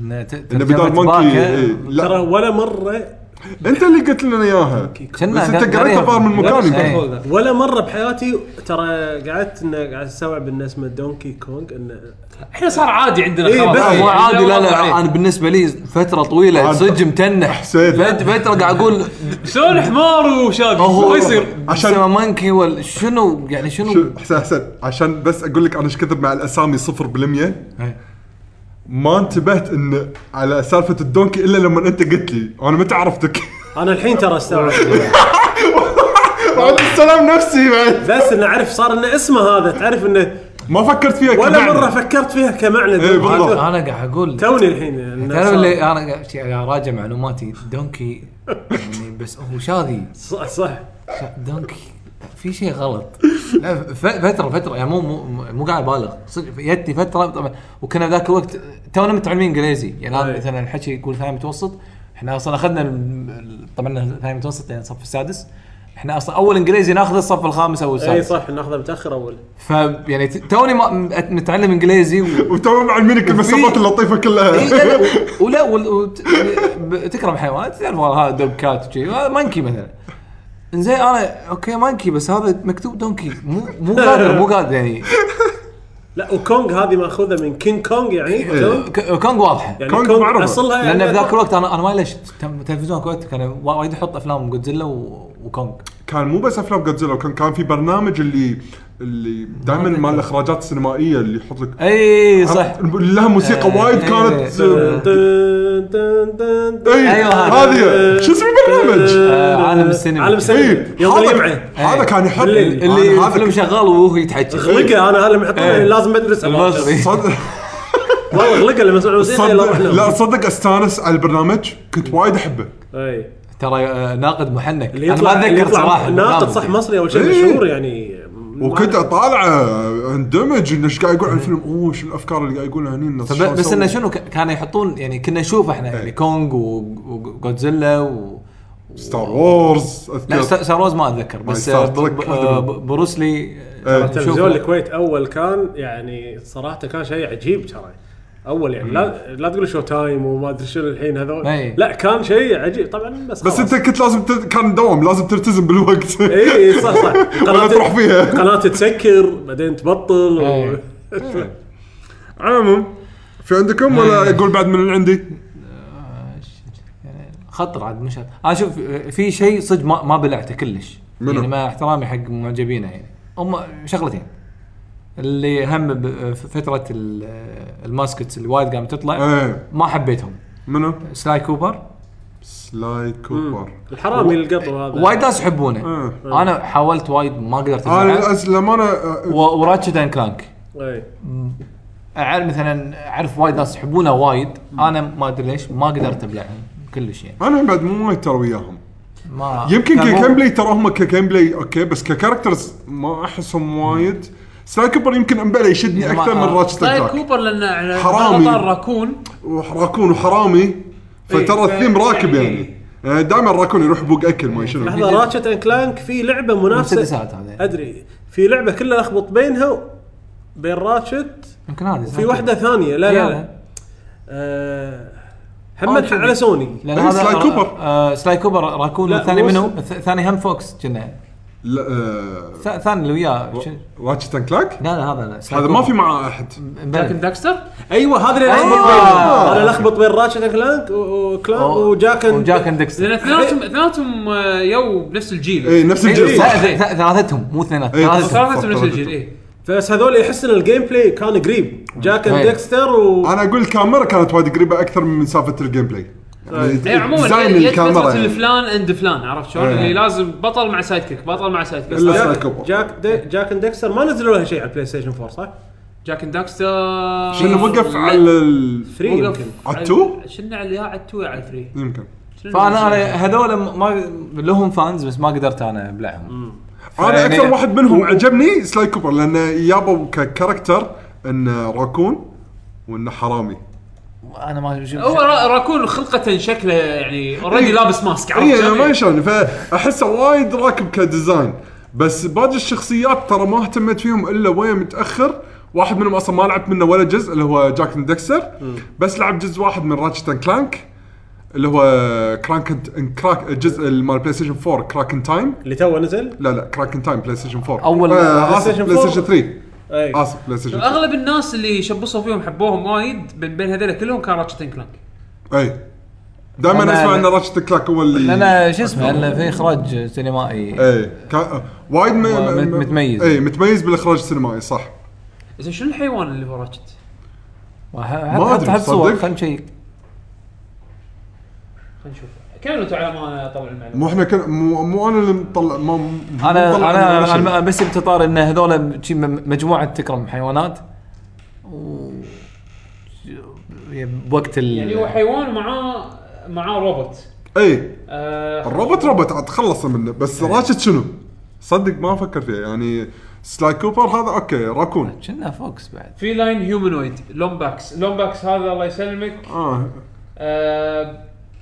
Speaker 2: انه ت-
Speaker 3: انه
Speaker 2: ترجمة
Speaker 3: بدال مونكي
Speaker 2: باكا.
Speaker 3: إيه.
Speaker 4: ترى
Speaker 3: لا
Speaker 4: ولا مره
Speaker 3: انت اللي قلت لنا اياها
Speaker 2: كنا
Speaker 3: بس انت
Speaker 2: قا-
Speaker 3: قريتها
Speaker 2: قريب.
Speaker 3: بار من مكاني
Speaker 2: إيه.
Speaker 7: هولدر.
Speaker 4: ولا مره بحياتي ترى قعدت انه قاعد استوعب ان اسمه دونكي كونج انه
Speaker 1: احنا صار عادي عندنا
Speaker 4: إيه،
Speaker 1: خلاص.
Speaker 4: بس-
Speaker 2: لا، مو
Speaker 1: يعني
Speaker 2: عادي لا
Speaker 1: وضع
Speaker 2: لا
Speaker 1: عليه.
Speaker 2: انا بالنسبه لي فتره طويله
Speaker 3: عاد.
Speaker 2: صدق متنح
Speaker 3: حسين.
Speaker 2: فت- فتره قاعد اقول
Speaker 1: شلون حمار وشاب
Speaker 2: هو
Speaker 1: ما يصير
Speaker 3: عشان-
Speaker 2: عشان مانكي ولا شنو يعني شنو
Speaker 3: شو- حسين حسين عشان بس اقول لك انا ايش كثر مع الاسامي 0% ما انتبهت ان على سالفه الدونكي الا لما انت قلت لي انا متى عرفتك؟
Speaker 4: انا الحين ترى استوعب
Speaker 3: بعد السلام نفسي بعد
Speaker 4: بس انه اعرف صار انه اسمه هذا تعرف انه
Speaker 3: ما فكرت فيها
Speaker 4: ولا
Speaker 3: كمعنى.
Speaker 4: مره فكرت فيها كمعنى
Speaker 3: إيه، بالضبط.
Speaker 2: انا قاعد اقول
Speaker 4: توني الحين إنه
Speaker 2: تعرف
Speaker 4: صار-
Speaker 2: اللي انا قاعد شي- قاعد اراجع معلوماتي دونكي يعني بس هو شاذي
Speaker 4: صح صح
Speaker 2: شا- دونكي في شيء غلط لا ف- فتره فتره يعني مو مو مو قاعد ابالغ صدق جتني فتره طبعا وكنا ذاك الوقت تونا متعلمين انجليزي يعني
Speaker 4: أي.
Speaker 2: هذا مثلا الحكي يقول ثاني متوسط احنا اصلا اخذنا ال- ال- طبعا ثاني متوسط يعني الصف السادس احنا اصلا اول انجليزي ناخذه الصف الخامس او
Speaker 4: اي
Speaker 2: السادس
Speaker 4: إيه، صح ناخذه متاخر اول
Speaker 2: ف يعني ت- توني ما م- متعلم انجليزي و...
Speaker 3: وتو معلمينك المسافات اللطيفه
Speaker 2: إي،
Speaker 3: كلها
Speaker 2: إيه، لا، لا، ولا وال- وت- ب- تكرم حيوانات تعرف والله هذا دوب كات وشي هذا مانكي مثلا زين انا اوكي مانكي بس هذا مكتوب دونكي مو مو قادر مو قادر يعني
Speaker 4: لا وكونغ هذه ماخوذه من كينج كونغ يعني كونغ
Speaker 2: ك- كونغ واضحه
Speaker 4: يعني
Speaker 3: إيه. كونغ
Speaker 4: كونغ
Speaker 3: معروفة.
Speaker 4: اصلها يعني
Speaker 2: لان في ذاك الوقت انا انا ما ليش تم- تلفزيون الكويت كان وا- وايد يحط افلام جودزيلا و- وكونغ
Speaker 3: كان مو بس افلام جودزيلا وكان كان في برنامج اللي اللي دائما مال الاخراجات السينمائيه اللي يحط لك
Speaker 2: اي صح
Speaker 3: لها موسيقى
Speaker 2: آه،
Speaker 3: وايد
Speaker 2: آه،
Speaker 3: كانت
Speaker 2: آه.
Speaker 4: دن- دن- دن- دن.
Speaker 3: اي
Speaker 2: أيوة هذا.
Speaker 3: إيه، هذه شو اسم البرنامج؟
Speaker 2: آه، عالم السينما.
Speaker 4: عالم
Speaker 3: اي
Speaker 4: السينما يلا
Speaker 3: إيه، هذا إيه.
Speaker 4: يمعه
Speaker 3: هذا كان يحط
Speaker 4: بالليل.
Speaker 3: أنا
Speaker 2: إيه. اللي
Speaker 3: هذا
Speaker 2: الفيلم شغال وهو يتحكي
Speaker 4: اغلقه انا هلا محطه
Speaker 2: إيه.
Speaker 4: لازم ادرس
Speaker 2: المصري
Speaker 3: صدق
Speaker 4: والله اغلقه لما اسمع
Speaker 2: إيه،
Speaker 4: موسيقى يلا
Speaker 3: صدق
Speaker 4: روح
Speaker 3: لا
Speaker 4: نام.
Speaker 3: صدق استانس على البرنامج كنت وايد احبه
Speaker 4: اي
Speaker 2: ترى آه، ناقد محنك
Speaker 4: إيه. اللي
Speaker 2: انا
Speaker 4: يطلع
Speaker 2: ما
Speaker 4: اللي
Speaker 2: اتذكر
Speaker 4: يطلع
Speaker 2: صراحه
Speaker 4: ناقد
Speaker 2: البرنامج.
Speaker 4: صح مصري اول شيء
Speaker 3: إيه.
Speaker 4: مشهور يعني
Speaker 3: وكنت اطالعه اندمج انه ايش قاعد يقول عن الفيلم اوه شو الافكار اللي قاعد يقولها هني الناس
Speaker 2: فب-
Speaker 3: شلون إيه.
Speaker 2: بس
Speaker 3: سووا.
Speaker 2: انه شنو ك- كانوا يحطون يعني كنا نشوف احنا يعني كونغ و- وجودزيلا و
Speaker 3: ستار وورز
Speaker 2: لا
Speaker 3: اذكر
Speaker 2: ستار وورز ما اتذكر بس
Speaker 3: ستار
Speaker 2: آه،
Speaker 3: تريك
Speaker 2: ب-
Speaker 3: واحدة
Speaker 2: آه،
Speaker 3: منهم.
Speaker 2: ب- آه، بروسلي
Speaker 3: إيه.
Speaker 4: تلفزيون الكويت اول كان يعني صراحه كان شيء عجيب ترى اول يعني لا لا تقول شو تايم وما ادري شنو الحين هذول
Speaker 2: أي.
Speaker 4: لا كان شيء عجيب طبعا بس
Speaker 3: بس
Speaker 4: خلاص.
Speaker 3: انت كنت لازم تل... كان دوام لازم تلتزم بالوقت
Speaker 2: إيه.
Speaker 4: اي إي، صح صح
Speaker 3: ولا تروح فيها
Speaker 4: قناه تسكر بعدين تبطل و...
Speaker 2: إي.
Speaker 3: على العموم في عندكم ولا اقول بعد من اللي عندي؟
Speaker 2: يعني خطر عاد مش انا شوف آه، في شيء صدق ما, ما بلعته كلش
Speaker 3: منو؟
Speaker 2: يعني مع احترامي حق معجبينه يعني هم شغلتين اللي هم آه، بفتره آه، الماسكتس اللي وايد قامت تطلع
Speaker 3: ايه
Speaker 2: ما حبيتهم
Speaker 3: منو؟
Speaker 2: سلاي كوبر
Speaker 3: سلاي كوبر
Speaker 4: الحرامي القطو هذا
Speaker 2: وايد ناس يحبونه
Speaker 3: إيه.
Speaker 2: انا حاولت وايد ما قدرت
Speaker 3: انا
Speaker 2: أتابعه.
Speaker 3: الأس- للامانه آه،
Speaker 2: و- وراتشت اند كلانك
Speaker 4: إي.
Speaker 2: اعرف مثلا اعرف وايد ناس يحبونه وايد انا ما ادري ليش ما قدرت ابلعهم كلش يعني
Speaker 3: انا بعد مو وايد ترى وياهم
Speaker 2: ما
Speaker 3: يمكن
Speaker 2: كان مو-
Speaker 3: كجيم بلاي ترى هم كجيم بلاي اوكي بس ككاركترز ما احسهم وايد سلاي كوبر يمكن امبلا يشدني
Speaker 2: ما-
Speaker 3: اكثر من
Speaker 2: آه.
Speaker 3: راتشت
Speaker 1: طيب
Speaker 3: كلاك
Speaker 1: كوبر لان على
Speaker 3: حرامي.
Speaker 1: غلطان راكون
Speaker 3: وراكون وحرامي فترى
Speaker 1: إيه، ف-
Speaker 3: الثيم راكب
Speaker 1: يعني-
Speaker 3: يعني آه، دائما الراكون يروح بوق اكل ما شنو
Speaker 4: لحظه راتشت اند كلانك في لعبه منافسه
Speaker 2: مسدسات هذه
Speaker 4: ادري في لعبه كلها اخبط بينها بين راتشت
Speaker 2: يمكن هذه
Speaker 4: في واحده ثانيه لا لا, لا.
Speaker 2: يلا.
Speaker 4: أه
Speaker 2: آه،
Speaker 4: محمد
Speaker 2: شوف.
Speaker 4: على سوني
Speaker 2: لان
Speaker 3: إيه،
Speaker 2: هذا
Speaker 3: سلاي
Speaker 2: را-
Speaker 3: كوبر.
Speaker 2: آه سلاي كوبر راكون
Speaker 4: لا،
Speaker 2: الثاني
Speaker 4: مو
Speaker 2: منو؟
Speaker 4: س-
Speaker 2: الث- الثاني هم فوكس كنا
Speaker 3: لا آه،
Speaker 2: الث- الثاني اللي وياه ش-
Speaker 3: راتشت اند كلاك
Speaker 2: لا لا هذا لا سلاي
Speaker 3: هذا ما
Speaker 2: كوبر.
Speaker 3: في معاه احد
Speaker 2: بلى.
Speaker 1: جاك داكستر
Speaker 4: ايوه هذا اللي اخبط
Speaker 2: أيوة.
Speaker 4: بينهم انا لخبط بين راتشت اند كلانك و- وكلانك
Speaker 2: أو-
Speaker 4: وجاك أند-
Speaker 2: وجاك اند
Speaker 1: لان
Speaker 2: ديكستر
Speaker 3: إيه.
Speaker 1: اثنيناتهم اثنيناتهم آه، يو بنفس الجيل
Speaker 3: اي إيه، نفس الجيل
Speaker 2: لا
Speaker 3: صح
Speaker 2: إيه، ث- ث- ثلاثتهم مو اثنيناتهم
Speaker 3: إيه،
Speaker 2: ثلاثتهم
Speaker 1: ثلاثتهم نفس الجيل إيه. اي
Speaker 4: بس هذول يحس ان الجيم بلاي كان قريب جاك اند
Speaker 2: أيوة.
Speaker 4: ديكستر و
Speaker 3: انا اقول الكاميرا كانت وايد قريبه اكثر من مسافه الجيم بلاي يعني
Speaker 1: اي عموما
Speaker 3: ديزاين
Speaker 1: هي- هي
Speaker 3: الكاميرا
Speaker 1: فترة
Speaker 3: يعني.
Speaker 1: الفلان اند فلان عرفت شلون؟
Speaker 3: إيه.
Speaker 1: اللي لازم بطل مع سايد كيك بطل مع سايد كيك
Speaker 3: إلا
Speaker 1: جاك-
Speaker 3: سايد كوبر.
Speaker 4: جاك دي- جاك اند ديكستر ما نزلوا لها شيء على البلاي ستيشن 4 صح؟
Speaker 1: جاك اند داكستر
Speaker 3: شنو وقف على ال-
Speaker 4: 3 يمكن
Speaker 3: على التو؟
Speaker 1: شنو على يا على التو يا على الثري
Speaker 3: يمكن
Speaker 2: فانا انا هذول ما لهم فانز بس ما قدرت انا ابلعهم
Speaker 3: انا
Speaker 2: فيعني-
Speaker 3: اكثر واحد منهم عجبني سلاي كوبر لانه يابوا ككاركتر انه راكون وانه حرامي
Speaker 2: انا ما شفت
Speaker 1: هو را- راكون خلقة شكله يعني اوريدي لابس ماسك عرفت
Speaker 3: اي إيه. ما
Speaker 1: شلون؟ إيه.
Speaker 3: شلون فاحسه وايد راكب كديزاين بس باقي الشخصيات ترى ما اهتمت فيهم الا وين متاخر واحد منهم اصلا ما لعبت منه ولا جزء اللي هو جاك أند ديكستر بس لعب جزء واحد من راتشت أند كلانك اللي هو كرانك أند- كراك الجزء اللي مال بلاي ستيشن 4 كراكن تايم
Speaker 4: اللي تو نزل
Speaker 3: لا لا كراكن تايم بلاي ستيشن 4
Speaker 2: أول-
Speaker 3: آه اسف
Speaker 4: PlayStation
Speaker 3: بلاي ستيشن
Speaker 4: 4.
Speaker 3: 3
Speaker 4: اي
Speaker 3: اسف بلاي ستيشن 3
Speaker 1: اغلب الناس اللي شبصوا فيهم حبوهم وايد من بين هذول كلهم كان راتشت إند كلانك
Speaker 3: اي دائما
Speaker 2: لأن-
Speaker 3: اسمع ان راتشت كلاك هو اللي
Speaker 2: لان شو اسمه لان في اخراج سينمائي
Speaker 3: اي كان إيه. وايد م...
Speaker 2: مت-
Speaker 3: م-
Speaker 2: إيه. متميز.
Speaker 3: اي متميز بالاخراج السينمائي صح
Speaker 1: زين شنو الحيوان اللي هو راتشت؟
Speaker 3: ما
Speaker 2: ما
Speaker 3: أدري،
Speaker 2: حط صور
Speaker 3: تصدق؟
Speaker 2: خلينا نشيك
Speaker 1: خلينا نشوف كملوا انتم على ما انا اطلع المعلومه
Speaker 3: مو احنا كن... مو... مو انا اللي مطلع ما مو
Speaker 2: انا
Speaker 3: مطلع
Speaker 2: انا
Speaker 3: ولا شيء.
Speaker 2: انا بس بتطار ان هذول شي م- مجموعه تكرم حيوانات و بوقت ال
Speaker 1: يعني هو حيوان معاه معاه روبوت
Speaker 3: اي
Speaker 1: آه
Speaker 3: إيه. الروبوت روبوت عاد خلص منه بس
Speaker 2: إيه.
Speaker 3: راشد شنو؟ صدق ما افكر فيها يعني سلاي كوبر هذا اوكي راكون
Speaker 2: كنا فوكس بعد
Speaker 1: في لاين هيومانويد لومباكس لومباكس هذا الله يسلمك
Speaker 3: اه
Speaker 1: آه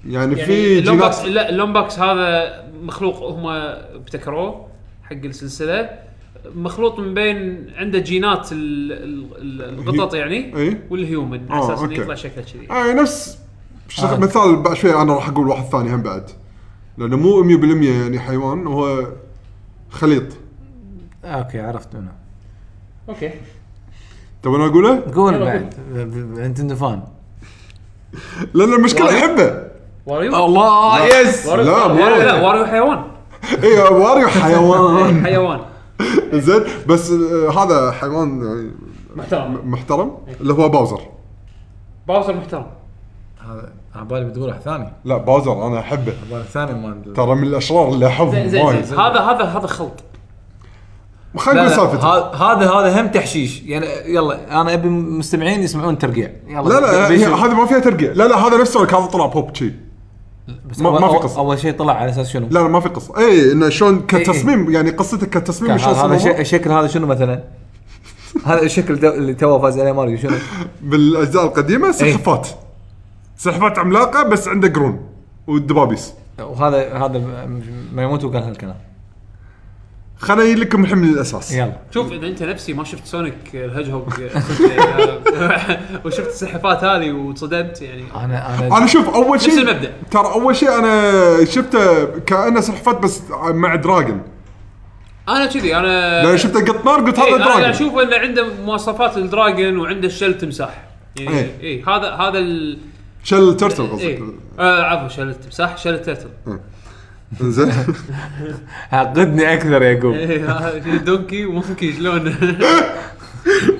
Speaker 3: يعني, في
Speaker 1: يعني
Speaker 3: جينات
Speaker 1: لومباكس لا لومباكس هذا مخلوق هم ابتكروه حق السلسله مخلوط من بين عنده جينات ال- ال- ال- القطط يعني
Speaker 3: اي
Speaker 1: والهيومن
Speaker 3: آه،
Speaker 1: على اساس انه
Speaker 3: أوكي.
Speaker 1: يطلع شكله كذي
Speaker 3: آه نفس شخ...
Speaker 2: آه.
Speaker 3: مثال بعد شوي انا راح اقول واحد ثاني هم بعد لانه مو 100% يعني حيوان هو خليط
Speaker 2: اوكي عرفت منه
Speaker 1: اوكي
Speaker 3: تبون اقوله؟
Speaker 2: قول
Speaker 1: يلا
Speaker 2: بعد نتندو فان
Speaker 3: لان المشكله يحبه
Speaker 1: واريو آه،
Speaker 2: الله يس
Speaker 1: واريو-
Speaker 3: لا، مو
Speaker 1: واريو-
Speaker 3: واريو.
Speaker 1: لا واريو حيوان
Speaker 3: اي واريو حيوان
Speaker 1: حيوان
Speaker 3: زين بس آه، هذا حيوان يعني
Speaker 1: محترم
Speaker 3: محترم اللي هو باوزر
Speaker 1: باوزر محترم
Speaker 2: هذا على بالي بتقول واحد ثاني على
Speaker 3: لا باوزر انا احبه
Speaker 2: بالي الثاني ما
Speaker 3: ترى من الاشرار اللي
Speaker 1: زين
Speaker 3: احبهم
Speaker 1: زين
Speaker 3: وايد
Speaker 1: زين هذا هذا هذا خلط
Speaker 3: خلينا نقول سالفته
Speaker 2: هذا هذا هم تحشيش يعني يلا انا ابي مستمعين يسمعون ترقيع يلا
Speaker 3: لا لا هي-
Speaker 2: بيشوف.
Speaker 3: هذا ما فيها ترقيع لا لا هذا نفسه كان طلع بوب شي
Speaker 2: بس
Speaker 3: ما-
Speaker 2: أول-
Speaker 3: ما في
Speaker 2: أول-
Speaker 3: قصة.
Speaker 2: اول شيء طلع على اساس شنو
Speaker 3: لا لا ما في قصه اي انه
Speaker 1: إيه،
Speaker 3: شلون
Speaker 2: إي.
Speaker 3: كتصميم يعني قصته كتصميم شلون
Speaker 2: هذا ش-
Speaker 3: صمموها
Speaker 2: الشكل هذا شنو مثلا؟ هذا الشكل تو- اللي تو فاز عليه ماريو شنو؟
Speaker 3: بالاجزاء
Speaker 1: إيه.
Speaker 3: القديمه سلحفات سلحفات عملاقه بس عنده قرون والدبابيس
Speaker 2: وهذا هذا م- ما يموت وقال هالكلام
Speaker 3: خليني اجيب لكم الحين من الاساس
Speaker 2: يلا
Speaker 1: شوف اذا انت نفسي ما شفت سونيك الهجهوج آه، وشفت السحفات هذه وتصدمت يعني
Speaker 2: انا انا
Speaker 3: انا شوف اول
Speaker 1: نفس
Speaker 3: شيء
Speaker 1: المبدأ.
Speaker 3: ترى اول شيء انا شفته كانه سلحفات بس مع دراجون
Speaker 1: انا كذي انا
Speaker 3: لان شفته قط نار قلت
Speaker 1: آه. إيه،
Speaker 3: هذا
Speaker 1: انا قاعد
Speaker 3: دراجون
Speaker 1: اشوف انه عنده مواصفات الدراجون وعنده الشل تمساح يعني
Speaker 3: إيه.
Speaker 1: اي إيه هذا هذا ال
Speaker 3: شل ترتل قصدك
Speaker 1: إيه. آه عفوا شل التمساح شل التيرتل
Speaker 3: زين
Speaker 2: عقدني اكثر يا يعقوب
Speaker 1: إيه، هذا شي دونكي ومونكي شلون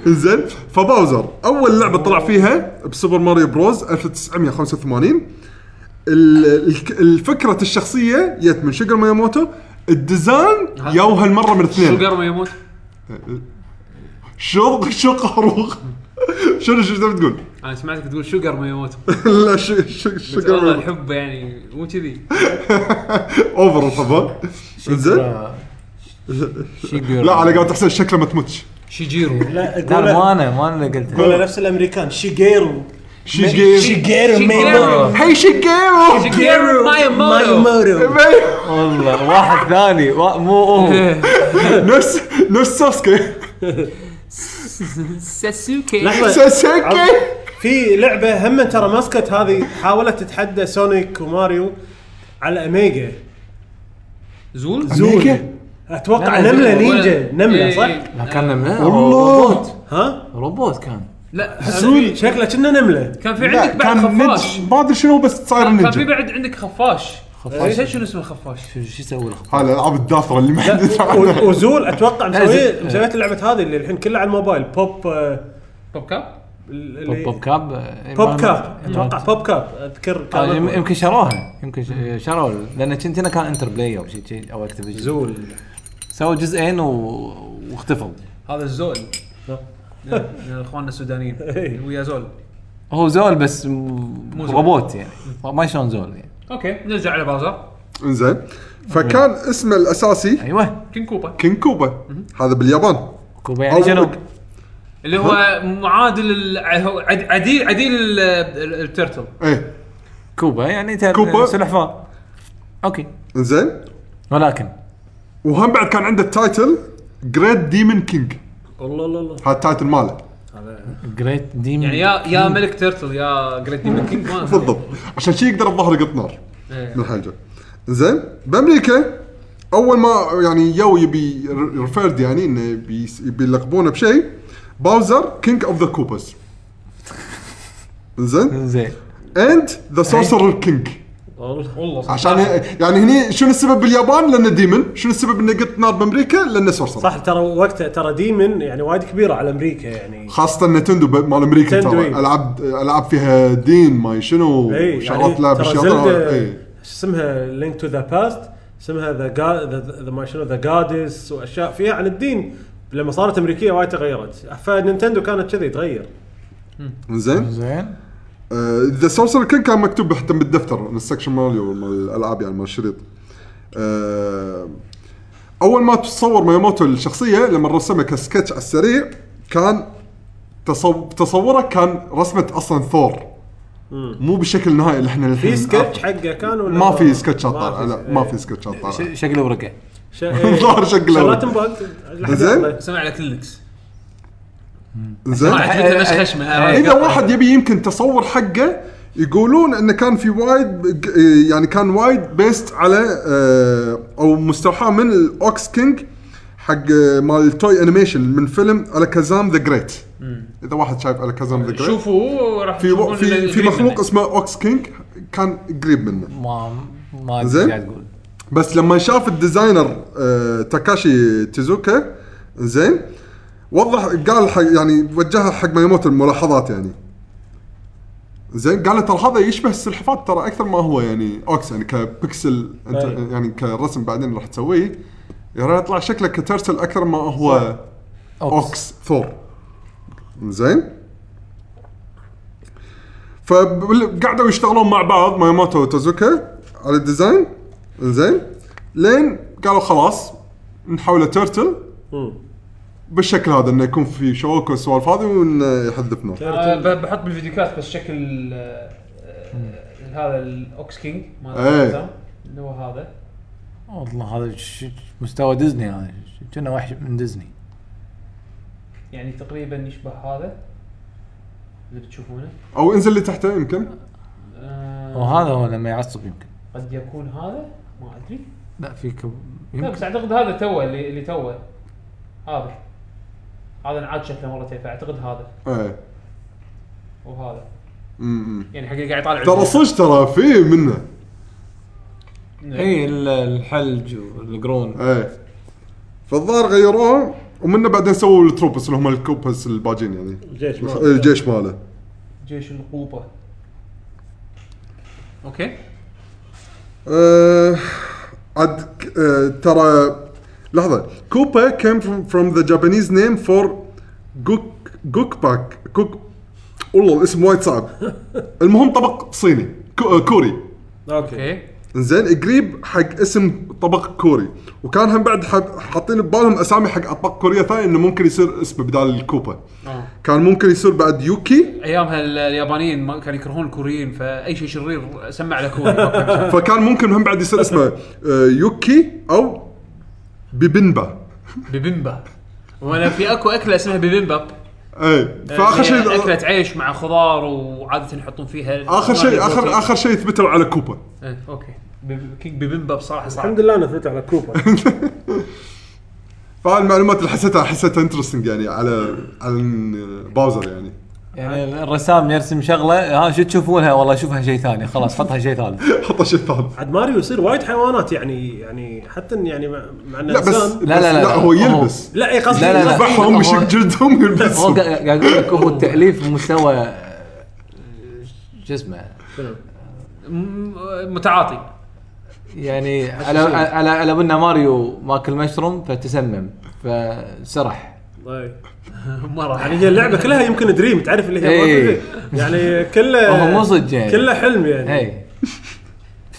Speaker 3: زين فباوزر اول لعبه طلع فيها بسوبر ماريو بروز 1985 ال- ال- الفكره الشخصيه جت من شجر مياموتو الديزاين يا هالمره من اثنين
Speaker 1: شوقر ما يموت
Speaker 3: شوق شوق حروق شنو شو تبي تقول؟
Speaker 1: انا سمعتك تقول شوقر ما يموت
Speaker 3: لا ش- ش-
Speaker 1: بس والله
Speaker 3: شجر
Speaker 1: الحب يعني مو كذي
Speaker 3: اوفر الحبه زين لا على قولة حسين شكله ما تموتش
Speaker 1: شيجيرو
Speaker 4: لا
Speaker 2: لا لا،
Speaker 4: قول
Speaker 2: مو انا مو انا اللي قلتها
Speaker 4: قول نفس الامريكان شيجيرو
Speaker 3: شيجيرو
Speaker 4: شيجيرو
Speaker 1: شيجيرو.
Speaker 3: هي شيجيرو
Speaker 1: شيجيرو مايموتو
Speaker 4: مايمورو
Speaker 2: والله واحد ثاني وا- مو هو
Speaker 1: إيه.
Speaker 3: نفس نفس ساسكي
Speaker 1: ساسوكي
Speaker 4: لحظه
Speaker 3: ساسكي
Speaker 4: في لعبه هم ترى مسكت هذه حاولت تتحدى سونيك وماريو على اميجا
Speaker 1: زول
Speaker 4: زول اتوقع نمله
Speaker 2: زول.
Speaker 1: إيه.
Speaker 4: نينجا نمله صح؟
Speaker 2: لا كان من-
Speaker 3: والله.
Speaker 1: آه.
Speaker 2: روبوت
Speaker 4: ها؟
Speaker 2: روبوت كان
Speaker 1: لا
Speaker 4: زول شكله كنا نمله
Speaker 1: كان في
Speaker 3: لا
Speaker 1: عندك بعد
Speaker 3: كان
Speaker 1: خفاش
Speaker 3: نج ما ادري شنو بس صاير
Speaker 1: كان في
Speaker 3: نج
Speaker 1: بعد عندك خفاش خفاش شنو اسمه خفاش
Speaker 2: شو شو يسوي الخ-
Speaker 3: هاي الالعاب الدافره اللي ما
Speaker 4: لا،
Speaker 3: حد يدري عنها.
Speaker 4: و- وزول اتوقع مسويه
Speaker 2: زين.
Speaker 4: مسويت اللعبه هذه اللي الحين كلها على الموبايل بوب آه،
Speaker 1: بوب كاب
Speaker 4: اللي-
Speaker 2: بوب بوب كاب إيه، ما-
Speaker 4: بوب كاب
Speaker 2: ما-
Speaker 4: اتوقع
Speaker 2: ما-
Speaker 4: بوب كاب اذكر
Speaker 2: آه، يم-
Speaker 4: كان
Speaker 2: يمكن شروها يمكن ش- شروا لان كنت هنا كان انتر بلاي او شيء شيء او اكتيفيجن
Speaker 4: زول
Speaker 2: سووا جزئين و... واختفوا
Speaker 1: هذا الزول لأن اخواننا السودانيين ويا زول
Speaker 2: هو زول بس م...
Speaker 1: مو زول.
Speaker 2: روبوت يعني ما شلون زول يعني
Speaker 1: اوكي نرجع على بازار
Speaker 3: انزين فكان اسمه الاساسي
Speaker 2: ايوه
Speaker 1: كين كوبا
Speaker 3: كين كوبا هذا باليابان
Speaker 2: كوبا يعني شنو
Speaker 3: أول-
Speaker 1: اللي هو معادل ال- هو عد- عديل عديل ال- ال- التيرتل
Speaker 3: ايه
Speaker 2: كوبا يعني تعرف
Speaker 3: كوبا.
Speaker 2: سلحفاه اوكي
Speaker 3: انزين
Speaker 2: ولكن
Speaker 3: وهم بعد كان عنده التايتل جريت ديمون كينج
Speaker 4: الله الله الله
Speaker 3: هذا التايتل ماله
Speaker 2: جريت ديم
Speaker 1: يعني يا يا ملك تيرتل يا جريت ديمون كينج ما أدري.
Speaker 3: بالضبط عشان شي يقدر الظهر يقط نار
Speaker 1: إيه.
Speaker 3: من الحاجه زين بامريكا اول ما يعني جو يبي ر- ريفيرد يعني انه يبي يبي يلقبونه بشيء باوزر كينج اوف ذا كوباز زين
Speaker 2: زين
Speaker 3: اند ذا سورسرر كينج
Speaker 1: والله
Speaker 3: عشان
Speaker 4: آه.
Speaker 3: ه- يعني هني شنو السبب باليابان لانه ديمن شنو السبب انه قط نار بامريكا لانه سورسرر
Speaker 4: صح ترى وقتها ترى ديمن يعني وايد كبيره على امريكا يعني
Speaker 3: خاصة نتندو ب- مال امريكا
Speaker 4: نتندو
Speaker 3: ترى
Speaker 4: إيه.
Speaker 3: العاب العاب فيها دين ما شنو
Speaker 4: اي
Speaker 3: شغلات لا
Speaker 4: يعني ترى
Speaker 3: بالشياطين
Speaker 4: زلدة
Speaker 3: اي
Speaker 4: شو اسمها لينك تو ذا باست اسمها ذا ذا ما شنو ذا جادس واشياء فيها عن الدين لما صارت امريكيه وايد تغيرت فنينتندو كانت كذي تغير
Speaker 3: زين
Speaker 2: زين
Speaker 3: ذا سورسر آه، كان كان مكتوب حتى بالدفتر من السكشن ماليو مال الالعاب يعني مال الشريط آه، اول ما تصور مياموتو الشخصيه لما رسمها كسكتش على السريع كان تصو- تصوره كان رسمه اصلا ثور مو بالشكل النهائي اللي احنا الحين
Speaker 4: في سكتش
Speaker 3: عارفينه.
Speaker 4: حقه كان ولا
Speaker 3: ما في سكتشات
Speaker 4: ما
Speaker 3: طالعه
Speaker 4: في-
Speaker 3: لا ما
Speaker 4: إيه.
Speaker 3: في سكتشات طالعه
Speaker 2: ش- شكله ورقه
Speaker 4: شا- إيه.
Speaker 3: ظهر شكله.
Speaker 4: شغلات مباق
Speaker 3: زين.
Speaker 1: سمع لك لينكس
Speaker 3: زين
Speaker 1: طلعت مثل مش خشمه
Speaker 3: اذا واحد يبي يمكن تصور حقه يقولون انه كان في وايد يعني كان وايد بيست على آه، او مستوحى من الاوكس كينج حق آه، مال توي انيميشن من فيلم الكازام ذا جريت اذا واحد شايف الكازام
Speaker 1: آه،
Speaker 3: ذا جريت
Speaker 1: شوفوا راح
Speaker 3: في
Speaker 1: تشوفون
Speaker 3: في
Speaker 1: إنه
Speaker 3: في
Speaker 1: قريب
Speaker 3: مخلوق
Speaker 1: منه.
Speaker 3: اسمه اوكس كينج كان قريب منه
Speaker 2: ما ما أدري
Speaker 3: زين.
Speaker 2: إيش قاعد تقول
Speaker 3: بس لما شاف الديزاينر آه، تاكاشي تيزوكا زين وضح قال حق يعني وجهها حق ميموت الملاحظات يعني زين قال له ترى هذا يشبه السلحفات ترى اكثر ما هو يعني اوكس يعني كبكسل انت
Speaker 4: أي.
Speaker 3: يعني كرسم بعدين راح تسويه يعني يطلع شكله كترسل اكثر ما هو اوكس ثور زين فقعدوا يشتغلون مع بعض مايموتو وتازوكا على الديزاين زين لين قالوا خلاص نحوله تيرتل بالشكل هذا انه يكون في شوك والسوالف هذه وانه يحذف نار
Speaker 1: آه، ب- بحط بالفيديوهات بس شكل آه، آه، هذا الاوكس كينج مال
Speaker 3: إيه.
Speaker 1: الأفلام، اللي هو هذا
Speaker 2: والله هذا ش- مستوى ديزني هذا كنا وحش من ديزني
Speaker 1: يعني تقريبا يشبه هذا اللي بتشوفونه
Speaker 3: او انزل اللي تحته يمكن
Speaker 1: آه،
Speaker 2: وهذا هو لما يعصب يمكن
Speaker 1: قد يكون هذا ما ادري
Speaker 2: لا في كب...
Speaker 1: لا
Speaker 2: يمكن
Speaker 1: بس اعتقد هذا توه اللي اللي توه هذا هذا انا عاد شكله مرتين فاعتقد هذا
Speaker 3: ايه
Speaker 1: وهذا
Speaker 3: أمم.
Speaker 1: يعني حق اللي قاعد يطالع
Speaker 3: ترى صدق ترى في منه
Speaker 2: اي ال- الحلج والقرون
Speaker 3: ايه فالظاهر غيروه ومنه بعدين سووا التروبس اللي هم الكوبس الباجين يعني
Speaker 4: الجيش ما
Speaker 3: الجيش ماله
Speaker 1: جيش القوبه اوكي
Speaker 3: آه، عاد ك- آه، ترى لحظة كوبا came from, from the Japanese name for جوك جوك باك جوك والله الاسم وايد صعب المهم طبق صيني كو- آه، كوري
Speaker 4: اوكي
Speaker 1: اوكي
Speaker 3: زين قريب حق اسم طبق كوري وكان هم بعد حاب- حاطين ببالهم اسامي حق اطباق كوريا ثانيه انه ممكن يصير اسمه بدال الكوبا
Speaker 1: آه.
Speaker 3: كان ممكن يصير بعد يوكي
Speaker 1: ايامها ال- اليابانيين ما كانوا يكرهون الكوريين فاي شيء شرير سمع على كوري ما كان شيء.
Speaker 3: فكان ممكن هم بعد يصير اسمه آه، يوكي او ببنبا
Speaker 1: ببيمبا وانا في اكو اكله اسمها ببيمباب
Speaker 3: اي
Speaker 2: آه،
Speaker 3: فاخر
Speaker 1: هي
Speaker 3: إيه. شيء
Speaker 1: اكله عيش مع خضار وعاده يحطون فيها
Speaker 3: اخر شيء اخر اخر شيء ثبتوا على كوبا
Speaker 1: إيه، اوكي بيب- كينج ببيمباب صراحه صعب
Speaker 4: الحمد لله انا ثبت على كوبا
Speaker 3: فالمعلومات اللي حسيتها حسيتها انترستنج يعني على على إن باوزر يعني
Speaker 2: يعني الرسام يرسم شغله ها شو تشوفونها والله شوفها شيء ثاني خلاص حطها شيء ثالث
Speaker 3: حطوا شيء ثالث
Speaker 4: عاد ماريو يصير وايد حيوانات يعني يعني حتى إن يعني مع مع
Speaker 3: لا بس
Speaker 4: الانسان
Speaker 2: لا، لا، لا،
Speaker 3: لا هو
Speaker 2: لا.
Speaker 3: يلبس
Speaker 4: لا اي قصدي
Speaker 2: لا، لا، لا.
Speaker 4: لا
Speaker 3: يذبحهم
Speaker 2: هو-
Speaker 3: يشق جلدهم
Speaker 2: هو قا-
Speaker 3: يلبسهم
Speaker 2: قاعد اقول لك هو التاليف مستوى آه، شو اسمه
Speaker 1: م- متعاطي
Speaker 2: يعني على على على بنا ماريو ماكل مشروم فتسمم فسرح
Speaker 4: طيب.
Speaker 1: ما راح
Speaker 4: يعني هي اللعبه كلها يمكن دريم تعرف اللي هي
Speaker 2: إيه.
Speaker 4: يعني كله
Speaker 2: هو مو صدق يعني.
Speaker 4: كله حلم يعني
Speaker 2: اي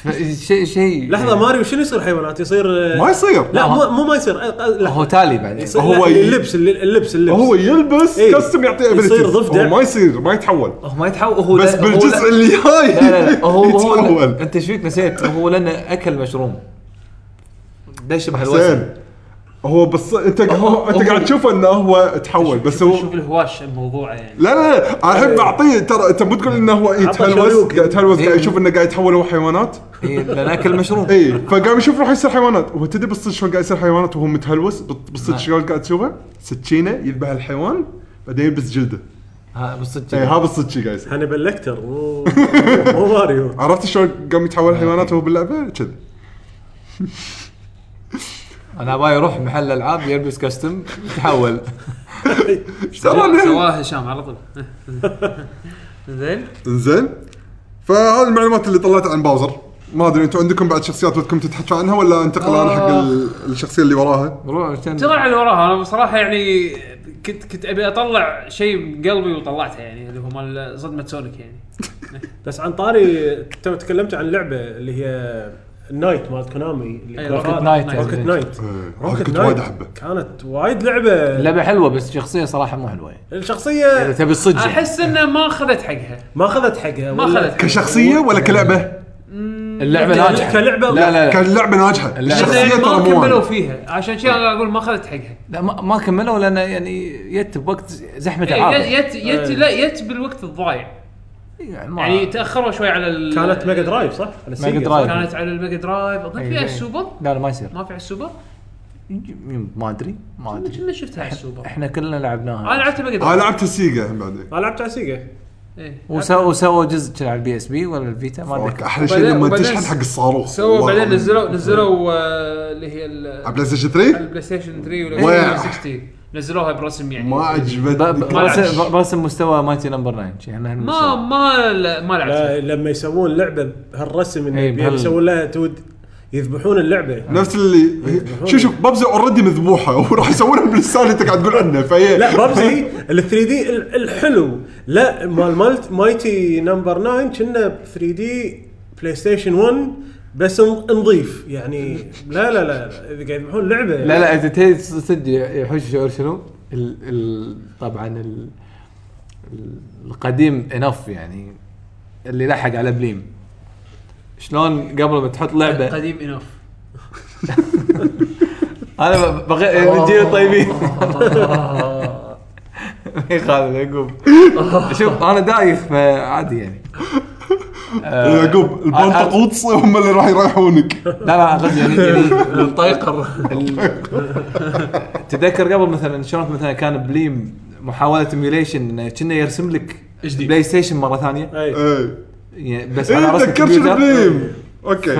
Speaker 2: ف- شيء شيء
Speaker 4: لحظه ماريو شنو يصير حيوانات يصير
Speaker 3: ما يصير
Speaker 4: لا
Speaker 3: لا
Speaker 4: مو مو ما يصير آه، آه، لا
Speaker 2: هو تالي بعدين
Speaker 4: يصير
Speaker 3: هو
Speaker 4: هو
Speaker 3: ي-
Speaker 4: اللبس اللي- اللبس اللبس
Speaker 3: هو يلبس
Speaker 4: إيه.
Speaker 3: كاستم يعطيه ابيلتي
Speaker 4: يصير ضفدع.
Speaker 3: ما يصير ما يتحول
Speaker 2: هو ما يتحول هو
Speaker 3: بس
Speaker 2: لا- هو
Speaker 3: بالجزء
Speaker 2: لا-
Speaker 3: اللي هاي
Speaker 2: لا لا لا هو هو لا-
Speaker 3: يتحول
Speaker 2: انت ايش فيك نسيت هو لانه اكل مشروم ده يشبه الوسم
Speaker 3: زين هو بس انت
Speaker 2: هو-
Speaker 3: انت
Speaker 2: هو-
Speaker 3: قاعد تشوف انه هو تحول بس هو
Speaker 1: شوف الهواش الموضوع يعني
Speaker 3: لا لا لا انا الحين بعطيه ترى انت مو تقول انه هو يتهلوس
Speaker 4: شريوك.
Speaker 3: قاعد يتهلوس قاعد
Speaker 2: إيه.
Speaker 3: يشوف انه قاعد يتحول هو حيوانات
Speaker 2: اي لانه اكل إيه، مشروم
Speaker 3: اي فقام يشوف روحه يصير حيوانات هو تدري بالصدق شلون قاعد يصير حيوانات وهو متهلوس بت- بالصدق
Speaker 2: نعم.
Speaker 3: شلون قاعد تشوفه سكينه يذبح الحيوان بعدين يلبس جلده
Speaker 2: ها
Speaker 3: اي
Speaker 2: بالصدق
Speaker 3: هذا الصدق شي قاعد يصير
Speaker 4: هانيبال ليكتر مو مو ماريو
Speaker 3: عرفت شلون قام يتحول حيوانات وهو باللعبه كذي
Speaker 2: انا ابغى يروح محل العاب يلبس كاستم يتحول
Speaker 3: ترى إنه-
Speaker 1: سواها هشام على طول زين
Speaker 3: زين فهذه المعلومات اللي طلعت عن باوزر ما ادري انتم عندكم بعد شخصيات ودكم تتحكوا عنها ولا انتقل انا حق ال- الشخصيه اللي وراها
Speaker 2: روح عشان-
Speaker 1: ترى على اللي وراها انا بصراحه يعني كنت كنت ابي اطلع شيء من قلبي وطلعته يعني اللي هو مال صدمه سونيك يعني
Speaker 4: بس عن طاري تو تكلمت عن لعبه اللي هي النايت مالت كونامي
Speaker 1: أي،
Speaker 4: اللي
Speaker 1: روكت
Speaker 4: كانت-
Speaker 2: نايت.
Speaker 4: روكت نايت
Speaker 3: انا كنت وايد احبه
Speaker 4: كانت وايد لعبه
Speaker 2: اللعبه حلوه بس شخصيه صراحه مو حلوه يعني. اذا
Speaker 4: الشخصيه
Speaker 2: تبي الصدق يعني.
Speaker 1: احس انه ما اخذت حقها
Speaker 4: ما اخذت حقها
Speaker 1: ما
Speaker 4: ولا-
Speaker 1: اخذت
Speaker 3: كشخصيه ولا كلعبه؟
Speaker 2: اللعبه
Speaker 4: يعني
Speaker 2: ناجحه
Speaker 4: كلعبة-
Speaker 2: لا لا لا,
Speaker 3: كلعبه ناجحه الشخصيه
Speaker 1: لأن
Speaker 3: ترى
Speaker 1: ما
Speaker 3: مو
Speaker 1: كملوا
Speaker 3: وايد.
Speaker 1: فيها عشان كذا انا اقول ما اخذت حقها
Speaker 2: لا ما, ما كملوا لان يعني يت بوقت زحمه
Speaker 1: إيه،
Speaker 2: العاب
Speaker 1: يت يت لا يت بالوقت الضايع
Speaker 2: يعني ما-
Speaker 1: يعني تاخروا شوي على ال-
Speaker 4: كانت ميجا درايف صح؟ على السيجا
Speaker 2: ميجا
Speaker 4: صح؟
Speaker 2: درايف.
Speaker 1: كانت على الميجا درايف اظن
Speaker 2: إيه،
Speaker 1: فيها
Speaker 2: إيه.
Speaker 1: السوبر
Speaker 2: لا لا ما يصير
Speaker 1: ما فيها السوبر
Speaker 2: ما ادري ما ادري
Speaker 1: كنا شفتها على السوبر
Speaker 2: احنا كلنا لعبناها
Speaker 1: انا لعبتها ميجا
Speaker 3: انا
Speaker 1: درايف
Speaker 3: لعبت السيجا هم بعدين
Speaker 4: انا لعبت على سيجا
Speaker 1: إيه.
Speaker 2: وسووا سووا جزء كان على البي اس بي ولا الفيتا ما
Speaker 3: أوكي،
Speaker 2: ادري
Speaker 3: احلى شيء
Speaker 1: وبعدين-
Speaker 3: لما
Speaker 1: وبعدين
Speaker 3: تشحن حق الصاروخ
Speaker 1: سووا
Speaker 3: والله
Speaker 1: بعدين
Speaker 3: العظيم.
Speaker 1: نزلوا نزلوا آه، اللي هي ال-
Speaker 3: على بلاي ستيشن
Speaker 1: على
Speaker 3: 3
Speaker 1: البلاي ستيشن 3 ولا
Speaker 3: واع.
Speaker 1: 360 نزلوها برسم يعني
Speaker 3: ما عجبتني
Speaker 2: ب- برسم
Speaker 3: كلش.
Speaker 2: برسم مستوى مايتي نمبر 9 شي هنا
Speaker 1: ما
Speaker 2: هالمستوى.
Speaker 1: ما لا- ما لعبت
Speaker 4: لا لما يسوون لعبه بهالرسم انه
Speaker 2: إيه،
Speaker 4: يبي-
Speaker 2: بهال-
Speaker 4: يسوون لها تود يذبحون اللعبه
Speaker 3: نفس اللي شوف شوف بابزي اوريدي مذبوحه وراح يسوونها باللسان اللي انت قاعد تقول عنه فهي
Speaker 4: لا بابزي ال 3 دي الحلو لا مال مالت مايتي نمبر 9 كنا 3 دي بلاي ستيشن 1 بس ن- نضيف يعني لا لا لا لا، اذا قاعد يذبحون لعبه
Speaker 2: لا لا انت تدري صدق يحوش شعور شنو؟ ال ال طبعا ال ال- القديم انف يعني اللي لحق على بليم شلون قبل ما تحط لعبه
Speaker 1: قديم انف
Speaker 2: انا بغي... من جيل الطيبين ما يخالف يعقوب شوف انا دايخ فعادي يعني آه،
Speaker 3: يعقوب البنطقوط هم اللي راح يريحونك
Speaker 2: لا لا قصدي يعني يعني
Speaker 7: الطيقر
Speaker 2: ال- تتذكر قبل مثلا شلون مثلا كان بليم محاوله ايميوليشن انه كنا يرسم لك
Speaker 1: HD.
Speaker 2: بلاي ستيشن مره ثانيه
Speaker 4: اي
Speaker 3: ايه
Speaker 2: يعني بس على
Speaker 3: ايه
Speaker 2: رسم
Speaker 3: تذكرت
Speaker 2: كمبيوتر.
Speaker 3: البليم اوكي
Speaker 2: ف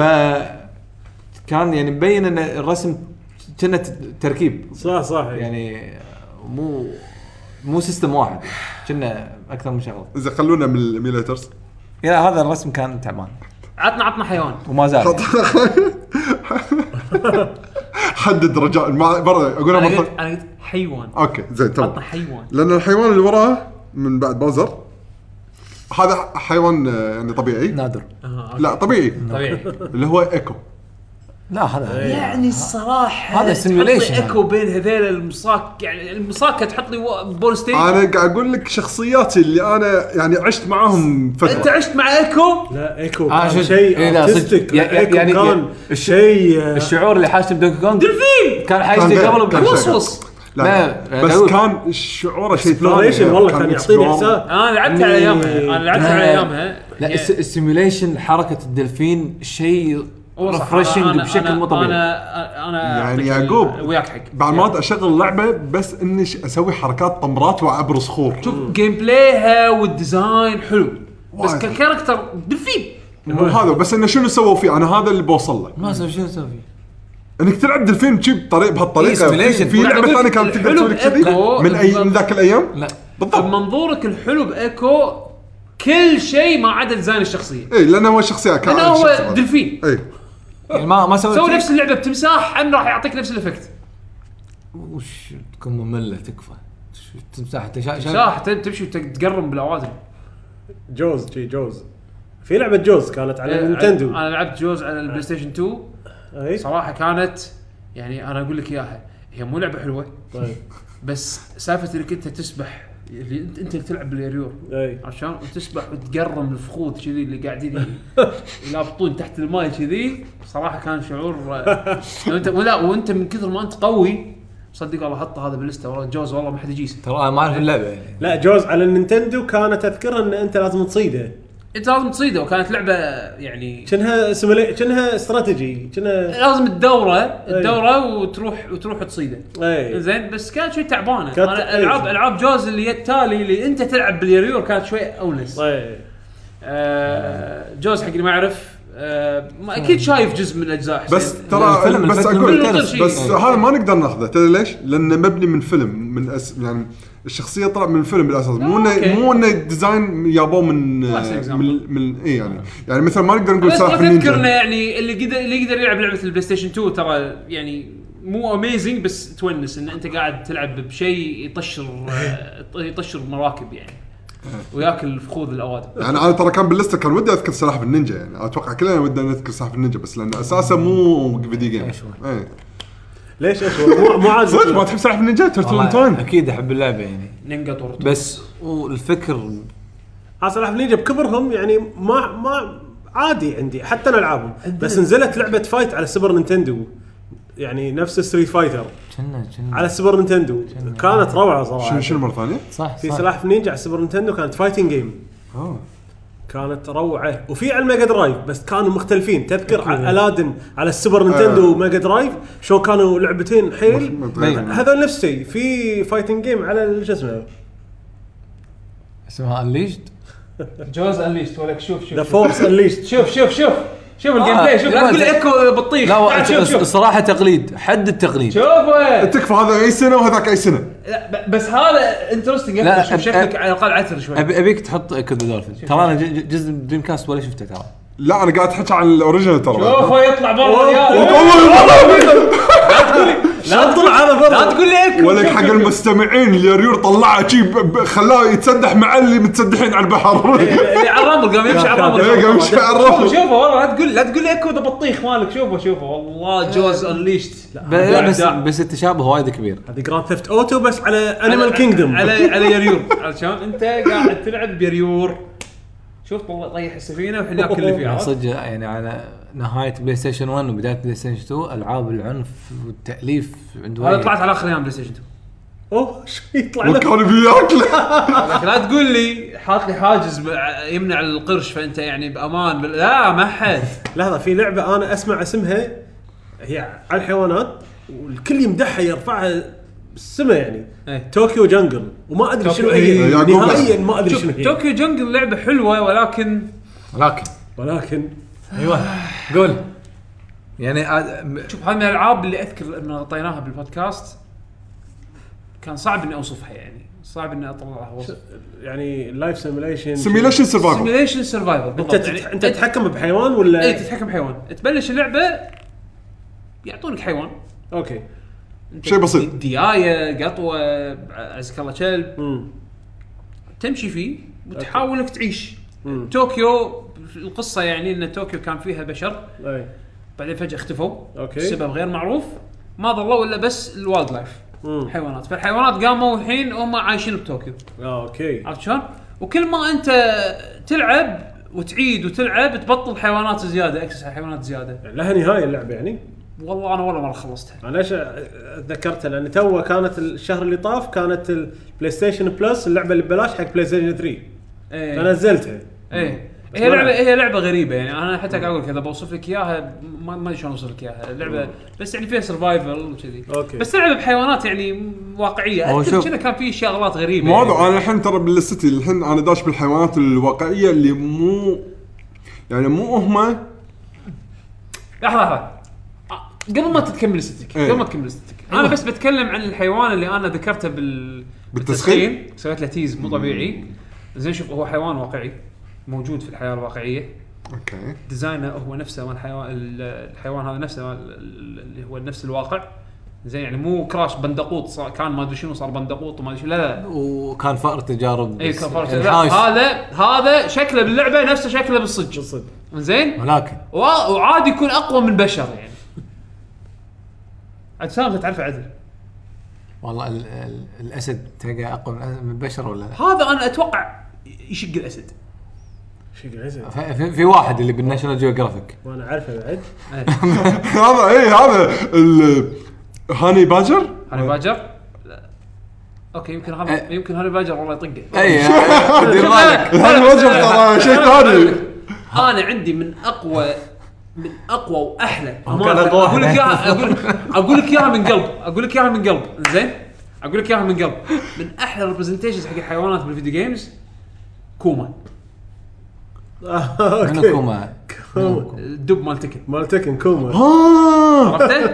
Speaker 2: كان يعني مبين ان الرسم كنا ت- تركيب
Speaker 4: صح صح يعني
Speaker 2: يعني مو مو سيستم واحد كنا اكثر من شغله
Speaker 3: اذا خلونا من الايميليترز
Speaker 2: يعني هذا الرسم كان تعبان
Speaker 1: عطنا عطنا حيوان
Speaker 2: وما زال يعني.
Speaker 3: حدد رجاء ما برا اقولها
Speaker 1: انا
Speaker 3: مرة
Speaker 1: قلت
Speaker 3: ثانية.
Speaker 1: انا قلت حيوان
Speaker 3: اوكي زين
Speaker 1: عطنا
Speaker 3: تمام
Speaker 1: حيوان
Speaker 3: لان الحيوان اللي وراه من بعد بازر هذا حيوان آه، يعني
Speaker 1: نعم.
Speaker 3: طبيعي
Speaker 2: نادر
Speaker 3: لا طبيعي
Speaker 1: آه، طبيعي
Speaker 3: اللي هو ايكو
Speaker 2: لا هذا
Speaker 1: يعني الصراحه
Speaker 2: إيه. هذا
Speaker 1: تحط لي
Speaker 2: simulation
Speaker 1: اكو بين هذيل المصاك يعني المصاكه تحط لي و- بول ستيج
Speaker 3: انا قاعد اقول لك شخصياتي اللي انا يعني عشت معاهم
Speaker 1: انت
Speaker 3: فتره
Speaker 1: عشت مع ايكو
Speaker 4: لا ايكو
Speaker 2: آه،
Speaker 4: كان
Speaker 2: شد-
Speaker 4: شيء
Speaker 2: إيه، لا،
Speaker 4: ارتستيك
Speaker 2: صدق. يا- يا-
Speaker 4: ايكو
Speaker 2: يعني-
Speaker 4: كان
Speaker 2: يا-
Speaker 4: شيء آه،
Speaker 2: الشعور اللي حاشته بدونكي كونغ
Speaker 1: دلفين
Speaker 2: كان
Speaker 3: كان
Speaker 2: حاشته
Speaker 3: غير-
Speaker 2: قبل
Speaker 3: كان
Speaker 2: بدونكي
Speaker 3: شيء.
Speaker 2: كونغ.
Speaker 1: وصوص
Speaker 3: لا
Speaker 2: لا،
Speaker 1: نعم.
Speaker 3: بس
Speaker 2: أقول-
Speaker 3: كان شعوره شيء ثاني
Speaker 4: اكسبلوريشن والله
Speaker 2: يعني
Speaker 4: كان يعطيني
Speaker 3: exploring.
Speaker 4: احساس
Speaker 1: انا لعبت على ايامها انا لعبت على
Speaker 2: إيه. لا.
Speaker 1: ايامها
Speaker 2: لا
Speaker 1: يعني-
Speaker 2: الس- السيميوليشن حركه الدلفين شيء
Speaker 1: أوصح.
Speaker 2: ريفرشنج
Speaker 1: أنا-
Speaker 2: بشكل
Speaker 1: أنا-
Speaker 2: مو طبيعي
Speaker 1: انا انا
Speaker 3: يعني
Speaker 1: أعطيك
Speaker 3: يعقوب،
Speaker 1: ال- وياك حق
Speaker 3: بعد ما اشغل لعبه بس اني ش- اسوي حركات طمرات واعبر صخور
Speaker 1: شوف جيم بلايها والديزاين حلو بس
Speaker 3: وايد.
Speaker 1: ككاركتر دلفين
Speaker 3: مو هذا بس انه شنو سووا فيه انا هذا اللي بوصل له
Speaker 2: ما اسوي شو اسوي
Speaker 3: انك تلعب دلفين شي بطريقه بهالطريقه
Speaker 2: إيه،
Speaker 3: في-
Speaker 2: simulation.
Speaker 3: في لعبه
Speaker 1: والعبة
Speaker 3: ثانيه كانت تقدر تسوي لك
Speaker 1: الحلو
Speaker 3: كذي
Speaker 1: بإيكو.
Speaker 3: من اي من ذاك الايام
Speaker 2: لا
Speaker 3: بالضبط
Speaker 1: منظورك الحلو بايكو كل شيء ما عدا ديزاين الشخصيه
Speaker 3: اي لانه هو شخصيه كان
Speaker 1: لانه هو دلفين
Speaker 3: اي
Speaker 2: يعني ما ما سويت
Speaker 1: سوي
Speaker 2: شيء.
Speaker 1: نفس اللعبه بتمساح هم راح يعطيك نفس الايفكت
Speaker 2: وش تكون ممله تكفى شو تمساح انت شا- شا-
Speaker 1: تمساح تم- تمشي وتقرم بالاوازن
Speaker 4: جوز شي جوز في لعبه جوز كانت
Speaker 2: إيه،
Speaker 4: على
Speaker 1: آه،
Speaker 4: نينتندو
Speaker 1: انا لعبت جوز على البلاي ستيشن 2
Speaker 4: اي
Speaker 1: صراحه كانت يعني انا اقول لك اياها هي مو لعبه حلوه
Speaker 4: طيب
Speaker 1: بس سالفه انك انت تسبح اللي انت انت اللي تلعب بالاريور
Speaker 4: اي
Speaker 1: عشان وتسبح وتقرم الفخوذ كذي اللي قاعدين يلابطون تحت الماي كذي صراحه كان شعور آه، لو انت ولا وانت من كثر ما انت قوي صدق والله حط هذا باللسته والله جوز والله ما حد يجيسه
Speaker 2: ترى انا ما اعرف اللعبه يعني
Speaker 4: لا جوز على النينتندو كانت اذكرها ان انت لازم تصيده
Speaker 1: انت لازم تصيده وكانت لعبه يعني
Speaker 4: كانها سمولي... كانها استراتيجي كانها
Speaker 1: لازم الدوره الدوره وتروح وتروح تصيده
Speaker 4: اي
Speaker 1: زين بس كانت شوي تعبانه
Speaker 4: كانت-
Speaker 1: انا العاب
Speaker 4: إيه.
Speaker 1: العاب جوز اللي التالي اللي انت تلعب باليريور كانت شوي اونس
Speaker 4: اي
Speaker 1: آه، جوز حق اللي ما يعرف آه، ما اكيد شايف جزء من الاجزاء حسين.
Speaker 3: بس ترى
Speaker 2: الفيلم-
Speaker 3: بس
Speaker 2: الفيلم
Speaker 3: اقول
Speaker 1: إيه، يعني الفيلم
Speaker 3: بس,
Speaker 1: شيء.
Speaker 2: إيه.
Speaker 3: هذا ما نقدر ناخذه تدري ليش؟ لانه مبني من فيلم من أس... يعني الشخصيه طلع من الفيلم بالاساس مو
Speaker 1: آه، أوكي.
Speaker 3: انه مو انه ديزاين جابوه من
Speaker 1: Last example.
Speaker 3: من, من اي يعني يعني مثلا ما نقدر نقول
Speaker 1: بس
Speaker 3: سلاحف
Speaker 1: تذكر انه
Speaker 3: النينجا
Speaker 1: يعني اللي قدر اللي يقدر يلعب لعبه البلاي ستيشن 2 ترى يعني مو اميزنج بس تونس ان انت قاعد تلعب بشيء يطشر آه، يطشر مراكب يعني وياكل فخوذ الاوادم
Speaker 3: يعني انا ترى كان باللسته كان ودي اذكر سلاحف النينجا يعني اتوقع كلنا ودنا نذكر سلاحف النينجا بس لان اساسه مو فيديو جيم إيه.
Speaker 4: ليش اشوف مو مو عاجبك
Speaker 3: صدق ما تحب سلاحف النينجا ترتل
Speaker 2: والله
Speaker 3: تايم
Speaker 2: اكيد احب اللعبه يعني
Speaker 1: نينجا تورتو
Speaker 2: بس والفكر
Speaker 4: اصلا راح نيجي بكبرهم يعني ما ما عادي عندي حتى انا العابهم بس نزلت لعبه فايت على سوبر نينتندو يعني نفس ستريت فايتر
Speaker 2: كنا كنا
Speaker 4: على سوبر نينتندو كانت روعه
Speaker 3: شنو
Speaker 4: صراحه
Speaker 3: شنو مره ثانيه؟
Speaker 2: صح
Speaker 4: في
Speaker 2: صح.
Speaker 4: سلاحف نينجا على سوبر نينتندو كانت فايتنج جيم
Speaker 3: آه.
Speaker 4: كانت روعه وفي على الميجا درايف بس كانوا مختلفين تذكر على الادن على السوبر نينتندو
Speaker 3: آه.
Speaker 4: وميجا درايف شو كانوا لعبتين حيل
Speaker 3: ما تغير.
Speaker 4: هذول نفس الشيء في فايتنج جيم على ال- شو اسمه
Speaker 2: اسمها انليشد
Speaker 1: جوز انليست ولك شوف
Speaker 4: ذا فورس انليشت
Speaker 1: شوف شوف شوف شوف
Speaker 2: الجيم بلاي، شوف.
Speaker 1: آه، لا تقول ايكو بطيخ
Speaker 2: لا
Speaker 1: تعال شوف شوف
Speaker 2: الصراحه تقليد حد التقليد
Speaker 1: شوف
Speaker 3: تكفى هذا اي سنه وهذاك اي سنه
Speaker 1: لا ب- بس هذا انترستنج
Speaker 2: لا،
Speaker 1: شوف
Speaker 2: أب-
Speaker 1: شكلك
Speaker 2: أب-
Speaker 1: على الاقل عثر شوي
Speaker 2: ابي ابيك تحط كود دولفين ترى انا ج- ج- جزء من دريم كاست ولا شفته ترى
Speaker 3: لا انا قاعد احكي عن الاوريجنال ترى
Speaker 1: شوفه يطلع برا يا-
Speaker 4: لا طلع هذا
Speaker 1: لا
Speaker 4: برا
Speaker 1: تقول لي ايكو
Speaker 3: ولك حق المستمعين اليوريور طلعه شي ب- ب- خلاه يتسدح مع اللي متسدحين على البحر
Speaker 1: اللي على الرمل قام يمشي على الرمل
Speaker 3: إيه، قام يمشي على الرمل.
Speaker 1: شوفه، شوفه والله لا تقول لا تقول لي ايكو ده بطيخ مالك شوفه شوفه والله جوز انليشت
Speaker 2: ب- لا بس بس التشابه وايد كبير
Speaker 4: هذه جراند ثيفت اوتو بس على انيمال كينجدوم
Speaker 1: على على يريور عشان انت قاعد تلعب بريور شوف طل- طيح السفينه وحنا ناكل اللي فيها عرفت؟
Speaker 2: صدق يعني على نهايه بلاي ستيشن 1 وبدايه بلاي ستيشن 2 العاب العنف والتاليف عند
Speaker 1: هذا
Speaker 2: وايد.
Speaker 1: طلعت على اخر ايام بلاي ستيشن 2
Speaker 4: اوه شو يطلع لك
Speaker 3: وكان بياكله
Speaker 1: لكن لا تقول لي حاط لي حاجز ب- يمنع القرش فانت يعني بامان بال- لا ما حد
Speaker 4: لحظه في لعبه انا اسمع اسمها هي على الحيوانات والكل يمدحها يرفعها بالسما يعني
Speaker 1: إيه.
Speaker 4: طوكيو جنجل وما ادري شنو هي
Speaker 3: إيه، يعقوب
Speaker 4: نهائيا
Speaker 3: بس.
Speaker 4: ما ادري شنو هي
Speaker 1: طوكيو جنجل لعبه حلوه ولكن
Speaker 3: لكن
Speaker 4: ولكن
Speaker 1: أيوة.
Speaker 2: ايوه قول يعني عاد- م-
Speaker 1: شوف هذه من الالعاب اللي اذكر انه غطيناها بالبودكاست كان صعب اني اوصفها يعني صعب اني اطلعها وصف
Speaker 4: يعني اللايف سيميليشن
Speaker 3: سيميليشن سرفايفل
Speaker 1: سيميليشن سرفايفل
Speaker 4: انت
Speaker 1: بالضبط
Speaker 4: تت-
Speaker 1: يعني إيه،
Speaker 4: انت تتحكم إيه؟ بحيوان ولا
Speaker 1: اي تتحكم حيوان تبلش اللعبه يعطونك حيوان
Speaker 4: اوكي
Speaker 1: أنت
Speaker 3: شيء بسيط.
Speaker 1: ديايه قطوه عزك الله كلب
Speaker 4: امم
Speaker 1: تمشي فيه وتحاول انك تعيش
Speaker 4: مم.
Speaker 1: طوكيو القصه يعني ان طوكيو كان فيها بشر
Speaker 4: اي
Speaker 1: بعدين فجاه اختفوا
Speaker 4: إيه، أوكي.
Speaker 1: السبب غير معروف ما ضلوا الا بس الوايلد لايف
Speaker 4: مم.
Speaker 1: الحيوانات فالحيوانات قاموا الحين هم عايشين بطوكيو
Speaker 4: اه اوكي
Speaker 1: عرفت شلون؟ وكل ما انت تلعب وتعيد وتلعب تبطل حيوانات زياده اكسس على حيوانات زياده
Speaker 4: لها نهايه اللعبه يعني
Speaker 1: والله انا والله ما خلصتها
Speaker 4: انا ليش ذكرتها لان تو كانت الشهر اللي طاف كانت البلاي ستيشن بلس اللعبه اللي ببلاش حق بلاي ستيشن 3
Speaker 3: إيه.
Speaker 1: ايه
Speaker 4: فنزلتها
Speaker 1: ايه
Speaker 4: بس
Speaker 1: هي
Speaker 4: ما
Speaker 1: لعبه
Speaker 4: لعب.
Speaker 1: هي لعبه غريبه يعني انا حتى قاعد اقول لك اذا بوصف لك اياها ما ما ادري شلون اوصف لك اياها اللعبه بس يعني فيها سرفايفل وكذي
Speaker 4: أوكي.
Speaker 1: بس لعبه بحيوانات يعني واقعيه
Speaker 2: هو
Speaker 1: اذكر
Speaker 2: شوف-
Speaker 1: كنا كان في شغلات غريبه
Speaker 3: ما
Speaker 1: يعني.
Speaker 3: ادري انا الحين ترى بالستي الحين انا داش بالحيوانات الواقعيه اللي مو يعني مو هم
Speaker 1: لحظه لحظه آه، قبل ما تكمل ستك
Speaker 3: إيه.
Speaker 1: قبل ما تكمل ستك انا بس بتكلم عن الحيوان اللي انا ذكرته بال
Speaker 3: بالتسخين؟
Speaker 1: سويت له تيز مو طبيعي زين شوف هو حيوان واقعي موجود في الحياه الواقعيه
Speaker 3: اوكي
Speaker 1: ديزاينه هو نفسه مال الحيوان الحيوان هذا نفسه مال- اللي هو نفس الواقع زين يعني مو كراش بندقوط صار كان ما ادري شنو صار بندقوط وما ادري شنو لا لا
Speaker 2: وكان فار تجارب
Speaker 1: اي
Speaker 2: بس
Speaker 1: كفرت-
Speaker 2: يعني
Speaker 1: لا،
Speaker 2: حاش.
Speaker 1: هذا هذا شكله باللعبه نفسه شكله بالصج
Speaker 4: بالصدق
Speaker 1: زين
Speaker 2: ولكن
Speaker 1: وا- وعادي يكون اقوى من بشر يعني عاد سام تعرف عدل
Speaker 2: والله ال- ال- الاسد تلقى اقوى من الأسد- من البشر ولا لا؟
Speaker 1: هذا انا اتوقع يشق الاسد
Speaker 4: شو قاعد
Speaker 3: أه.
Speaker 2: ف- في, في واحد اللي بالناشونال جيوغرافيك
Speaker 4: وانا عارفه بعد
Speaker 3: هذا اي هذا ال- هاني باجر
Speaker 1: هاني باجر لا. اوكي يمكن هاني
Speaker 2: أه.
Speaker 1: يمكن هاني باجر والله يطقه
Speaker 2: اي
Speaker 1: شوف
Speaker 2: دير بالك
Speaker 1: أنا-
Speaker 3: هاني
Speaker 1: أنا-
Speaker 3: باجر ترى شيء ثاني
Speaker 1: انا عندي من اقوى من اقوى واحلى
Speaker 2: قال
Speaker 1: أمانة.
Speaker 2: أقوى
Speaker 1: اقول لك
Speaker 2: واحد.
Speaker 1: اياها اقول اقول لك اياها من قلب اقول لك اياها من قلب زين اقول لك اياها من قلب من احلى الريبرزنتيشنز حق الحيوانات بالفيديو جيمز كوما
Speaker 3: أه.
Speaker 4: آه،
Speaker 2: منو
Speaker 4: اوكي
Speaker 2: كوما؟
Speaker 1: الدب مال تكن
Speaker 4: مال تكن كوما
Speaker 3: أه. ها
Speaker 1: عرفته؟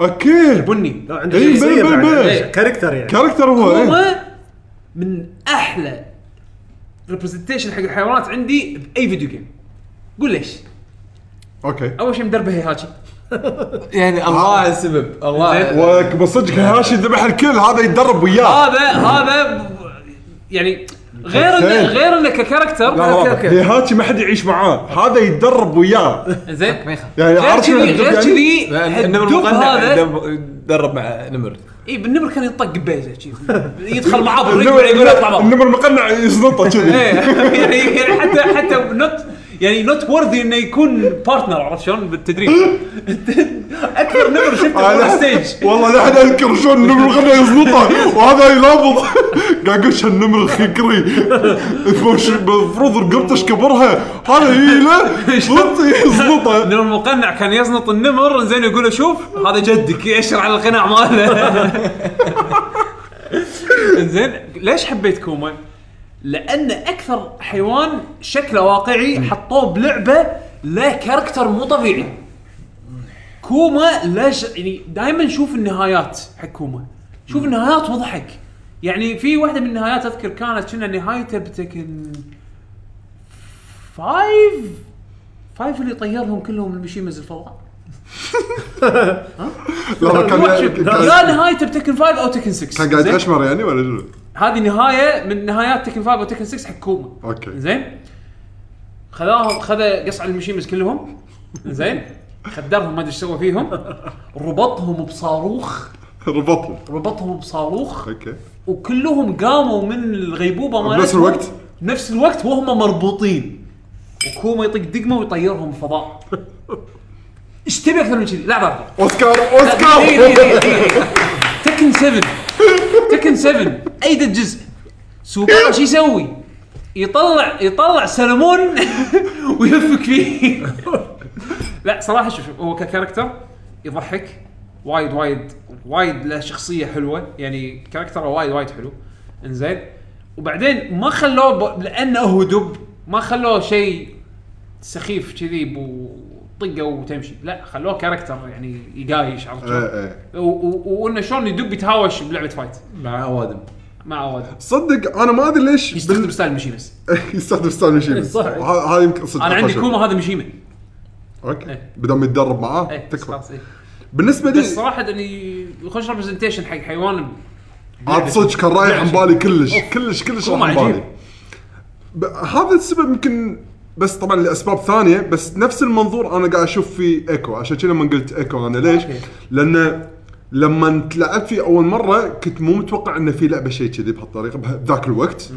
Speaker 3: اوكي
Speaker 1: بني
Speaker 4: لا عنده
Speaker 3: إيه، بل-
Speaker 4: شخصيه
Speaker 3: بل-
Speaker 4: بعد،
Speaker 3: بل.
Speaker 4: إيه، كاركتر يعني
Speaker 3: كاركتر هو إيه.
Speaker 1: كوما من احلى ريبرزنتيشن حق الحيوانات عندي باي فيديو جيم قول ليش؟
Speaker 3: اوكي
Speaker 1: اول شيء مدربه هيهاتشي
Speaker 2: يعني الله السبب الله
Speaker 3: وبصدق هاشي ذبح الكل هذا يتدرب وياه
Speaker 1: هذا هذا يعني غير انه غير انه ككاركتر
Speaker 3: لا هاشي ما حد يعيش معاه هذا يتدرب وياه
Speaker 1: زين
Speaker 2: ميخا
Speaker 3: يعني
Speaker 1: غير
Speaker 3: عرفت شنو
Speaker 1: كذي غير
Speaker 3: يعني؟
Speaker 1: كذي
Speaker 2: النمر
Speaker 1: الدب هذا
Speaker 2: المقنع درب مع نمر
Speaker 1: اي بالنمر كان يطق ببيزه شي. يدخل معاه بالرجل يقول اطلع برا.
Speaker 3: النمر النمر المقنع يسلطه كذي
Speaker 1: إيه، يعني يعني حتى حتى نوت يعني نوت وورثي انه يكون بارتنر عرفت شلون بالتدريب اكثر نمر شفته
Speaker 3: أنا-
Speaker 1: على ستيج
Speaker 3: والله لا احد اذكر شلون النمر الغنى يزلطه وهذا ينابض قاعد اقول شو النمر الخكري المفروض رقبته ايش كبرها هذا يله يزلط- يزلطه
Speaker 1: النمر المقنع كان يزنط النمر زين يقول له شوف هذا جدك يأشر على القناع ماله زين ليش حبيت كوما؟ لان اكثر حيوان شكله واقعي حطوه بلعبه له كاركتر مو طبيعي كوما ليش يعني دائما شوف النهايات حق كوما شوف النهايات وضحك يعني في واحده من النهايات اذكر كانت كنا نهايته بتكن فايف فايف اللي طيرهم كلهم المشيمز الفضاء
Speaker 3: لا كان كان-
Speaker 1: يا نهايه تكن 5 او تكن 6
Speaker 3: كان قاعد
Speaker 1: زين؟
Speaker 3: اشمر يعني ولا شنو؟
Speaker 1: هذه نهايه من نهايات تكن 5 او تكن 6 حق كوما
Speaker 3: اوكي
Speaker 1: زين خذاهم خذ قص على المشيمز كلهم زين خدرهم ما ادري ايش سوى فيهم ربطهم بصاروخ
Speaker 3: ربطهم
Speaker 1: ربطهم بصاروخ
Speaker 3: اوكي
Speaker 1: وكلهم قاموا من الغيبوبه مالتهم
Speaker 3: بنفس الوقت؟
Speaker 1: نفس الوقت وهم مربوطين وكوما يطق دقمه ويطيرهم فضاء ايش تبي اكثر من كذي لعبه أكثر. لا،
Speaker 3: اوسكار
Speaker 1: دقيقة،
Speaker 3: اوسكار
Speaker 1: دقيقة، دقيقة، دقيقة. تكن 7 تكن 7 اي جزء سوبر شو يسوي؟ يطلع يطلع سلمون ويفك فيه لا صراحه شوف شوف، هو ككاركتر يضحك وايد وايد وايد له شخصيه حلوه يعني كاركتره وايد وايد حلو انزين وبعدين ما خلوه ب... لانه هو دب ما خلوه شيء سخيف كذي بو طقه وتمشي لا خلوه كاركتر يعني يقايش عرفت شلون؟
Speaker 3: إيه، إيه.
Speaker 1: و- و- وانه شلون يدب يتهاوش بلعبه فايت
Speaker 2: مع اوادم
Speaker 1: مع اواد
Speaker 3: صدق انا ما ادري ليش
Speaker 1: يستخدم ستايل مشيمس
Speaker 3: يستخدم ستايل مشين
Speaker 4: صح.
Speaker 3: هذا يمكن صدق
Speaker 1: انا عندي
Speaker 3: أفضل
Speaker 1: كوما هذا مشيمه
Speaker 3: شيء. اوكي
Speaker 1: إيه.
Speaker 3: بدهم يتدرب معاه
Speaker 1: ايه بس
Speaker 3: تكفى
Speaker 1: خلاص ايه
Speaker 3: بالنسبه
Speaker 1: بس
Speaker 3: لي
Speaker 1: صراحه انه يخش ريبرزنتيشن حق حيوان
Speaker 3: عاد صدق كان رايح عن بالي كلش كلش كلش رايح
Speaker 1: كوما
Speaker 3: عن
Speaker 1: عجيب.
Speaker 3: بالي ب- هذا السبب يمكن بس طبعا لاسباب ثانيه بس نفس المنظور انا قاعد اشوف فيه ايكو عشان كذا لما قلت ايكو انا ليش؟
Speaker 1: أوكي.
Speaker 3: لان لما لعبت فيه اول مره كنت مو متوقع انه في لعبه شيء كذي بهالطريقه بذاك الوقت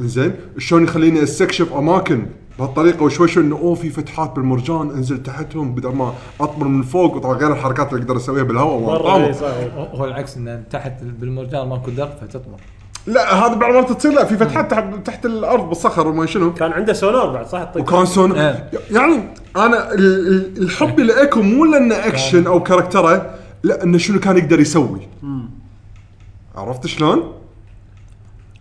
Speaker 3: انزين شلون يخليني استكشف اماكن بهالطريقه وشوي شوي انه اوه في فتحات بالمرجان انزل تحتهم بدل ما اطمر من فوق وطبعا غير الحركات اللي اقدر اسويها بالهواء وأنا
Speaker 4: مره
Speaker 3: طامر.
Speaker 4: إيه، صحيح.
Speaker 2: هو العكس ان تحت بالمرجان ماكو درب فتطمر
Speaker 3: لا هذا بعض المرات تصير لا في فتحات تحت تحت الارض بالصخر وما شنو
Speaker 4: كان عنده سونار بعد صح طيب. الطق
Speaker 3: وكان سون
Speaker 2: إيه.
Speaker 3: يعني انا ال- ال- الحب لايكو مو لانه اكشن او كاركتره لا انه شنو كان يقدر يسوي عرفت شلون؟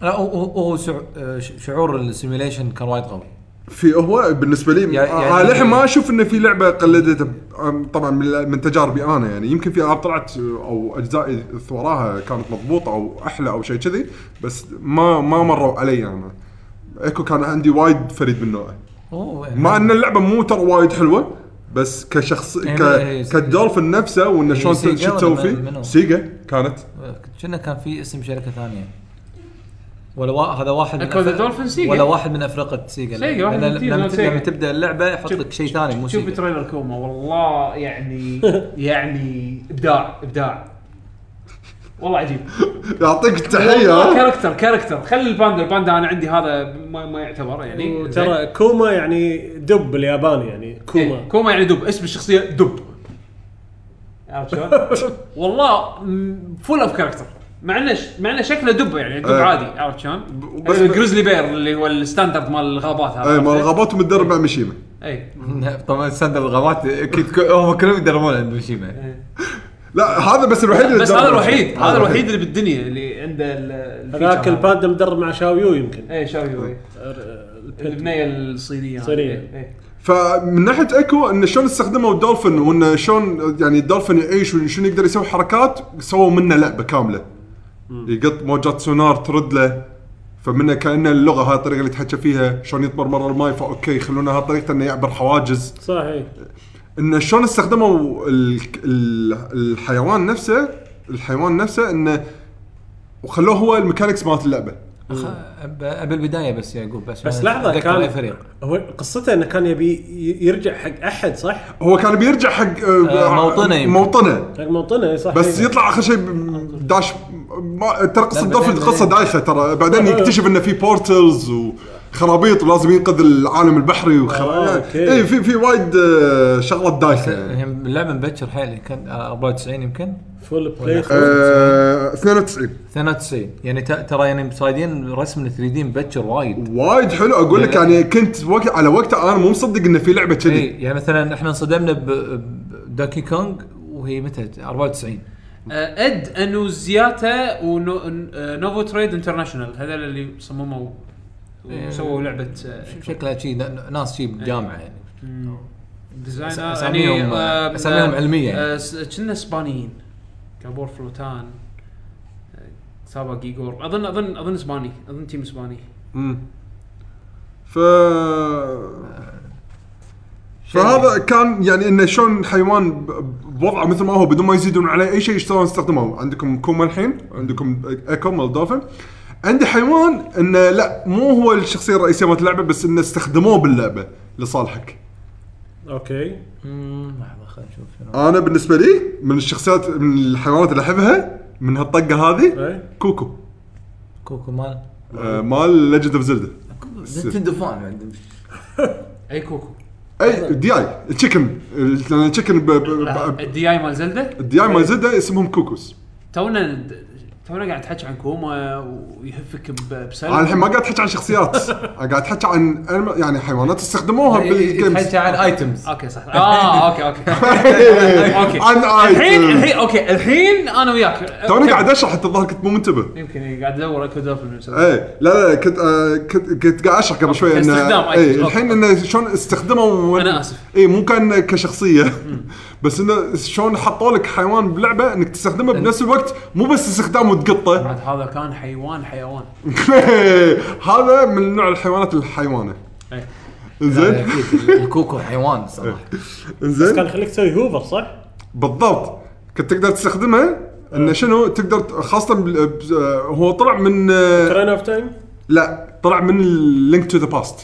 Speaker 2: لا هو- هو هو سع- آه، ش- شعور السيميليشن كان وايد قوي في
Speaker 3: في هو بالنسبه لي
Speaker 2: يعني-
Speaker 3: يعني
Speaker 2: يعني-
Speaker 3: للحين ما اشوف انه في لعبه قلدتها أم، طبعا من من تجاربي انا يعني يمكن في العاب طلعت او اجزاء وراها كانت مضبوطه او احلى او شيء كذي بس ما ما مروا علي انا ايكو كان عندي وايد فريد من نوعه
Speaker 2: هو- يعني
Speaker 3: مع ان اللعبه مو ترى وايد حلوه بس كشخص ك...
Speaker 2: إيه،
Speaker 3: كالدولفين نفسه وانه
Speaker 2: هي
Speaker 3: شلون
Speaker 2: سيجا
Speaker 3: شو
Speaker 2: ولا
Speaker 3: تسوي
Speaker 2: من-
Speaker 3: فيه
Speaker 2: منو؟
Speaker 3: سيجا كانت
Speaker 2: كنا كان في اسم شركه ثانيه ولا وا... هذا واحد من
Speaker 1: أكو ذا دولفين سيجا.
Speaker 2: ولا واحد من افرقه سيجا
Speaker 1: سيجا، واحد
Speaker 2: لأن
Speaker 1: من
Speaker 2: لما,
Speaker 1: سيجا.
Speaker 2: تبدا لما تبدا اللعبه يحط
Speaker 1: شوف-
Speaker 2: لك شيء ثاني مو
Speaker 1: شوف
Speaker 2: سيجا
Speaker 1: تريلر كوما والله يعني يعني ابداع ابداع والله عجيب
Speaker 3: يعطيك التحيه
Speaker 1: والله
Speaker 3: ها؟
Speaker 1: كاركتر كاركتر خلي الباندا الباندا انا عندي هذا ما, ما يعتبر يعني
Speaker 4: وترى كوما يعني دب بالياباني يعني
Speaker 1: كوما
Speaker 4: كوما
Speaker 1: كوما يعني دب اسم الشخصيه دب عرفت شلون؟ والله فول اوف كاركتر مع انه ش- مع انه شكله دب يعني دب
Speaker 3: إيه.
Speaker 1: عادي عرفت شلون؟ يعني
Speaker 3: بس-
Speaker 1: جريزلي بير اللي هو الستاندرد مال الغابات هذا عرفت؟
Speaker 3: اي إيه،
Speaker 1: إيه.
Speaker 3: مال غابات ومتدرب مع مشيمه
Speaker 1: اي
Speaker 2: طبعا سند الغابات اكيد ك- هم كلهم يدربون عند مشيمه
Speaker 3: لا هذا بس الوحيد اللي
Speaker 1: بس
Speaker 3: تدرب
Speaker 1: هذا
Speaker 3: مع
Speaker 1: الوحيد
Speaker 3: مشيمة.
Speaker 1: هذا الوحيد اللي بالدنيا اللي عنده ال- الفيتشر
Speaker 4: هذاك
Speaker 1: هذا. إيه،
Speaker 4: الباندا مدرب مع شاويو يمكن إيه.
Speaker 1: اي شاويو إي. البنيه الصينيه هذه.
Speaker 4: صينية.
Speaker 1: إي.
Speaker 3: فمن ناحيه ايكو انه شلون استخدموا الدولفين وانه شلون يعني الدولفين يعيش وشنو يقدر يسوي حركات سووا منه لعبه كامله يقط موجات سونار ترد له فمنه كانه اللغه هاي الطريقه اللي تحكى فيها شلون يطمر مره الماي فاوكي خلونا هاي طريقته انه يعبر حواجز
Speaker 4: صحيح
Speaker 3: انه شلون استخدموا ال- ال- الحيوان نفسه الحيوان نفسه انه وخلوه هو الميكانكس مالت اللعبه
Speaker 2: بالبدايه بس يعقوب بس
Speaker 4: بس
Speaker 2: أنا
Speaker 4: لحظه
Speaker 2: أتذكر آه، أي
Speaker 4: كان
Speaker 2: فريق
Speaker 4: هو قصته انه كان يبي ي- يرجع حق احد صح؟
Speaker 3: هو كان بيرجع حق آه،
Speaker 2: آه، موطنه يمكن.
Speaker 3: موطنه
Speaker 4: حق موطنه صح
Speaker 3: بس
Speaker 4: إيه.
Speaker 3: يطلع اخر شيء ب- داش ما ترى قصه
Speaker 2: لا،
Speaker 3: دارفيلد
Speaker 2: بعدين-
Speaker 3: قصه دايخه ترى بعدين يكتشف انه في بورتلز وخرابيط ولازم ينقذ العالم البحري
Speaker 4: آه،
Speaker 3: وخرابيط
Speaker 4: أوكي.
Speaker 3: اي إيه، في في وايد آه، شغلات دايخه يعني
Speaker 2: يعني اللعبه مبكر حيل كان آه، 94 يمكن
Speaker 4: فول بلاي
Speaker 3: آه، 92
Speaker 2: 92 يعني ت- ترى يعني مصايدين رسم ال 3 دي مبكر وايد
Speaker 3: وايد حلو اقول لك
Speaker 2: يعني-
Speaker 3: يعني كنت وقت على وقتها انا مو مصدق انه في لعبه كذي
Speaker 2: اي يعني مثلا احنا انصدمنا بدوكي كونغ وهي متى 94
Speaker 1: آه، اد انوزياتا ونوفو تريد انترناشونال آه، هذول اللي صمموا وسووا لعبه آه،
Speaker 2: إيه. ش- شكلها شي ن- ناس شي بجامعه يعني أس-
Speaker 1: ديزاينر
Speaker 2: أساميهم-
Speaker 1: يعني، آه،
Speaker 2: أساميهم
Speaker 1: آه،
Speaker 2: علمية يعني.
Speaker 1: آه، س- كنا اسبانيين كابور فلوتان آه، سابا جيجور اظن اظن اظن اسباني اظن تيم اسباني
Speaker 3: مم. ف فهذا كان يعني انه شلون حيوان ب- ب- بوضعه مثل ما هو بدون ما يزيدون عليه اي شيء يشتغلون استخدموه عندكم كوما الحين عندكم ايكو مال دولفين عندي حيوان انه لا مو هو الشخصيه الرئيسيه مالت اللعبه بس انه استخدموه باللعبه لصالحك
Speaker 4: اوكي
Speaker 2: امم لحظه خلينا نشوف شنو
Speaker 3: انا بالنسبه لي من الشخصيات من الحيوانات اللي احبها من هالطقه هذه
Speaker 4: إيه.
Speaker 3: كوكو
Speaker 2: كوكو مال
Speaker 3: آه، مال ليجند اوف زلدا
Speaker 2: يعني. نتندو فان
Speaker 1: اي كوكو
Speaker 3: اي دياي أه، تشيكن التشيكن
Speaker 1: الدي اي مال زلده
Speaker 3: الدياي مال زلده اسمهم كوكوس
Speaker 1: تونا تونا قاعد تحكي عن كوما ويهفك ب-
Speaker 3: انا
Speaker 1: بسلم
Speaker 3: الحين ما قاعد احكي عن شخصيات أنا قاعد احكي عن أنيم- يعني حيوانات استخدموها
Speaker 1: إيه،
Speaker 3: بالجيمز
Speaker 2: حكي عن ايتمز
Speaker 1: اوكي صح اه اوكي اوكي اوكي
Speaker 3: عن
Speaker 1: الحين
Speaker 3: آيتم.
Speaker 1: الحين اوكي الحين انا وياك
Speaker 3: توني قاعد اشرح حتى الظاهر كنت مو منتبه
Speaker 1: يمكن قاعد ادور اكو دولفين
Speaker 3: ايه لا لا كنت آه كنت كنت قاعد اشرح قبل شوي
Speaker 1: استخدام،
Speaker 3: انه
Speaker 1: أي،
Speaker 3: ايه
Speaker 1: أوكي.
Speaker 3: الحين انه شلون استخدموا
Speaker 1: أنا آسف.
Speaker 3: اي مو كان كشخصيه بس انه شلون حطوا لك حيوان بلعبه انك تستخدمه بنفس الوقت مو بس استخدام وتقطه
Speaker 1: بعد هذا كان حيوان حيوان
Speaker 3: هذا من نوع الحيوانات الحيوانه
Speaker 1: إيه.
Speaker 2: آه،
Speaker 3: زين
Speaker 8: الكوكو حيوان صراحه
Speaker 3: زين
Speaker 4: كان يخليك تسوي هوفر صح؟
Speaker 3: بالضبط كنت تقدر تستخدمها انه شنو تقدر ت- خاصه بال- ب- آه، هو طلع من آه،
Speaker 4: ترين اوف تايم
Speaker 3: لا طلع من لينك تو ذا باست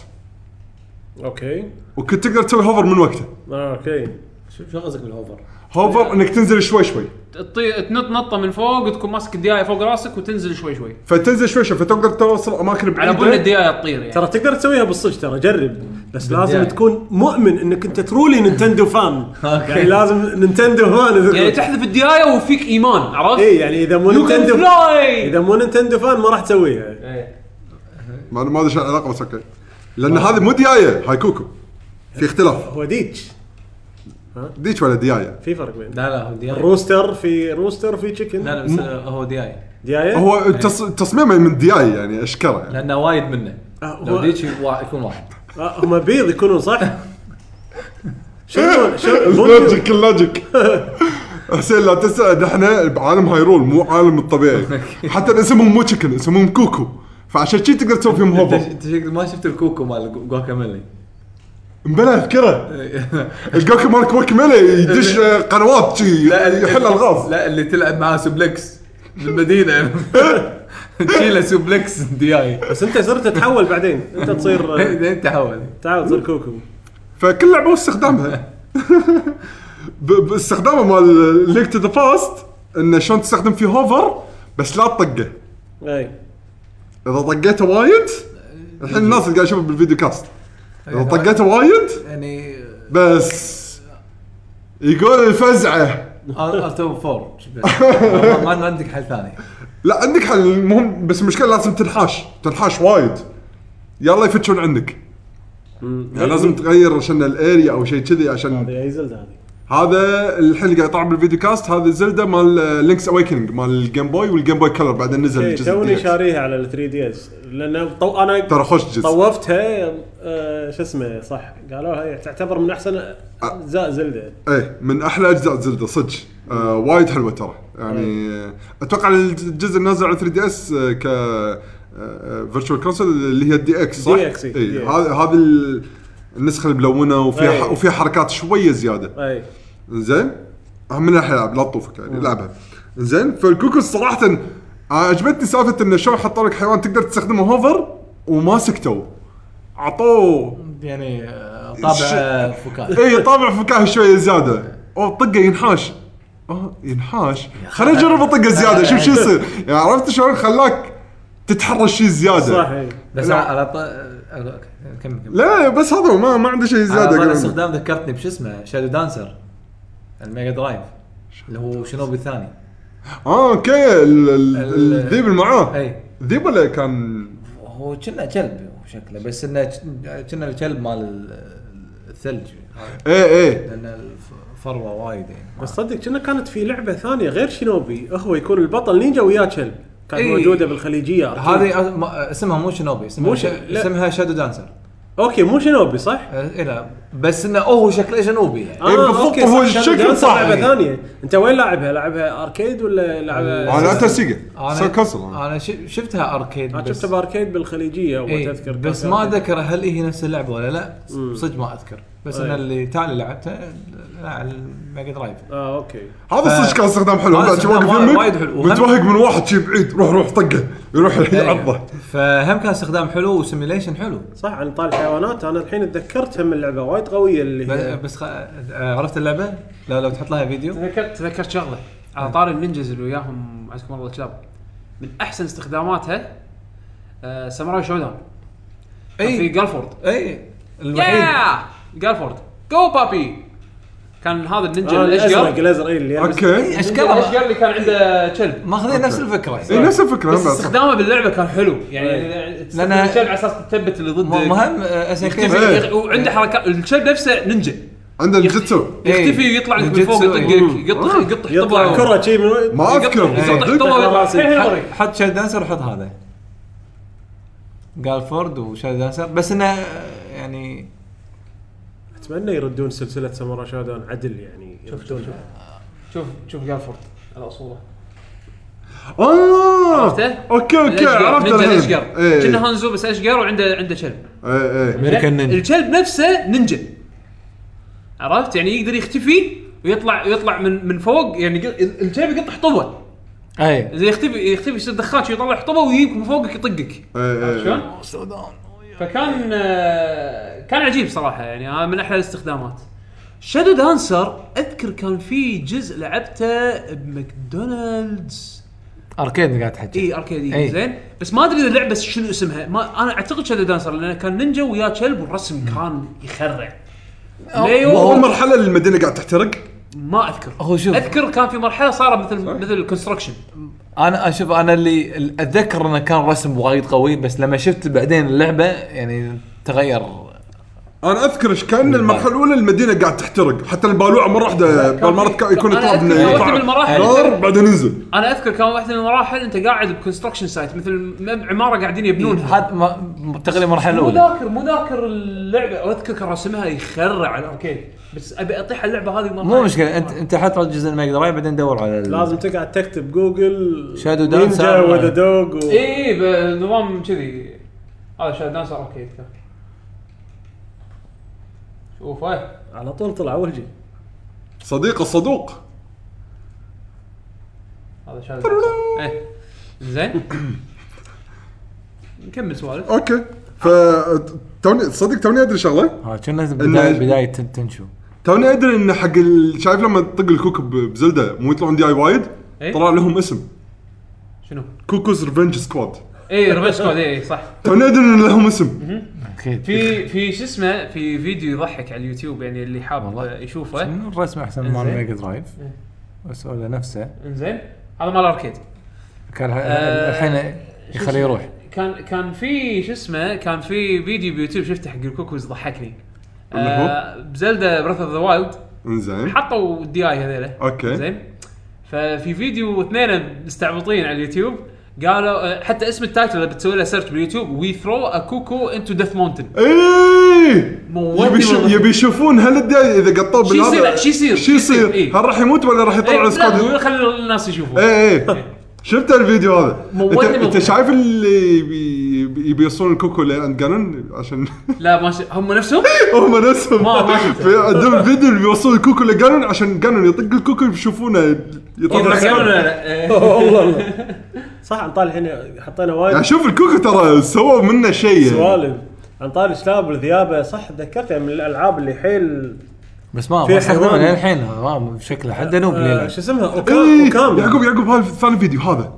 Speaker 4: اوكي
Speaker 3: وكنت تقدر تسوي هوفر من وقته
Speaker 4: آه، اوكي شو شو قصدك بالهوفر؟
Speaker 3: يعني هوفر انك تنزل شوي شوي
Speaker 1: تطي- تنط نطه من فوق وتكون ماسك الديايه فوق راسك وتنزل شوي شوي
Speaker 3: فتنزل شوي شوي فتقدر توصل اماكن
Speaker 1: على بالنا
Speaker 3: بعيده
Speaker 1: الديايه تطير يعني
Speaker 4: ترى تقدر تسويها بالصج ترى جرب بس لازم تكون مؤمن انك انت ترولي نينتندو فان يعني لازم نينتندو فان
Speaker 1: يعني تحذف الديايه وفيك ايمان عرفت؟
Speaker 4: اي يعني اذا مو
Speaker 1: يو كان
Speaker 4: نينتندو
Speaker 1: فلاي
Speaker 4: اذا مو نينتندو فان ما راح تسويها
Speaker 1: إيه،
Speaker 3: ما ما ادري شو العلاقه بس اوكي لان هذه مو ديايه هاي كوكو في اختلاف
Speaker 4: هو ديتش
Speaker 3: ديتش ولا ديايه
Speaker 4: في فرق بين
Speaker 2: لا لا هو دي اي
Speaker 4: روستر في روستر في
Speaker 2: لا
Speaker 4: تشيكن
Speaker 2: لا بس آه، هو دي اي
Speaker 4: ديايه
Speaker 3: هو تص- تصميمه من ديايه يعني اشكره يعني
Speaker 2: لانه وايد منه
Speaker 4: آه،
Speaker 2: لو
Speaker 4: هو-
Speaker 2: ديتش وا- يكون واحد
Speaker 4: آه، هم بيض يكونون صح؟ شنو شنو بومبيو-
Speaker 3: اللوجيك اللوجيك حسين لا تسال نحن بعالم هايرول مو عالم الطبيعي حتى اسمهم مو تشيكن اسمهم كوكو فعشان شي تقدر تسوي فيهم
Speaker 2: انت
Speaker 3: هوبر
Speaker 2: انت شكلك ما شفت الكوكو مال جو- جواكاميلي
Speaker 3: مبلا اذكره الجوكي مالك ورك ميلي يدش آه، قنوات شي يحل الغاز
Speaker 2: لا اللي تلعب معاه سوبلكس بالمدينه تشيله سوبلكس دي اي
Speaker 4: بس انت صرت تتحول بعدين انت تصير آه،
Speaker 2: انت حول
Speaker 4: تعال تصير كوكو
Speaker 3: فكل لعبه واستخدامها ب- باستخدامه مال لينك تو ذا باست انه شلون تستخدم فيه هوفر بس لا تطقه
Speaker 4: اي
Speaker 3: اذا طقيته وايد الحين الناس اللي قاعد يشوفها بالفيديو كاست اذا طقيته وايد
Speaker 2: يعني
Speaker 3: بس يقول الفزعه
Speaker 2: ارت اوف 4 آه، شو بقى؟ ما ما عندك حل ثاني
Speaker 3: لا عندك حل المهم بس المشكله لازم تنحاش تنحاش وايد يلا يفتشون عندك يعني لازم تغير عشان الاريا او شيء كذي عشان
Speaker 4: إيه. هذه اي زلده هذه
Speaker 3: هذا الحين اللي قاعد يطلع بالفيديو كاست هذا الزلده مال لينكس اويكننج مال الجيم بوي والجيم بوي كلر بعدين نزل
Speaker 4: إيه،
Speaker 3: الجزء
Speaker 4: توني
Speaker 3: الجديد.
Speaker 4: شاريها على ال 3 دي اس لان طو... انا
Speaker 3: ترى خوش جزء
Speaker 4: طوفتها آه، شو اسمه صح قالوا هي تعتبر من
Speaker 3: آه.
Speaker 4: احسن اجزاء زلده
Speaker 3: ايه من احلى اجزاء زلده صدق آه وايد حلوه ترى يعني آه اتوقع الجزء النازل على 3 دي اس ك آه، فيرتشوال كونسول اللي هي الدي اكس صح؟
Speaker 4: دي إكس، إي،
Speaker 3: اي
Speaker 4: دي إكس.
Speaker 3: هذا هذا ال- النسخه الملونه وفيها
Speaker 4: إي.
Speaker 3: ح- وفيها حركات شويه زياده
Speaker 4: اي
Speaker 3: زين اهم من الحين لا تطوفك يعني لعبها زين فالكوكو صراحه عجبتني سالفه انه شلون حطوا لك حيوان تقدر تستخدمه هوفر وما سكتوا عطوه
Speaker 2: يعني آه، طابع فكاهي
Speaker 3: اي طابع فكاهي شويه زياده او طقه ينحاش اه ينحاش خليني اجرب اطقه زياده شوف شو يصير يعني عرفت شلون خلاك تتحرش شيء زياده
Speaker 4: صح اي
Speaker 2: بس
Speaker 3: لا.
Speaker 2: على ط... آه، أوكي، كمل كمل
Speaker 3: لا بس هذا هو، ما ما عنده شيء
Speaker 2: على طار
Speaker 3: زياده
Speaker 2: الاستخدام ذكرتني بشو اسمه شادو دانسر الميجا درايف اللي هو شنوبي الثاني
Speaker 3: اه اوكي ال- ال-
Speaker 2: ال-
Speaker 3: الذيب اللي معاه
Speaker 2: اي
Speaker 3: ذيب ولا كان
Speaker 2: هو كنا كلب هو شكله بس انه كنا الكلب مال ال- الثلج
Speaker 3: اي اي
Speaker 2: لان الفروه وايد يعني
Speaker 4: بس صدق كنا كانت في لعبه ثانيه غير شينوبي هو يكون البطل نينجا وياه كلب كانت
Speaker 3: إيه.
Speaker 2: إي.
Speaker 4: موجوده بالخليجيه أركيد.
Speaker 2: هذه أ- ما- اسمها مو شنوبي اسمها
Speaker 4: مو
Speaker 2: مو
Speaker 4: ش- لا.
Speaker 2: اسمها شادو دانسر
Speaker 4: اوكي مو شينوبي صح؟
Speaker 2: اي لا بس انه هو شكله شنوبي يعني
Speaker 3: إيه، بالضبط،
Speaker 4: آه، أوكي،
Speaker 3: هو
Speaker 4: صح،
Speaker 3: الشكل
Speaker 4: شادو دانسر
Speaker 3: صح.
Speaker 4: لعبه ثانيه انت وين لاعبها؟ لاعبها اركيد ولا لاعبها
Speaker 3: انا اتى
Speaker 4: آه.
Speaker 3: سيجا سو كونسل أنا.
Speaker 2: انا ش- شفتها اركيد
Speaker 4: انا
Speaker 2: بس
Speaker 4: شفتها باركيد بالخليجيه وما
Speaker 2: إيه،
Speaker 4: تذكر
Speaker 2: بس
Speaker 4: كان
Speaker 2: ما
Speaker 4: فيها.
Speaker 2: اتذكر هل هي نفس اللعبه ولا لا صدق ما اذكر بس
Speaker 4: أي.
Speaker 2: انا اللي تالي لعبته لا، على الميجا درايف
Speaker 4: اه اوكي
Speaker 3: هذا صدق كان استخدام حلو
Speaker 2: هذا
Speaker 3: بعد شي واقف
Speaker 2: استخدام وايد
Speaker 3: يمك
Speaker 2: حلو. إيه. وهم-
Speaker 3: متوهق من واحد شي بعيد روح روح طقه يروح يعضه
Speaker 2: طيب. فهم كان استخدام حلو وسيميليشن حلو
Speaker 4: صح عن طال الحيوانات انا الحين تذكرت هم اللعبه وايد قويه اللي هي آه،
Speaker 2: ب- بس خ... آه، عرفت اللعبه؟ لا لو تحط لها فيديو
Speaker 1: تذكرت تذكرت شغله
Speaker 4: إيه.
Speaker 1: على طار النينجز اللي وياهم عزكم الله الكلاب من احسن
Speaker 4: إيه.
Speaker 1: استخداماتها آه، ساموراي شودان كان في
Speaker 2: اي
Speaker 1: جالفورد
Speaker 2: اي
Speaker 7: الوحيد
Speaker 1: يا جالفورد جو بابي كان هذا النينجا
Speaker 4: آه، الازرق
Speaker 1: الاشقر
Speaker 4: الازرق إي، اللي يلبس-
Speaker 3: اوكي
Speaker 2: إيه،
Speaker 1: النينجا الاشقر
Speaker 2: اشكالها
Speaker 1: اللي كان عنده كلب
Speaker 2: ماخذين نفس الفكره
Speaker 3: اي إيه، نفس الفكره
Speaker 1: بس
Speaker 3: هم بعد صح.
Speaker 1: استخدامه باللعبه كان حلو
Speaker 3: إيه.
Speaker 1: يعني تستخدم
Speaker 2: لأنها-
Speaker 1: الكلب على اساس تثبت اللي ضدك
Speaker 2: مهم آه، اساسا
Speaker 1: يختفي
Speaker 3: إيه. إيه.
Speaker 1: يخ- وعنده حركات الكلب نفسه نينجا
Speaker 3: عنده
Speaker 1: يخت-
Speaker 3: الجيتسو
Speaker 1: يختفي ويطلع لك من
Speaker 2: الجيتسو،
Speaker 1: فوق
Speaker 2: إيه.
Speaker 1: يطقك
Speaker 3: آه.
Speaker 1: يطخ يطخ
Speaker 4: يطلع كره شي من
Speaker 3: ما اذكر
Speaker 1: يطلع
Speaker 3: صدق
Speaker 1: طبعاً.
Speaker 4: راسي.
Speaker 1: الحين هنا أوريك.
Speaker 2: حط- حط شاد دانسر وحط هذا قال فورد وشاد دانسر بس انه يعني
Speaker 4: اتمنى يردون سلسله سامورا شادون عدل يعني يردونها
Speaker 1: شوف شوف جالفورد الاسطوره
Speaker 3: اه
Speaker 1: عرفته؟
Speaker 3: اوكي اوكي
Speaker 1: الأشقر،
Speaker 3: عرفت إيه،
Speaker 1: نينجا
Speaker 3: الحين
Speaker 1: الاشقر كنا
Speaker 3: اي
Speaker 1: هانزو بس اشقر وعنده عنده كلب
Speaker 3: اي
Speaker 2: أمريكان نينجا.
Speaker 1: الكلب نفسه نينجا عرفت يعني يقدر يختفي ويطلع يطلع من من فوق يعني يق- الكلب يقط حطبه
Speaker 2: اي
Speaker 1: اذا يختفي يختفي يصير دخان شي يطلع حطبه ويجيك من فوقك يطقك
Speaker 3: إيه،
Speaker 1: عرفت
Speaker 3: اي
Speaker 1: شلون؟ فكان آه، كان عجيب صراحه يعني هذا من احلى الاستخدامات شادو دانسر اذكر كان في جزء لعبته بماكدونالدز
Speaker 2: اركيد قاعد تحكي
Speaker 1: اي اركيدي
Speaker 2: إي.
Speaker 1: زين بس ما ادري اذا اللعبه شنو اسمها ما انا اعتقد شادو دانسر لان كان نينجا ويا كلب والرسم كان يخرع
Speaker 3: وهو
Speaker 1: ليو
Speaker 3: مرحله المدينه قاعد تحترق
Speaker 1: ما اذكر
Speaker 2: هو شوف.
Speaker 1: اذكر كان في مرحله صار مثل مثل الكونستركشن
Speaker 2: انا اشوف انا اللي اللي اتذكر انه كان رسم وايد قوي بس لما شفت بعدين اللعبه يعني تغير
Speaker 3: انا اذكر ايش كان المرحله الاولى المدينه قاعد تحترق حتى البالوعه مره واحده بالمرات يكون
Speaker 1: أنا
Speaker 3: يطلع
Speaker 1: أذكر
Speaker 3: من
Speaker 1: واحدة
Speaker 3: يطلع
Speaker 1: من المراحل.
Speaker 3: نار بعدين ينزل
Speaker 1: انا اذكر كان واحده من المراحل انت قاعد بكونستركشن سايت مثل م- عماره قاعدين يبنونها
Speaker 2: هذا ما- تقريبا المرحله
Speaker 1: مو
Speaker 2: الاولى
Speaker 1: ذاكر مو ذاكر اللعبه واذكر كان رسمها يخرع على الاركيد بس ابي اطيح اللعبه هذه مرة
Speaker 2: مو مشكله انت انت حط الجزء الميجا درايف بعدين دور على ال-
Speaker 4: لازم تقعد تكتب جوجل
Speaker 2: شادو إيه. دانسر.
Speaker 4: نينجا وذا دوغ و...
Speaker 1: اي اي إيه، ب- نظام كذي هذا شاد دانس اركيد كان. شوف إيه، هاي
Speaker 4: على طول طلع اول شيء
Speaker 3: صديق الصدوق
Speaker 1: هذا شاد دانس ايه زين نكمل سوالف
Speaker 3: اوكي ف توني صدق توني ادري شغله
Speaker 2: ها كنا بدايه
Speaker 3: إنه-
Speaker 2: بدايه تن- تنشو
Speaker 3: توني ادري ان حق ال- شايف لما تطق الكوكب بزلده مو يطلعون دي اي وايد
Speaker 1: إيه.
Speaker 3: طلع لهم اسم
Speaker 1: شنو؟
Speaker 3: كوكوز ريفنج سكواد
Speaker 1: اي ريفرس كود اي صح
Speaker 3: توني ادري ان لهم اسم
Speaker 2: اكيد
Speaker 1: في في شو اسمه في فيديو يضحك على اليوتيوب يعني اللي حاب
Speaker 2: والله.
Speaker 1: يشوفه
Speaker 2: شنو الرسم احسن مال
Speaker 1: إنزين.
Speaker 2: الميجا درايف بس ولا نفسه
Speaker 1: انزين هذا مال الاركيد
Speaker 2: كان ه-
Speaker 1: آه،
Speaker 2: الحين
Speaker 1: شو
Speaker 2: يخليه
Speaker 1: اسمه؟
Speaker 2: يروح
Speaker 1: كان كان في شو اسمه كان في فيديو بيوتيوب شفته حق الكوكوز ضحكني
Speaker 3: اللي هو؟
Speaker 1: آه بزلدا براث اوف ذا وايلد
Speaker 3: انزين
Speaker 1: حطوا الدي اي هذيلا
Speaker 3: أوكي.
Speaker 1: زين ففي فيديو اثنين مستعبطين على اليوتيوب قالوا آه، حتى اسم التايتل اللي بتسوي له سيرش باليوتيوب وي ثرو ا كوكو انتو ديث ماونتن
Speaker 3: ايه
Speaker 1: مو
Speaker 3: يبي يش-
Speaker 1: ودي
Speaker 3: يبي يشوفون هل الداي اذا قطوه
Speaker 1: شي يصير- شي يصير.
Speaker 3: شو
Speaker 1: إيه.
Speaker 3: يصير؟ هل راح يموت ولا راح يطلع
Speaker 1: والله
Speaker 3: السكواد؟
Speaker 1: إيه، خلي الناس يشوفوا
Speaker 3: ايه ايه شفت الفيديو هذا
Speaker 1: مو
Speaker 3: انت,
Speaker 1: ودي
Speaker 3: انت
Speaker 1: بالضبط.
Speaker 3: شايف اللي يبي- يبي- يبي يوصلون الكوكو لاند جانون عشان
Speaker 1: لا ما ش... هم نفسهم
Speaker 3: هم نفسهم
Speaker 1: ما- ما شفته.
Speaker 3: في عندهم الفيديو اللي بيوصلون الكوكو لجانون عشان جانون يطق الكوكو يشوفونه يطلع
Speaker 1: إيه،
Speaker 3: السكواد.
Speaker 4: والله صح عن طال الحين حطينا
Speaker 3: يعني
Speaker 4: وايد
Speaker 3: شوف الكوكو ترى سووا منه شيء يعني.
Speaker 4: سوالف عن طال الكلاب والذيابه صح تذكرت يعني من الالعاب اللي حيل آه،
Speaker 2: بس ما
Speaker 4: في
Speaker 2: ما استخدمه
Speaker 4: حيوان.
Speaker 2: للحين ما- ما شكله حتى نوب
Speaker 4: آه،
Speaker 2: ليلة.
Speaker 4: شو اسمها
Speaker 7: إيه،
Speaker 4: اوكام
Speaker 3: ايه
Speaker 4: اوكام
Speaker 3: يعقوب يعقوب هذا ثاني فيديو هذا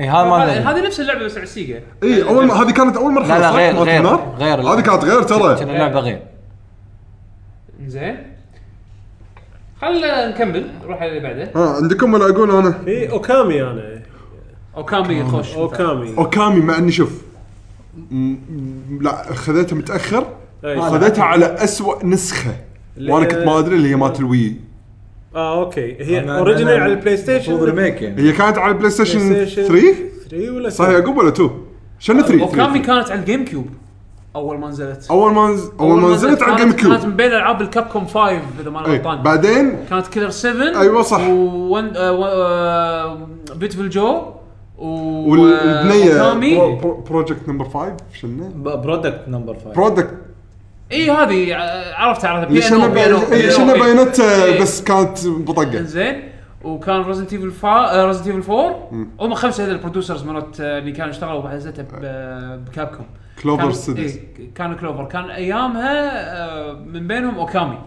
Speaker 2: اي إيه، هذا
Speaker 1: هذه
Speaker 2: ما
Speaker 1: هذه نفس اللعبه بس على السيجا إيه.
Speaker 3: اي اول إيه، ما هذه كانت اول مرحله
Speaker 2: يعني لا لا
Speaker 3: صح؟
Speaker 2: غير
Speaker 3: مرة
Speaker 2: غير
Speaker 3: النار؟
Speaker 2: غير
Speaker 3: هذه كانت غير ترى
Speaker 2: كنا لعبه غير
Speaker 1: زين خلينا نكمل نروح على اللي بعده
Speaker 3: ها آه، عندكم ولا اقول انا؟
Speaker 4: في اوكامي انا
Speaker 1: اوكامي خوش
Speaker 4: اوكامي
Speaker 3: اوكامي مع اني شوف م- م- لا خذيتها متاخر
Speaker 1: طيب.
Speaker 4: أي.
Speaker 7: آه،
Speaker 3: خذيتها على أسوأ نسخه
Speaker 4: اللي-
Speaker 3: وانا كنت ما ادري اللي هي مالت الوي
Speaker 4: اه اوكي هي
Speaker 7: أنا-
Speaker 4: اوريجينال
Speaker 7: أنا-
Speaker 4: على البلاي ستيشن
Speaker 7: المفروض ريميك يعني
Speaker 3: هي كانت على البلاي ستيشن 3
Speaker 4: 3 ولا
Speaker 3: صح يا يعقوب ولا 2 شنو 3
Speaker 1: اوكامي كانت على الجيم كيوب اول ما نزلت
Speaker 3: اول ما نز- اول ما نزلت على
Speaker 1: كانت-
Speaker 3: الجيم
Speaker 1: كانت
Speaker 3: كيوب
Speaker 1: من بين العاب الكاب كوم 5 اذا ما انا
Speaker 3: إيه،
Speaker 1: غلطان
Speaker 3: بعدين
Speaker 1: كانت كيلر 7
Speaker 3: أيوة صح.
Speaker 1: وون بيوتفل جو آه، و آه،
Speaker 3: والبنيه برو-
Speaker 1: اوكامي
Speaker 3: برو- بروجكت نمبر 5 شنو؟
Speaker 7: برودكت نمبر 5
Speaker 3: برودكت
Speaker 1: اي إيه، هذه ع- عرفتها عرفتها
Speaker 3: اللي شنو
Speaker 1: بي إن أو، بي إن
Speaker 3: بي-
Speaker 1: أو،
Speaker 3: إيه، شنو
Speaker 1: إيه.
Speaker 3: بايونتا
Speaker 1: إيه.
Speaker 3: بس كانت بطقه
Speaker 1: انزين وكان ريزنت ايفل فا آه، ريزنت ايفل 4 هم خمسه هذول البرودوسرز مرات آه، اللي كانوا اشتغلوا بحزتها بكابكوم
Speaker 3: كلوفر
Speaker 1: كان-
Speaker 3: ستوديوز.
Speaker 1: إيه، كان كلوفر كان ايامها آه، من بينهم اوكامي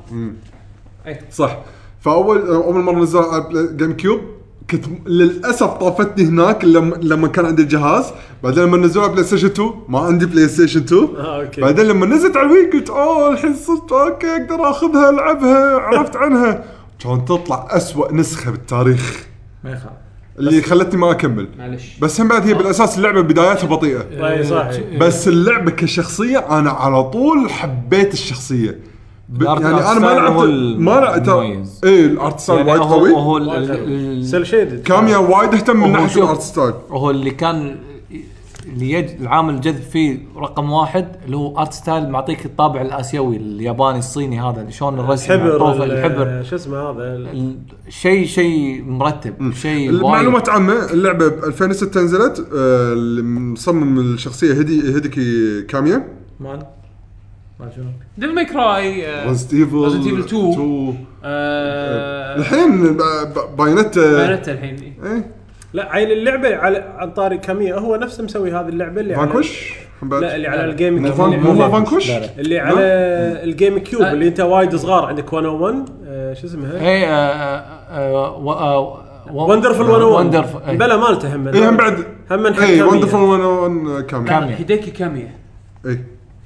Speaker 3: صح فاول اول مره نزلوا على البلا- جيم كيوب كنت م- للاسف طافتني هناك لما لما كان عندي الجهاز بعدين لما نزلوا على بلاي ستيشن 2 ما عندي بلاي ستيشن 2
Speaker 4: آه، أوكي.
Speaker 3: بعدين لما نزلت على الوي قلت اوه الحين صرت اوكي اقدر اخذها العبها عرفت عنها كانت تطلع أسوأ نسخه بالتاريخ
Speaker 7: ما يخالف
Speaker 3: اللي خلتني ما اكمل
Speaker 1: معلش
Speaker 3: بس هم بعد هي بالاساس اللعبه بداياتها بطيئه
Speaker 4: اي إيه، صح
Speaker 3: بس اللعبه كشخصيه انا على طول حبيت الشخصيه ب...
Speaker 2: الأرت-
Speaker 3: يعني انا ما
Speaker 2: الأرت
Speaker 3: لعبت
Speaker 2: هو ال-
Speaker 3: ما لعبت
Speaker 2: المميز.
Speaker 3: اي الارت ستايل
Speaker 2: يعني
Speaker 3: وايد
Speaker 2: هو
Speaker 3: قوي
Speaker 2: هو ال- ال- ال-
Speaker 4: سيل شيدد
Speaker 3: كاميا وايد اهتم من
Speaker 2: هو
Speaker 3: ناحيه
Speaker 2: شوف-
Speaker 3: الارت ستايل
Speaker 2: هو اللي كان اللي يج... العامل الجذب فيه رقم واحد اللي هو ارت ستايل معطيك الطابع الاسيوي الياباني الصيني هذا اللي شلون الرسم
Speaker 4: الحبر
Speaker 2: الطوفة،
Speaker 4: ال-
Speaker 2: الحبر
Speaker 4: شو اسمه هذا ال-
Speaker 2: ال- شيء شيء مرتب شيء وايد
Speaker 3: معلومات عامه اللعبه ب 2006 نزلت آه، اللي مصمم الشخصيه هدي هديكي كاميا
Speaker 7: مال مال شنو؟
Speaker 1: ديفل ماي كراي
Speaker 3: رزنت ايفل
Speaker 1: Resident Evil 2.
Speaker 3: آه، الحين ب- ب- آه، بايونيتا
Speaker 1: بنت آه، الحين
Speaker 3: ايه
Speaker 4: لا عين اللعبه على عن طاري كاميا هو نفسه مسوي هذه اللعبه اللي على
Speaker 3: فانكوش
Speaker 4: لا اللي على الجيم
Speaker 3: مو
Speaker 4: كيوب
Speaker 3: فان-
Speaker 4: اللي-
Speaker 3: مو فانكوش
Speaker 7: لا، لا.
Speaker 4: اللي على الجيم كيوب اللي انت وايد صغار عندك 101 آه، شو
Speaker 1: إيه.
Speaker 4: اسمها؟
Speaker 7: إيه،
Speaker 2: اي
Speaker 7: آه،
Speaker 4: وندرفul 101
Speaker 1: إيه.
Speaker 7: إيه.
Speaker 2: وندرفل
Speaker 4: بلا oh مالته هم
Speaker 3: ايه هم بعد
Speaker 4: هم
Speaker 3: اي وندرفول 101 كاميا
Speaker 2: كاميا.
Speaker 1: هديكي كاميا
Speaker 3: اي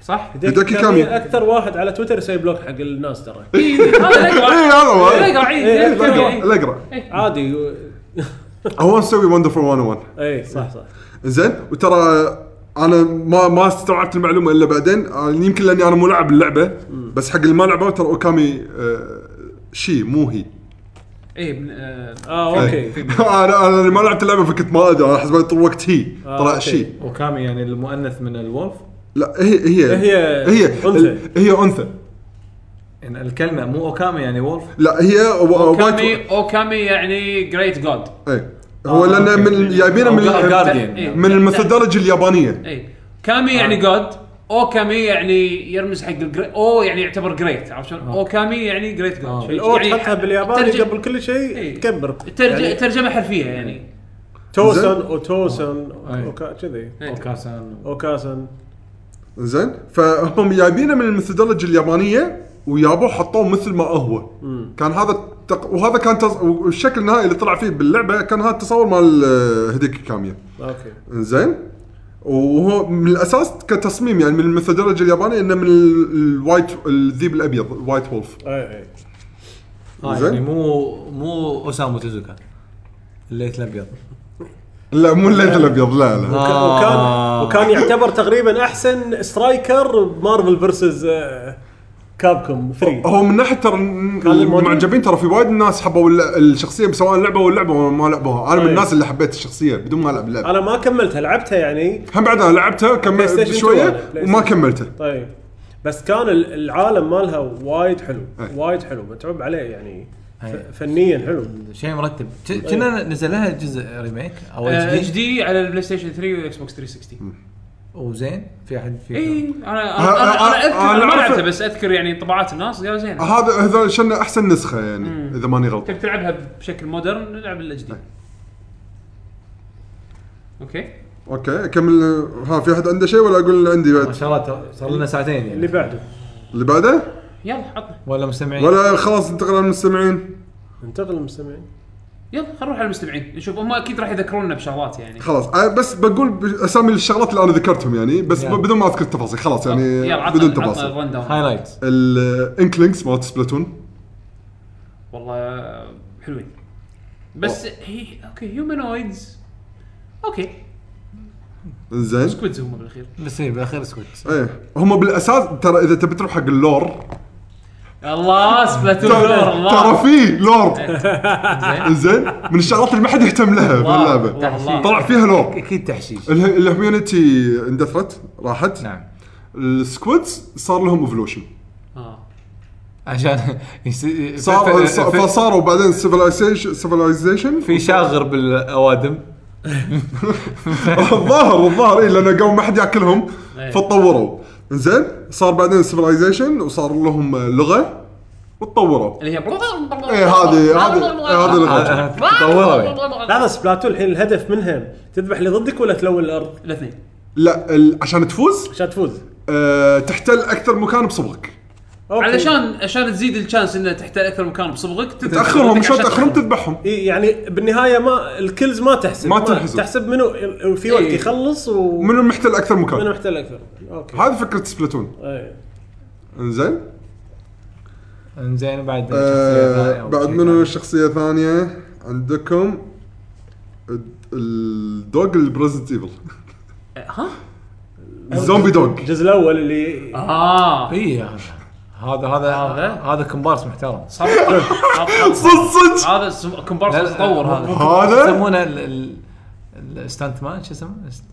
Speaker 1: صح؟
Speaker 3: هيداكي كاميا.
Speaker 4: اكثر واحد على تويتر يسوي بلوك حق الناس ترى
Speaker 1: إيه، هذا
Speaker 3: اي هذا هو.
Speaker 1: اقرا
Speaker 4: إيه،
Speaker 1: عيد
Speaker 4: لا
Speaker 3: الاقرا
Speaker 1: كاميا.
Speaker 3: الاقرا
Speaker 4: عادي و-
Speaker 3: هو مسوي وندرفول 101
Speaker 4: اي صح صح
Speaker 3: زين وترى انا ما ما استوعبت المعلومه الا بعدين آه، يمكن لاني انا مو لاعب اللعبه بس حق اللي ما لعبوا ترى اوكامي آه، شي مو هي
Speaker 1: اي من- آه،
Speaker 4: اه
Speaker 3: إيه.
Speaker 4: اوكي
Speaker 3: انا انا اللي ما لعبت اللعبه فكنت ما ادري انا حسبت طول الوقت هي
Speaker 4: آه،
Speaker 3: طلع
Speaker 4: أوكي.
Speaker 3: شي
Speaker 7: وكامي يعني المؤنث من الولف
Speaker 3: لا هي هي
Speaker 4: هي
Speaker 3: هي
Speaker 4: أنثى.
Speaker 3: هي انثى
Speaker 7: إن الكلمه مو اوكامي يعني وولف
Speaker 3: لا هي و- وايت
Speaker 1: اوكامي اوكامي يعني جريت جود
Speaker 3: إيه. هو
Speaker 4: آه،
Speaker 3: لان من جايبينه من
Speaker 7: أو
Speaker 3: ال-
Speaker 7: Guardian.
Speaker 1: إيه.
Speaker 3: من الميثودولوجي اليابانيه
Speaker 1: اي كامي
Speaker 4: آه.
Speaker 1: يعني جود اوكامي يعني يرمز حق الجري... او يعني يعتبر جريت عرفت شلون؟ اوكامي يعني جريت جود
Speaker 4: الاو آه. تحطها بالياباني قبل كل
Speaker 1: يعني إيه.
Speaker 4: شيء تكبر
Speaker 1: ترجمه
Speaker 4: يعني
Speaker 1: ترجمه حرفيه يعني
Speaker 4: توسن اوتوسن أوكا- كذي
Speaker 1: إيه.
Speaker 7: اوكاسان
Speaker 4: اوكاسن
Speaker 3: زين فهم جايبينه من الميثودولوجي اليابانيه ويابوه حطوه مثل ما هو كان هذا التق... وهذا كان تص... والشكل النهائي اللي طلع فيه باللعبه كان هذا التصور مال آه، هديك كاميا
Speaker 4: اوكي
Speaker 3: زين وهو من الاساس كتصميم يعني من الميثودولوجي الياباني انه من ال- الوايت الذيب الابيض الوايت وولف
Speaker 4: اي اي
Speaker 7: آه
Speaker 3: زين.
Speaker 7: يعني مو مو اوسامو تيزوكا الليث الابيض
Speaker 3: لا مو الليث الابيض لا لا
Speaker 7: آه.
Speaker 4: وكان وكان يعتبر تقريبا احسن سترايكر بمارفل فيرسز كابكوم 3
Speaker 3: هو من ناحيه ترى
Speaker 4: الموجود.
Speaker 3: المعجبين ترى في وايد ناس حبوا الل- الشخصيه سواء لعبه ولا لعبه وما لعبوها انا من
Speaker 4: أي.
Speaker 3: الناس اللي حبيت الشخصيه بدون ما العب اللعبه
Speaker 4: انا ما كملتها لعبتها يعني
Speaker 3: هم بعد انا لعبتها
Speaker 4: بلاي
Speaker 3: كملت
Speaker 4: ستيشن
Speaker 3: شويه
Speaker 4: 2 ولا؟
Speaker 3: وما كملته
Speaker 4: طيب بس كان ال- العالم مالها وايد حلو
Speaker 3: أي.
Speaker 4: وايد حلو متعوب عليه يعني ف-
Speaker 7: أي.
Speaker 4: فنيا حلو
Speaker 7: شيء مرتب ك- كنا نزل لها جزء ريميك او
Speaker 1: اتش
Speaker 7: اتش دي
Speaker 1: دي آه، على البلاي ستيشن 3 والاكس بوكس 360
Speaker 7: وزين في احد في
Speaker 1: اي انا انا
Speaker 4: آه،
Speaker 3: ها-
Speaker 1: انا, إيه، أنا اذكر
Speaker 3: ها-
Speaker 1: أنا ما
Speaker 3: أنا
Speaker 1: لعبتها
Speaker 3: أعرف-
Speaker 1: بس اذكر يعني طبعات الناس قالوا زين
Speaker 4: آه.
Speaker 3: هذا هذول شن احسن نسخه يعني اذا ماني غلط
Speaker 1: تبي تلعبها بشكل مودرن نلعب الجديد
Speaker 4: طيب.
Speaker 1: اوكي
Speaker 3: اوكي اكمل ها في احد عنده شيء ولا اقول اللي عندي
Speaker 7: ما
Speaker 3: بعد
Speaker 7: شاء الله ترى- صار لنا ساعتين
Speaker 4: اللي
Speaker 7: يعني
Speaker 4: بعده
Speaker 3: اللي بعده
Speaker 1: يلا عطنا
Speaker 7: ولا مستمعين
Speaker 3: ولا خلاص انتقل للمستمعين
Speaker 4: انتقل للمستمعين
Speaker 1: يلا خلينا نروح على المستمعين نشوف هم اكيد راح يذكرونا بشغلات يعني
Speaker 3: خلاص آه، بس بقول ب- اسامي الشغلات اللي انا ذكرتهم يعني بس
Speaker 7: يلا.
Speaker 3: ب- بدون ما اذكر التفاصيل خلاص يعني
Speaker 1: يلا عطنا
Speaker 3: بدون
Speaker 1: عطنا
Speaker 3: تفاصيل
Speaker 1: الرن داون
Speaker 7: هايلايت
Speaker 3: الانكلينكس مالت سبلاتون
Speaker 1: والله حلوين بس هي اوكي هيومانويدز اوكي
Speaker 3: زين
Speaker 1: سكويدز هم بالاخير
Speaker 7: بس إيه، بالاخير سكوت
Speaker 3: ايه هم بالاساس ترى اذا تبي تروح حق اللور
Speaker 1: الله سبلاتون
Speaker 3: ترى ترى
Speaker 1: الله
Speaker 3: في لور زين من الشغلات اللي ما حد يهتم لها باللعبه
Speaker 1: والله
Speaker 3: طلع فيها لور
Speaker 7: اكيد تحشيش
Speaker 3: اله- الهيومانيتي اندثرت راحت
Speaker 7: نعم
Speaker 3: السكويدز صار لهم ايفولوشن
Speaker 1: آه.
Speaker 7: عشان يصير-
Speaker 3: صار
Speaker 7: ف- ف-
Speaker 3: صار-
Speaker 7: في-
Speaker 3: فصاروا بعدين سيفلايزيشن سيفلايزيشن
Speaker 7: في شاغر بالاوادم
Speaker 3: الظاهر الظاهر اي لان قوم ما حد ياكلهم
Speaker 7: إيه.
Speaker 3: فتطوروا زين صار بعدين سيفلايزيشن وصار لهم لغه وتطوروا
Speaker 1: اللي هي
Speaker 3: اي هذه هذه إيه، هذه اللغه
Speaker 2: يعني.
Speaker 7: طوروا
Speaker 4: لحظه سبلاتون الحين الهدف منها تذبح اللي ضدك ولا تلون الارض
Speaker 1: الاثنين
Speaker 3: لا ال- عشان تفوز
Speaker 4: عشان تفوز
Speaker 3: آه، تحتل اكثر مكان بصبغك
Speaker 4: أوكي.
Speaker 1: علشان عشان تزيد الشانس انه تحتاج اكثر من مكان بصبغك تذبح
Speaker 3: تاخرهم
Speaker 1: صبغتك
Speaker 3: شلون
Speaker 1: عشان
Speaker 3: تاخرهم
Speaker 1: تاخذ.
Speaker 3: تذبحهم
Speaker 4: إي يعني بالنهايه ما الكلز ما تحسب
Speaker 3: ما تنحسب.
Speaker 4: تحسب منو في وقت
Speaker 1: إي.
Speaker 4: يخلص ومنو
Speaker 3: منو المحتل اكثر مكان
Speaker 4: محتل اكثر اوكي
Speaker 3: هذه فكره سبلاتون
Speaker 4: إي.
Speaker 3: انزين
Speaker 2: انزين بعد
Speaker 3: آه بعد منو شخصيه ثانيه عندكم الد- الدوج البريزنت ايفل
Speaker 1: ها؟
Speaker 3: الزومبي دوج
Speaker 4: الجزء الاول اللي
Speaker 3: آه.
Speaker 1: اه
Speaker 2: اي إيه، هذا هذا
Speaker 1: هذا؟
Speaker 2: هذا كومبارس محترم
Speaker 1: آه، إيه. صار صار- صار-
Speaker 3: صدق صدق
Speaker 1: هذا سم- كومبارس
Speaker 2: لا، لا،
Speaker 1: متطور هذا
Speaker 2: ممكن
Speaker 3: هذا؟
Speaker 2: يسمونه ال- ال- الستانت مان شو اسمه؟ است-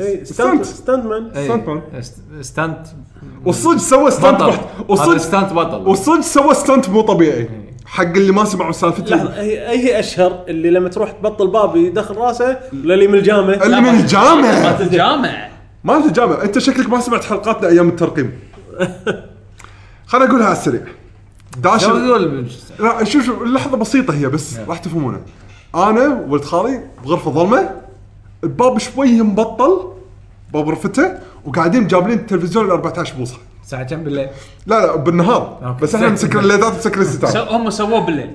Speaker 4: إي،
Speaker 3: ستانت.
Speaker 4: ستاند ستاند مان
Speaker 2: إي،
Speaker 3: ستانت مان.
Speaker 2: است- ستانت
Speaker 3: والصدق سوى ستانت
Speaker 2: بطل
Speaker 3: بح-
Speaker 2: هذا إيه.
Speaker 3: والصدق
Speaker 2: ستانت بطل
Speaker 3: والصدق سوى ستانت مو طبيعي حق اللي ما سمعوا سالفتي
Speaker 4: لحظه هي هي اشهر اللي لما تروح تبطل باب يدخل راسه للي من الجامع
Speaker 3: اللي من الجامع
Speaker 1: مالت الجامع
Speaker 3: ما في جامع انت شكلك ما سمعت حلقاتنا ايام الترقيم خليني اقولها على السريع داش
Speaker 2: شو يقول بال-
Speaker 3: لا شوف شوف اللحظه بسيطه هي بس راح تفهمونها انا ولد خالي بغرفه ظلمه الباب شوي مبطل باب غرفته وقاعدين جابلين التلفزيون ال 14 بوصه
Speaker 2: الساعه كم بالليل؟
Speaker 3: لا لا بالنهار
Speaker 2: أوكي.
Speaker 3: بس احنا مسكر الليدات مسكر
Speaker 1: سو-
Speaker 3: الستار
Speaker 1: هم سووه بالليل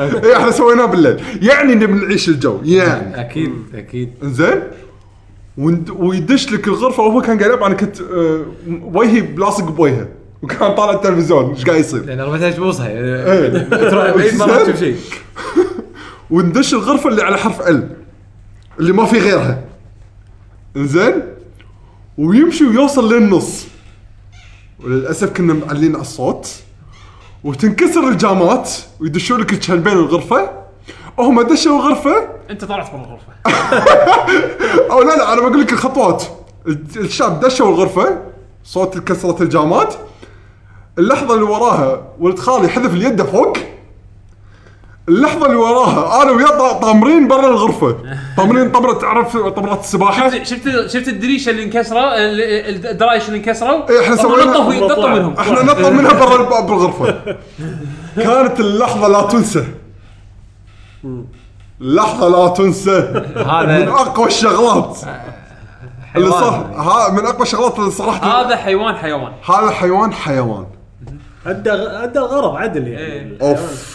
Speaker 3: إيه، احنا سويناه بالليل يعني نبي نعيش الجو يعني
Speaker 2: اكيد اكيد
Speaker 3: انزين وند- ويدش لك الغرفه وهو كان قاعد يلعب انا كنت آه، وجهي بلاصق بوجهه وكان طالع التلفزيون ايش قاعد يصير
Speaker 2: لان 14 بوصه
Speaker 3: إيه.
Speaker 2: تروح بعيد ما راح تشوف شيء
Speaker 3: وندش الغرفه اللي على حرف ال اللي ما في غيرها انزين ويمشي ويوصل للنص وللاسف كنا معلين على الصوت وتنكسر الجامات ويدشوا لك الكلبين الغرفه هم دشوا غرفه
Speaker 1: انت طلعت من الغرفه
Speaker 3: او لا لا انا بقول لك الخطوات ال- الشاب دشوا الغرفه صوت كسره الجامات اللحظه اللي وراها ولد خالي حذف اليد فوق اللحظه اللي وراها انا وياه طا- طامرين برا الغرفه طامرين طمره تعرف طمرات السباحه
Speaker 1: شفت شفت الدريشه اللي انكسره ال- ال- الدرايش اللي انكسروا
Speaker 3: إيه، إحنا
Speaker 1: هم
Speaker 3: سوينا-
Speaker 1: نطوا
Speaker 4: هم
Speaker 1: نطوا
Speaker 4: طلعوا.
Speaker 1: منهم
Speaker 3: احنا نطلع منها برا الباب بالغرفه كانت اللحظه لا تنسى لحظه لا تنسى من
Speaker 2: هذا
Speaker 3: اقوى الشغلات اللي صار ها- من اقوى الشغلات اللي صراحه
Speaker 1: هذا حيوان حيوان
Speaker 3: هذا حيوان حيوان
Speaker 4: ادى ادى الغرض عدل
Speaker 3: إيه.
Speaker 4: يعني
Speaker 3: اوف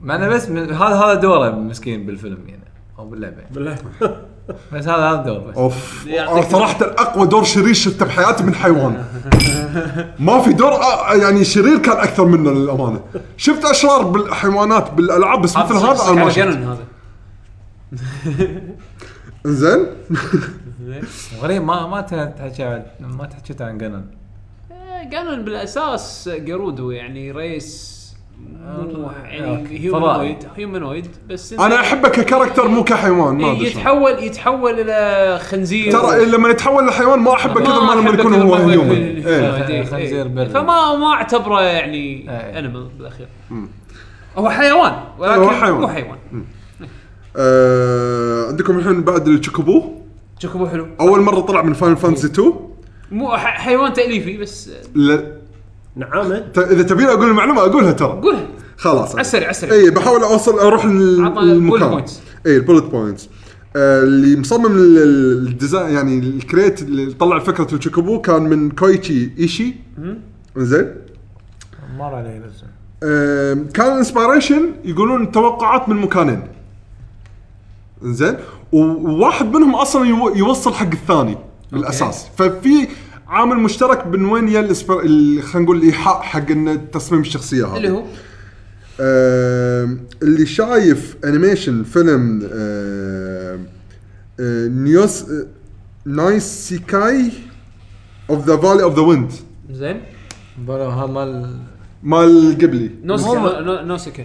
Speaker 2: ما انا بس من- هذا هذا دوره مسكين بالفيلم يعني او باللعبه
Speaker 4: بالله
Speaker 2: بس هذا هذا دوره بس
Speaker 3: اوف
Speaker 1: يعطيك-
Speaker 3: صراحه اقوى دور شرير شفته بحياتي من حيوان ما في دور أ- يعني شرير كان اكثر منه للامانه شفت اشرار بالحيوانات بالالعاب بس مثل هذا انا ما شفت
Speaker 1: جنن هذا
Speaker 3: انزين
Speaker 2: غريب ما ما تحكي عن- ما تحكيت عن جنن
Speaker 1: إيه، قانون بالاساس قرودو يعني ريس مو- يعني
Speaker 2: أوكي.
Speaker 1: هيومنويد هيومنويد بس إنه
Speaker 3: انا احبه ككاركتر مو كحيوان ما ادري شلون.
Speaker 1: يتحول يتحول الى خنزير
Speaker 3: ترى إيه، لما يتحول لحيوان ما احبه كثر ما لما
Speaker 1: أحبه
Speaker 3: يكون
Speaker 1: كثر
Speaker 3: هو
Speaker 1: ما
Speaker 3: هيومن
Speaker 1: يكون
Speaker 3: إيه.
Speaker 1: هيومن. إيه.
Speaker 2: خنزير بري.
Speaker 1: فما ما اعتبره يعني
Speaker 2: إيه.
Speaker 1: انيمال بالاخير هو حيوان ولكن
Speaker 3: هو حيوان.
Speaker 1: مو حيوان
Speaker 3: آه، عندكم الحين بعد التشوكوبو
Speaker 1: شكله حلو
Speaker 3: اول مره طلع من فاينل فانتسي 2
Speaker 1: مو ح- حيوان تاليفي بس
Speaker 3: ل-
Speaker 4: نعامه
Speaker 3: ت- اذا تبين اقول المعلومه اقولها ترى
Speaker 1: قولها
Speaker 3: خلاص
Speaker 1: على السريع على السريع
Speaker 3: اي إيه، بحاول اوصل اروح لل-
Speaker 1: عطنا
Speaker 3: للمكان إيه،
Speaker 1: bullet points.
Speaker 3: اي البولت بوينتس آه، اللي مصمم ال- ال- الديزاين يعني الكريت اللي طلع فكره الشوكوبو كان من كويتشي ايشي زين
Speaker 2: مر علي بس
Speaker 3: آم، كان الانسبيريشن يقولون توقعات من مكانين زين وواحد منهم اصلا يو- يوصل حق الثاني بالاساس ففي عامل مشترك بين وين يا الإسبر- ال- خلينا نقول الايحاء حق ان تصميم الشخصيه هذه
Speaker 1: اللي هو
Speaker 3: آم، اللي شايف انيميشن فيلم آم، آه، نيوس آه، نايسيكاي اوف ذا فالي اوف ذا ويند
Speaker 1: زين
Speaker 2: هذا مال
Speaker 3: مال قبلي
Speaker 1: نوسكا نو- نوسكا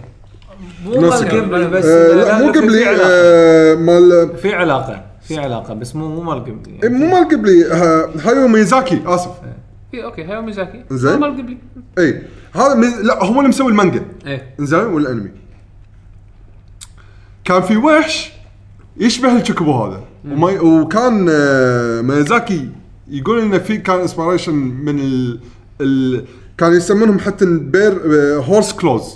Speaker 2: مو
Speaker 3: نفس
Speaker 2: مال
Speaker 3: الكلام.
Speaker 2: قبلي بس
Speaker 3: آه، لا مو
Speaker 2: في-
Speaker 3: قبلي
Speaker 2: في علاقة.
Speaker 3: آه، مال
Speaker 2: في علاقه في علاقه بس مو مو مال قبلي
Speaker 3: إيه،
Speaker 2: يعني.
Speaker 3: مو مال قبلي آه، هايو ميزاكي اسف
Speaker 1: إيه، اوكي حيوان ميزاكي
Speaker 3: زين.
Speaker 1: مال قبلي
Speaker 3: اي إيه، هذا مي... لا هو اللي مسوي المانجا
Speaker 1: ايه
Speaker 3: زين والانمي كان في وحش يشبه الشكبو هذا وما... وكان آه، ميزاكي يقول انه في كان انسبيريشن من ال... ال... كان يسمونهم حتى آه، بير هورس كلوز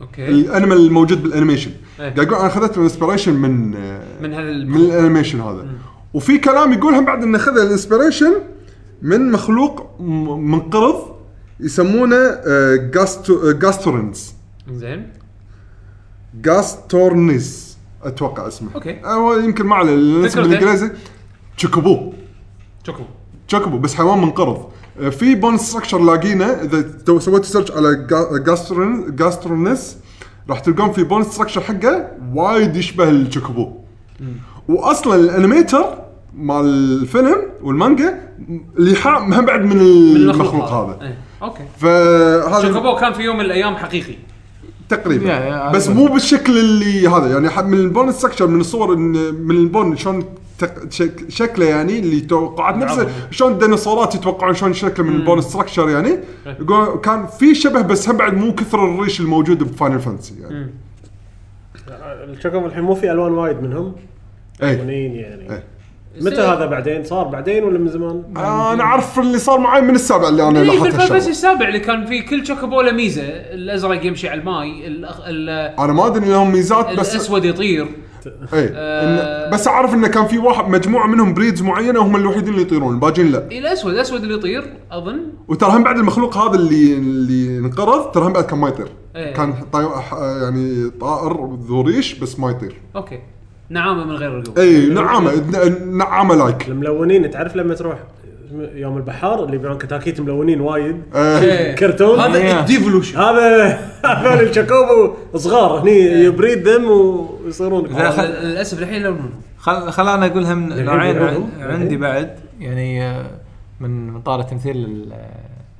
Speaker 1: اوكي
Speaker 3: الانيمال الموجود بالانيميشن
Speaker 1: إيه.
Speaker 3: قاعد يقول انا اخذت الانسبيريشن من آه،
Speaker 1: من هذا
Speaker 3: من الانيميشن هذا وفي كلام يقولهم بعد انه خذ الانسبيريشن من مخلوق م- منقرض يسمونه آه، جاستورنز
Speaker 1: زين
Speaker 3: جاستورنز اتوقع اسمه
Speaker 1: أوكي.
Speaker 3: هو يمكن ما عليه الاسم
Speaker 1: ذكرته.
Speaker 3: بالانجليزي تشوكوبو
Speaker 1: شكرا
Speaker 3: تشوكوبو بس حيوان منقرض آه، في بون ستراكشر لاقينه اذا تو سويت سيرش على جاسترون جاسترونس راح تلقون في بون ستراكشر حقه وايد يشبه التشوكوبو واصلا الانيميتر مال الفيلم والمانجا لحاء مهم بعد من المخلوق هذا
Speaker 1: إيه. اوكي
Speaker 3: فهذا
Speaker 1: شوكوبو كان في يوم من الايام حقيقي
Speaker 3: تقريبا
Speaker 2: يا- يا-
Speaker 3: بس مو بالشكل اللي هذا يعني حد من البون ستراكشر من الصور إن- من البون شلون تق- شك- شكله يعني اللي توقعات نفسه شلون الديناصورات يتوقعون شلون شكله من البون ستراكشر يعني يقول- كان في شبه بس هم بعد مو كثر الريش الموجود بفاينل فانتسي يعني
Speaker 4: الشكم الحين مو في الوان وايد منهم
Speaker 3: اي
Speaker 4: مليين يعني
Speaker 3: إيه.
Speaker 4: متى هذا بعدين صار بعدين ولا من زمان
Speaker 3: انا اعرف اللي صار معي من السابع اللي انا
Speaker 1: اي
Speaker 3: لاحظت
Speaker 1: بالفانتسي
Speaker 3: هالشغله
Speaker 1: السابع اللي كان في كل شوكوبو له ميزه الازرق يمشي على الماي الأخ... ال...
Speaker 3: انا ما ادري لهم ميزات بس
Speaker 1: الاسود يطير
Speaker 3: اي
Speaker 1: آه.
Speaker 3: إن- بس اعرف انه كان في واحد مجموعه منهم بريدز معينه هم الوحيدين اللي يطيرون الباجين لا
Speaker 1: إيه، الاسود الاسود اللي يطير اظن
Speaker 3: وترى هم بعد المخلوق هذا اللي اللي انقرض ترى هم بعد كان ما يطير
Speaker 1: إيه.
Speaker 3: كان طي... ح- يعني طائر ذو ريش بس ما يطير إيه،
Speaker 1: اوكي نعامه من غير رقوق
Speaker 3: اي نعامه ن- نعامه لايك
Speaker 4: الملونين تعرف لما تروح يوم البحار اللي يبيعون كتاكيت ملونين وايد
Speaker 3: إيه.
Speaker 4: كرتون
Speaker 2: إيه.
Speaker 7: هذا الديفولوشن
Speaker 4: هذا هذول الشكوبو صغار هني يبريد دم ويصيرون
Speaker 2: لا، خل-
Speaker 1: للاسف الحين يلونونه
Speaker 2: خل خلانا اقولها من
Speaker 1: يعني
Speaker 2: نوعين
Speaker 4: يلعبون.
Speaker 2: عن- عندي بعد يعني آه، من من طار التمثيل ال-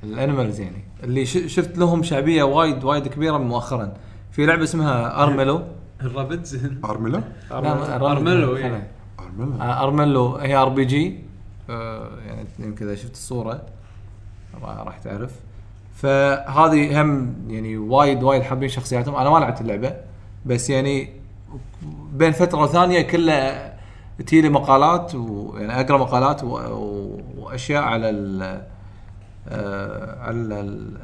Speaker 2: الانيمالز يعني اللي ش- شفت لهم شعبيه وايد وايد كبيره مؤخرا في لعبه اسمها ارملو
Speaker 1: الرابدز
Speaker 3: ارمله
Speaker 2: لا، ما-
Speaker 1: أرملو،
Speaker 2: خلها.
Speaker 1: إيه.
Speaker 3: ارمله
Speaker 2: آه، ارملو هي ار بي جي آه، يعني يمكن اذا شفت الصوره را- راح تعرف فهذه هم يعني وايد وايد حابين شخصياتهم انا ما لعبت اللعبه بس يعني بين فتره وثانيه كله تجي لي مقالات ويعني اقرا مقالات و... و... واشياء على ال... آه، على ال... ال-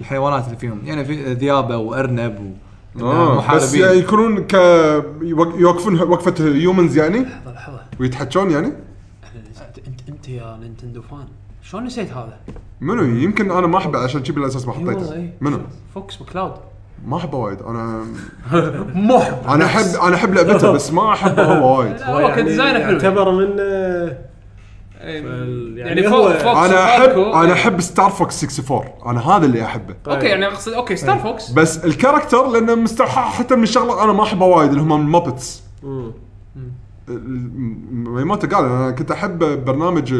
Speaker 2: الحيوانات اللي فيهم يعني في ذيابه وارنب و...
Speaker 3: آه. بس يعني يكونون ك يوق- يوقفون وقفه هيومنز يعني
Speaker 1: لحظه لحظه
Speaker 3: ويتحجون يعني
Speaker 1: احنا نسيت- انت انت يا نينتندو فان شلون نسيت هذا؟
Speaker 3: منو يمكن انا ما احبه عشان كذي بالاساس ما حطيته
Speaker 1: إيه.
Speaker 3: منو
Speaker 1: فوكس وكلاود
Speaker 3: ما احبه وايد انا
Speaker 1: محب
Speaker 3: انا احب انا احب لعبته بس ما احبه هو وايد
Speaker 1: هو كان ديزاينه حلو
Speaker 4: يعني يعتبر من آه،
Speaker 1: يعني,
Speaker 4: يعني
Speaker 1: يعني
Speaker 4: هو-
Speaker 1: فوكس فوكس
Speaker 3: انا احب
Speaker 1: وفالكو.
Speaker 3: انا احب ستار فوكس 64 انا هذا اللي احبه
Speaker 1: اوكي يعني اقصد اوكي ستار فوكس
Speaker 3: بس الكاركتر لانه مستوحى حتى من شغله انا ما احبها وايد اللي هم المابتس
Speaker 4: مم.
Speaker 3: ميموتا قال انا كنت احب برنامج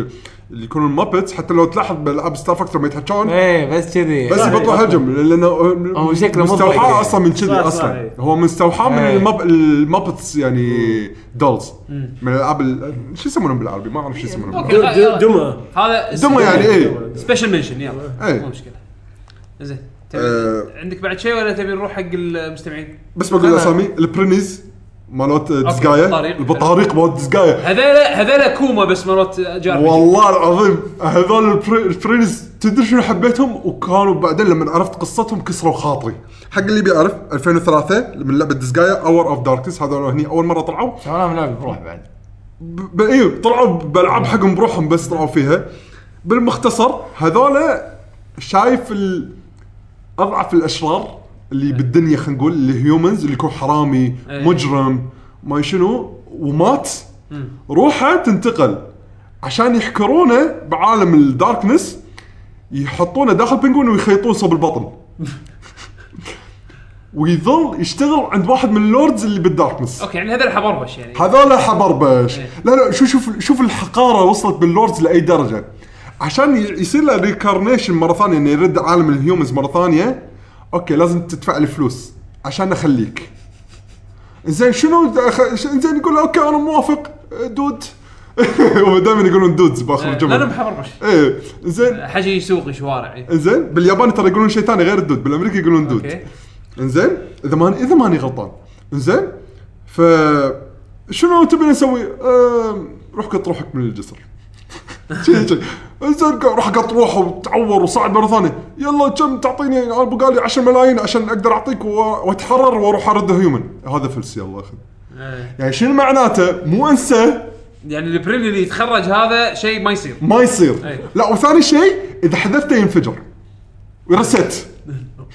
Speaker 3: اللي يكونوا المابتس حتى لو تلاحظ بالالعاب ستار فاكتور ما يتحجون
Speaker 2: ايه بس كذي
Speaker 3: بس يبطلوا هجم لانه
Speaker 2: إيه. هو شكله مضحك
Speaker 3: مستوحى
Speaker 2: يعني.
Speaker 3: اصلا من كذي
Speaker 4: صح، صح،
Speaker 3: اصلا
Speaker 4: إيه.
Speaker 3: هو مستوحى من
Speaker 2: إيه.
Speaker 3: الماب المابتس يعني دولز من الالعاب ال- شو يسمونهم بالعربي ما اعرف شو يسمونهم
Speaker 1: أوكي. آه،
Speaker 3: بالعربي.
Speaker 4: د- د- دمى
Speaker 1: هذا
Speaker 3: دمى يعني ايه
Speaker 1: سبيشل منشن يلا
Speaker 3: إيه.
Speaker 1: مو مشكله زين تبي-
Speaker 3: آه.
Speaker 1: عندك بعد شيء ولا تبي نروح حق المستمعين؟
Speaker 3: بس بقول الاسامي البرينيز مالوت دزقايا
Speaker 1: البطاريق.
Speaker 3: البطاريق مالوت دزقايا
Speaker 1: هذيلا هذيلا كوما بس مرات جاربي
Speaker 3: والله العظيم هذول البر- البرينز تدري شنو حبيتهم وكانوا بعدين لما عرفت قصتهم كسروا خاطري حق اللي بيعرف 2003 من لعبه ديسجايا اور اوف داركنس هذول هني اول مره طلعوا
Speaker 2: انا ملعب بروح بعد
Speaker 3: ب... ايوه طلعوا بالعاب حقهم بروحهم بس طلعوا فيها بالمختصر هذول شايف ال... اضعف الاشرار اللي بالدنيا خلينا نقول اللي هيومنز اللي يكون حرامي
Speaker 1: أي.
Speaker 3: مجرم ما شنو ومات روحه تنتقل عشان يحكرونه بعالم الداركنس يحطونه داخل بنجوين ويخيطوه صوب البطن ويظل يشتغل عند واحد من اللوردز اللي بالداركنس
Speaker 1: اوكي يعني هذيلا حبربش يعني
Speaker 3: هذول حبربش
Speaker 1: إيه.
Speaker 3: لا لا شوف شوف شوف الحقاره وصلت باللوردز لاي درجه عشان ي- يصير له ريكارنيشن مره ثانيه انه يعني يرد عالم الهيومنز مره ثانيه اوكي لازم تدفع لي فلوس عشان اخليك زين شنو أخ- ش- زين يقول اوكي انا موافق أه، دود هم دائما يقولون دودز باخر
Speaker 1: آه، لا لا
Speaker 3: الجمله
Speaker 1: محبربش
Speaker 3: ايه زين
Speaker 1: حاجه يسوق شوارع
Speaker 3: زين بالياباني ترى يقولون شيء ثاني غير الدود بالامريكي يقولون دود
Speaker 1: اوكي
Speaker 3: انزين اذا ماني اذا ماني غلطان انزين ف شنو تبي نسوي؟ أم، روح قط روحك من الجسر شي- شي. انزين ق- روح قط روحه وتعور وصعد مره ثانيه يلا كم تعطيني يعني انا بقى لي 10 ملايين عشان اقدر اعطيك و- واتحرر واروح ارد هيومن هذا فلس يلا اخذ
Speaker 1: إيه.
Speaker 3: يعني شنو معناته؟ مو انسى
Speaker 1: يعني البرين اللي يتخرج هذا شيء ما يصير
Speaker 3: ما يصير
Speaker 1: أي.
Speaker 3: لا وثاني شيء اذا حذفته ينفجر ويرست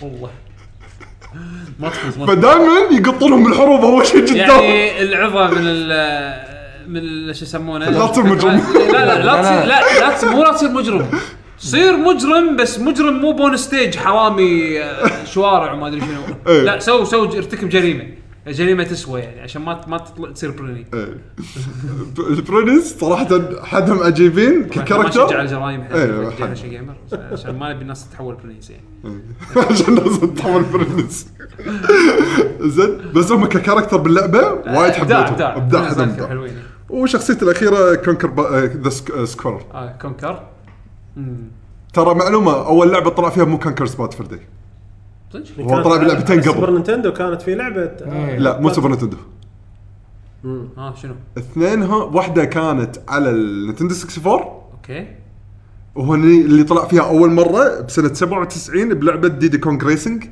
Speaker 1: والله
Speaker 4: ما تفوز ما
Speaker 3: فدائما يقطونهم بالحروب اول شيء قدام
Speaker 1: يعني العظه من ال من ال- شو يسمونه
Speaker 3: لا تصير مجرم.
Speaker 1: لا لا لا تصير لا لا تصير مو لا تصير مجرم صير مجرم بس مجرم مو بون ستيج حرامي آه، شوارع وما ادري شنو
Speaker 3: إيه.
Speaker 1: لا سو سو ج- ارتكب جريمه جريمه تسوى يعني عشان ما ت- ما تطلع تصير برني
Speaker 3: إيه. البرنس صراحه حدهم عجيبين
Speaker 1: ما شجع على
Speaker 3: ككاركتر
Speaker 1: الجرايم
Speaker 3: إيه،
Speaker 1: حق
Speaker 3: حد.
Speaker 1: شي جيمر عشان ما نبي الناس تتحول برنيس يعني
Speaker 3: عشان الناس تحول برنس زين بس هم ككاركتر باللعبه وايد حبيتهم ابداع
Speaker 1: ابداع
Speaker 3: حدهم
Speaker 1: ابداع نعم،
Speaker 3: إبداع.
Speaker 1: حلوين
Speaker 3: وشخصيتي الاخيره كونكر آه، ذا سكور
Speaker 1: اه كونكر
Speaker 3: ترى معلومه اول لعبه طلع فيها مو كونكر سبات فردي
Speaker 1: صدق
Speaker 3: هو
Speaker 4: آه،
Speaker 3: طلع بلعبتين
Speaker 4: على سوبر
Speaker 3: قبل
Speaker 4: نينتندو كانت في لعبه
Speaker 1: إيه.
Speaker 4: آه،
Speaker 3: لا مو سوبر نتندو
Speaker 1: اه شنو
Speaker 3: اثنين ها واحده كانت على النتندو 64
Speaker 1: اوكي
Speaker 3: وهو اللي اللي طلع فيها اول مره بسنه 97 بلعبه ديدي كونج ريسنج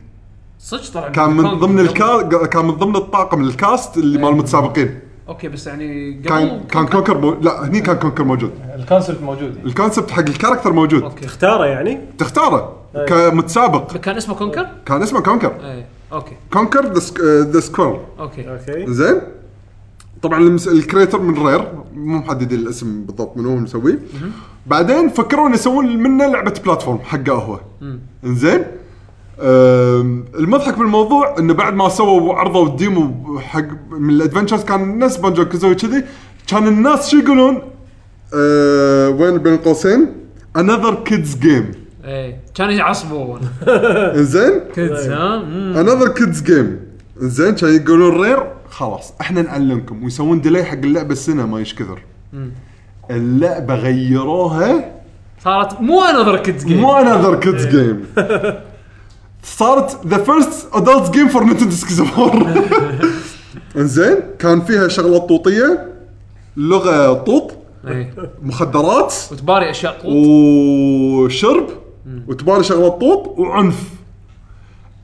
Speaker 1: صدق طلع
Speaker 3: كان من
Speaker 1: كونغ
Speaker 3: ضمن
Speaker 1: قبل.
Speaker 3: الكا... كان من ضمن الطاقم الكاست اللي مال المتسابقين
Speaker 1: اوكي بس يعني قبل
Speaker 3: كان كان كونكر مو... لا هني كان كونكر موجود
Speaker 2: الكونسبت موجود
Speaker 3: الكونسبت حق الكاركتر موجود
Speaker 1: اوكي
Speaker 4: اختاره يعني
Speaker 3: تختاره
Speaker 2: إيه.
Speaker 3: كمتسابق
Speaker 1: كان اسمه كونكر؟ إيه.
Speaker 3: كان اسمه كونكر
Speaker 1: اي اوكي
Speaker 3: كونكر ذا سكويرل
Speaker 1: اوكي
Speaker 4: اوكي
Speaker 3: زين طبعا المس... الكريتر من رير مو محددين الاسم بالضبط من هو مسويه بعدين فكروا انه يسوون منه لعبه بلاتفورم حقه هو انزين أم، المضحك بالموضوع انه بعد ما سووا عرضوا الديمو حق من الادفنشرز كان الناس بانجو كازوي كذي كان الناس شو يقولون؟ أه وين بين قوسين؟ انذر كيدز جيم
Speaker 1: اي إيه. كان يعصبون
Speaker 3: انزين؟
Speaker 1: كيدز ها مم.
Speaker 3: انذر كيدز جيم زين كان يقولون رير خلاص احنا نعلمكم ويسوون ديلي حق اللعبه السنه ما ايش كثر اللعبه غيروها
Speaker 1: صارت مو انذر كيدز جيم
Speaker 3: مو انذر كيدز جيم صارت ذا فيرست ادلت جيم فور نينتندو 64 انزين كان فيها شغلات طوطيه لغه طوط
Speaker 1: إي.
Speaker 3: مخدرات
Speaker 1: إيه. وتباري اشياء طول
Speaker 3: وشرب وتباري شغلات طوب وعنف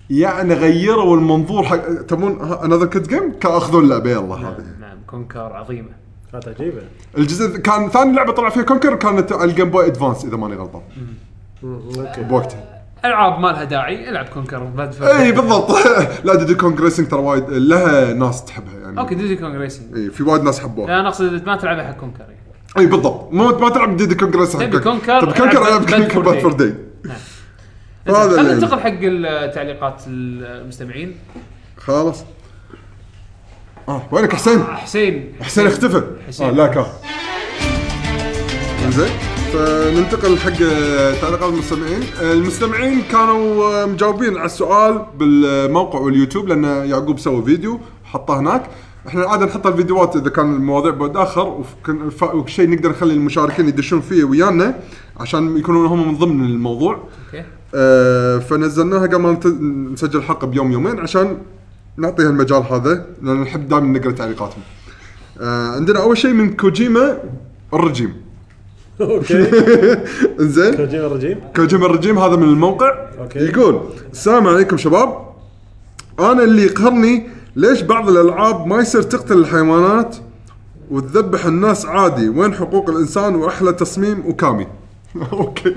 Speaker 3: يعني غيروا المنظور حق تبون انذر كيد جيم كان اخذوا اللعبه يلا هذه
Speaker 1: نعم كونكر عظيمه
Speaker 4: كانت عجيبه
Speaker 3: الجزء كان ثاني لعبه طلع فيها كونكر كانت على الجيم بوي ادفانس اذا ماني غلطان
Speaker 1: نعم.
Speaker 3: بوقتها
Speaker 1: العاب ما لها داعي العب كونكر باد فور.
Speaker 3: اي بالضبط لا ديدي كونج ريسنج ترى وايد لها ناس تحبها يعني
Speaker 1: اوكي ديزي كونغ ريسنج
Speaker 3: اي في وايد ناس حبوها
Speaker 1: لا انا اقصد ما تلعبها حق كونكر يعني.
Speaker 3: اي بالضبط مو ما تلعب ديدي كونج ريسنج
Speaker 1: تبي كونكر،
Speaker 3: تبي كونكر
Speaker 1: العب
Speaker 3: العب كونكر
Speaker 1: Bad for
Speaker 3: باد فور داي هذا
Speaker 1: خلينا
Speaker 3: اللي-
Speaker 1: نعم. ننتقل حق التعليقات المستمعين
Speaker 3: خلاص اه وينك حسين؟
Speaker 1: حسين
Speaker 3: حسين اختفى
Speaker 1: حسين.
Speaker 3: اه لا كان زين فننتقل حق تعليقات المستمعين المستمعين كانوا آه، مجاوبين على السؤال بالموقع واليوتيوب لان يعقوب سوى فيديو حطه هناك احنا العاده نحط الفيديوهات اذا كان المواضيع بعد اخر وكن- ف- وشيء نقدر نخلي المشاركين يدشون فيه ويانا عشان يكونون هم من ضمن الموضوع
Speaker 1: اوكي
Speaker 3: آه، فنزلناها قبل ما نت- نسجل الحلقه بيوم يومين عشان نعطيها المجال هذا لان نحب دائما نقرا تعليقاتهم. آه، عندنا اول شيء من كوجيما الرجيم.
Speaker 4: اوكي
Speaker 3: انزين
Speaker 4: رجيم الرجيم
Speaker 3: كوجيما الرجيم هذا من الموقع
Speaker 4: أوكي.
Speaker 3: يقول السلام عليكم شباب انا اللي يقهرني ليش بعض الالعاب ما يصير تقتل الحيوانات وتذبح الناس عادي وين حقوق الانسان واحلى تصميم وكامي اوكي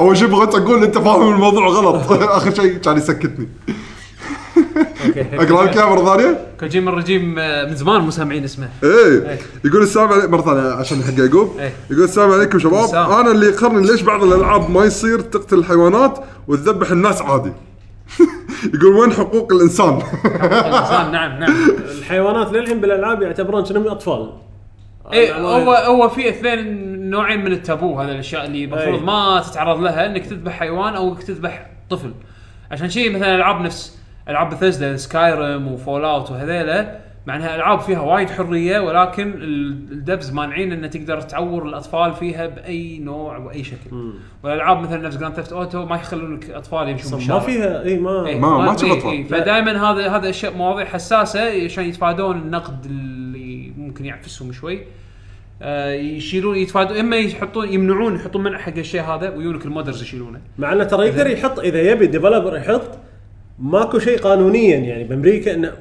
Speaker 3: اول شيء بغيت اقول انت فاهم الموضوع غلط اخر شيء كان يسكتني اقرا لك اياها مره ثانيه
Speaker 1: كوجيما الرجيم آه، من زمان مو سامعين اسمه
Speaker 4: إيه.
Speaker 3: ايه يقول السلام عليكم مره ثانيه عشان حق يعقوب
Speaker 1: إيه.
Speaker 3: يقول السلام عليكم شباب
Speaker 1: السلام.
Speaker 3: انا اللي يقرني ليش بعض الالعاب ما يصير تقتل الحيوانات وتذبح الناس عادي يقول وين حقوق الانسان؟
Speaker 1: الإنسان، نعم نعم
Speaker 4: الحيوانات للحين بالالعاب يعتبرون كأنهم اطفال
Speaker 1: ايه
Speaker 4: أنا-
Speaker 1: هو هو في اثنين نوعين من التابو هذا الاشياء اللي المفروض
Speaker 4: أي.
Speaker 1: ما تتعرض لها انك تذبح حيوان او انك تذبح طفل عشان شيء مثلا العاب نفس العاب بثيسدا سكايرم وفول اوت وهذيلا مع انها العاب فيها وايد حريه ولكن ال- الدبز مانعين ان تقدر تعور الاطفال فيها باي نوع واي شكل والالعاب مثلا نفس جراند ثيفت اوتو ما يخلونك اطفال يمشون بالشارع
Speaker 4: ما فيها اي
Speaker 1: طيب، إيه.
Speaker 4: ما
Speaker 3: ما- ما تشوف أطفال.
Speaker 1: فدائما هذا هذا اشياء مواضيع حساسه عشان يتفادون النقد اللي ممكن يعفسهم شوي آه، يشيلون يتفادون اما يحطون يمنعون يحطون منع حق الشيء هذا ويونك المودرز يشيلونه
Speaker 4: مع انه ترى يقدر يحط اذا يبي الديفلوبر يحط ماكو شيء قانونيا يعني بامريكا انه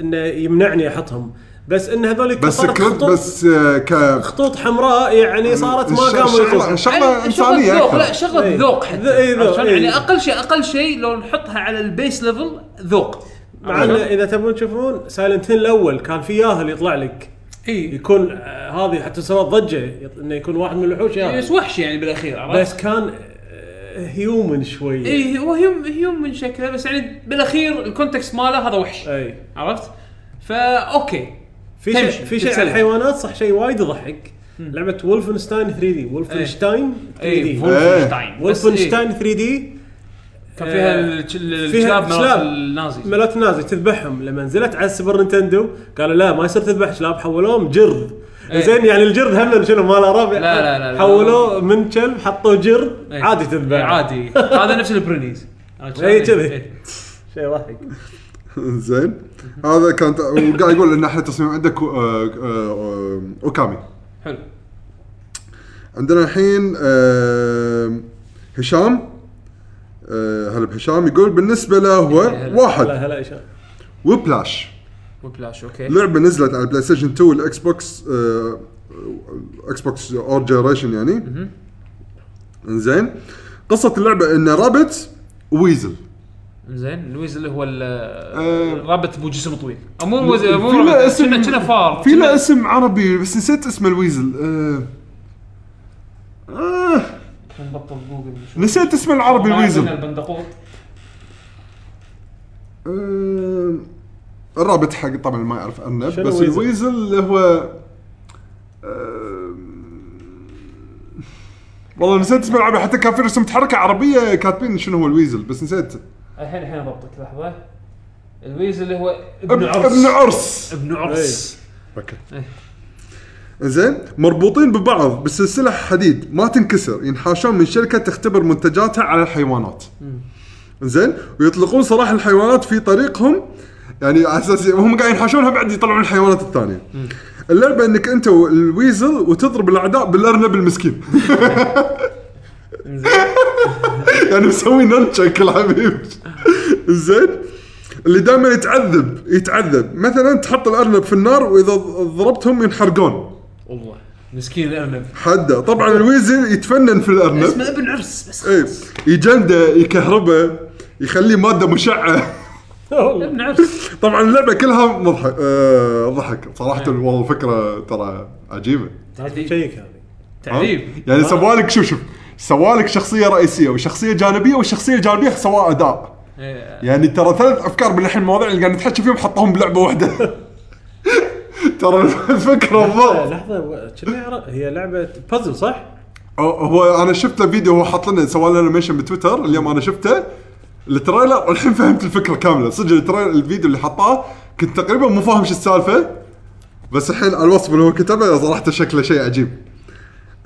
Speaker 4: انه يمنعني احطهم بس ان هذول
Speaker 3: بس
Speaker 4: كسرت
Speaker 3: كريد
Speaker 4: خطوط-
Speaker 3: بس آه، ك
Speaker 4: خطوط حمراء يعني صارت ما
Speaker 3: الش-
Speaker 4: قاموا
Speaker 3: شغلة-
Speaker 4: يطوفون
Speaker 3: شغله انسانيه
Speaker 1: يعني ذوق لا
Speaker 3: اكثر
Speaker 1: شغله
Speaker 4: إيه.
Speaker 1: ذوق
Speaker 4: ذ- إيه،
Speaker 1: حتى
Speaker 4: ذوق،
Speaker 1: عشان
Speaker 4: إيه.
Speaker 1: يعني اقل شيء اقل شيء لو نحطها على البيس ليفل ذوق
Speaker 4: مع انه اذا تبون تشوفون سايلنت هيل الاول كان في ياهل يطلع لك
Speaker 1: اي
Speaker 4: يكون آه، هذه حتى سوى ضجه يط- انه يكون واحد من الوحوش ياهل
Speaker 1: بس وحش يعني بالاخير عرفت؟
Speaker 4: إيه. بس كان آه، هيومن شوي
Speaker 1: اي هو هيوم هيوم من شكله بس يعني بالاخير الكونتكست ماله هذا وحش
Speaker 4: اي
Speaker 1: عرفت؟ فا اوكي
Speaker 4: في شيء
Speaker 1: تمشي،
Speaker 4: في شيء على
Speaker 1: تتسلى.
Speaker 4: الحيوانات صح شيء وايد يضحك لعبه ولفنشتاين 3 دي ولفنشتاين 3
Speaker 1: اي
Speaker 4: دي
Speaker 1: فولفنشتاين إيه. بس إيه،
Speaker 4: ولفنشتاين 3 دي
Speaker 1: كان فيها
Speaker 4: آه،
Speaker 1: الج-
Speaker 4: فيها
Speaker 1: الكلاب مالت
Speaker 4: كلاب.
Speaker 1: النازي
Speaker 4: ملات نازي تذبحهم لما نزلت على السوبر نينتندو قالوا لا ما يصير تذبح كلاب حولوهم جرذ
Speaker 1: إيه.
Speaker 4: زين يعني الجرذ هم شنو ماله ربع
Speaker 1: لا، لا، لا، لا.
Speaker 4: حولوه من كلب حطوه جرذ
Speaker 1: إيه.
Speaker 4: عادي تذبح
Speaker 1: عادي هذا نفس البرونيز
Speaker 4: إيه، كذي. شيء ضحك
Speaker 3: زين هذا كانت وقاعد يقول ان احلى تصميم عندك آه، آه، آه، اوكامي
Speaker 1: حلو
Speaker 3: عندنا الحين آه، هشام آه، هلا بهشام يقول بالنسبه له هو
Speaker 4: لا
Speaker 3: واحد
Speaker 4: إيه، هلا إيش هذا؟
Speaker 3: وبلاش
Speaker 1: وبلاش اوكي
Speaker 3: لعبه نزلت على البلاي ستيشن 2 والاكس بوكس آه، اكس بوكس اور جنريشن يعني انزين قصه اللعبه ان رابت ويزل
Speaker 1: زين لويز اللي هو ال-
Speaker 3: آه.
Speaker 1: الرابط ابو جسم طويل أو مو مو مو
Speaker 3: في له
Speaker 1: رابط،
Speaker 3: اسم-
Speaker 1: كنا- كنا فار
Speaker 3: في له
Speaker 1: كنا-
Speaker 3: اسم عربي بس نسيت اسمه الويزل آه، آه
Speaker 1: نبطل جوجل نشوف.
Speaker 3: نسيت اسمه العربي
Speaker 1: ما
Speaker 3: الويزل
Speaker 1: عندنا البندقوط
Speaker 3: آه، الرابط حق طبعا ما يعرف عنه بس
Speaker 4: شنو ويزل؟
Speaker 3: الويزل اللي هو آه، والله نسيت اسم العربي حتى كان في رسم تحركه عربيه كاتبين شنو هو الويزل بس نسيت
Speaker 1: الحين الحين اضبطك لحظه الويز اللي هو ابن عرس
Speaker 3: ابن ابن عرس
Speaker 1: ابن عرس
Speaker 3: اوكي زين مربوطين ببعض بسلسله حديد ما تنكسر ينحاشون من شركه تختبر منتجاتها على الحيوانات زين ويطلقون سراح الحيوانات في طريقهم يعني على اساس وهم قاعدين ينحاشونها بعد يطلعون الحيوانات الثانيه اللعبه انك انت والويزل وتضرب الاعداء بالارنب المسكين يعني مسوي ننشك الحبيب زين اللي دائما يتعذب يتعذب مثلا تحط الارنب في النار واذا ضربتهم ينحرقون
Speaker 1: والله مسكين الارنب
Speaker 3: حده طبعا الويزل يتفنن في الارنب
Speaker 1: اسمه ابن عرس بس
Speaker 3: اي يجلده يكهربه يخليه ماده مشعه
Speaker 4: والله.
Speaker 1: ابن عرس
Speaker 3: طبعا اللعبه كلها مضحك آه ضحك صراحه والله الفكره ترى عجيبه
Speaker 4: لازم تشيك هذه
Speaker 1: تعذيب
Speaker 3: يعني سوالك شوف شوف سوالك شخصيه رئيسيه وشخصيه جانبيه والشخصيه الجانبيه سواء اداء
Speaker 1: إيه.
Speaker 3: يعني ترى ثلاث افكار من الحين المواضيع اللي قاعد نتحكي فيهم حطوهم بلعبه واحده ترى الفكره بالضبط
Speaker 4: لحظه و- كنا يعرف- هي لعبه بازل صح؟
Speaker 3: هو- هو انا شفت له فيديو هو حاط لنا سوى لنا منشن بتويتر اليوم انا شفته التريلر والحين فهمت الفكره كامله صدق التريلر الفيديو اللي حطاه كنت تقريبا مو فاهم شو السالفه بس الحين على الوصف اللي هو كتبه صراحه شكله شيء عجيب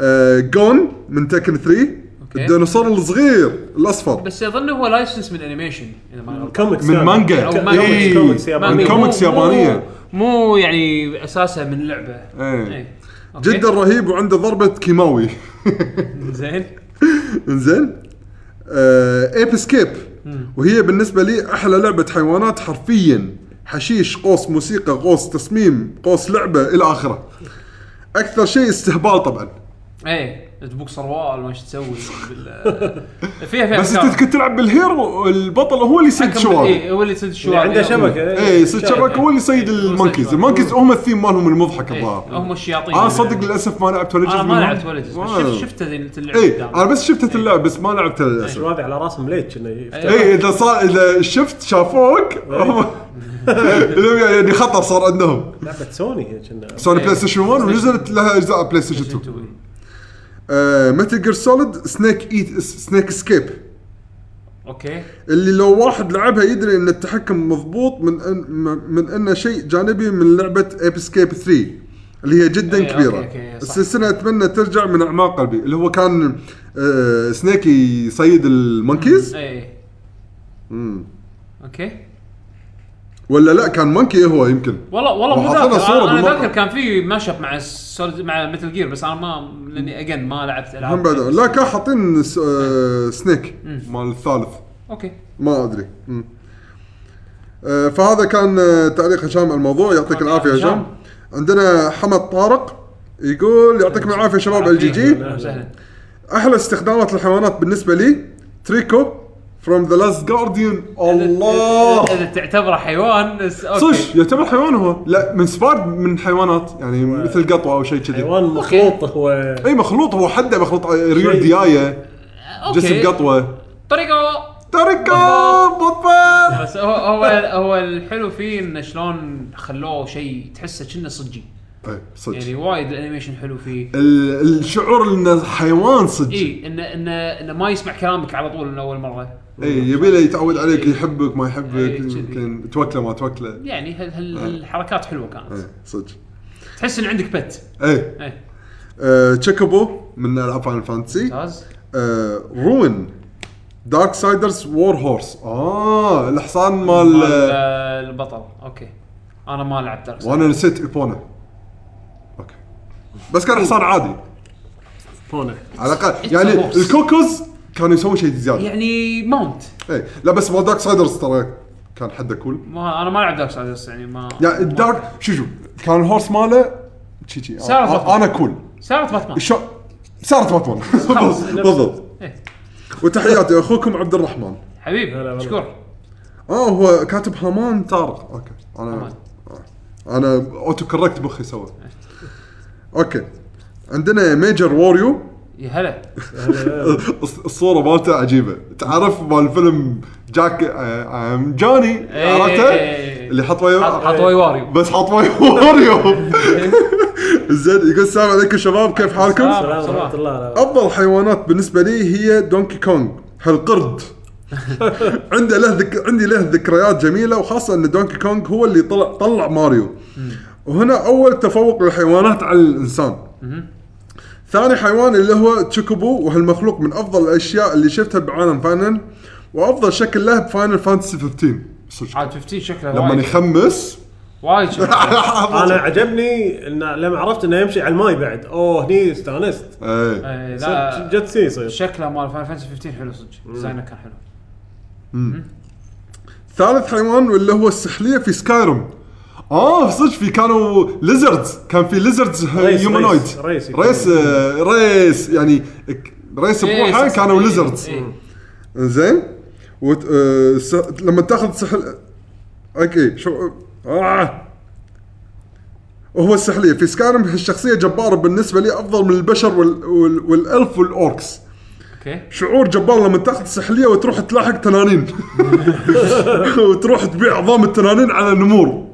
Speaker 3: آه جون من تكن 3 الديناصور الصغير الاصفر
Speaker 1: بس اظن هو لايسنس من انيميشن اذا ما غلطان.
Speaker 4: كوميكس
Speaker 3: من
Speaker 4: يعني.
Speaker 3: مانجا
Speaker 1: أو
Speaker 3: إيه،
Speaker 1: مانجا.
Speaker 4: كوميكس يابانية.
Speaker 3: من
Speaker 1: مو-
Speaker 3: كوميكس
Speaker 1: مو-
Speaker 3: يابانيه
Speaker 1: مو يعني اساسها من لعبه
Speaker 3: إيه.
Speaker 1: إيه. أوكي.
Speaker 3: جدا رهيب وعنده ضربه كيماوي
Speaker 1: زين
Speaker 3: انزين آه، ايب سكيب وهي بالنسبه لي احلى لعبه حيوانات حرفيا حشيش قوس موسيقى قوس تصميم قوس لعبه الى اخره اكثر شيء استهبال طبعا
Speaker 1: ايه تبوك سروال ما إيش تسوي بال- فيها فيها
Speaker 3: بس
Speaker 1: أفكار.
Speaker 3: انت كنت تلعب بالهو البطل هو اللي يصيد
Speaker 1: حكم-
Speaker 3: شوارع
Speaker 1: إيه، هو اللي تسد
Speaker 4: اللي
Speaker 1: الشوارع
Speaker 4: عنده إيه، شبكه
Speaker 3: اي يصيد شبكه هو اللي يصيد
Speaker 1: إيه، هو يصيد
Speaker 3: المونكيز
Speaker 1: شوارع.
Speaker 3: المونكيز هم الثيم مالهم المضحك الظاهر
Speaker 1: إيه. هم الشياطين
Speaker 3: انا صدق للاسف ما لعبت ولا
Speaker 1: انا
Speaker 3: جزء
Speaker 1: ما
Speaker 3: منهم.
Speaker 1: لعبت ولا جزء بس
Speaker 3: واو.
Speaker 1: شفت إيه. شفت ذي اللعبه
Speaker 3: اي انا
Speaker 1: قدامي.
Speaker 3: بس شفت اللعب بس ما لعبتها للاسف
Speaker 4: شو هذا على راسهم ليش كنا
Speaker 1: إيه.
Speaker 4: يفتح-
Speaker 3: اي اذا إيه، صار اذا شفت شافوك هم يعني خطر صار عندهم
Speaker 4: لعبه سوني هي كنا
Speaker 3: سوني
Speaker 1: إيه.
Speaker 3: بلاي ستيشن 1 ونزلت لها اجزاء على بلاي ستيشن 2 متل جير سوليد سنيك ايت سنيك سكيب
Speaker 1: اوكي
Speaker 3: اللي لو واحد لعبها يدري ان التحكم مضبوط من أن م- من انه شيء جانبي من لعبه ايب سكيب 3 اللي هي جدا
Speaker 1: إيه، أوكي،
Speaker 3: كبيره
Speaker 1: أوكي، صح.
Speaker 3: السلسله اتمنى ترجع من اعماق قلبي اللي هو كان آه سنيك يصيد المونكيز
Speaker 1: اي اي
Speaker 3: مم.
Speaker 1: اوكي
Speaker 3: ولا لا كان مونكي هو يمكن
Speaker 1: والله والله مو
Speaker 3: وحاطين
Speaker 1: ذاكر
Speaker 3: صورة
Speaker 1: انا, أنا
Speaker 3: بالمقطع.
Speaker 1: ذاكر كان في ماش اب مع السولد مع متل جير بس انا ما لاني اجين ما لعبت العاب
Speaker 3: هم بعد لا كان حاطين س- آه سنيك مال الثالث
Speaker 1: اوكي
Speaker 3: ما ادري مم. آه، فهذا كان آه، تعليق هشام على الموضوع يعطيك
Speaker 1: تعليق
Speaker 3: العافيه
Speaker 1: هشام.
Speaker 3: هشام عندنا حمد طارق يقول يعطيكم العافيه شباب ال جي جي
Speaker 1: زين.
Speaker 3: احلى استخدامات الحيوانات بالنسبه لي تريكو فروم ذا لاست جارديان الله
Speaker 1: اذا تعتبره حيوان بس اوكي
Speaker 3: صدق يعتبر حيوان هو لا من سبارد من حيوانات يعني مثل قطوه او شيء كذي
Speaker 4: حيوان مخلوط هو
Speaker 3: اي مخلوط هو حده مخلوط ريول ديايه
Speaker 1: أوكي.
Speaker 3: جسم قطوه
Speaker 1: طريقه
Speaker 3: تريكو بطبط
Speaker 1: بس هو هو هو الحلو فيه انه شلون خلوه شيء تحسه كأنه صجي
Speaker 3: اي
Speaker 1: يعني
Speaker 3: طيب، صدق
Speaker 1: وايد الانيميشن حلو فيه
Speaker 3: ال- الشعور انه حيوان صدق
Speaker 1: اي انه انه انه ما يسمع كلامك على طول من اول مره
Speaker 3: اي إيه، يبي له يتعود عليك يحبك ما
Speaker 1: إي،
Speaker 3: يحبك
Speaker 1: كذي.
Speaker 3: يمكن توكله ما توكله
Speaker 1: يعني هال هال
Speaker 3: آه.
Speaker 1: هالحركات حلوه كانت
Speaker 3: اي صدق
Speaker 1: تحس ان عندك بت
Speaker 3: اي
Speaker 1: إيه.
Speaker 3: آه، تشيكوبو من العاب فاينل فانتسي
Speaker 1: ممتاز
Speaker 3: آه، روين دارك سايدرز وور هورس اه الحصان مال
Speaker 1: مال،
Speaker 3: آه،
Speaker 1: آه، البطل اوكي انا ما لعبت دارك سايد.
Speaker 3: وانا نسيت ايبونا اوكي بس كان حصان عادي
Speaker 4: فونه
Speaker 3: على
Speaker 1: It's
Speaker 3: الاقل
Speaker 1: a
Speaker 3: يعني
Speaker 1: horse.
Speaker 3: الكوكوز كانوا يسوون شيء زياده
Speaker 1: يعني ماونت
Speaker 3: اي إيه. لا بس مال دارك سايدرز ترى كان حده كول
Speaker 1: ما انا ما لعبت دارك سايدرز يعني ما
Speaker 3: يعني الدارك شو شو كان الهورس ماله شي شي
Speaker 1: سعره
Speaker 3: انا, أنا كول
Speaker 1: سيارة باتمان
Speaker 3: شو سارة باتمان بالضبط
Speaker 1: إيه.
Speaker 3: وتحياتي اخوكم عبد الرحمن
Speaker 4: هلا
Speaker 1: حبيبي
Speaker 4: والله.
Speaker 1: مشكور
Speaker 3: اه هو كاتب هامان طارق اوكي انا
Speaker 1: هامان.
Speaker 3: آه. انا اوتو كوركت مخي سوى اوكي عندنا ميجر ووريو
Speaker 1: يا هلا
Speaker 3: الص- الصوره مالته عجيبه تعرف مال فيلم جاك ام جوني
Speaker 1: إيه.
Speaker 3: عرفته اللي حط وياه
Speaker 1: حط واي واريو
Speaker 3: بس حط واريو زين يقول السلام عليكم شباب كيف حالكم؟
Speaker 4: السلام
Speaker 1: صباح.
Speaker 4: ورحمه الله لا-
Speaker 3: افضل حيوانات بالنسبه لي هي دونكي كونغ هالقرد عنده له ذك... عندي له ذكريات جميله وخاصه ان دونكي كونغ هو اللي طلع طلع ماريو وهنا اول تفوق للحيوانات على الانسان ثاني حيوان اللي هو تشيكوبو وهالمخلوق من افضل الاشياء اللي شفتها بعالم فاينل وافضل شكل له بفاينل فانتسي 15 صدق.
Speaker 1: عاد 15 شكله
Speaker 3: لما
Speaker 1: وايد
Speaker 3: يخمس
Speaker 1: وايد شكله
Speaker 4: انا عجبني إن لما عرفت انه يمشي على الماي بعد اوه هني استانست
Speaker 3: ايه
Speaker 1: إيه،
Speaker 4: صدق
Speaker 1: لا
Speaker 4: جت سي صير
Speaker 1: شكله مال فاين فانتسي 15 حلو صدق ديزاينه كان حلو
Speaker 3: ثالث حيوان واللي هو السحليه في سكايروم اه صدق في كانوا ليزردز كان في ليزردز
Speaker 4: ريس-
Speaker 3: هيومانويد
Speaker 4: ريس- ريس.
Speaker 3: ريس آه، ريس يعني ك- ريس
Speaker 1: إيه،
Speaker 3: بروحه
Speaker 1: صح،
Speaker 3: كانوا
Speaker 1: إيه،
Speaker 3: ليزردز
Speaker 1: إيه.
Speaker 3: زين وت... آه، س- لما تاخذ سحل اوكي شو آه. وهو السحليه في سكايروم هالشخصيه جباره بالنسبه لي افضل من البشر وال... وال... والالف والاوركس
Speaker 1: اوكي
Speaker 3: شعور جبار لما تاخذ سحليه وتروح تلاحق تنانين وتروح تبيع عظام التنانين على نمور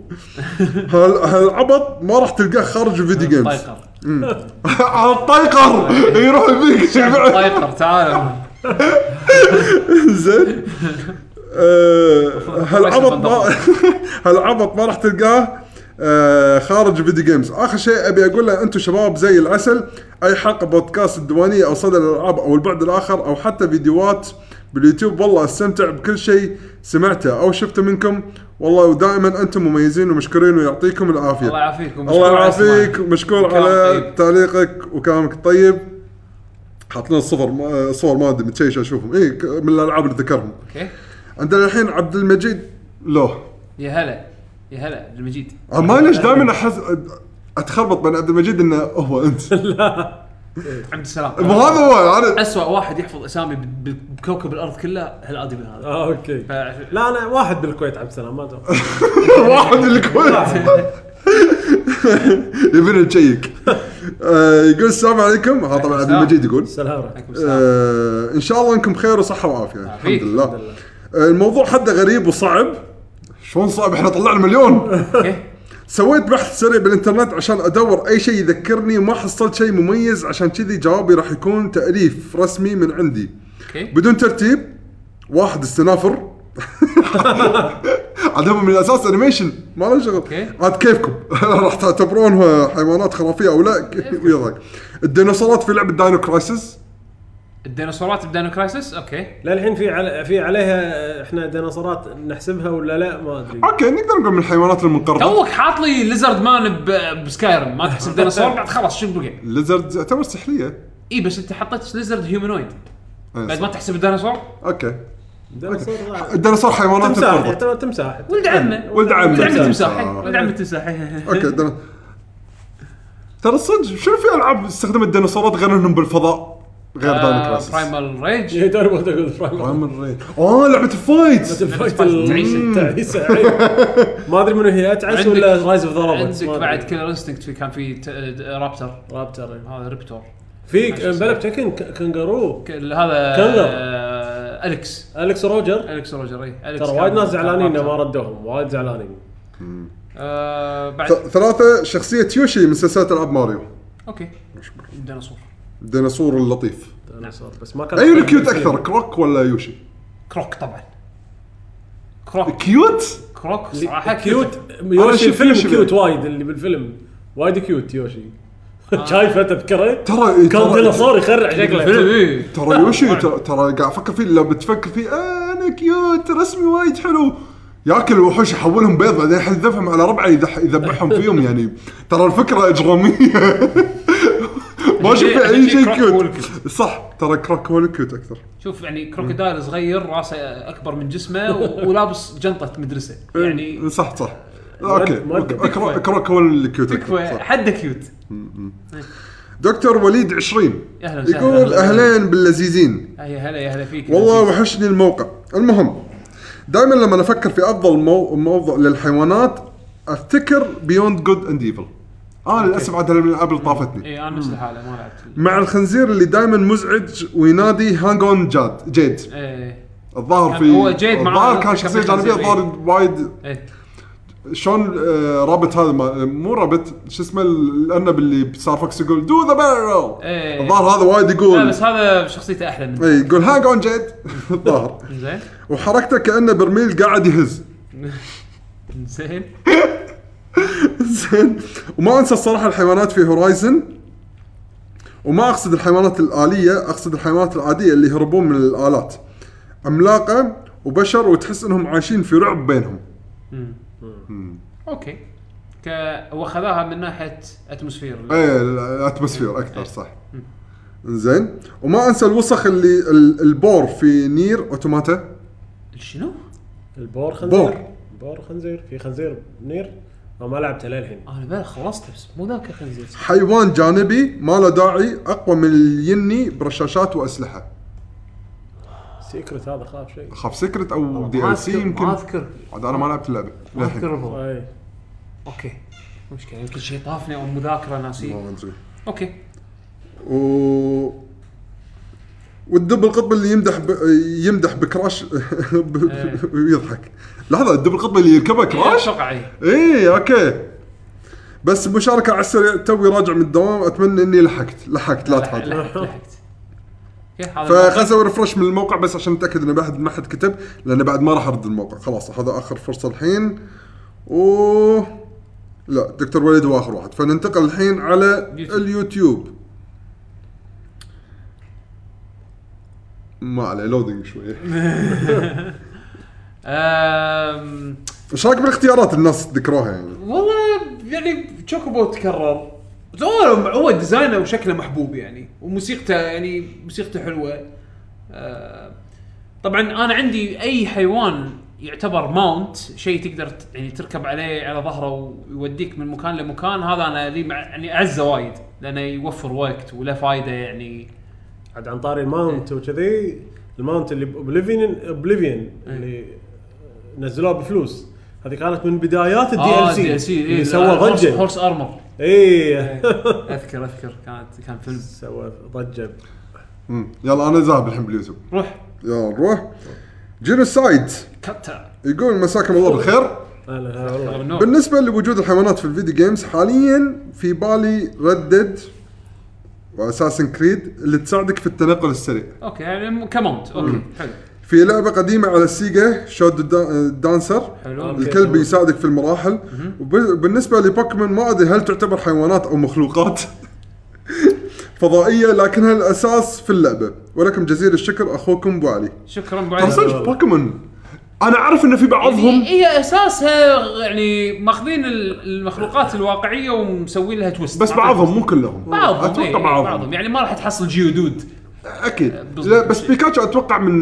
Speaker 3: هال هالعبط ما راح تلقاه خارج الفيديو جيمز
Speaker 1: طايقر
Speaker 3: على الطيقر يروح يبيك يبيع.
Speaker 1: طايقر تعال
Speaker 3: زين آه، هالعبط ما هالعبط ما راح تلقاه آه، خارج الفيديو جيمز اخر شيء ابي اقول له انتم شباب زي العسل اي حلقه بودكاست الديوانيه او صدى الالعاب او البعد الاخر او حتى فيديوهات باليوتيوب والله استمتع بكل شيء سمعته او شفته منكم والله ودائما انتم مميزين ومشكورين ويعطيكم العافيه
Speaker 1: الله يعافيكم
Speaker 3: الله
Speaker 1: مشكور على
Speaker 3: يعافيك
Speaker 1: السماع.
Speaker 3: مشكور
Speaker 1: وكلامك
Speaker 3: على
Speaker 1: طيب.
Speaker 3: تعليقك وكلامك الطيب حاطين الصفر ما- صور ما ادري متشيش اشوفهم اي إيه، ك- من الالعاب اللي ذكرهم
Speaker 1: اوكي
Speaker 3: عندنا الحين عبد المجيد لوه
Speaker 1: يا هلا يا هلا عبد المجيد
Speaker 3: أنا ما ليش دائما احس اتخربط بين عبد المجيد انه هو انت
Speaker 1: عبد السلام
Speaker 3: مو هذا هو انا
Speaker 1: اسوء واحد يحفظ اسامي ب- ب- بكوكب الارض كله هالادمي هذا
Speaker 4: اه اوكي
Speaker 1: ف-
Speaker 4: لا انا واحد بالكويت عبد السلام ما أدري.
Speaker 3: واحد من الكويت يبينا نشيك آه، يقول السلام عليكم ها طبعا عبد المجيد يقول
Speaker 4: السلام عليكم
Speaker 1: عليكم السلام.
Speaker 3: آه ان شاء الله انكم بخير وصحه وعافيه الحمد
Speaker 1: عافيك.
Speaker 3: لله آه، الموضوع حده غريب وصعب شلون صعب احنا طلعنا مليون
Speaker 1: اوكي
Speaker 3: سويت بحث سريع بالانترنت عشان ادور اي شيء يذكرني وما حصلت شيء مميز عشان كذي جوابي راح يكون تاليف رسمي من عندي
Speaker 1: اوكي
Speaker 3: بدون ترتيب واحد السنافر عاد هم من الاساس انيميشن ما له شغل
Speaker 1: أوكي.
Speaker 3: عاد كيفكم راح تعتبرونها حيوانات خرافيه او لا ويضحك الديناصورات في لعبه داينو كرايسس
Speaker 1: الديناصورات بدانو كرايسس اوكي
Speaker 4: للحين في على في عليها احنا ديناصورات نحسبها ولا لا ما ادري
Speaker 3: اوكي نقدر نقول من الحيوانات المنقرضه
Speaker 1: توك حاط لي ليزرد مان ب- بسكايرم ما تحسب ديناصور بعد خلاص شنو بقى
Speaker 3: الليزرد يعتبر سحليه
Speaker 1: اي بس انت حطيت ليزرد هيومانويد
Speaker 3: أي
Speaker 1: بعد
Speaker 3: صح.
Speaker 1: ما تحسب الديناصور
Speaker 3: اوكي
Speaker 4: ديناصور لا.
Speaker 3: الديناصور حيوانات
Speaker 4: تمساح
Speaker 3: الارض
Speaker 4: يعتبر تمساح
Speaker 1: ولد عمه
Speaker 3: ولد عمه
Speaker 1: ولد عمه
Speaker 3: تمساح.
Speaker 1: تمساح ولد عمه تمساح
Speaker 3: اوكي دينا- ترى صدق شنو في العاب استخدمت ديناصورات غير انهم بالفضاء غير
Speaker 1: آه،
Speaker 3: داينو كرايسس
Speaker 1: برايمال ريج
Speaker 4: يعني تعرف أقول فرايم
Speaker 3: برايمال ريج اه لعبه الفايت
Speaker 4: الفايت
Speaker 1: ال- تعيسة.
Speaker 4: تعيسة عيب. ما ادري منو هي اتعس ولا
Speaker 1: عندك-
Speaker 4: رايز اوف ذا روبوتس
Speaker 1: عندك بعد كيلر انستنكت في كان في ت- آه، رابتر
Speaker 4: رابتر
Speaker 1: هذا ريبتور
Speaker 4: في ك- بلا تشيكن كنغارو
Speaker 1: ك- هذا
Speaker 4: كيلر.
Speaker 1: آه، اليكس
Speaker 4: الكس روجر
Speaker 1: اليكس روجر اي اليكس
Speaker 4: ترى
Speaker 1: كان-
Speaker 4: وايد ناس
Speaker 1: كان
Speaker 4: زعلانين انه ما
Speaker 1: رابتر.
Speaker 4: ردوهم وايد زعلانين
Speaker 1: آه، بعد
Speaker 3: ث- ثلاثه شخصيه يوشي من سلسله العاب ماريو
Speaker 1: اوكي ديناصور
Speaker 3: الديناصور اللطيف
Speaker 4: ديناصور بس ما كان
Speaker 3: اي أيوة، الكيوت اكثر كروك ولا يوشي
Speaker 1: كروك طبعا كروك
Speaker 3: كيوت
Speaker 1: كروك صراحه
Speaker 4: كيوت
Speaker 3: أنا
Speaker 4: يوشي
Speaker 3: أشوف
Speaker 4: فيلم
Speaker 3: يوشي
Speaker 4: كيوت
Speaker 3: بعد.
Speaker 4: وايد اللي بالفيلم وايد كيوت يوشي شايفه تذكره
Speaker 3: ترى
Speaker 4: كان
Speaker 3: ترى-
Speaker 4: ديناصور يخرع آه. شكله
Speaker 1: إيه.
Speaker 3: ترى يوشي ترى ترى قاعد افكر فيه لما تفكر فيه آه انا كيوت رسمي وايد حلو ياكل الوحوش يحولهم بيض بعدين يحذفهم على ربعه يذح- يذبحهم فيهم يعني ترى الفكره اجراميه ما
Speaker 1: عشان
Speaker 3: شفت
Speaker 1: شي-
Speaker 3: اي
Speaker 1: عشان شي
Speaker 3: شيء
Speaker 1: كروك هو
Speaker 3: كيوت
Speaker 1: الكيوت.
Speaker 3: صح ترى كروك هو الكيوت اكثر
Speaker 1: شوف يعني كروكودايل صغير راسه اكبر من جسمه و- ولابس جنطه مدرسه
Speaker 3: إيه.
Speaker 1: يعني
Speaker 3: صح صح اوكي
Speaker 4: ما-
Speaker 3: أوكي.
Speaker 1: تكفى.
Speaker 3: كروك- كروك هو الكيوت اكثر
Speaker 1: تكفى
Speaker 3: صح.
Speaker 1: حده كيوت
Speaker 3: دكتور وليد 20
Speaker 1: أهلاً وسهلاً.
Speaker 3: يقول اهلين باللذيذين
Speaker 1: يا هلا يا هلا فيك
Speaker 3: والله وحشني الموقع المهم دائما لما افكر في افضل مو... موضوع للحيوانات افتكر بيوند جود اند ايفل انا للاسف عاد من الالعاب اللي طافتني
Speaker 1: اي انا إيه، نفس الحاله ما لعبت
Speaker 3: مع الخنزير اللي دائما مزعج وينادي هانج اون جاد جيد
Speaker 1: ايه
Speaker 3: الظاهر
Speaker 1: كان
Speaker 3: في
Speaker 1: هو جيد معاه
Speaker 3: الظاهر
Speaker 1: كان
Speaker 3: كان شخصيه
Speaker 1: بالخنزير،
Speaker 3: جانبيه
Speaker 1: إيه.
Speaker 3: الظاهر وايد
Speaker 1: ايه
Speaker 3: شلون آه، رابط هذا ما... مو رابط شو اسمه الارنب اللي صار فوكس يقول دو ذا بارل
Speaker 1: إيه.
Speaker 3: الظاهر هذا وايد
Speaker 1: لا
Speaker 3: يقول
Speaker 1: بس هذا شخصيته احلى منه
Speaker 3: إيه، يقول هانج اون جيد الظاهر
Speaker 1: زين
Speaker 3: وحركته كانه برميل قاعد يهز
Speaker 1: زين
Speaker 3: زين وما انسى الصراحه الحيوانات في هورايزن وما اقصد الحيوانات الاليه اقصد الحيوانات العاديه اللي يهربون من الالات عملاقه وبشر وتحس انهم عايشين في رعب بينهم
Speaker 1: اوكي ك... هو خذاها من ناحيه اتموسفير
Speaker 3: ايه الاتموسفير اكثر صح زين وما انسى الوسخ اللي ال- البور في نير اوتوماتا
Speaker 1: شنو؟
Speaker 4: البور
Speaker 3: بور.
Speaker 4: خنزير بور خنزير في خنزير منير أنا ما لعبته للحين
Speaker 1: انا بلا خلصت بس مو ذاك الخنزير
Speaker 3: حيوان جانبي ما له داعي اقوى من اليني برشاشات واسلحه
Speaker 4: سيكرت هذا خاف شيء
Speaker 3: خاف سكرت او دي
Speaker 1: ما
Speaker 3: ال سي
Speaker 1: اذكر ما
Speaker 3: يمكن إيه.
Speaker 1: اذكر
Speaker 3: عاد انا ما لعبت اللعبه
Speaker 1: ما
Speaker 3: للحين.
Speaker 1: اذكر الظاهر.
Speaker 4: اي
Speaker 1: اوكي مشكله يمكن شيء طافني او مذاكره ناسيه
Speaker 3: ما ادري
Speaker 1: اوكي
Speaker 3: و والدب القطب اللي يمدح ب... يمدح بكراش ب...
Speaker 1: إيه.
Speaker 3: ويضحك لحظه الدب القطب اللي يركبه كراش
Speaker 1: اتوقع اي
Speaker 3: اي اوكي بس مشاركة على السريع توي راجع من الدوام اتمنى اني لحقت لحقت لا
Speaker 1: لحقت
Speaker 3: تحد
Speaker 1: لحقت اوكي هذا
Speaker 3: فخل اسوي ريفرش من الموقع بس عشان اتاكد انه ما حد ما حد كتب لان بعد ما راح ارد الموقع خلاص هذا اخر فرصه الحين و لا دكتور وليد هو اخر واحد فننتقل الحين على
Speaker 1: يوتيوب.
Speaker 3: اليوتيوب ما عليه لودنج شوي
Speaker 1: أم...
Speaker 3: ايش رايك بالاختيارات الناس ذكروها يعني
Speaker 1: والله يعني تشوكوبو تكرر بس هو هو ديزاينه وشكله محبوب يعني وموسيقته يعني موسيقته حلوه آه، طبعا انا عندي اي حيوان يعتبر ماونت شيء تقدر ت- يعني تركب عليه على ظهره ويوديك من مكان لمكان هذا انا لي مع يعني اعزه وايد لانه يوفر وقت وله فائده يعني
Speaker 4: عاد عن طاري الماونت وكذي الماونت اللي اوبليفيون اوبليفيون اللي نزلوها بفلوس هذه كانت من بدايات الدي
Speaker 1: آه،
Speaker 4: ال سي
Speaker 1: إيه،
Speaker 4: اللي يعني سوى ضجه
Speaker 1: هورس ارمر إيه.
Speaker 4: اي
Speaker 1: اذكر اذكر كانت كان فيلم
Speaker 4: إيه. سوى ضجه
Speaker 3: مم. يلا انا ذاهب الحين باليوتيوب
Speaker 1: روح
Speaker 3: يلا نروح جينوسايد
Speaker 1: كتا
Speaker 3: يقول مساكم الله بالخير
Speaker 4: اهلا هلا آه، والله
Speaker 1: بالنور.
Speaker 3: بالنسبة لوجود الحيوانات في الفيديو جيمز حاليا في بالي ردد واساسن كريد اللي تساعدك في التنقل السريع.
Speaker 1: اوكي يعني م- كماونت اوكي حلو
Speaker 3: في لعبة قديمة على السيجا شود دا- دانسر
Speaker 1: حلو.
Speaker 3: الكلب يساعدك في المراحل وبالنسبة لبوكيمون ما ادري هل تعتبر حيوانات او مخلوقات فضائية لكنها الاساس في اللعبة ولكم جزيل الشكر اخوكم ابو علي.
Speaker 1: شكرا
Speaker 3: ترى
Speaker 1: بعد
Speaker 3: صدق بوكيمون انا اعرف انه في بعضهم
Speaker 1: هي هي اساسها يعني ماخذين ال- المخلوقات الواقعيه ومسوين لها تويست
Speaker 3: بس بعضهم مو كلهم
Speaker 1: بعضهم إيه،
Speaker 3: اتوقع بعضهم
Speaker 1: يعني ما راح تحصل جيودود
Speaker 3: اكيد
Speaker 1: آه، بالضبط.
Speaker 3: لا بس بيكاتشو اتوقع من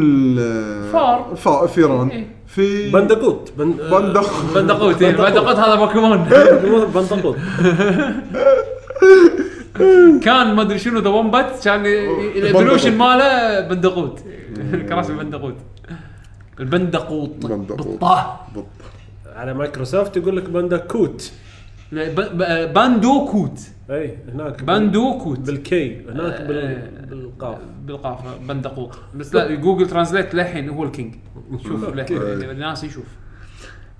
Speaker 1: فار.
Speaker 3: فار فيران
Speaker 1: إيه.
Speaker 3: في
Speaker 4: بندقوت بن- آه،
Speaker 3: بندق
Speaker 1: بندقوت إيه، بندقوت هذا بوكيمون
Speaker 4: بندقوت
Speaker 1: كان ما ادري شنو ذا ومبت كان
Speaker 3: إيه،
Speaker 1: الايفولوشن ماله بندقوت كراسي بندقوت البندقوط
Speaker 3: بندقوط.
Speaker 1: بالطاء
Speaker 3: بالضبط.
Speaker 4: على مايكروسوفت يقول لك بندكوت
Speaker 1: لا، ب- ب- باندوكوت
Speaker 4: اي إيه، هناك
Speaker 1: باندوكوت
Speaker 4: بالكي هناك بال-
Speaker 1: آه.
Speaker 4: بالقاف
Speaker 1: بالقاف بندقوق بس لا جوجل ترانزليت للحين هو الكينج شوف للحين يعني الناس يشوف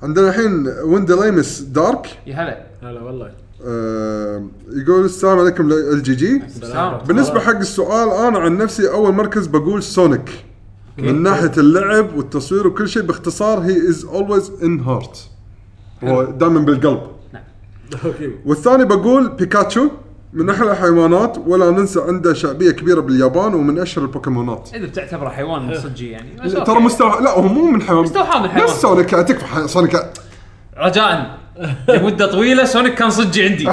Speaker 3: عندنا الحين ويندليمس دارك
Speaker 1: يا هلا
Speaker 4: هلا والله
Speaker 3: آه، يقول السلام عليكم ال جي جي
Speaker 1: سلام
Speaker 3: بالنسبه حق السؤال انا عن نفسي اول مركز بقول سونيك من ناحيه اللعب والتصوير وكل شيء باختصار هي از اولويز ان هارت هو دائما بالقلب
Speaker 4: اوكي
Speaker 3: والثاني بقول بيكاتشو من احلى الحيوانات ولا ننسى عنده شعبيه كبيره باليابان ومن اشهر البوكيمونات
Speaker 1: اذا بتعتبره حيوان صجي يعني بس
Speaker 3: إيه. ترى
Speaker 1: أوكي.
Speaker 3: مستوى لا هو مو من حيوان
Speaker 1: مستوحى من حيوان.
Speaker 3: نفس سونيك تكفى حي- سونيك
Speaker 1: رجاء لمده طويله سونيك كان صجي عندي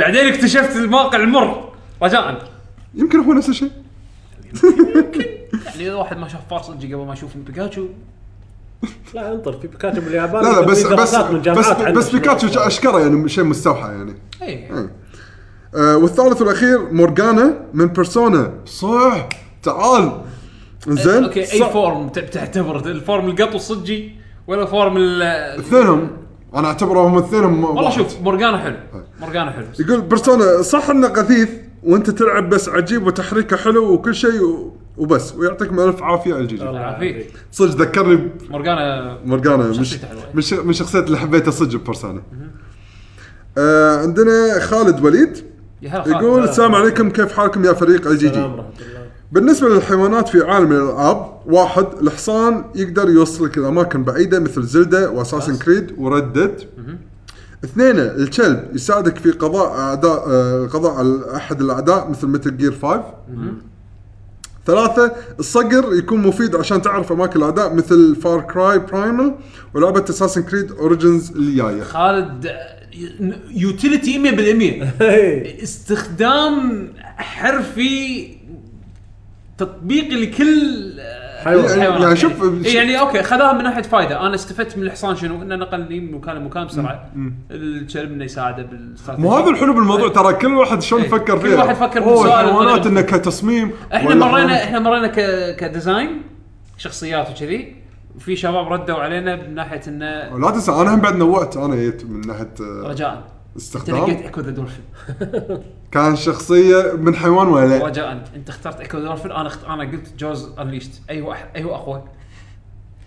Speaker 1: بعدين اكتشفت المواقع المر رجاء
Speaker 3: يمكن هو نفس الشيء
Speaker 1: يعني اذا واحد ما شاف فار صجي قبل ما يشوف بيكاتشو
Speaker 4: لا انطر في بيكاتشو باليابان
Speaker 3: لا لا بس
Speaker 4: في
Speaker 3: بس
Speaker 4: دراسات من جامعات
Speaker 3: بس
Speaker 4: عن
Speaker 3: بس
Speaker 4: شنو
Speaker 3: بيكاتشو
Speaker 4: الأشياء.
Speaker 3: اشكره يعني شيء مستوحى يعني
Speaker 1: اي
Speaker 3: آه، والثالث والاخير مورجانا من بيرسونا صح تعال زين
Speaker 1: اوكي اي فورم ت- بتعتبر الفورم القط والصجي ولا فورم ال
Speaker 3: اثنينهم انا اعتبرهم اثنينهم
Speaker 1: والله
Speaker 3: واحد.
Speaker 1: شوف مورجانا حلو مورجانا حلو
Speaker 3: يقول بيرسونا صح انه غثيث وانت تلعب بس عجيب وتحريكه حلو وكل شيء و- وبس ويعطيكم الف عافيه على الجيجي
Speaker 1: آه.
Speaker 4: الله
Speaker 1: عافيك
Speaker 3: صدق ذكرني
Speaker 1: مورجانا
Speaker 3: مورجانا مش
Speaker 1: شخصيته حلوة.
Speaker 3: من ش- من الشخصيات اللي حبيتها صدق ببرسونا آه عندنا خالد وليد
Speaker 1: يا هلا خالد.
Speaker 3: يقول السلام عليكم كيف حالكم يا فريق الجي جي
Speaker 4: سلام ورحمه الله
Speaker 3: بالنسبه للحيوانات في عالم الالعاب واحد الحصان يقدر يوصلك لاماكن بعيده مثل زلدا واساسن كريد وردد اثنين الكلب يساعدك في قضاء اعداء آه، قضاء على احد الاعداء مثل متل جير 5 ثلاثة الصقر يكون مفيد عشان تعرف اماكن الاعداء مثل فار كراي برايمال ولعبة اساسن كريد اوريجنز الجاية
Speaker 1: خالد يوتيليتي 100%
Speaker 4: إيه.
Speaker 1: استخدام حرفي تطبيقي لكل آه،
Speaker 4: حيوان.
Speaker 1: الحيوانات
Speaker 3: يعني شوف-
Speaker 1: إيه يعني اوكي خذاها من ناحيه فايده انا استفدت من الحصان شنو انه نقلني من مكان لمكان بسرعه الكلب انه يساعده بالاستراتيجيه
Speaker 3: مو هذا الحلو بالموضوع طيب. ترى كل واحد شلون
Speaker 1: إيه.
Speaker 3: فكر
Speaker 1: كل
Speaker 3: فيها
Speaker 1: واحد فكر
Speaker 3: أوه،
Speaker 1: بسؤال
Speaker 3: الحيوانات
Speaker 1: بطريقة-
Speaker 3: انه كتصميم
Speaker 1: احنا
Speaker 3: ولا
Speaker 1: مرينا
Speaker 3: حيوانات-
Speaker 1: احنا مرينا ك... كديزاين شخصيات وكذي في شباب ردوا علينا من ناحيه انه
Speaker 3: لا تنسى انا هم بعد نوعت انا جيت من ناحيه آه،
Speaker 1: رجاء انت لقيت
Speaker 3: استخدام
Speaker 1: ايكو ذا دولفين
Speaker 3: كان شخصيه من حيوان ولا لا؟
Speaker 1: رجاء انت اخترت ايكو ذا دولفين انا اخت... انا قلت جوز انليشت اي واحد اي هو اقوى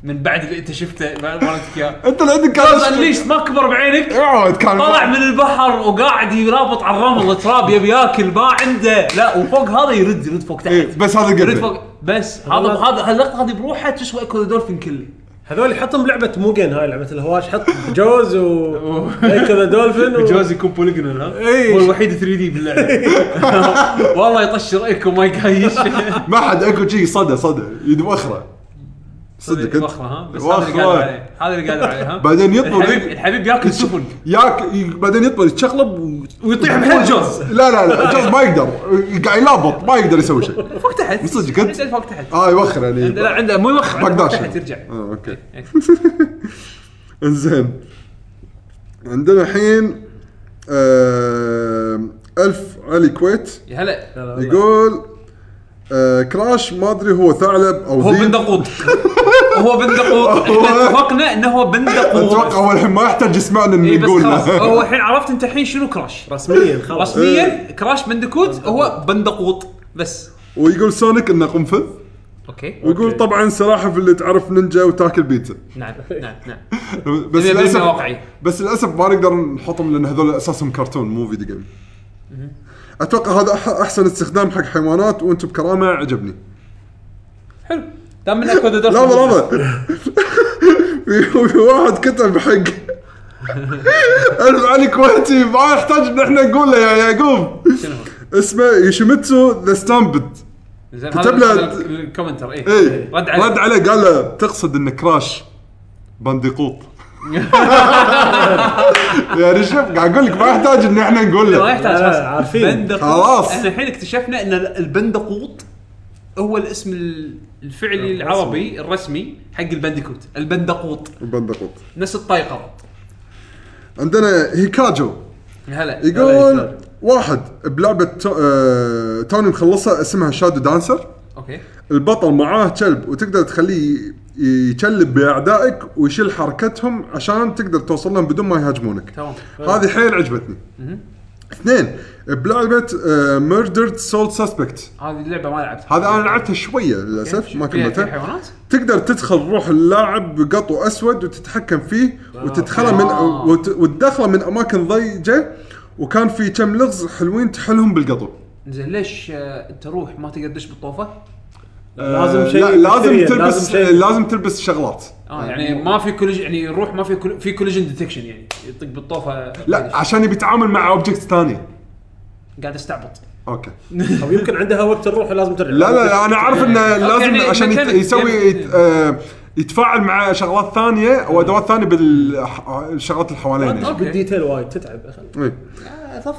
Speaker 1: من بعد اللي انت شفته بعد ما وريتك اياه
Speaker 3: انت اللي عندك
Speaker 1: جوز
Speaker 3: كان
Speaker 1: انليشت ما كبر بعينك
Speaker 3: اقعد كان
Speaker 1: طلع من البحر وقاعد يرابط على الرمل التراب يبي ياكل ما عنده لا وفوق هذا يرد يرد فوق تحت
Speaker 3: إيه، بس هذا
Speaker 1: يرد
Speaker 3: قلبه
Speaker 1: فوق بس هذا هذا هاللقطه هذه بروحها تسوى ايكو ذا دولفين كله
Speaker 4: هذول حطهم بلعبه موجن هاي لعبه الهواش حط جوز و هيك كذا دولفين و...
Speaker 1: جوز يكون بوليجونال ها
Speaker 4: إيه.
Speaker 1: هو الوحيد 3 دي باللعبه والله يطشر رايكم ما يقايش
Speaker 3: ما حد اكو شيء صدى صدى يد وخره صدق
Speaker 1: وخرة،
Speaker 3: انت
Speaker 1: ها بس هذا اللي قالوا عليه هذا اللي قالوا عليه ها
Speaker 3: بعدين يطلب
Speaker 1: الحبيب الحبيب ياكل سفن
Speaker 3: ياك ي- بعدين يطبل يتشقلب و-
Speaker 1: ويطيح بحال جوز
Speaker 3: لا لا لا جوز ما يقدر قاعد يلابط ما يقدر يسوي شيء
Speaker 1: فوق تحت
Speaker 3: صدق أنت؟
Speaker 1: عنده فوق تحت
Speaker 3: اه يوخر
Speaker 1: عنده- لا
Speaker 3: يعني
Speaker 1: عنده مو يوخر عنده
Speaker 3: بقداش
Speaker 1: فوق تحت
Speaker 3: يعني.
Speaker 1: يرجع
Speaker 3: اه اوكي
Speaker 1: إيه.
Speaker 3: انزين عندنا الحين آه، الف علي كويت
Speaker 1: يا هلا
Speaker 3: يقول آه كراش ما ادري هو ثعلب او
Speaker 1: هو
Speaker 3: ذيب.
Speaker 1: بندقوط هو بندقوط احنا اتفقنا انه هو بندقوط
Speaker 3: اتوقع هو الحين ما يحتاج يسمعنا
Speaker 1: إيه
Speaker 3: ان
Speaker 1: بس
Speaker 3: نقول
Speaker 1: خلاص هو
Speaker 3: له.
Speaker 1: الحين عرفت انت الحين شنو كراش
Speaker 4: رسميا خلاص
Speaker 1: رسميا
Speaker 3: إيه.
Speaker 1: كراش بندكوت هو بندقوط بس
Speaker 3: ويقول سونيك انه قنفذ
Speaker 1: اوكي
Speaker 3: ويقول طبعا سلاحف اللي تعرف نينجا وتاكل بيتزا
Speaker 1: نعم نعم نعم
Speaker 3: بس
Speaker 1: 100%
Speaker 3: للاسف
Speaker 1: واقعي.
Speaker 3: بس للاسف ما نقدر نحطهم لان هذول اساسهم كرتون مو فيديو جيم اتوقع هذا أح- احسن استخدام حق حيوانات وانتم بكرامه عجبني
Speaker 1: حلو دام من اكو ذا
Speaker 3: لحظه لحظه في- في واحد كتب حق الف علي كويتي ما يحتاج ان احنا نقول له يا يعقوب اسمه يوشيميتسو ذا ستامبد
Speaker 1: زين هذا-
Speaker 3: كتب له- إيه.
Speaker 1: هذا الكومنتر إيه. اي
Speaker 3: اي
Speaker 1: رد عليه
Speaker 3: رد عليه قال له تقصد ان كراش بندقوط يعني شوف قاعد اقول لك ما يحتاج ان احنا نقول
Speaker 1: ما
Speaker 3: له
Speaker 1: يحتاج
Speaker 4: لا،
Speaker 1: خلاص
Speaker 4: عارفين.
Speaker 1: بندقوط.
Speaker 3: خلاص.
Speaker 1: احنا الحين اكتشفنا ان البندقوط هو الاسم ال- الفعلي العربي الرسمي حق البندكوت البندقوط
Speaker 3: بندقوط
Speaker 1: نفس الطايقه
Speaker 3: عندنا هيكاجو
Speaker 1: هلا
Speaker 3: يقول واحد بلعبه تو- آه، توني مخلصها اسمها شادو دانسر
Speaker 1: اوكي
Speaker 3: البطل معاه كلب وتقدر تخليه ي- يكلب باعدائك ويشيل حركتهم عشان تقدر توصل لهم بدون ما يهاجمونك
Speaker 1: تمام.
Speaker 3: هذه حيل عجبتني اثنين آه، بلعبه ميردرد سول سسبكت
Speaker 1: هذه اللعبه ما لعبتها
Speaker 3: هذا انا لعبتها شويه للاسف ما
Speaker 1: فيها- فيها
Speaker 3: كملتها
Speaker 1: حيوانات
Speaker 3: تقدر تدخل روح اللاعب بقطو اسود وتتحكم فيه وتدخله من
Speaker 1: آه.
Speaker 3: وت- وتدخله من اماكن ضيقه وكان في كم لغز حلوين تحلهم بالقطو
Speaker 1: زين ليش آه، انت روح ما تقدر تدش بالطوفه؟
Speaker 4: لازم
Speaker 3: آه،
Speaker 4: شيء
Speaker 3: لا لازم
Speaker 4: بكتيريا،
Speaker 3: تلبس
Speaker 4: لازم شيء-
Speaker 3: لازم تلبس شغلات
Speaker 1: اه يعني ما في كولج يعني روح ما في كل... في كوليجن ديتكشن يعني يطق بالطوفه
Speaker 3: لا عشان يبي يتعامل مع اوبجكت ثاني
Speaker 1: قاعد استعبط
Speaker 3: اوكي
Speaker 4: او يمكن عندها وقت الروح لازم ترجع
Speaker 3: لا لا, لا انا عارف انه لازم
Speaker 1: يعني
Speaker 3: عشان يت-
Speaker 1: ميكانيك.
Speaker 3: يسوي
Speaker 1: يعني-
Speaker 3: يت- آه، يتفاعل مع شغلات ثانيه او ادوات ثانيه بالشغلات اللي حواليه يعني. إيه.
Speaker 1: أوكي.
Speaker 4: بالديتيل وايد تتعب
Speaker 3: اي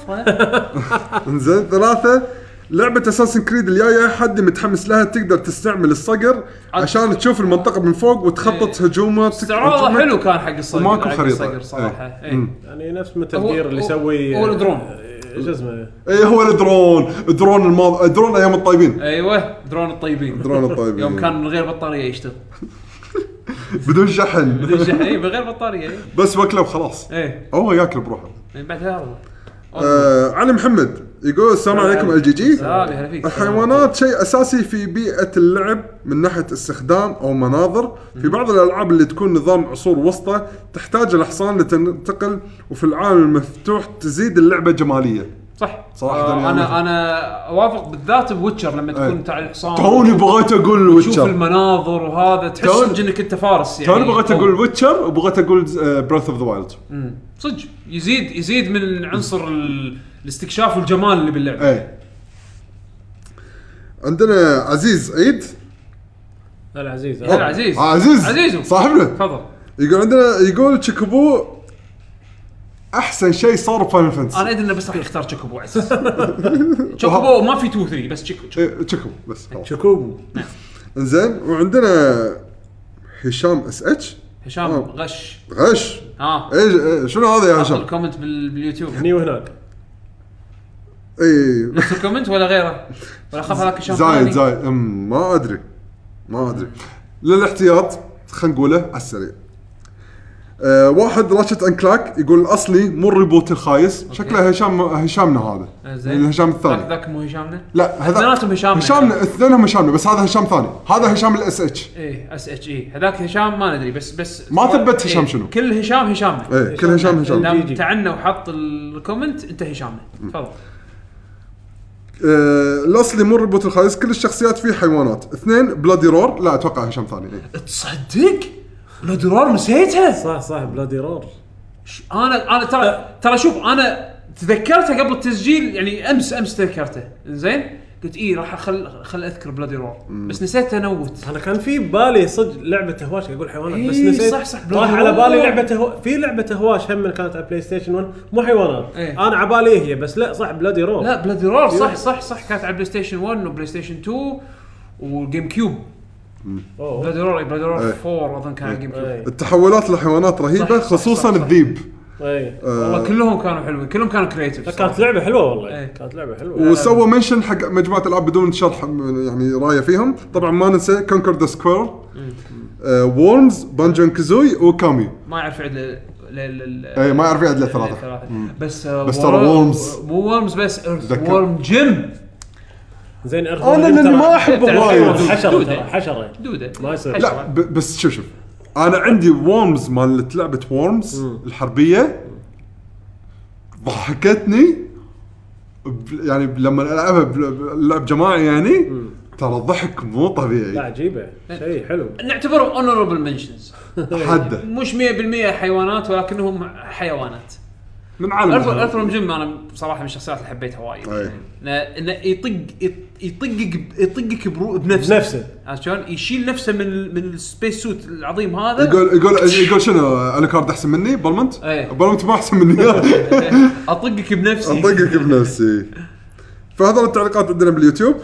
Speaker 3: انزين ثلاثة لعبة اساسن كريد الجاية حد متحمس لها تقدر تستعمل الصقر عشان تشوف المنطقة من فوق وتخطط
Speaker 1: إيه.
Speaker 3: هجومه تك-
Speaker 1: استعراضه
Speaker 3: هجومك.
Speaker 1: حلو كان حق الصقر
Speaker 3: وماكو
Speaker 1: حق
Speaker 3: خريطة.
Speaker 1: الصقر صراحه
Speaker 3: إيه.
Speaker 1: إيه.
Speaker 3: مم.
Speaker 4: يعني نفس
Speaker 1: هو-
Speaker 4: متل جير اللي
Speaker 1: هو-
Speaker 4: يسوي
Speaker 1: هو الدرون.
Speaker 4: آه، شو اسمه
Speaker 3: اي إيه، هو الدرون درون الماض... درون ايام الطيبين
Speaker 1: ايوه درون الطيبين
Speaker 3: درون الطيبين
Speaker 1: يوم كان من غير بطاريه يشتغل
Speaker 3: بدون شحن
Speaker 1: بالشحن اي من غير بطاريه إي.
Speaker 3: بس وكله وخلاص
Speaker 1: ايه
Speaker 3: هو ياكل بروحه
Speaker 1: إي، بعد هذا
Speaker 3: آه علي محمد يقول السلام عليكم الجي جي
Speaker 1: سلام، هلا فيك.
Speaker 3: الحيوانات شيء اساسي في بيئه اللعب من ناحيه استخدام او مناظر في بعض الالعاب اللي تكون نظام عصور وسطى تحتاج الحصان لتنتقل وفي العالم المفتوح تزيد اللعبه جماليه
Speaker 1: صح
Speaker 3: صراحة
Speaker 1: آه
Speaker 3: يعني
Speaker 1: انا انا اوافق بالذات بوتشر لما
Speaker 3: إيه.
Speaker 1: تكون تاع الحصان
Speaker 3: توني بغيت اقول
Speaker 1: تشوف
Speaker 3: الويتشر
Speaker 1: المناظر وهذا
Speaker 3: توني-
Speaker 1: تحس انك انت فارس يعني
Speaker 3: توني بغيت اقول الويتشر وبغيت آه، اقول براث اوف ذا وايلد
Speaker 1: مم. صدق يزيد يزيد من عنصر ال- الاستكشاف والجمال اللي باللعبه
Speaker 3: ايه عندنا عزيز عيد
Speaker 4: هلا عزيز
Speaker 1: هلا عزيز
Speaker 3: آه، عزيز
Speaker 1: عزيزو.
Speaker 3: صاحبنا
Speaker 1: تفضل
Speaker 3: يقول عندنا يقول تشيكابو احسن شيء صار بفاينل فانتسي
Speaker 1: انا ادري انه بس راح يختار تشوكوبو عزيز تشوكوبو ما في 2 3 بس تشيكو تشيكو.
Speaker 3: إيه، تشيكابو بس خلاص.
Speaker 4: شكوبو
Speaker 3: انزين وعندنا هشام اس اتش
Speaker 1: هشام
Speaker 3: آه.
Speaker 1: غش
Speaker 3: غش
Speaker 1: ها
Speaker 3: ايش إيه، شنو هذا يا
Speaker 1: حط
Speaker 3: هشام؟
Speaker 1: الكومنت بال- باليوتيوب
Speaker 4: هني وهناك
Speaker 3: اي
Speaker 1: نفس الكومنت ولا غيره ولا خاف هذاك هشام
Speaker 3: إيه، زايد
Speaker 1: ثاني؟
Speaker 3: زايد أم، ما ادري ما ادري للاحتياط خلينا نقوله على السريع أه واحد راشد ان كلاك يقول الاصلي مو الريبوت الخايس شكله هشام هشامنا هذا
Speaker 1: زين.
Speaker 3: الهشام
Speaker 1: آه، ذاك-
Speaker 3: الثاني
Speaker 1: ذاك مو هشامنا
Speaker 3: لا هذا
Speaker 1: اثنيناتهم هشامنا.
Speaker 3: هشامنا اثنينهم هشامنا بس هذا هشام ثاني هذا هشام الاس اتش
Speaker 1: ايه اس اتش اي هذاك هشام ما ندري بس بس
Speaker 3: ما
Speaker 1: سؤال-
Speaker 3: ثبت هشام
Speaker 1: إيه،
Speaker 3: شنو.
Speaker 1: كل هشام هشام
Speaker 3: ايه كل هشام هشام
Speaker 4: لا. جي جي.
Speaker 1: تعنى وحط الكومنت انت هشامنا تفضل
Speaker 3: آه، الاصلي مو الريبوت الخايس كل الشخصيات فيه حيوانات اثنين بلادي رور لا اتوقع هشام ثاني إيه.
Speaker 1: تصدق؟ الادرار نسيتها
Speaker 4: صح صح بلادي رور
Speaker 1: انا انا ترى ترى شوف انا تذكرته قبل التسجيل يعني امس امس تذكرته زين قلت اي راح اخل خل اذكر بلادي رور بس نسيت انوت
Speaker 4: انا كان في بالي صدق لعبه هواش اقول حيوانات بس
Speaker 1: إيه،
Speaker 4: نسيت
Speaker 1: صح، صح، بلادي
Speaker 4: راح على
Speaker 1: رور.
Speaker 4: بالي لعبه هو... في لعبه هواش هم كانت على بلاي ستيشن 1 مو حيوانات
Speaker 1: إيه.
Speaker 4: انا على بالي هي بس لا صح بلادي رور
Speaker 1: لا بلادي رور صح صح صح كانت على بلاي ستيشن 1 وبلاي ستيشن 2 والجيم كيوب
Speaker 4: أوه.
Speaker 1: بلادي رور بلادي رور
Speaker 3: إيه.
Speaker 1: 4 اظن كان على الجيم كيوب
Speaker 4: إيه.
Speaker 3: التحولات للحيوانات رهيبه
Speaker 1: صح، صح،
Speaker 3: خصوصا
Speaker 1: صح، صح.
Speaker 3: الذيب
Speaker 4: اي
Speaker 3: آه.
Speaker 1: والله كلهم كانوا حلوين كلهم كانوا
Speaker 4: لا،
Speaker 1: كريتيف
Speaker 4: إيه. كانت لعبه حلوه والله
Speaker 1: إيه.
Speaker 4: كانت لعبه حلوه
Speaker 3: وسوى منشن حق مجموعه العاب بدون شرح يعني رايه فيهم طبعا ما ننسى كونكر ذا سكوير آه، وورمز بانجون كازوي وكامي
Speaker 1: ما يعرف يعد ل- ل- ل-
Speaker 3: اي إيه، ما يعرف يعد الا
Speaker 1: ثلاثة.
Speaker 3: ثلاثه
Speaker 1: بس آه،
Speaker 3: بس ترى
Speaker 1: وور-
Speaker 3: وورمز.
Speaker 1: مو وورمز بس
Speaker 3: ذكر.
Speaker 1: وورم جيم
Speaker 4: زين إرث
Speaker 3: أنا
Speaker 4: رون
Speaker 3: لأني
Speaker 4: ترى-
Speaker 3: ما أحبه
Speaker 4: ترى
Speaker 3: وايد.
Speaker 4: حيوان، حشره
Speaker 1: دودة.
Speaker 4: ترى حشره
Speaker 1: دوده
Speaker 4: ما يصير.
Speaker 1: حشرة.
Speaker 3: لا ب- بس شوف شوف انا عندي وورمز مالت لعبه وورمز الحربيه ضحكتني ب- يعني لما العبها بل- بلعب جماعي يعني ترى الضحك مو
Speaker 4: لا
Speaker 3: طبيعي
Speaker 4: عجيبه شيء حلو
Speaker 1: نعتبرهم اونربل منشنز
Speaker 3: حده
Speaker 1: مش 100% حيوانات ولكنهم حيوانات
Speaker 3: من عالم
Speaker 1: ارثر
Speaker 3: الحيوانات.
Speaker 1: ارثر جيم انا بصراحه من الشخصيات اللي حبيتها وايد
Speaker 3: أي.
Speaker 1: إنه- انه يطق يط- يطقك ب- يطقك برو- بنفسه
Speaker 4: بنفسه.
Speaker 1: عرفت شلون؟ يشيل نفسه من ال- من السبيس سوت العظيم هذا
Speaker 3: يقول يقول يقول شنو الكارد احسن مني بلمنت؟
Speaker 1: إيه.
Speaker 3: بلمنت ما احسن مني
Speaker 1: اطقك بنفسي
Speaker 3: انطقك بنفسي فهذول التعليقات عندنا باليوتيوب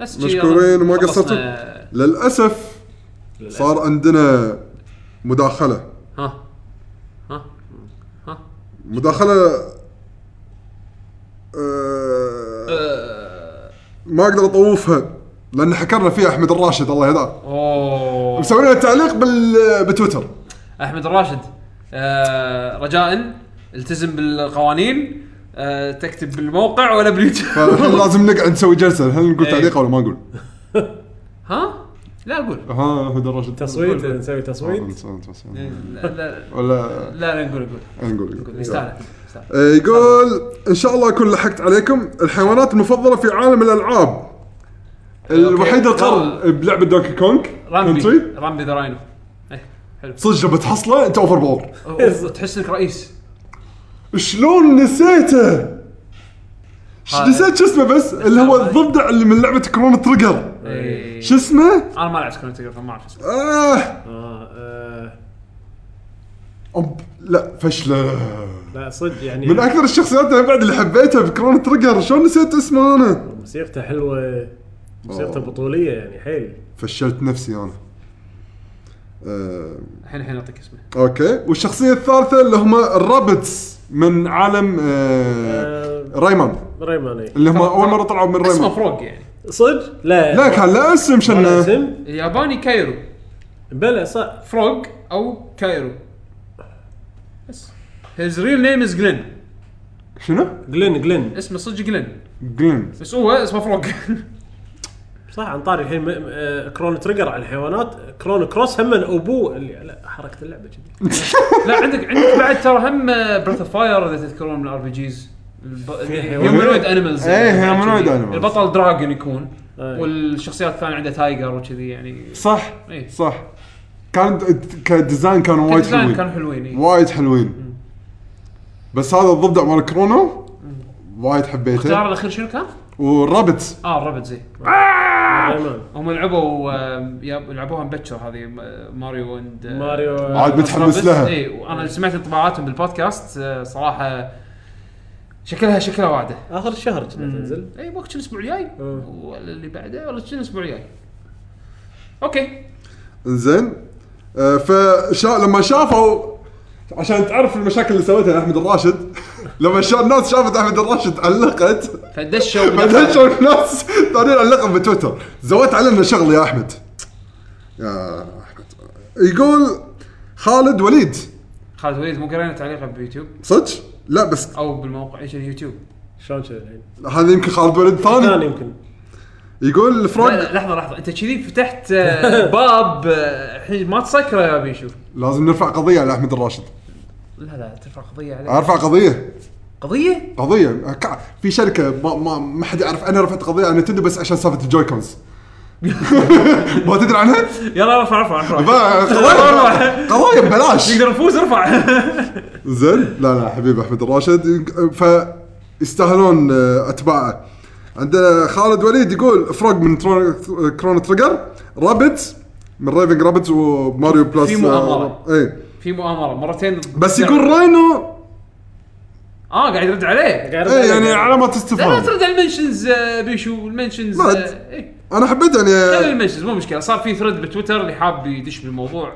Speaker 1: بس شي
Speaker 3: مشكورين وما
Speaker 1: خلصنا.
Speaker 3: قصرتوا للاسف صار عندنا مداخله
Speaker 1: ها ها ها
Speaker 3: مداخله
Speaker 1: آه،
Speaker 3: ما اقدر اطوفها لان حكرنا فيها احمد الراشد الله يهداه
Speaker 1: اوه
Speaker 3: مسوي لنا تعليق بال بتويتر
Speaker 1: احمد الراشد آه، رجاء التزم بالقوانين آه، تكتب بالموقع ولا باليوتيوب
Speaker 3: فالحين لازم نقعد نسوي جلسه هل نقول
Speaker 1: إيه.
Speaker 3: تعليق ولا ما نقول؟
Speaker 1: ها؟ لا اقول
Speaker 3: ها احمد الراشد
Speaker 4: تصويت نسوي تصويت
Speaker 1: لا لا
Speaker 3: ولا
Speaker 1: لا لا، نقول نقول
Speaker 3: نقول
Speaker 1: نقول إيه. يستاهل يستاهل.
Speaker 3: آه، يقول ان شاء الله اكون لحقت عليكم الحيوانات المفضله في عالم الالعاب الوحيد القر بلعبه دونكي كونج
Speaker 1: رامبي رامبي ذا راينو إيه، حلو
Speaker 3: صدق لما تحصله انت اوفر باور
Speaker 1: أوه، تحس انك رئيس
Speaker 3: شلون نسيته؟ ش-
Speaker 1: هذا.
Speaker 3: نسيت شو اسمه بس اللي هو
Speaker 1: هذا.
Speaker 3: الضفدع اللي من لعبه كرون تريجر
Speaker 1: إيه.
Speaker 3: شو اسمه؟
Speaker 1: انا ما لعبت كونتر تقريباً، فما اعرف اسمه
Speaker 3: آه.
Speaker 4: آه، آه،
Speaker 3: أب... لا فشله
Speaker 4: لا صدق يعني
Speaker 3: من اكثر الشخصيات انا بعد اللي حبيتها بكرون تريجر شلون نسيت اسمه انا؟
Speaker 4: موسيقته حلوه موسيقته
Speaker 3: أوه.
Speaker 4: بطوليه يعني حيل
Speaker 3: فشلت نفسي انا آه.
Speaker 1: الحين الحين اعطيك اسمه
Speaker 3: اوكي والشخصيه الثالثه اللي هم الرابتس من عالم آه...
Speaker 4: آه،
Speaker 3: رايمان
Speaker 4: ريمان إيه.
Speaker 3: اللي هم اول مره طلعوا من
Speaker 1: اسمه
Speaker 3: رايمان
Speaker 1: فروق يعني
Speaker 4: صدق لا
Speaker 3: لا كان لا اسم
Speaker 4: ولا
Speaker 3: شنه
Speaker 4: اسم
Speaker 1: الياباني كايرو
Speaker 4: بلا صح
Speaker 1: فروغ او كايرو بس هيز ريل نيم از جلين
Speaker 3: شنو؟
Speaker 4: جلين جلين
Speaker 1: اسمه صدق جلين
Speaker 3: جلين
Speaker 1: بس هو اسمه فروغ
Speaker 4: صح عن طاري الحين م- م- آه، كرون تريجر على الحيوانات كرون كروس هم ابوه اللي لا حركه اللعبه كذي
Speaker 1: لا عندك عندك بعد ترى هم بريث اوف فاير اذا تذكرون من الار بي جيز يعني هيومنويد انيمالز
Speaker 3: إيه، humanoid animals.
Speaker 1: يعني البطل دراجون يكون
Speaker 4: إيه.
Speaker 1: والشخصيات الثانيه عندها تايجر وكذي يعني
Speaker 3: صح
Speaker 1: إيه.
Speaker 3: صح كان كديزاين كانوا وايد
Speaker 1: كديزاين
Speaker 3: حلوين
Speaker 1: كانوا حلوين إيه.
Speaker 3: وايد حلوين بس هذا الضفدع مال كرونو وايد حبيته
Speaker 1: الجار الاخير شنو كان؟
Speaker 3: والرابت
Speaker 1: اه الربد زي
Speaker 4: ريمان
Speaker 1: هم لعبوا آم، ياب- لعبوها مبكر هذه م- ماريو آه، اند
Speaker 4: ماريو
Speaker 3: عاد متحمس لها
Speaker 1: اي وانا سمعت انطباعاتهم بالبودكاست آه، صراحه شكلها شكلها واعده
Speaker 4: اخر الشهر كنا تنزل
Speaker 1: اي وقت الاسبوع الجاي
Speaker 4: مم.
Speaker 1: ولا اللي بعده ولا شنو الاسبوع الجاي اوكي
Speaker 3: زين آه، فشا لما شافوا عشان تعرف المشاكل اللي سويتها احمد الراشد لما شا الناس شافت احمد الراشد علقت
Speaker 1: فدشوا
Speaker 3: بعدين شو الناس ثانيين علقوا بتويتر زودت علينا شغل يا احمد يا احمد يقول خالد وليد
Speaker 1: خالد وليد مو قرينا تعليقه بيوتيوب
Speaker 3: صدق؟ لا بس
Speaker 1: او بالموقع ايش اليوتيوب
Speaker 4: شلون كذا الحين؟
Speaker 3: هذا يمكن خالد وليد
Speaker 4: ثاني
Speaker 3: ثاني
Speaker 4: يمكن
Speaker 3: يقول
Speaker 1: لا،
Speaker 3: فروغ
Speaker 1: لحظه لحظه انت كذي فتحت آه، باب آه، الحين ما تسكره يا بيشو
Speaker 3: لازم نرفع قضيه على احمد الراشد
Speaker 1: لا لا ترفع قضيه عليه
Speaker 3: ارفع قضيه
Speaker 1: قضيه
Speaker 3: قضيه كع- في شركه ما ما, ما حد يعرف انا رفعت قضيه على نتندو بس عشان سالفه الجويكونز ما تدري عنها؟
Speaker 1: يلا ارفع ارفع ارفع
Speaker 3: بقى قضايا قضايا ببلاش
Speaker 1: تقدر نفوز ارفع
Speaker 3: زين لا لا حبيبي احمد الراشد ف يستاهلون آه، اتباعه عندنا خالد وليد يقول فروغ من ترون- كرون تريجر رابت من ريفنج رابت وماريو بلس
Speaker 1: في مؤامرة. نعم.
Speaker 3: اي
Speaker 1: في مؤامره مرتين
Speaker 3: بس يقول راينو
Speaker 1: اه قاعد يرد عليه
Speaker 4: قاعد
Speaker 3: اي يعني علامات
Speaker 1: لا إيه، لا
Speaker 3: استفهام
Speaker 1: ترد على المنشنز آه، بيشو المنشنز
Speaker 3: ما-
Speaker 1: آه، إيه.
Speaker 3: انا حبيت
Speaker 1: خلي
Speaker 3: يعني
Speaker 1: المنشنز مو مشكله صار في ثريد بتويتر اللي حاب يدش بالموضوع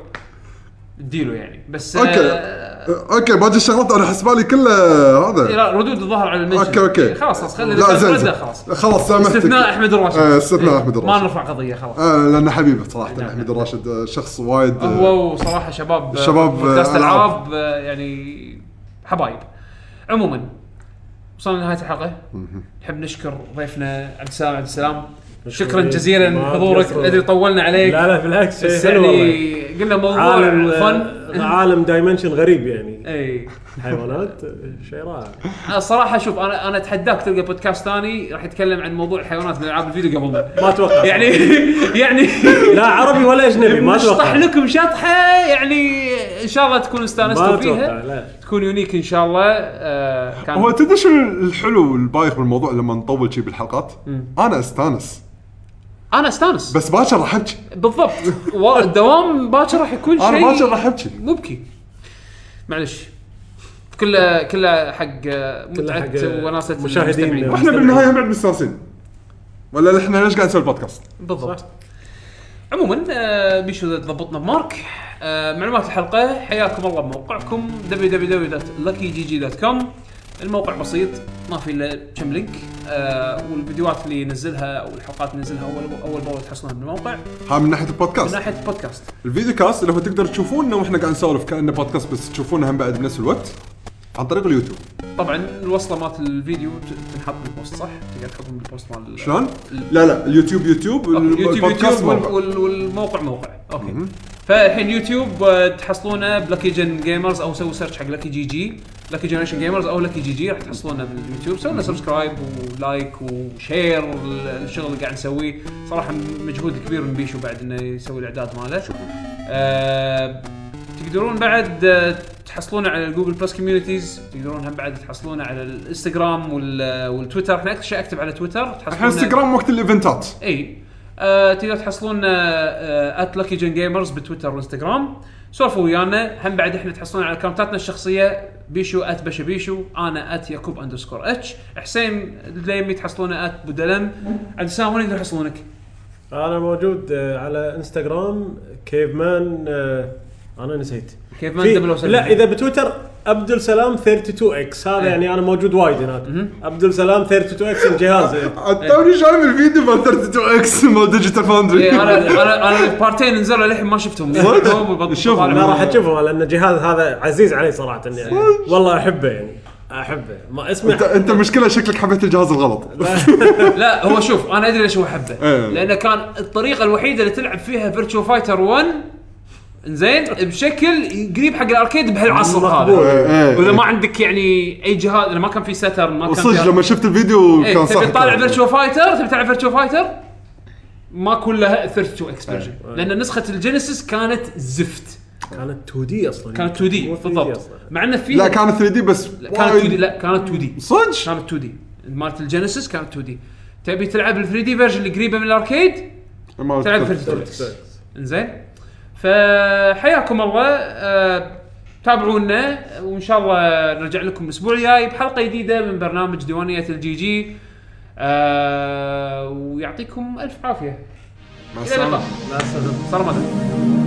Speaker 1: اديله يعني بس
Speaker 3: اوكي
Speaker 1: آه،
Speaker 3: اوكي باقي الشغلات انا حسبالي كله هذا
Speaker 1: إيه، لا ردود الظاهر على المنشنز
Speaker 3: اوكي اوكي
Speaker 1: خلاص خلاص خلي
Speaker 3: لا زين زين.
Speaker 1: خلاص
Speaker 3: خلاص سامحتك
Speaker 1: استثناء احمد الراشد
Speaker 3: آه، استثناء
Speaker 1: إيه،
Speaker 3: أحمد الراشد.
Speaker 1: ما نرفع قضيه خلاص
Speaker 3: آه لانه حبيبي صراحه
Speaker 1: نعم،
Speaker 3: احمد
Speaker 1: نعم.
Speaker 3: الراشد آه، شخص وايد آه،
Speaker 1: هو وصراحه شباب آه،
Speaker 3: شباب، آه،
Speaker 1: بودكاست
Speaker 3: ألعاب.
Speaker 1: العاب آه، يعني حبايب عموما وصلنا لنهايه الحلقه نحب نشكر ضيفنا عبد السلام عبد السلام شكرا جزيلا
Speaker 4: ما
Speaker 1: لحضورك
Speaker 4: تقصر.
Speaker 1: ادري طولنا عليك
Speaker 4: إيه، لا لا بالعكس
Speaker 1: بس
Speaker 4: شيء حلو والله.
Speaker 1: يعني قلنا موضوع
Speaker 4: عالم
Speaker 1: فن
Speaker 4: آه، عالم دايمنشن غريب يعني
Speaker 1: اي
Speaker 4: حيوانات آه، شيء رائع
Speaker 1: الصراحه شوف انا انا اتحداك تلقى بودكاست ثاني راح يتكلم عن موضوع الحيوانات من العاب الفيديو قبل ذا.
Speaker 4: ما اتوقع
Speaker 1: يعني يعني
Speaker 4: لا عربي ولا اجنبي إيه، ما
Speaker 1: نشطح
Speaker 4: اتوقع
Speaker 1: لكم شطحه يعني ان شاء الله تكون
Speaker 4: ما
Speaker 1: استانستوا
Speaker 4: اتوقع
Speaker 1: فيها
Speaker 4: لا
Speaker 1: تكون يونيك ان شاء الله آه
Speaker 3: هو
Speaker 1: كان
Speaker 3: تدري شو الحلو والبايخ بالموضوع لما نطول شي بالحلقات؟ انا استانس
Speaker 1: انا استانس
Speaker 3: بس باكر راح ابكي
Speaker 1: بالضبط و- الدوام باكر راح يكون شيء
Speaker 3: انا باكر راح ابكي
Speaker 1: مبكي معلش كله كله حق آه، متعه
Speaker 4: حق، آه،
Speaker 1: وناسه
Speaker 4: مشاهدين.
Speaker 1: المستمعين.
Speaker 3: واحنا بالنهايه هم بعد مستانسين ولا احنا ليش قاعد نسوي البودكاست؟
Speaker 1: بالضبط عموما آه، بيشو إذا ضبطنا بمارك آه، معلومات الحلقه حياكم الله بموقعكم www.luckygg.com الموقع بسيط ما في الا كم لينك آه والفيديوهات اللي ينزلها او الحلقات اللي ينزلها اول اول باول تحصلونها من الموقع
Speaker 3: ها من ناحيه
Speaker 1: من
Speaker 3: البودكاست
Speaker 1: ناحيه البودكاست
Speaker 3: الفيديو كاست اللي هو تقدر تشوفونا واحنا قاعد نسولف كانه بودكاست بس تشوفونا هم بعد بنفس الوقت عن طريق اليوتيوب
Speaker 1: طبعا الوصله مالت الفيديو ت- تنحط بالبوست صح؟ تقدر تحطهم بالبوست مال
Speaker 3: شلون؟ لا لا اليوتيوب يوتيوب
Speaker 1: أوكي، يوتيوب
Speaker 3: البودكاست
Speaker 1: يوتيوب وال-
Speaker 3: موقع.
Speaker 1: وال- والموقع موقع اوكي فالحين يوتيوب آه، تحصلونه بلاكي جن جيمرز او سووا سيرش حق لاكي جي جي لاكي جنريشن جيمرز او لاكي جي جي راح تحصلونه باليوتيوب سووا لنا سبسكرايب ولايك وشير الشغل اللي قاعد نسويه صراحه مجهود كبير من بيشو بعد انه يسوي الاعداد ماله آه تقدرون بعد آه، تحصلونه على الجوجل بلس كوميونيتيز تقدرون هم بعد تحصلونه على الانستغرام وال- والتويتر احنا اكثر شيء اكتب على تويتر
Speaker 3: الحين
Speaker 1: تحصلونه
Speaker 3: انستغرام وقت الايفنتات
Speaker 1: اي آه تقدر تحصلون آه، ات لكي جن جيمرز بتويتر وانستغرام سولفوا ويانا هم بعد احنا تحصلون على اكونتاتنا الشخصيه بيشو ات بشا بيشو انا ات يعقوب اندرسكور اتش حسين الدليمي تحصلونه ات بودلم عبد السلام وين يقدر يحصلونك؟
Speaker 4: انا موجود آه، على انستغرام كيف مان آه، انا نسيت
Speaker 1: كيف
Speaker 4: في-
Speaker 1: ما
Speaker 4: لا اذا بتويتر عبد السلام 32 اكس هذا
Speaker 1: إيه.
Speaker 4: يعني انا موجود وايد هناك عبد السلام 32 اكس الجهاز إيه.
Speaker 3: عاد توني شايف الفيديو مال 32 اكس مال ديجيتال فاوندري
Speaker 1: إيه، انا انا انا البارتين نزلوا للحين ما شفتهم
Speaker 3: شوف،
Speaker 4: ما راح تشوفه لان الجهاز هذا عزيز علي صراحه يعني والله احبه يعني احبه ما اسمه
Speaker 3: انت انت المشكله شكلك حبيت الجهاز الغلط
Speaker 1: لا هو شوف انا ادري ليش هو حبه
Speaker 3: إيه.
Speaker 1: لانه كان الطريقه الوحيده اللي تلعب فيها فيرتشو فايتر 1 زين بشكل قريب حق الاركيد بهالعصر
Speaker 4: مقبول.
Speaker 1: هذا
Speaker 3: إيه،
Speaker 1: واذا
Speaker 3: إيه.
Speaker 1: ما عندك يعني اي جهاز اذا ما كان في ستر ما كان
Speaker 3: وصدق
Speaker 1: في
Speaker 3: لما شفت الفيديو
Speaker 1: إيه،
Speaker 3: كان صح
Speaker 1: تبي تطالع
Speaker 3: الكلام.
Speaker 1: فيرتشو فايتر تبي تلعب فيرتشو فايتر ما كلها 32 اكس فيرجن
Speaker 3: إيه.
Speaker 1: لان نسخه الجينيسيس كانت زفت
Speaker 4: كانت 2 دي اصلا
Speaker 1: كانت 2 دي
Speaker 4: مو 3D
Speaker 1: بالضبط
Speaker 4: أصلاً.
Speaker 1: مع انه في
Speaker 3: لا كانت 3 دي بس
Speaker 1: لا، كانت 2 دي
Speaker 3: وايد-
Speaker 1: لا كانت 2 دي
Speaker 3: صدق
Speaker 1: كانت 2 دي مالت الجينيسيس كانت 2 دي تبي تلعب ال 3 دي فيرجن اللي قريبه من الاركيد
Speaker 3: ما
Speaker 1: تلعب
Speaker 3: أذكر.
Speaker 1: 32 اكس انزين فحياكم الله آه، تابعونا وان شاء الله نرجع لكم الاسبوع الجاي بحلقه جديده من برنامج ديوانيه الجي جي آه، ويعطيكم الف عافيه
Speaker 3: مع
Speaker 1: الى اللقاء
Speaker 3: السلامه
Speaker 1: صار مدى